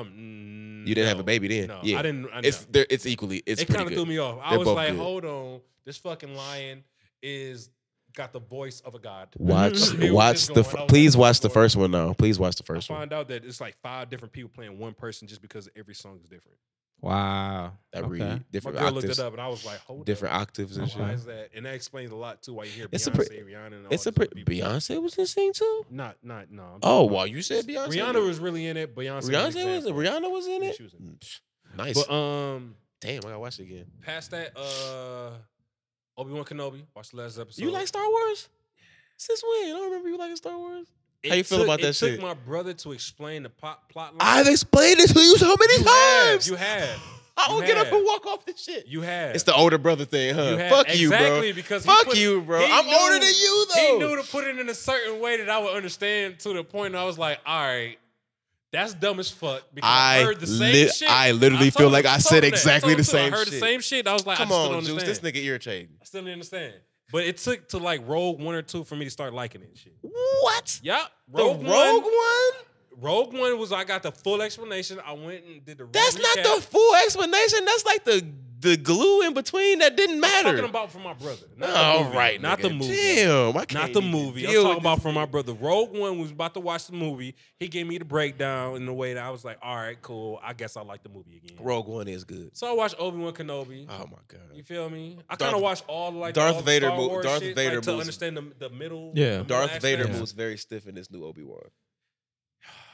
Speaker 3: Um,
Speaker 2: You didn't have
Speaker 3: no,
Speaker 2: a baby then.
Speaker 3: No,
Speaker 2: yeah,
Speaker 3: I didn't. I,
Speaker 2: It's
Speaker 3: no.
Speaker 2: they're, it's equally it's
Speaker 3: it
Speaker 2: pretty
Speaker 3: kind of
Speaker 2: good.
Speaker 3: threw me off. I
Speaker 2: They're
Speaker 3: was
Speaker 2: both
Speaker 3: like,
Speaker 2: good.
Speaker 3: hold on, this fucking lion is got the voice of a god.
Speaker 2: Watch
Speaker 3: It was
Speaker 2: watch
Speaker 3: just
Speaker 2: the
Speaker 3: going
Speaker 2: f-
Speaker 3: on.
Speaker 2: please watch the first one now. Please watch the
Speaker 3: I
Speaker 2: first one.
Speaker 3: find out that it's like five different people playing one person just because every song is different.
Speaker 1: Wow.
Speaker 2: I read
Speaker 1: Okay.
Speaker 2: different
Speaker 3: my girl looked
Speaker 2: octaves,
Speaker 3: it up and I was like, hold
Speaker 2: different
Speaker 3: up.
Speaker 2: octaves and
Speaker 1: Okay.
Speaker 3: Why
Speaker 2: shit.
Speaker 3: is that? And that explains a lot too. Why you hear
Speaker 2: It's a
Speaker 3: Beyonce,
Speaker 2: pre-
Speaker 3: Rihanna, and all
Speaker 2: It's a
Speaker 3: these other
Speaker 2: pretty
Speaker 3: people.
Speaker 2: Beyonce was in scene too.
Speaker 3: Not, not, no. I'm
Speaker 2: Oh
Speaker 3: talking
Speaker 2: wow, you said
Speaker 3: about-
Speaker 2: Beyonce.
Speaker 3: Rihanna was really in it. Beyonce,
Speaker 2: Beyonce was
Speaker 3: in
Speaker 2: Rihanna was in
Speaker 3: Yeah,
Speaker 2: it.
Speaker 3: she was in
Speaker 2: Mm, Nice.
Speaker 3: But um,
Speaker 2: Damn, I gotta watch it again.
Speaker 3: past that, uh, Obi Wan Kenobi. Watch the last episode.
Speaker 2: you like Star Wars? Since when? I don't remember you liking Star Wars.
Speaker 3: It
Speaker 2: How you feel
Speaker 3: took-
Speaker 2: about
Speaker 3: it
Speaker 2: that
Speaker 3: took
Speaker 2: shit?
Speaker 3: my brother to explain the plot plot line.
Speaker 2: I've explained it to you so many
Speaker 3: you
Speaker 2: times.
Speaker 3: Have, you have.
Speaker 2: I
Speaker 3: you
Speaker 2: will get up
Speaker 3: have.
Speaker 2: and walk off this shit.
Speaker 3: You have.
Speaker 2: It's the older brother thing, huh?
Speaker 3: You have-
Speaker 2: Fuck
Speaker 3: exactly
Speaker 2: you, bro.
Speaker 3: Because he
Speaker 2: Fuck
Speaker 3: put-
Speaker 2: you, bro.
Speaker 3: he
Speaker 2: I'm
Speaker 3: knew-
Speaker 2: older than you, though.
Speaker 3: He knew to put it in a certain way that I would understand to the point I was like, all right, that's dumb as fuck. Because I,
Speaker 2: I
Speaker 3: heard the same
Speaker 2: li-
Speaker 3: shit.
Speaker 2: I literally
Speaker 3: told
Speaker 2: feel
Speaker 3: him-
Speaker 2: like I
Speaker 3: told
Speaker 2: said
Speaker 3: him that.
Speaker 2: exactly
Speaker 3: told him
Speaker 2: the
Speaker 3: too. I
Speaker 2: same
Speaker 3: heard the
Speaker 2: shit.
Speaker 3: same shit. I was like,
Speaker 2: Come
Speaker 3: I still
Speaker 2: on,
Speaker 3: don't
Speaker 2: Juice. This
Speaker 3: understand.
Speaker 2: nigga irritating.
Speaker 3: I still didn't understand. But it took to like Rogue One or two for me to start liking it. and Shit.
Speaker 2: What?
Speaker 3: Yep.
Speaker 2: The Rogue One?
Speaker 3: Rogue One was I got the full explanation. I went and did the.
Speaker 2: That's not the full explanation. That's like the the glue in between that didn't
Speaker 3: I'm
Speaker 2: matter.
Speaker 3: talking about for my brother. Not the
Speaker 2: All
Speaker 3: movie,
Speaker 2: right,
Speaker 3: not
Speaker 2: nigga.
Speaker 3: the movie.
Speaker 2: Damn, I
Speaker 3: Not
Speaker 2: can't
Speaker 3: the
Speaker 2: even
Speaker 3: movie. I'm
Speaker 2: deal
Speaker 3: talking
Speaker 2: with this
Speaker 3: about for my
Speaker 2: nigga.
Speaker 3: brother. Rogue One was about to watch the movie. He gave me the breakdown in the way that I was like, all right, cool. I guess I like the movie again.
Speaker 2: Rogue One is good.
Speaker 3: So I watched Obi Wan Kenobi.
Speaker 2: Oh my
Speaker 3: You
Speaker 2: god.
Speaker 3: feel me? I
Speaker 2: Darth-
Speaker 3: kind of watched all like
Speaker 2: Darth
Speaker 3: all the
Speaker 2: Vader
Speaker 3: Star
Speaker 2: mo-
Speaker 3: Wars
Speaker 2: Darth
Speaker 3: shit,
Speaker 2: Vader
Speaker 3: like, to
Speaker 2: moves.
Speaker 3: understand the, the middle.
Speaker 1: Yeah.
Speaker 3: the middle
Speaker 2: Darth Vader
Speaker 3: aspects.
Speaker 2: moves very stiff in this new Obi Wan.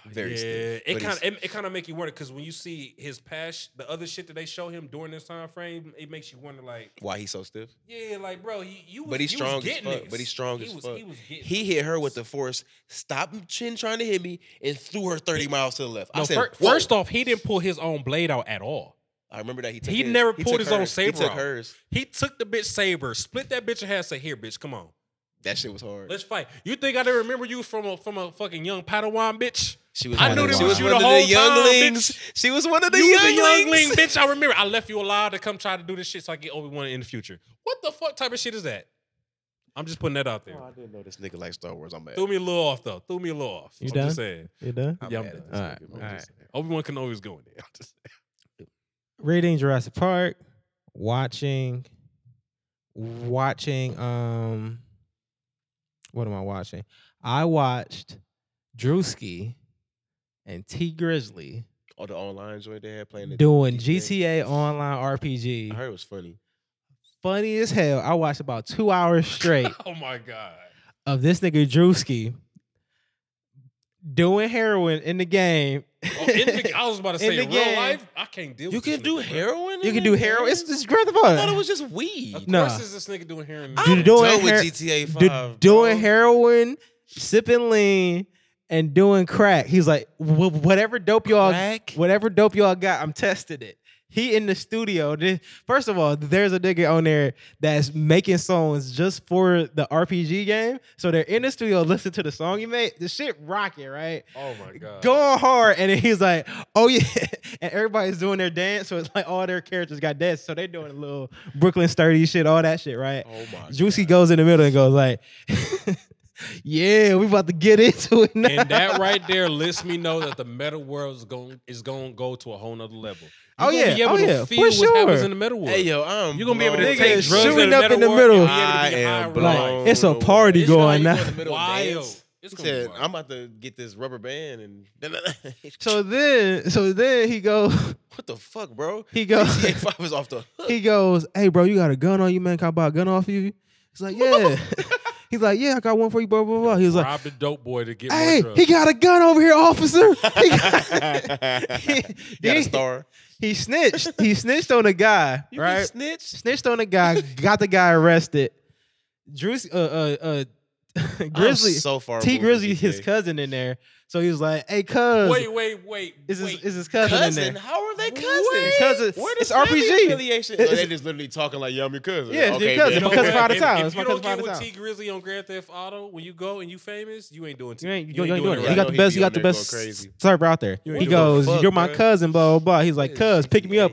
Speaker 2: Very
Speaker 3: yeah,
Speaker 2: stiff,
Speaker 3: it
Speaker 2: but
Speaker 3: kind
Speaker 2: he's-
Speaker 3: of it, it kind of make you wonder because when you see his past, the other shit that they show him during this time frame, it makes you wonder like,
Speaker 2: Why he's so stiff?
Speaker 3: yeah, like bro, he, you was,
Speaker 2: But he's
Speaker 3: you
Speaker 2: strong
Speaker 3: was
Speaker 2: as
Speaker 3: getting
Speaker 2: fuck,
Speaker 3: this.
Speaker 2: but he's strong
Speaker 3: he
Speaker 2: as
Speaker 3: was,
Speaker 2: fuck.
Speaker 3: He was getting
Speaker 2: He hit her with the force, stopped chin trying to hit me, and threw her 30 miles to the left. I
Speaker 3: No,
Speaker 2: said,
Speaker 3: fir-
Speaker 2: "Whoa."
Speaker 3: first off, he didn't pull his own blade out at all.
Speaker 2: I remember that he took
Speaker 3: he
Speaker 2: his-
Speaker 3: never
Speaker 2: he
Speaker 3: pulled
Speaker 2: took
Speaker 3: his own
Speaker 2: hers.
Speaker 3: saber
Speaker 2: He took
Speaker 3: out.
Speaker 2: hers.
Speaker 3: He took the bitch saber, split that bitch in half, say, "Here, bitch, come on,
Speaker 2: That shit was hard.
Speaker 3: let's fight." You think I didn't remember you from a from a fucking young Padawan, bitch?
Speaker 2: She was
Speaker 3: I
Speaker 2: one
Speaker 1: knew
Speaker 2: of the-
Speaker 1: this
Speaker 2: she
Speaker 1: was
Speaker 2: was
Speaker 1: you
Speaker 2: one
Speaker 3: the
Speaker 2: of
Speaker 3: whole
Speaker 2: the
Speaker 3: time,
Speaker 2: younglings. She was one of the
Speaker 3: you was a youngling,
Speaker 2: younglings.
Speaker 3: bitch. I remember. I left you alive to come try to do this shit so I get Obi Wan in the future. What the fuck type of shit is that? I'm just putting that out there.
Speaker 2: Oh, I didn't know this nigga liked Star Wars. I'm mad.
Speaker 3: Threw me a little off though. Threw me a little off.
Speaker 1: You
Speaker 3: I'm
Speaker 1: done?
Speaker 3: just saying.
Speaker 1: You done?
Speaker 2: I'm
Speaker 3: Yeah, I'm
Speaker 2: mad
Speaker 3: done.
Speaker 2: at this
Speaker 1: Alright,
Speaker 2: nigga, man. I'm just saying.
Speaker 3: Obi Wan can always go in there. I'm just saying.
Speaker 1: Reading Jurassic Park, watching, watching. Um, what am I watching? I watched Drewski and T Grizzly
Speaker 2: All the online joint they had playing. the
Speaker 1: doing
Speaker 2: GTA.
Speaker 1: GTA Online
Speaker 2: I
Speaker 1: RPG.
Speaker 2: heard it was funny.
Speaker 1: Funny as hell. I watched about two hours straight
Speaker 3: Oh my god.
Speaker 1: of this nigga Drewski doing heroin in the game.
Speaker 3: Oh, in the, I was about to
Speaker 1: In
Speaker 3: say
Speaker 1: the
Speaker 3: in real
Speaker 1: game.
Speaker 3: life, I can't deal.
Speaker 2: You
Speaker 3: with this
Speaker 2: can do
Speaker 3: nigga, bro.
Speaker 2: heroin.
Speaker 1: you
Speaker 2: in
Speaker 1: can
Speaker 2: it?
Speaker 1: do heroin. It's, it's Grand Theft Auto.
Speaker 2: I thought it was just weed.
Speaker 3: Of
Speaker 1: Nah.
Speaker 3: course, is this nigga doing heroin?
Speaker 1: Do-
Speaker 2: I'm
Speaker 1: doing
Speaker 2: done with
Speaker 1: her-
Speaker 2: GTA
Speaker 1: do-
Speaker 2: Five.
Speaker 1: doing
Speaker 2: bro.
Speaker 1: heroin, sipping lean, and doing crack. He's like, "Wh- whatever dope y'all,
Speaker 2: Crack?
Speaker 1: whatever dope y'all got, I'm testing it. He in the studio. Th- First of all, there's a nigga on there that's making songs just for the RPG game. So they're in the studio listening to the song he made. The shit rocking, right?
Speaker 3: Oh my god.
Speaker 1: Going hard, and then he's like, "Oh yeah," and everybody's doing their dance, so it's like all their characters got dance, so they doing a little Brooklyn sturdy shit, all that shit, right?
Speaker 2: Oh my.
Speaker 1: Juicy goes in the middle and goes like, "Yeah, we about to get into it now."
Speaker 3: and that right there lets me know that the meta world is going is going to go to a whole nother level.
Speaker 1: Oh,
Speaker 3: gonna
Speaker 1: yeah.
Speaker 3: be able
Speaker 1: Oh,
Speaker 3: to
Speaker 1: yeah.
Speaker 3: feel
Speaker 1: For
Speaker 3: what happens
Speaker 1: sure.
Speaker 3: in the meta world.
Speaker 2: Hey yo, I'm.
Speaker 3: You're gonna be able to
Speaker 2: blown.
Speaker 1: Nigga
Speaker 3: take drugs
Speaker 1: shooting
Speaker 3: in the
Speaker 1: up
Speaker 3: meta
Speaker 1: in the
Speaker 3: world,
Speaker 1: middle.
Speaker 3: you'll be able to
Speaker 2: I
Speaker 3: get high
Speaker 2: am
Speaker 3: road.
Speaker 1: blown.
Speaker 2: blown.
Speaker 1: Like, it's a
Speaker 2: away.
Speaker 1: party
Speaker 2: This guy,
Speaker 1: going
Speaker 2: he go in
Speaker 1: now.
Speaker 2: the middle and
Speaker 3: Wild.
Speaker 2: dance.
Speaker 3: It's
Speaker 2: He
Speaker 3: gonna be
Speaker 2: said,
Speaker 3: wild.
Speaker 2: "I'm about to get this rubber band and."
Speaker 1: so then, so then he goes,
Speaker 2: what the fuck, bro?
Speaker 1: he goes,
Speaker 2: GTA Five is off the hook.
Speaker 1: he goes, "Hey, bro, you got a gun on you, man? Can I buy a gun off you?" He's like, "Yeah." He's like, "Yeah, I got one for you." Blah blah blah. He was like,
Speaker 3: rob the dope boy to get
Speaker 1: "Hey,
Speaker 3: more drugs.
Speaker 1: he got a gun over here, officer." He, got-
Speaker 2: you got a star.
Speaker 1: he snitched. He snitched on a guy,
Speaker 2: You
Speaker 1: right?
Speaker 2: can snitch.
Speaker 1: snitched on a guy, got the guy arrested. Drew, uh, uh, uh, Grizzly,
Speaker 2: I'm so far.
Speaker 1: T
Speaker 2: removed from
Speaker 1: Grizzly, his
Speaker 2: GTA.
Speaker 1: cousin in there. So he was like, "Hey, cuz,
Speaker 3: wait, wait, wait.
Speaker 1: is his,
Speaker 3: wait.
Speaker 1: is his cousin, in
Speaker 2: cousin.
Speaker 1: there?
Speaker 2: How are they cousins?
Speaker 1: Wait. Cousins.
Speaker 2: Where
Speaker 1: It's
Speaker 2: the family
Speaker 1: RPG.
Speaker 2: affiliation?
Speaker 1: It's-
Speaker 2: Oh, they just literally talking like, "Yeah, I'm your cousin."
Speaker 1: Yeah, it's
Speaker 2: okay,
Speaker 1: your cousin,
Speaker 2: then.
Speaker 1: my cousin
Speaker 3: what?
Speaker 1: from out of
Speaker 3: If-
Speaker 1: town.
Speaker 3: If,
Speaker 1: It's my
Speaker 3: you
Speaker 1: cousin from
Speaker 3: don't
Speaker 1: out
Speaker 3: get
Speaker 1: of
Speaker 3: with
Speaker 1: town.
Speaker 3: T Grizzly on Grand Theft Auto when you go and you famous, you ain't doing. T-
Speaker 1: You ain't, you,
Speaker 3: you
Speaker 1: you ain't doing it.
Speaker 2: right.
Speaker 1: You got
Speaker 2: I
Speaker 1: the
Speaker 2: know
Speaker 1: best.
Speaker 2: he
Speaker 1: You got
Speaker 2: be
Speaker 1: the
Speaker 2: on there
Speaker 1: best
Speaker 2: going crazy.
Speaker 1: server out there."
Speaker 3: You
Speaker 1: He
Speaker 3: ain't
Speaker 1: goes,
Speaker 2: fuck,
Speaker 1: "You're my
Speaker 2: bruh.
Speaker 1: cousin." Blah blah blah. He's like,
Speaker 2: What is
Speaker 1: "Cuz, pick me
Speaker 2: GTA?
Speaker 1: up.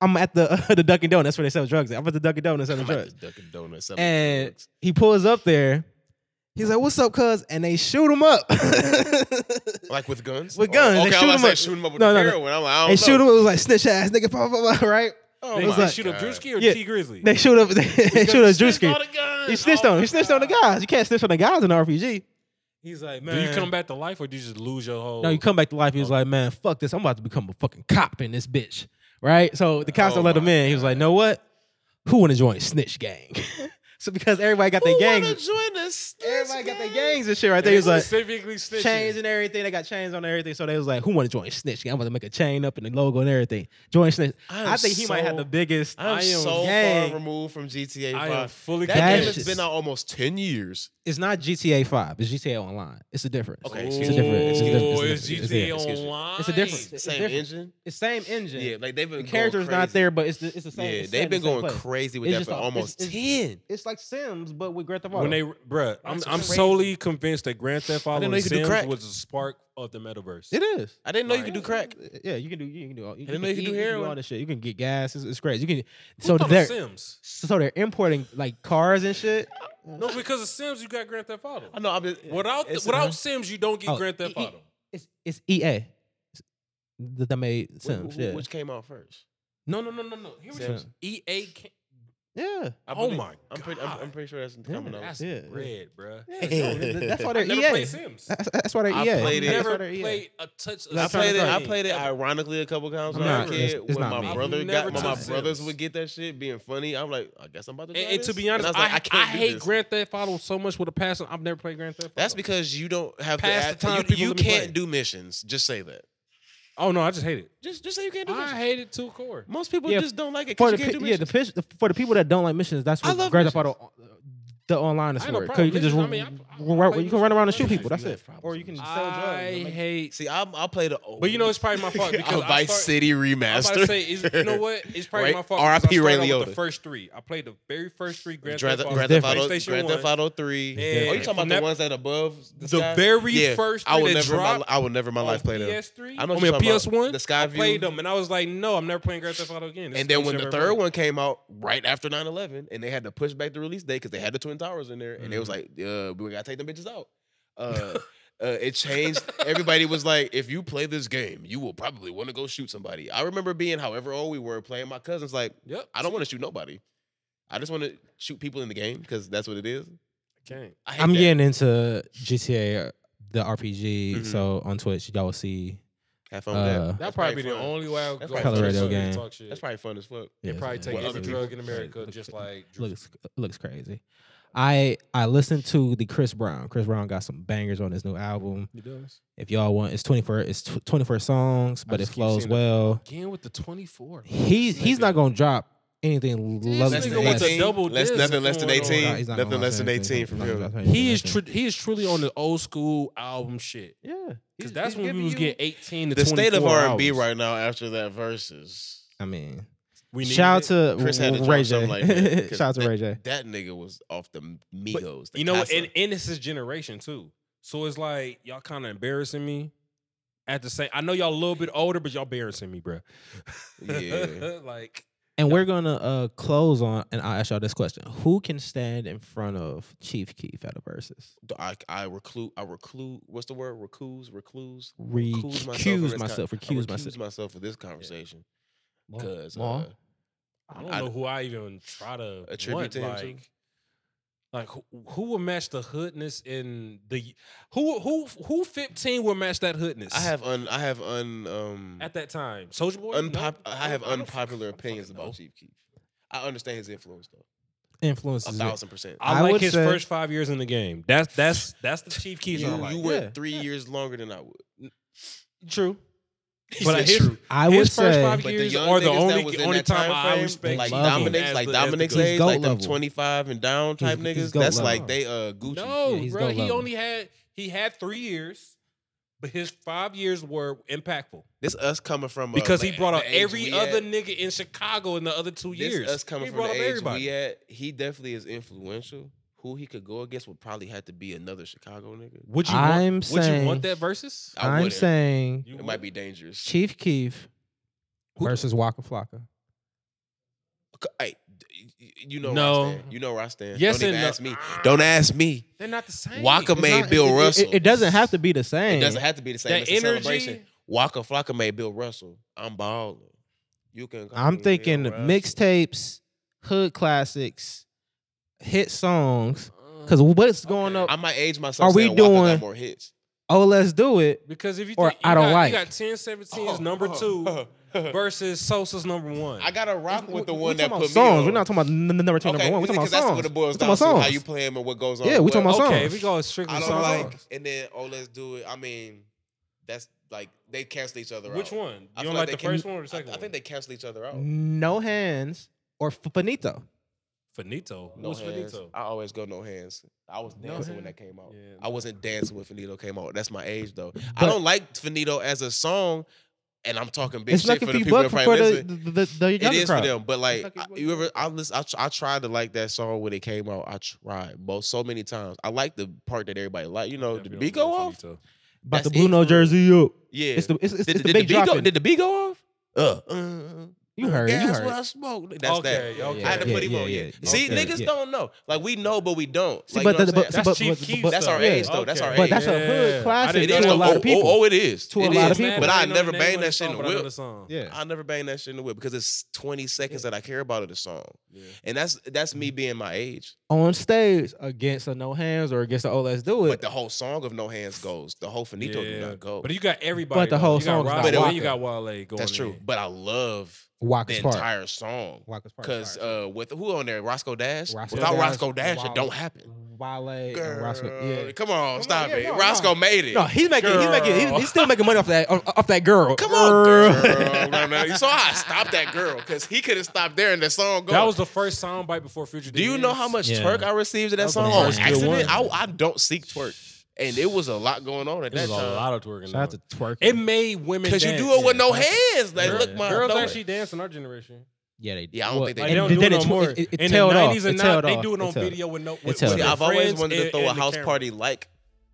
Speaker 1: I'm at the the Dunkin' Donuts. That's where they sell drugs. at. I'm at the Dunkin' Donuts selling
Speaker 2: I'm at
Speaker 1: drugs."
Speaker 2: the Dunkin' Donuts selling
Speaker 1: And
Speaker 2: drugs.
Speaker 1: he pulls up there. He's like, "What's up, cuz?" And they shoot him up.
Speaker 2: Like with guns?
Speaker 1: With guns, they
Speaker 2: Okay,
Speaker 1: shoot
Speaker 2: I'm about to
Speaker 1: them
Speaker 2: say
Speaker 1: up.
Speaker 2: shoot them up with
Speaker 1: No,
Speaker 2: no,
Speaker 1: no, no.
Speaker 2: heroin. I'm like, I
Speaker 1: They
Speaker 2: don't
Speaker 1: shoot him. It
Speaker 2: know.
Speaker 1: was like snitch ass nigga, blah, blah, blah, right?
Speaker 2: Oh
Speaker 3: They
Speaker 1: It was
Speaker 2: my
Speaker 1: like-
Speaker 3: shoot up
Speaker 2: God.
Speaker 3: Drewski or
Speaker 1: Yeah.
Speaker 3: T Grizzly.
Speaker 1: They shoot up. They, shoot up Drewski. He snitched on. him. He snitched on the
Speaker 3: guy.
Speaker 1: guys. You can't snitch on the guys in the RPG.
Speaker 3: He's like, man,
Speaker 1: man.
Speaker 3: do you come back to life or do you just lose your whole?
Speaker 1: No, you come back to life. He was like, man, fuck this. I'm about to become a fucking cop in this bitch, right? So the cops
Speaker 2: Oh
Speaker 1: don't let him
Speaker 2: my
Speaker 1: in. He was like, know what? Who want to join snitch gang? so because everybody got their
Speaker 2: Oh, Who wanna
Speaker 1: gangs,
Speaker 2: join us?
Speaker 1: everybody got their
Speaker 2: gang?
Speaker 1: gangs and shit right
Speaker 3: They
Speaker 1: there. He was like.
Speaker 3: specifically snitching.
Speaker 1: Chains and everything, they got chains on everything. So they was like, "Who want to join Snitch? Gang? I'm about to make a chain up and the logo and everything. Join Snitch.
Speaker 2: I am
Speaker 1: I, think he might have
Speaker 2: so-
Speaker 1: the biggest.
Speaker 2: I'm
Speaker 3: I am
Speaker 2: so
Speaker 1: gang.
Speaker 2: far removed from GTA
Speaker 3: I am
Speaker 2: 5.
Speaker 3: fully
Speaker 2: That
Speaker 1: That's
Speaker 2: game has
Speaker 1: just-
Speaker 2: been out almost 10 years.
Speaker 1: It's not GTA Five. It's GTA Online. It's a difference.
Speaker 2: Okay,
Speaker 1: it's
Speaker 2: excuse
Speaker 1: a
Speaker 2: me.
Speaker 1: difference. It's a difference.
Speaker 3: Oh, it's
Speaker 1: It's a difference. It's a difference.
Speaker 3: GTA
Speaker 2: Excuse me.
Speaker 3: Online.
Speaker 1: It's a difference. It's
Speaker 2: Same
Speaker 1: different.
Speaker 2: engine.
Speaker 1: It's same engine.
Speaker 2: Yeah, like they've been
Speaker 1: the character's
Speaker 2: going
Speaker 1: not
Speaker 2: crazy.
Speaker 1: there, but it's the, it's the same.
Speaker 2: Yeah,
Speaker 1: it's set
Speaker 2: they've
Speaker 1: in the
Speaker 2: been
Speaker 1: same
Speaker 2: going
Speaker 1: place.
Speaker 2: crazy with
Speaker 1: It's
Speaker 2: that
Speaker 1: just
Speaker 2: for
Speaker 1: all-
Speaker 2: almost
Speaker 1: it's-
Speaker 2: 10.
Speaker 1: It's like Sims, but with Grand Theft Auto.
Speaker 3: When they, bruh, I'm,
Speaker 1: That's
Speaker 3: I'm
Speaker 1: crazy.
Speaker 3: solely convinced that Grand Theft
Speaker 2: didn't
Speaker 3: Auto
Speaker 2: know
Speaker 3: and
Speaker 2: you could do
Speaker 3: Sims
Speaker 2: crack.
Speaker 3: was the spark of the metaverse.
Speaker 1: it is.
Speaker 2: I didn't know you could do
Speaker 1: Right.
Speaker 2: crack.
Speaker 1: Yeah, you can do. You can do. All, you,
Speaker 2: didn't know you could
Speaker 1: eat,
Speaker 2: do
Speaker 1: all
Speaker 2: heroin.
Speaker 1: this shit. You can get gas. It's, it's crazy. You can.
Speaker 3: Who
Speaker 1: so
Speaker 3: thought of
Speaker 1: they're
Speaker 3: Sims.
Speaker 1: so they're importing like cars and shit.
Speaker 3: No, because of Sims, you got Grand Theft Auto.
Speaker 2: I know. I'm just,
Speaker 3: Without
Speaker 2: it's-
Speaker 3: without Sims, you don't get
Speaker 1: Oh,
Speaker 3: Grand Theft
Speaker 1: he- he-
Speaker 3: Auto.
Speaker 1: It's it's EA that that made
Speaker 2: wh- wh-
Speaker 1: Sims. Yeah.
Speaker 2: Which came out first?
Speaker 3: No, no, no, no, no. Here we go.
Speaker 1: Sims.
Speaker 3: EA ca-
Speaker 1: Yeah.
Speaker 2: I
Speaker 3: E oh
Speaker 2: believe-
Speaker 3: my
Speaker 2: I'm pretty, I'm,
Speaker 3: god,
Speaker 2: I'm pretty sure that's
Speaker 1: Yeah,
Speaker 2: coming out.
Speaker 3: that's
Speaker 1: Yeah.
Speaker 3: bread, bruh.
Speaker 1: That's why
Speaker 3: I
Speaker 1: they're
Speaker 3: never
Speaker 1: EA.
Speaker 3: played Sims.
Speaker 1: That's, that's why they're
Speaker 2: I
Speaker 1: EA.
Speaker 2: played it.
Speaker 1: That's E why
Speaker 3: never
Speaker 1: they're EA.
Speaker 3: played a touch. Of
Speaker 2: I
Speaker 1: That's
Speaker 2: played it. I
Speaker 1: game.
Speaker 2: played it ironically a couple times
Speaker 1: I'm
Speaker 2: when I was a
Speaker 1: not- it's-
Speaker 2: kid.
Speaker 1: it's
Speaker 2: when
Speaker 1: not
Speaker 2: my
Speaker 1: me.
Speaker 2: brother
Speaker 3: I've
Speaker 2: got
Speaker 3: never
Speaker 2: when my
Speaker 3: touched
Speaker 2: brothers
Speaker 3: Sims.
Speaker 2: would get that shit being funny. I'm like, I guess I'm about to.
Speaker 3: And,
Speaker 2: try
Speaker 3: and to
Speaker 2: this.
Speaker 3: be honest,
Speaker 2: And
Speaker 3: I,
Speaker 2: was
Speaker 3: I,
Speaker 2: can't do
Speaker 3: hate
Speaker 2: this.
Speaker 3: Grand Theft Auto so much with a passion. I've never played Grand Theft. Auto.
Speaker 2: That's because you don't have to.
Speaker 3: Pass the
Speaker 2: add-
Speaker 3: time, people
Speaker 2: you you
Speaker 3: let me play.
Speaker 2: can't do missions. Just say that.
Speaker 3: oh no, I just hate it.
Speaker 2: Just just say you can't do
Speaker 3: I
Speaker 2: missions.
Speaker 3: hate it to a core.
Speaker 2: Most people
Speaker 1: Yeah,
Speaker 2: just don't like it
Speaker 1: For
Speaker 2: because you
Speaker 1: the,
Speaker 2: can't
Speaker 1: pe-
Speaker 2: do
Speaker 1: yeah, the
Speaker 2: missions.
Speaker 1: pitch, the, for the people that don't like missions, that's
Speaker 2: I
Speaker 1: what
Speaker 2: love
Speaker 1: Grand Theft Auto, the online is
Speaker 3: I ain't no
Speaker 1: for. Because
Speaker 3: problem
Speaker 1: you can just
Speaker 3: with missions. I
Speaker 1: ru-
Speaker 3: mean, I- I- I
Speaker 1: ru-
Speaker 3: play
Speaker 1: you can run around and shoot
Speaker 3: missions.
Speaker 1: people. That's
Speaker 2: You
Speaker 1: it.
Speaker 2: have
Speaker 1: Or you
Speaker 2: problems
Speaker 1: can
Speaker 2: with
Speaker 1: sell drugs. and
Speaker 3: I
Speaker 1: make-
Speaker 3: hate.
Speaker 2: See, I'm, I'll play the old.
Speaker 3: But you know, it's probably my fault because I
Speaker 2: Vice
Speaker 3: start,
Speaker 2: City
Speaker 3: I'm about
Speaker 2: remaster.
Speaker 3: to say, is, you know what? It's probably
Speaker 2: Right?
Speaker 3: my fault.
Speaker 2: R.I.P.
Speaker 3: because I
Speaker 2: Ray
Speaker 3: started out
Speaker 2: Liotta.
Speaker 3: with The first three, I played the very first three Grand,
Speaker 2: Grand,
Speaker 3: Theft
Speaker 2: Theft-
Speaker 3: Auto.
Speaker 2: Grand
Speaker 1: It's
Speaker 2: Theft
Speaker 1: different.
Speaker 2: Auto,
Speaker 3: PlayStation
Speaker 2: Grand Theft
Speaker 3: 1.
Speaker 2: Auto Three.
Speaker 3: Yeah.
Speaker 2: Oh, you talking about
Speaker 3: From
Speaker 2: the
Speaker 3: that-
Speaker 2: ones that above the,
Speaker 3: The
Speaker 2: sky?
Speaker 3: very
Speaker 2: Yeah,
Speaker 3: first
Speaker 2: I
Speaker 3: three
Speaker 2: will
Speaker 3: that
Speaker 2: never. in my,
Speaker 3: dropped
Speaker 2: li- I will never in my life play them.
Speaker 3: PS3.
Speaker 2: I
Speaker 3: I
Speaker 2: know what
Speaker 3: mean,
Speaker 2: you're
Speaker 3: a
Speaker 2: talking about.
Speaker 3: PS1.
Speaker 2: The sky
Speaker 3: I played
Speaker 2: view.
Speaker 3: them, and I was like, no, I'm never playing Grand Theft Auto again. This
Speaker 2: And
Speaker 3: is
Speaker 2: then
Speaker 3: the
Speaker 2: when the
Speaker 3: first
Speaker 2: third
Speaker 3: ever
Speaker 2: one came out, right after 9-11, and they had to push back the release date because they had the Twin Towers in there, and it was like,
Speaker 3: Mm-hmm.
Speaker 2: uh, we gotta take them bitches out. Uh, uh, it changed. Everybody was like, if you play this game, you will probably want to go shoot somebody. I remember being however old we were playing. My cousins like,
Speaker 3: played. Yep.
Speaker 2: I don't want to shoot nobody. I just want to shoot people in the game because that's what it is.
Speaker 3: Can't.
Speaker 2: I hate
Speaker 1: I'm
Speaker 2: that.
Speaker 1: getting into GTA, uh, the RPG.
Speaker 3: Mm-hmm.
Speaker 2: Mhm.
Speaker 1: So on Twitch, y'all will see.
Speaker 2: Have fun with
Speaker 1: Uh,
Speaker 2: that.
Speaker 3: That
Speaker 2: That's
Speaker 3: probably be the
Speaker 2: fun.
Speaker 3: only way I would
Speaker 2: That's probably
Speaker 3: go. on
Speaker 2: Color
Speaker 3: Twitch
Speaker 2: radio
Speaker 3: and
Speaker 1: game.
Speaker 3: talk shit.
Speaker 2: That's probably fun as fuck.
Speaker 1: Yeah,
Speaker 3: It probably
Speaker 1: so-
Speaker 3: take
Speaker 2: What
Speaker 3: every
Speaker 2: other
Speaker 3: drug in
Speaker 1: people-
Speaker 3: America,
Speaker 1: Looks-
Speaker 3: just like
Speaker 1: looks looks crazy. I I listened to the Chris Brown. Chris Brown got some bangers on his new album.
Speaker 3: It does.
Speaker 1: If y'all want, it's twenty four it's tw- twenty four songs, but it
Speaker 3: just keep seeing
Speaker 1: flows
Speaker 3: the-
Speaker 1: well.
Speaker 3: Again with the 24.
Speaker 1: He's he's not
Speaker 3: Nigga.
Speaker 1: gonna drop anything
Speaker 3: This
Speaker 1: less
Speaker 2: Less
Speaker 1: than
Speaker 3: nigga
Speaker 2: than
Speaker 3: with the
Speaker 1: that.
Speaker 2: 18,
Speaker 3: double
Speaker 2: less,
Speaker 3: disc
Speaker 2: nothing less than
Speaker 3: going on.
Speaker 1: Nah,
Speaker 2: 18,
Speaker 1: he's not gonna
Speaker 2: nothing
Speaker 1: drop
Speaker 2: less than
Speaker 1: anything.
Speaker 2: 18 from
Speaker 1: He's not gonna
Speaker 2: him.
Speaker 1: drop anything
Speaker 3: He is
Speaker 1: less
Speaker 3: tru- he is truly on the old school album shit.
Speaker 1: than- yeah, He's-
Speaker 3: Because that's
Speaker 1: he's
Speaker 3: when we
Speaker 1: giving
Speaker 3: was
Speaker 1: you-
Speaker 3: getting 18 to
Speaker 2: The state of
Speaker 3: 24
Speaker 2: R and B
Speaker 3: hours.
Speaker 2: right now after that verses.
Speaker 1: I mean,
Speaker 3: We need
Speaker 1: shout out
Speaker 3: it.
Speaker 1: to
Speaker 2: Chris had to drop
Speaker 1: Ray J.
Speaker 2: something like that, 'cause
Speaker 1: shout out to
Speaker 2: that-
Speaker 1: Ray J.
Speaker 2: That nigga was off the Migos. the
Speaker 3: you know what?
Speaker 2: Casa.
Speaker 3: And, and it's his generation too. So it's like y'all kind of embarrassing me. At the same, I know y'all a little bit older, but y'all embarrassing me, bruh.
Speaker 2: Yeah.
Speaker 3: like
Speaker 1: And we're gonna uh, close on, and I'll ask y'all this question: Who can stand in front of Chief Keef at a versus?
Speaker 2: I, I recluse. I recluse. What's the word? Recluse. Recluse. Recuse
Speaker 1: Recuse
Speaker 2: myself. from this con-
Speaker 1: myself.
Speaker 2: I
Speaker 1: Recuse
Speaker 2: recuse
Speaker 1: myself.
Speaker 2: myself for this conversation because
Speaker 1: Ma?
Speaker 2: uh,
Speaker 3: I don't
Speaker 2: I-
Speaker 3: know who I even try to
Speaker 2: Attribute
Speaker 3: want,
Speaker 2: to him,
Speaker 3: like,
Speaker 2: too.
Speaker 3: like who, who will match the hoodness in the who who who fifteen will match that hoodness?
Speaker 2: I have un. I have un. Um.
Speaker 3: at that time, Soldier Boy.
Speaker 2: Unpop-
Speaker 3: No,
Speaker 2: I have
Speaker 3: don't- don't fuck-
Speaker 2: unpopular
Speaker 3: I don't
Speaker 2: opinions
Speaker 3: fucking know.
Speaker 2: about Chief Keef. I understand his influence though. A
Speaker 1: Influences. it.
Speaker 2: thousand percent.
Speaker 3: I,
Speaker 1: I
Speaker 3: like
Speaker 1: would
Speaker 3: his
Speaker 1: say-
Speaker 3: first five years in the game. That's that's that's the chief keys.
Speaker 2: you,
Speaker 3: I like.
Speaker 2: you went
Speaker 1: Yeah.
Speaker 2: three years longer than I would.
Speaker 3: True,
Speaker 2: He
Speaker 3: but
Speaker 2: said
Speaker 3: his,
Speaker 2: true.
Speaker 1: I
Speaker 3: his
Speaker 1: would
Speaker 3: first
Speaker 1: say
Speaker 3: five
Speaker 2: But the
Speaker 3: years
Speaker 2: young
Speaker 3: are the
Speaker 2: niggas that
Speaker 3: only
Speaker 2: was in
Speaker 3: only
Speaker 2: that
Speaker 3: time,
Speaker 2: time
Speaker 3: I
Speaker 2: frame,
Speaker 3: respect
Speaker 2: like
Speaker 1: Love him.
Speaker 2: Dominic's,
Speaker 3: as
Speaker 2: like
Speaker 3: the- as the
Speaker 2: Dominic's
Speaker 3: goat.
Speaker 1: He's
Speaker 2: age,
Speaker 1: goat
Speaker 2: like them
Speaker 1: level.
Speaker 2: twenty five and down type
Speaker 1: He's- he's
Speaker 2: niggas.
Speaker 1: goat
Speaker 2: That's
Speaker 1: level.
Speaker 2: like they uh Gucci.
Speaker 3: No,
Speaker 1: Yeah, he's
Speaker 3: bro,
Speaker 1: goat
Speaker 3: he
Speaker 1: level.
Speaker 3: only had he had three years, but his five years were impactful
Speaker 2: This us coming from uh,
Speaker 3: because he
Speaker 2: la-
Speaker 3: brought out
Speaker 2: the age
Speaker 3: every
Speaker 2: we
Speaker 3: other
Speaker 2: at,
Speaker 3: nigga in Chicago in the other two
Speaker 2: This
Speaker 3: years.
Speaker 2: us coming
Speaker 3: he
Speaker 2: from
Speaker 3: brought
Speaker 2: the
Speaker 3: up
Speaker 2: age
Speaker 3: everybody.
Speaker 2: we at. He definitely is influential. Who he could go against would probably have to be another Chicago nigga.
Speaker 3: Would you?
Speaker 1: I'm
Speaker 3: want, would you
Speaker 1: saying-
Speaker 3: want that versus?
Speaker 2: I
Speaker 1: I'm
Speaker 2: wouldn't.
Speaker 1: saying
Speaker 3: You
Speaker 2: It
Speaker 3: would?
Speaker 2: might be dangerous.
Speaker 1: Chief Keef
Speaker 3: Who-
Speaker 1: versus Waka Flocka.
Speaker 2: C- Hey, d- y- you know where
Speaker 3: No.
Speaker 2: I stand. You know where I stand.
Speaker 3: Yes
Speaker 2: Don't even
Speaker 3: and no.
Speaker 2: ask me. Don't ask me.
Speaker 3: They're not the same.
Speaker 2: Waka
Speaker 3: It's
Speaker 2: made
Speaker 3: not-
Speaker 2: Bill
Speaker 1: it, it-
Speaker 2: Russell.
Speaker 1: It, doesn't have to be the same.
Speaker 2: It doesn't have to be the same.
Speaker 3: That
Speaker 2: It's a celebration.
Speaker 3: energy.
Speaker 2: Waka Flocka made Bill Russell. I'm balling. You can. call
Speaker 1: I'm
Speaker 2: me Bill
Speaker 1: thinking
Speaker 2: Russell.
Speaker 1: mixtapes, hood classics, hit songs. Because what's going
Speaker 3: okay.
Speaker 1: up?
Speaker 2: Uh-huh. I might age myself.
Speaker 1: Are we
Speaker 2: saying Waka got
Speaker 1: doing-
Speaker 2: more hits?
Speaker 1: oh, let's do it.
Speaker 3: Because if you
Speaker 1: Or
Speaker 3: think, you
Speaker 1: I don't
Speaker 3: got,
Speaker 1: like.
Speaker 3: you got 10, 17
Speaker 2: Oh,
Speaker 3: is number two versus Sosa's number one.
Speaker 2: I gotta rock with the
Speaker 1: We- we
Speaker 2: one that
Speaker 1: talking about
Speaker 2: put me
Speaker 1: songs.
Speaker 2: on.
Speaker 1: We're not talking about n- n- number two,
Speaker 2: okay,
Speaker 1: number one. We're talking about
Speaker 2: because
Speaker 1: songs.
Speaker 2: That's what it boils
Speaker 1: We're talking
Speaker 2: down
Speaker 1: about
Speaker 2: to. How
Speaker 1: songs.
Speaker 2: you playing and what goes on.
Speaker 1: Yeah, we
Speaker 2: with
Speaker 1: talking
Speaker 2: what.
Speaker 1: about
Speaker 3: okay,
Speaker 1: songs.
Speaker 3: if we go strictly
Speaker 2: Oh, I don't
Speaker 3: songs.
Speaker 2: like. And then oh, let's do it. I mean, that's like they cancel each other out.
Speaker 3: Which one? You
Speaker 2: I feel
Speaker 3: don't like,
Speaker 2: they
Speaker 3: the first
Speaker 2: can-
Speaker 3: one or the second
Speaker 2: I, I think they cancel each other out.
Speaker 1: No hands or F- Finito.
Speaker 3: one? Finito.
Speaker 2: No
Speaker 3: Who's
Speaker 2: hands.
Speaker 3: Finito?
Speaker 2: I always go no hands. I was
Speaker 3: No
Speaker 2: dancing when
Speaker 3: hands?
Speaker 2: that came out.
Speaker 3: Yeah,
Speaker 2: I wasn't dancing when Finito came out. That's my age though. I
Speaker 1: But-
Speaker 2: don't like Finito as a song, and I'm talking big
Speaker 1: it's
Speaker 2: shit
Speaker 1: lucky
Speaker 2: for
Speaker 1: for
Speaker 2: the
Speaker 1: you,
Speaker 2: people
Speaker 1: but
Speaker 2: that
Speaker 1: for,
Speaker 2: probably
Speaker 1: the,
Speaker 2: listen.
Speaker 1: the, the, the
Speaker 2: It
Speaker 1: younger
Speaker 2: is
Speaker 1: crowd.
Speaker 2: for them, but like
Speaker 1: lucky
Speaker 2: I-
Speaker 1: for
Speaker 2: you
Speaker 1: you.
Speaker 2: ever, I, lis- I tr- I tried to like that song when it came out. I tried, but so many times. I like the part that everybody like. You know, the
Speaker 3: Definitely
Speaker 2: beat
Speaker 3: don't
Speaker 2: go
Speaker 3: like
Speaker 2: off.
Speaker 3: Finito.
Speaker 1: About the
Speaker 2: That's
Speaker 1: blue
Speaker 2: it
Speaker 1: no
Speaker 2: for-
Speaker 1: jersey up.
Speaker 2: Yeah,
Speaker 1: It's the it's, it's, it's
Speaker 2: did,
Speaker 1: the
Speaker 2: did
Speaker 1: big
Speaker 2: the beat
Speaker 1: drop.
Speaker 2: go, did the beat go off? Uh, uh,
Speaker 1: You heard it. You
Speaker 2: Yeah, that's
Speaker 1: heard
Speaker 2: what
Speaker 1: it.
Speaker 2: I smoked. That's that.
Speaker 3: okay, okay.
Speaker 2: I had to
Speaker 1: Yeah,
Speaker 2: put him
Speaker 1: yeah,
Speaker 2: on.
Speaker 1: yeah,
Speaker 2: Yeah.
Speaker 1: yeah,
Speaker 2: See,
Speaker 1: okay,
Speaker 2: niggas
Speaker 1: yeah.
Speaker 2: don't know. Like we know, but we don't.
Speaker 1: See,
Speaker 2: Like,
Speaker 1: but
Speaker 2: you know
Speaker 1: the-
Speaker 2: what I'm
Speaker 1: but-
Speaker 2: saying?
Speaker 3: That's Chief
Speaker 1: but-
Speaker 3: Keef
Speaker 1: but-
Speaker 2: that's
Speaker 3: stuff.
Speaker 2: our age, though.
Speaker 3: Okay.
Speaker 2: That's our
Speaker 1: But that's
Speaker 3: Yeah.
Speaker 1: a hood classic
Speaker 3: I
Speaker 2: It
Speaker 1: to
Speaker 3: didn't
Speaker 2: is
Speaker 1: a
Speaker 3: know.
Speaker 2: though.
Speaker 1: lot
Speaker 2: Oh,
Speaker 1: of people.
Speaker 2: Oh, oh, it is.
Speaker 1: To a
Speaker 2: It
Speaker 1: lot
Speaker 2: is.
Speaker 1: of people.
Speaker 2: But I
Speaker 3: ain't know the
Speaker 2: never
Speaker 3: name
Speaker 2: banged
Speaker 3: of
Speaker 2: that shit in
Speaker 3: song,
Speaker 2: the
Speaker 3: but I know
Speaker 2: whip.
Speaker 3: the song.
Speaker 1: yeah.
Speaker 2: I never banged that shit in the whip because it's 20 seconds that I care about of the song. And that's that's me
Speaker 1: Mm-hmm.
Speaker 2: being my age.
Speaker 1: On stage against a no hands or against a oh let's do
Speaker 2: But
Speaker 1: it.
Speaker 2: the whole song of No Hands goes. The whole Finito do
Speaker 3: Yeah.
Speaker 2: not go.
Speaker 3: But you got everybody.
Speaker 1: But the
Speaker 3: though.
Speaker 1: whole
Speaker 3: you got
Speaker 1: song's not
Speaker 3: Rob,
Speaker 2: Waka.
Speaker 3: you got Wale going.
Speaker 2: that's true.
Speaker 3: in.
Speaker 2: But I love the
Speaker 1: Walker's Park.
Speaker 2: entire song.
Speaker 1: Walker's Park.
Speaker 2: Because
Speaker 1: sorry.
Speaker 2: uh, with who on there? Roscoe Dash?
Speaker 1: Roscoe
Speaker 2: Without
Speaker 1: Dash,
Speaker 2: Roscoe Dash,
Speaker 1: Wild-
Speaker 2: it don't happen.
Speaker 1: Wale and
Speaker 2: Girl,
Speaker 1: Roscoe. Yeah.
Speaker 2: Come on,
Speaker 1: on,
Speaker 2: stop
Speaker 1: yeah,
Speaker 2: it.
Speaker 1: no, no.
Speaker 2: Roscoe made it.
Speaker 1: No, he's making he's making he's,
Speaker 3: Girl.
Speaker 1: he's still making money off that off that girl.
Speaker 2: Come on, girl. No, no. You saw how I stopped that girl because he could have stopped there and the song goes.
Speaker 3: That was the first soundbite before Future.
Speaker 2: Do you know how much
Speaker 1: Yeah.
Speaker 2: twerk I received in that
Speaker 3: That's the
Speaker 2: song on
Speaker 1: first good
Speaker 2: accident? I,
Speaker 3: one.
Speaker 2: I don't seek twerk, and it was a lot going on at
Speaker 3: There's
Speaker 2: that
Speaker 3: a
Speaker 2: time.
Speaker 3: lot of twerking.
Speaker 1: Shout out
Speaker 3: though.
Speaker 1: to twerk.
Speaker 3: It made women
Speaker 2: Cause you
Speaker 3: dance.
Speaker 2: do it with no
Speaker 3: Yeah.
Speaker 2: hands. Like,
Speaker 3: Girls-
Speaker 2: look, my
Speaker 3: girls
Speaker 2: no-
Speaker 3: actually dance in our generation.
Speaker 1: yeah, they
Speaker 2: Yeah, I don't think they
Speaker 3: Like,
Speaker 2: do.
Speaker 3: they
Speaker 1: And
Speaker 3: don't do
Speaker 1: then
Speaker 3: it no
Speaker 1: it tw-
Speaker 3: more.
Speaker 1: it- it
Speaker 3: in
Speaker 1: tailed
Speaker 3: the
Speaker 1: off.
Speaker 3: nineties and
Speaker 1: It tailed
Speaker 3: not, they
Speaker 1: off.
Speaker 3: do it
Speaker 1: It
Speaker 3: on
Speaker 1: tailed
Speaker 3: video with no.
Speaker 1: tailed
Speaker 3: with
Speaker 2: See,
Speaker 1: off.
Speaker 3: their
Speaker 2: I've always
Speaker 3: friends
Speaker 2: wanted to
Speaker 3: and-
Speaker 2: throw a
Speaker 3: and the
Speaker 2: house
Speaker 3: camera.
Speaker 2: party like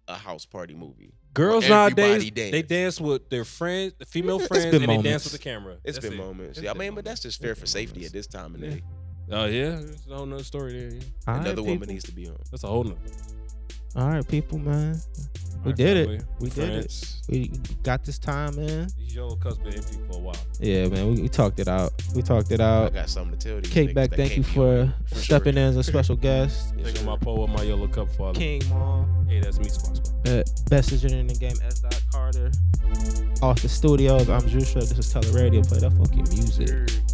Speaker 2: a house party movie.
Speaker 3: Girls
Speaker 2: where everybody
Speaker 3: nowadays
Speaker 2: dance.
Speaker 3: they dance with their friends, the female
Speaker 1: It's
Speaker 3: friends, and
Speaker 1: been
Speaker 3: they
Speaker 1: moments.
Speaker 3: dance with the camera.
Speaker 2: It's
Speaker 3: That's
Speaker 2: been
Speaker 3: it.
Speaker 2: moments.
Speaker 3: It's
Speaker 2: Yeah, I
Speaker 3: been
Speaker 2: mean, but that's just fair
Speaker 3: It's
Speaker 2: for
Speaker 3: been
Speaker 2: safety at
Speaker 3: moments.
Speaker 2: this time and
Speaker 3: Yeah.
Speaker 2: day.
Speaker 3: Oh yeah, it's a whole nother story there. yeah.
Speaker 1: All right,
Speaker 2: Another woman
Speaker 1: people.
Speaker 2: needs to be on.
Speaker 3: That's a whole nother.
Speaker 1: All right, people, man. We
Speaker 3: Alright,
Speaker 1: did it.
Speaker 3: family,
Speaker 1: We did it.
Speaker 3: friends.
Speaker 1: We got this time, man.
Speaker 3: These yo cuss been empty for a while.
Speaker 1: Yeah, man. We, we talked it out. We talked it
Speaker 2: I
Speaker 1: out.
Speaker 2: got something to tell these niggas
Speaker 1: Kickback,
Speaker 2: that
Speaker 1: thank
Speaker 2: can't
Speaker 1: you
Speaker 2: be on.
Speaker 1: for
Speaker 2: For sure.
Speaker 1: stepping in as a special guest.
Speaker 2: Yes,
Speaker 3: Think of
Speaker 2: sir.
Speaker 3: my pole with my yellow cup father.
Speaker 1: King Mall,
Speaker 3: Hey, that's me, Squad Squad.
Speaker 1: uh, best engineer in the game, S. Dot Carter. Off the studios, I'm Jusha. This is Color Radio. Play that funky music.
Speaker 2: Sure.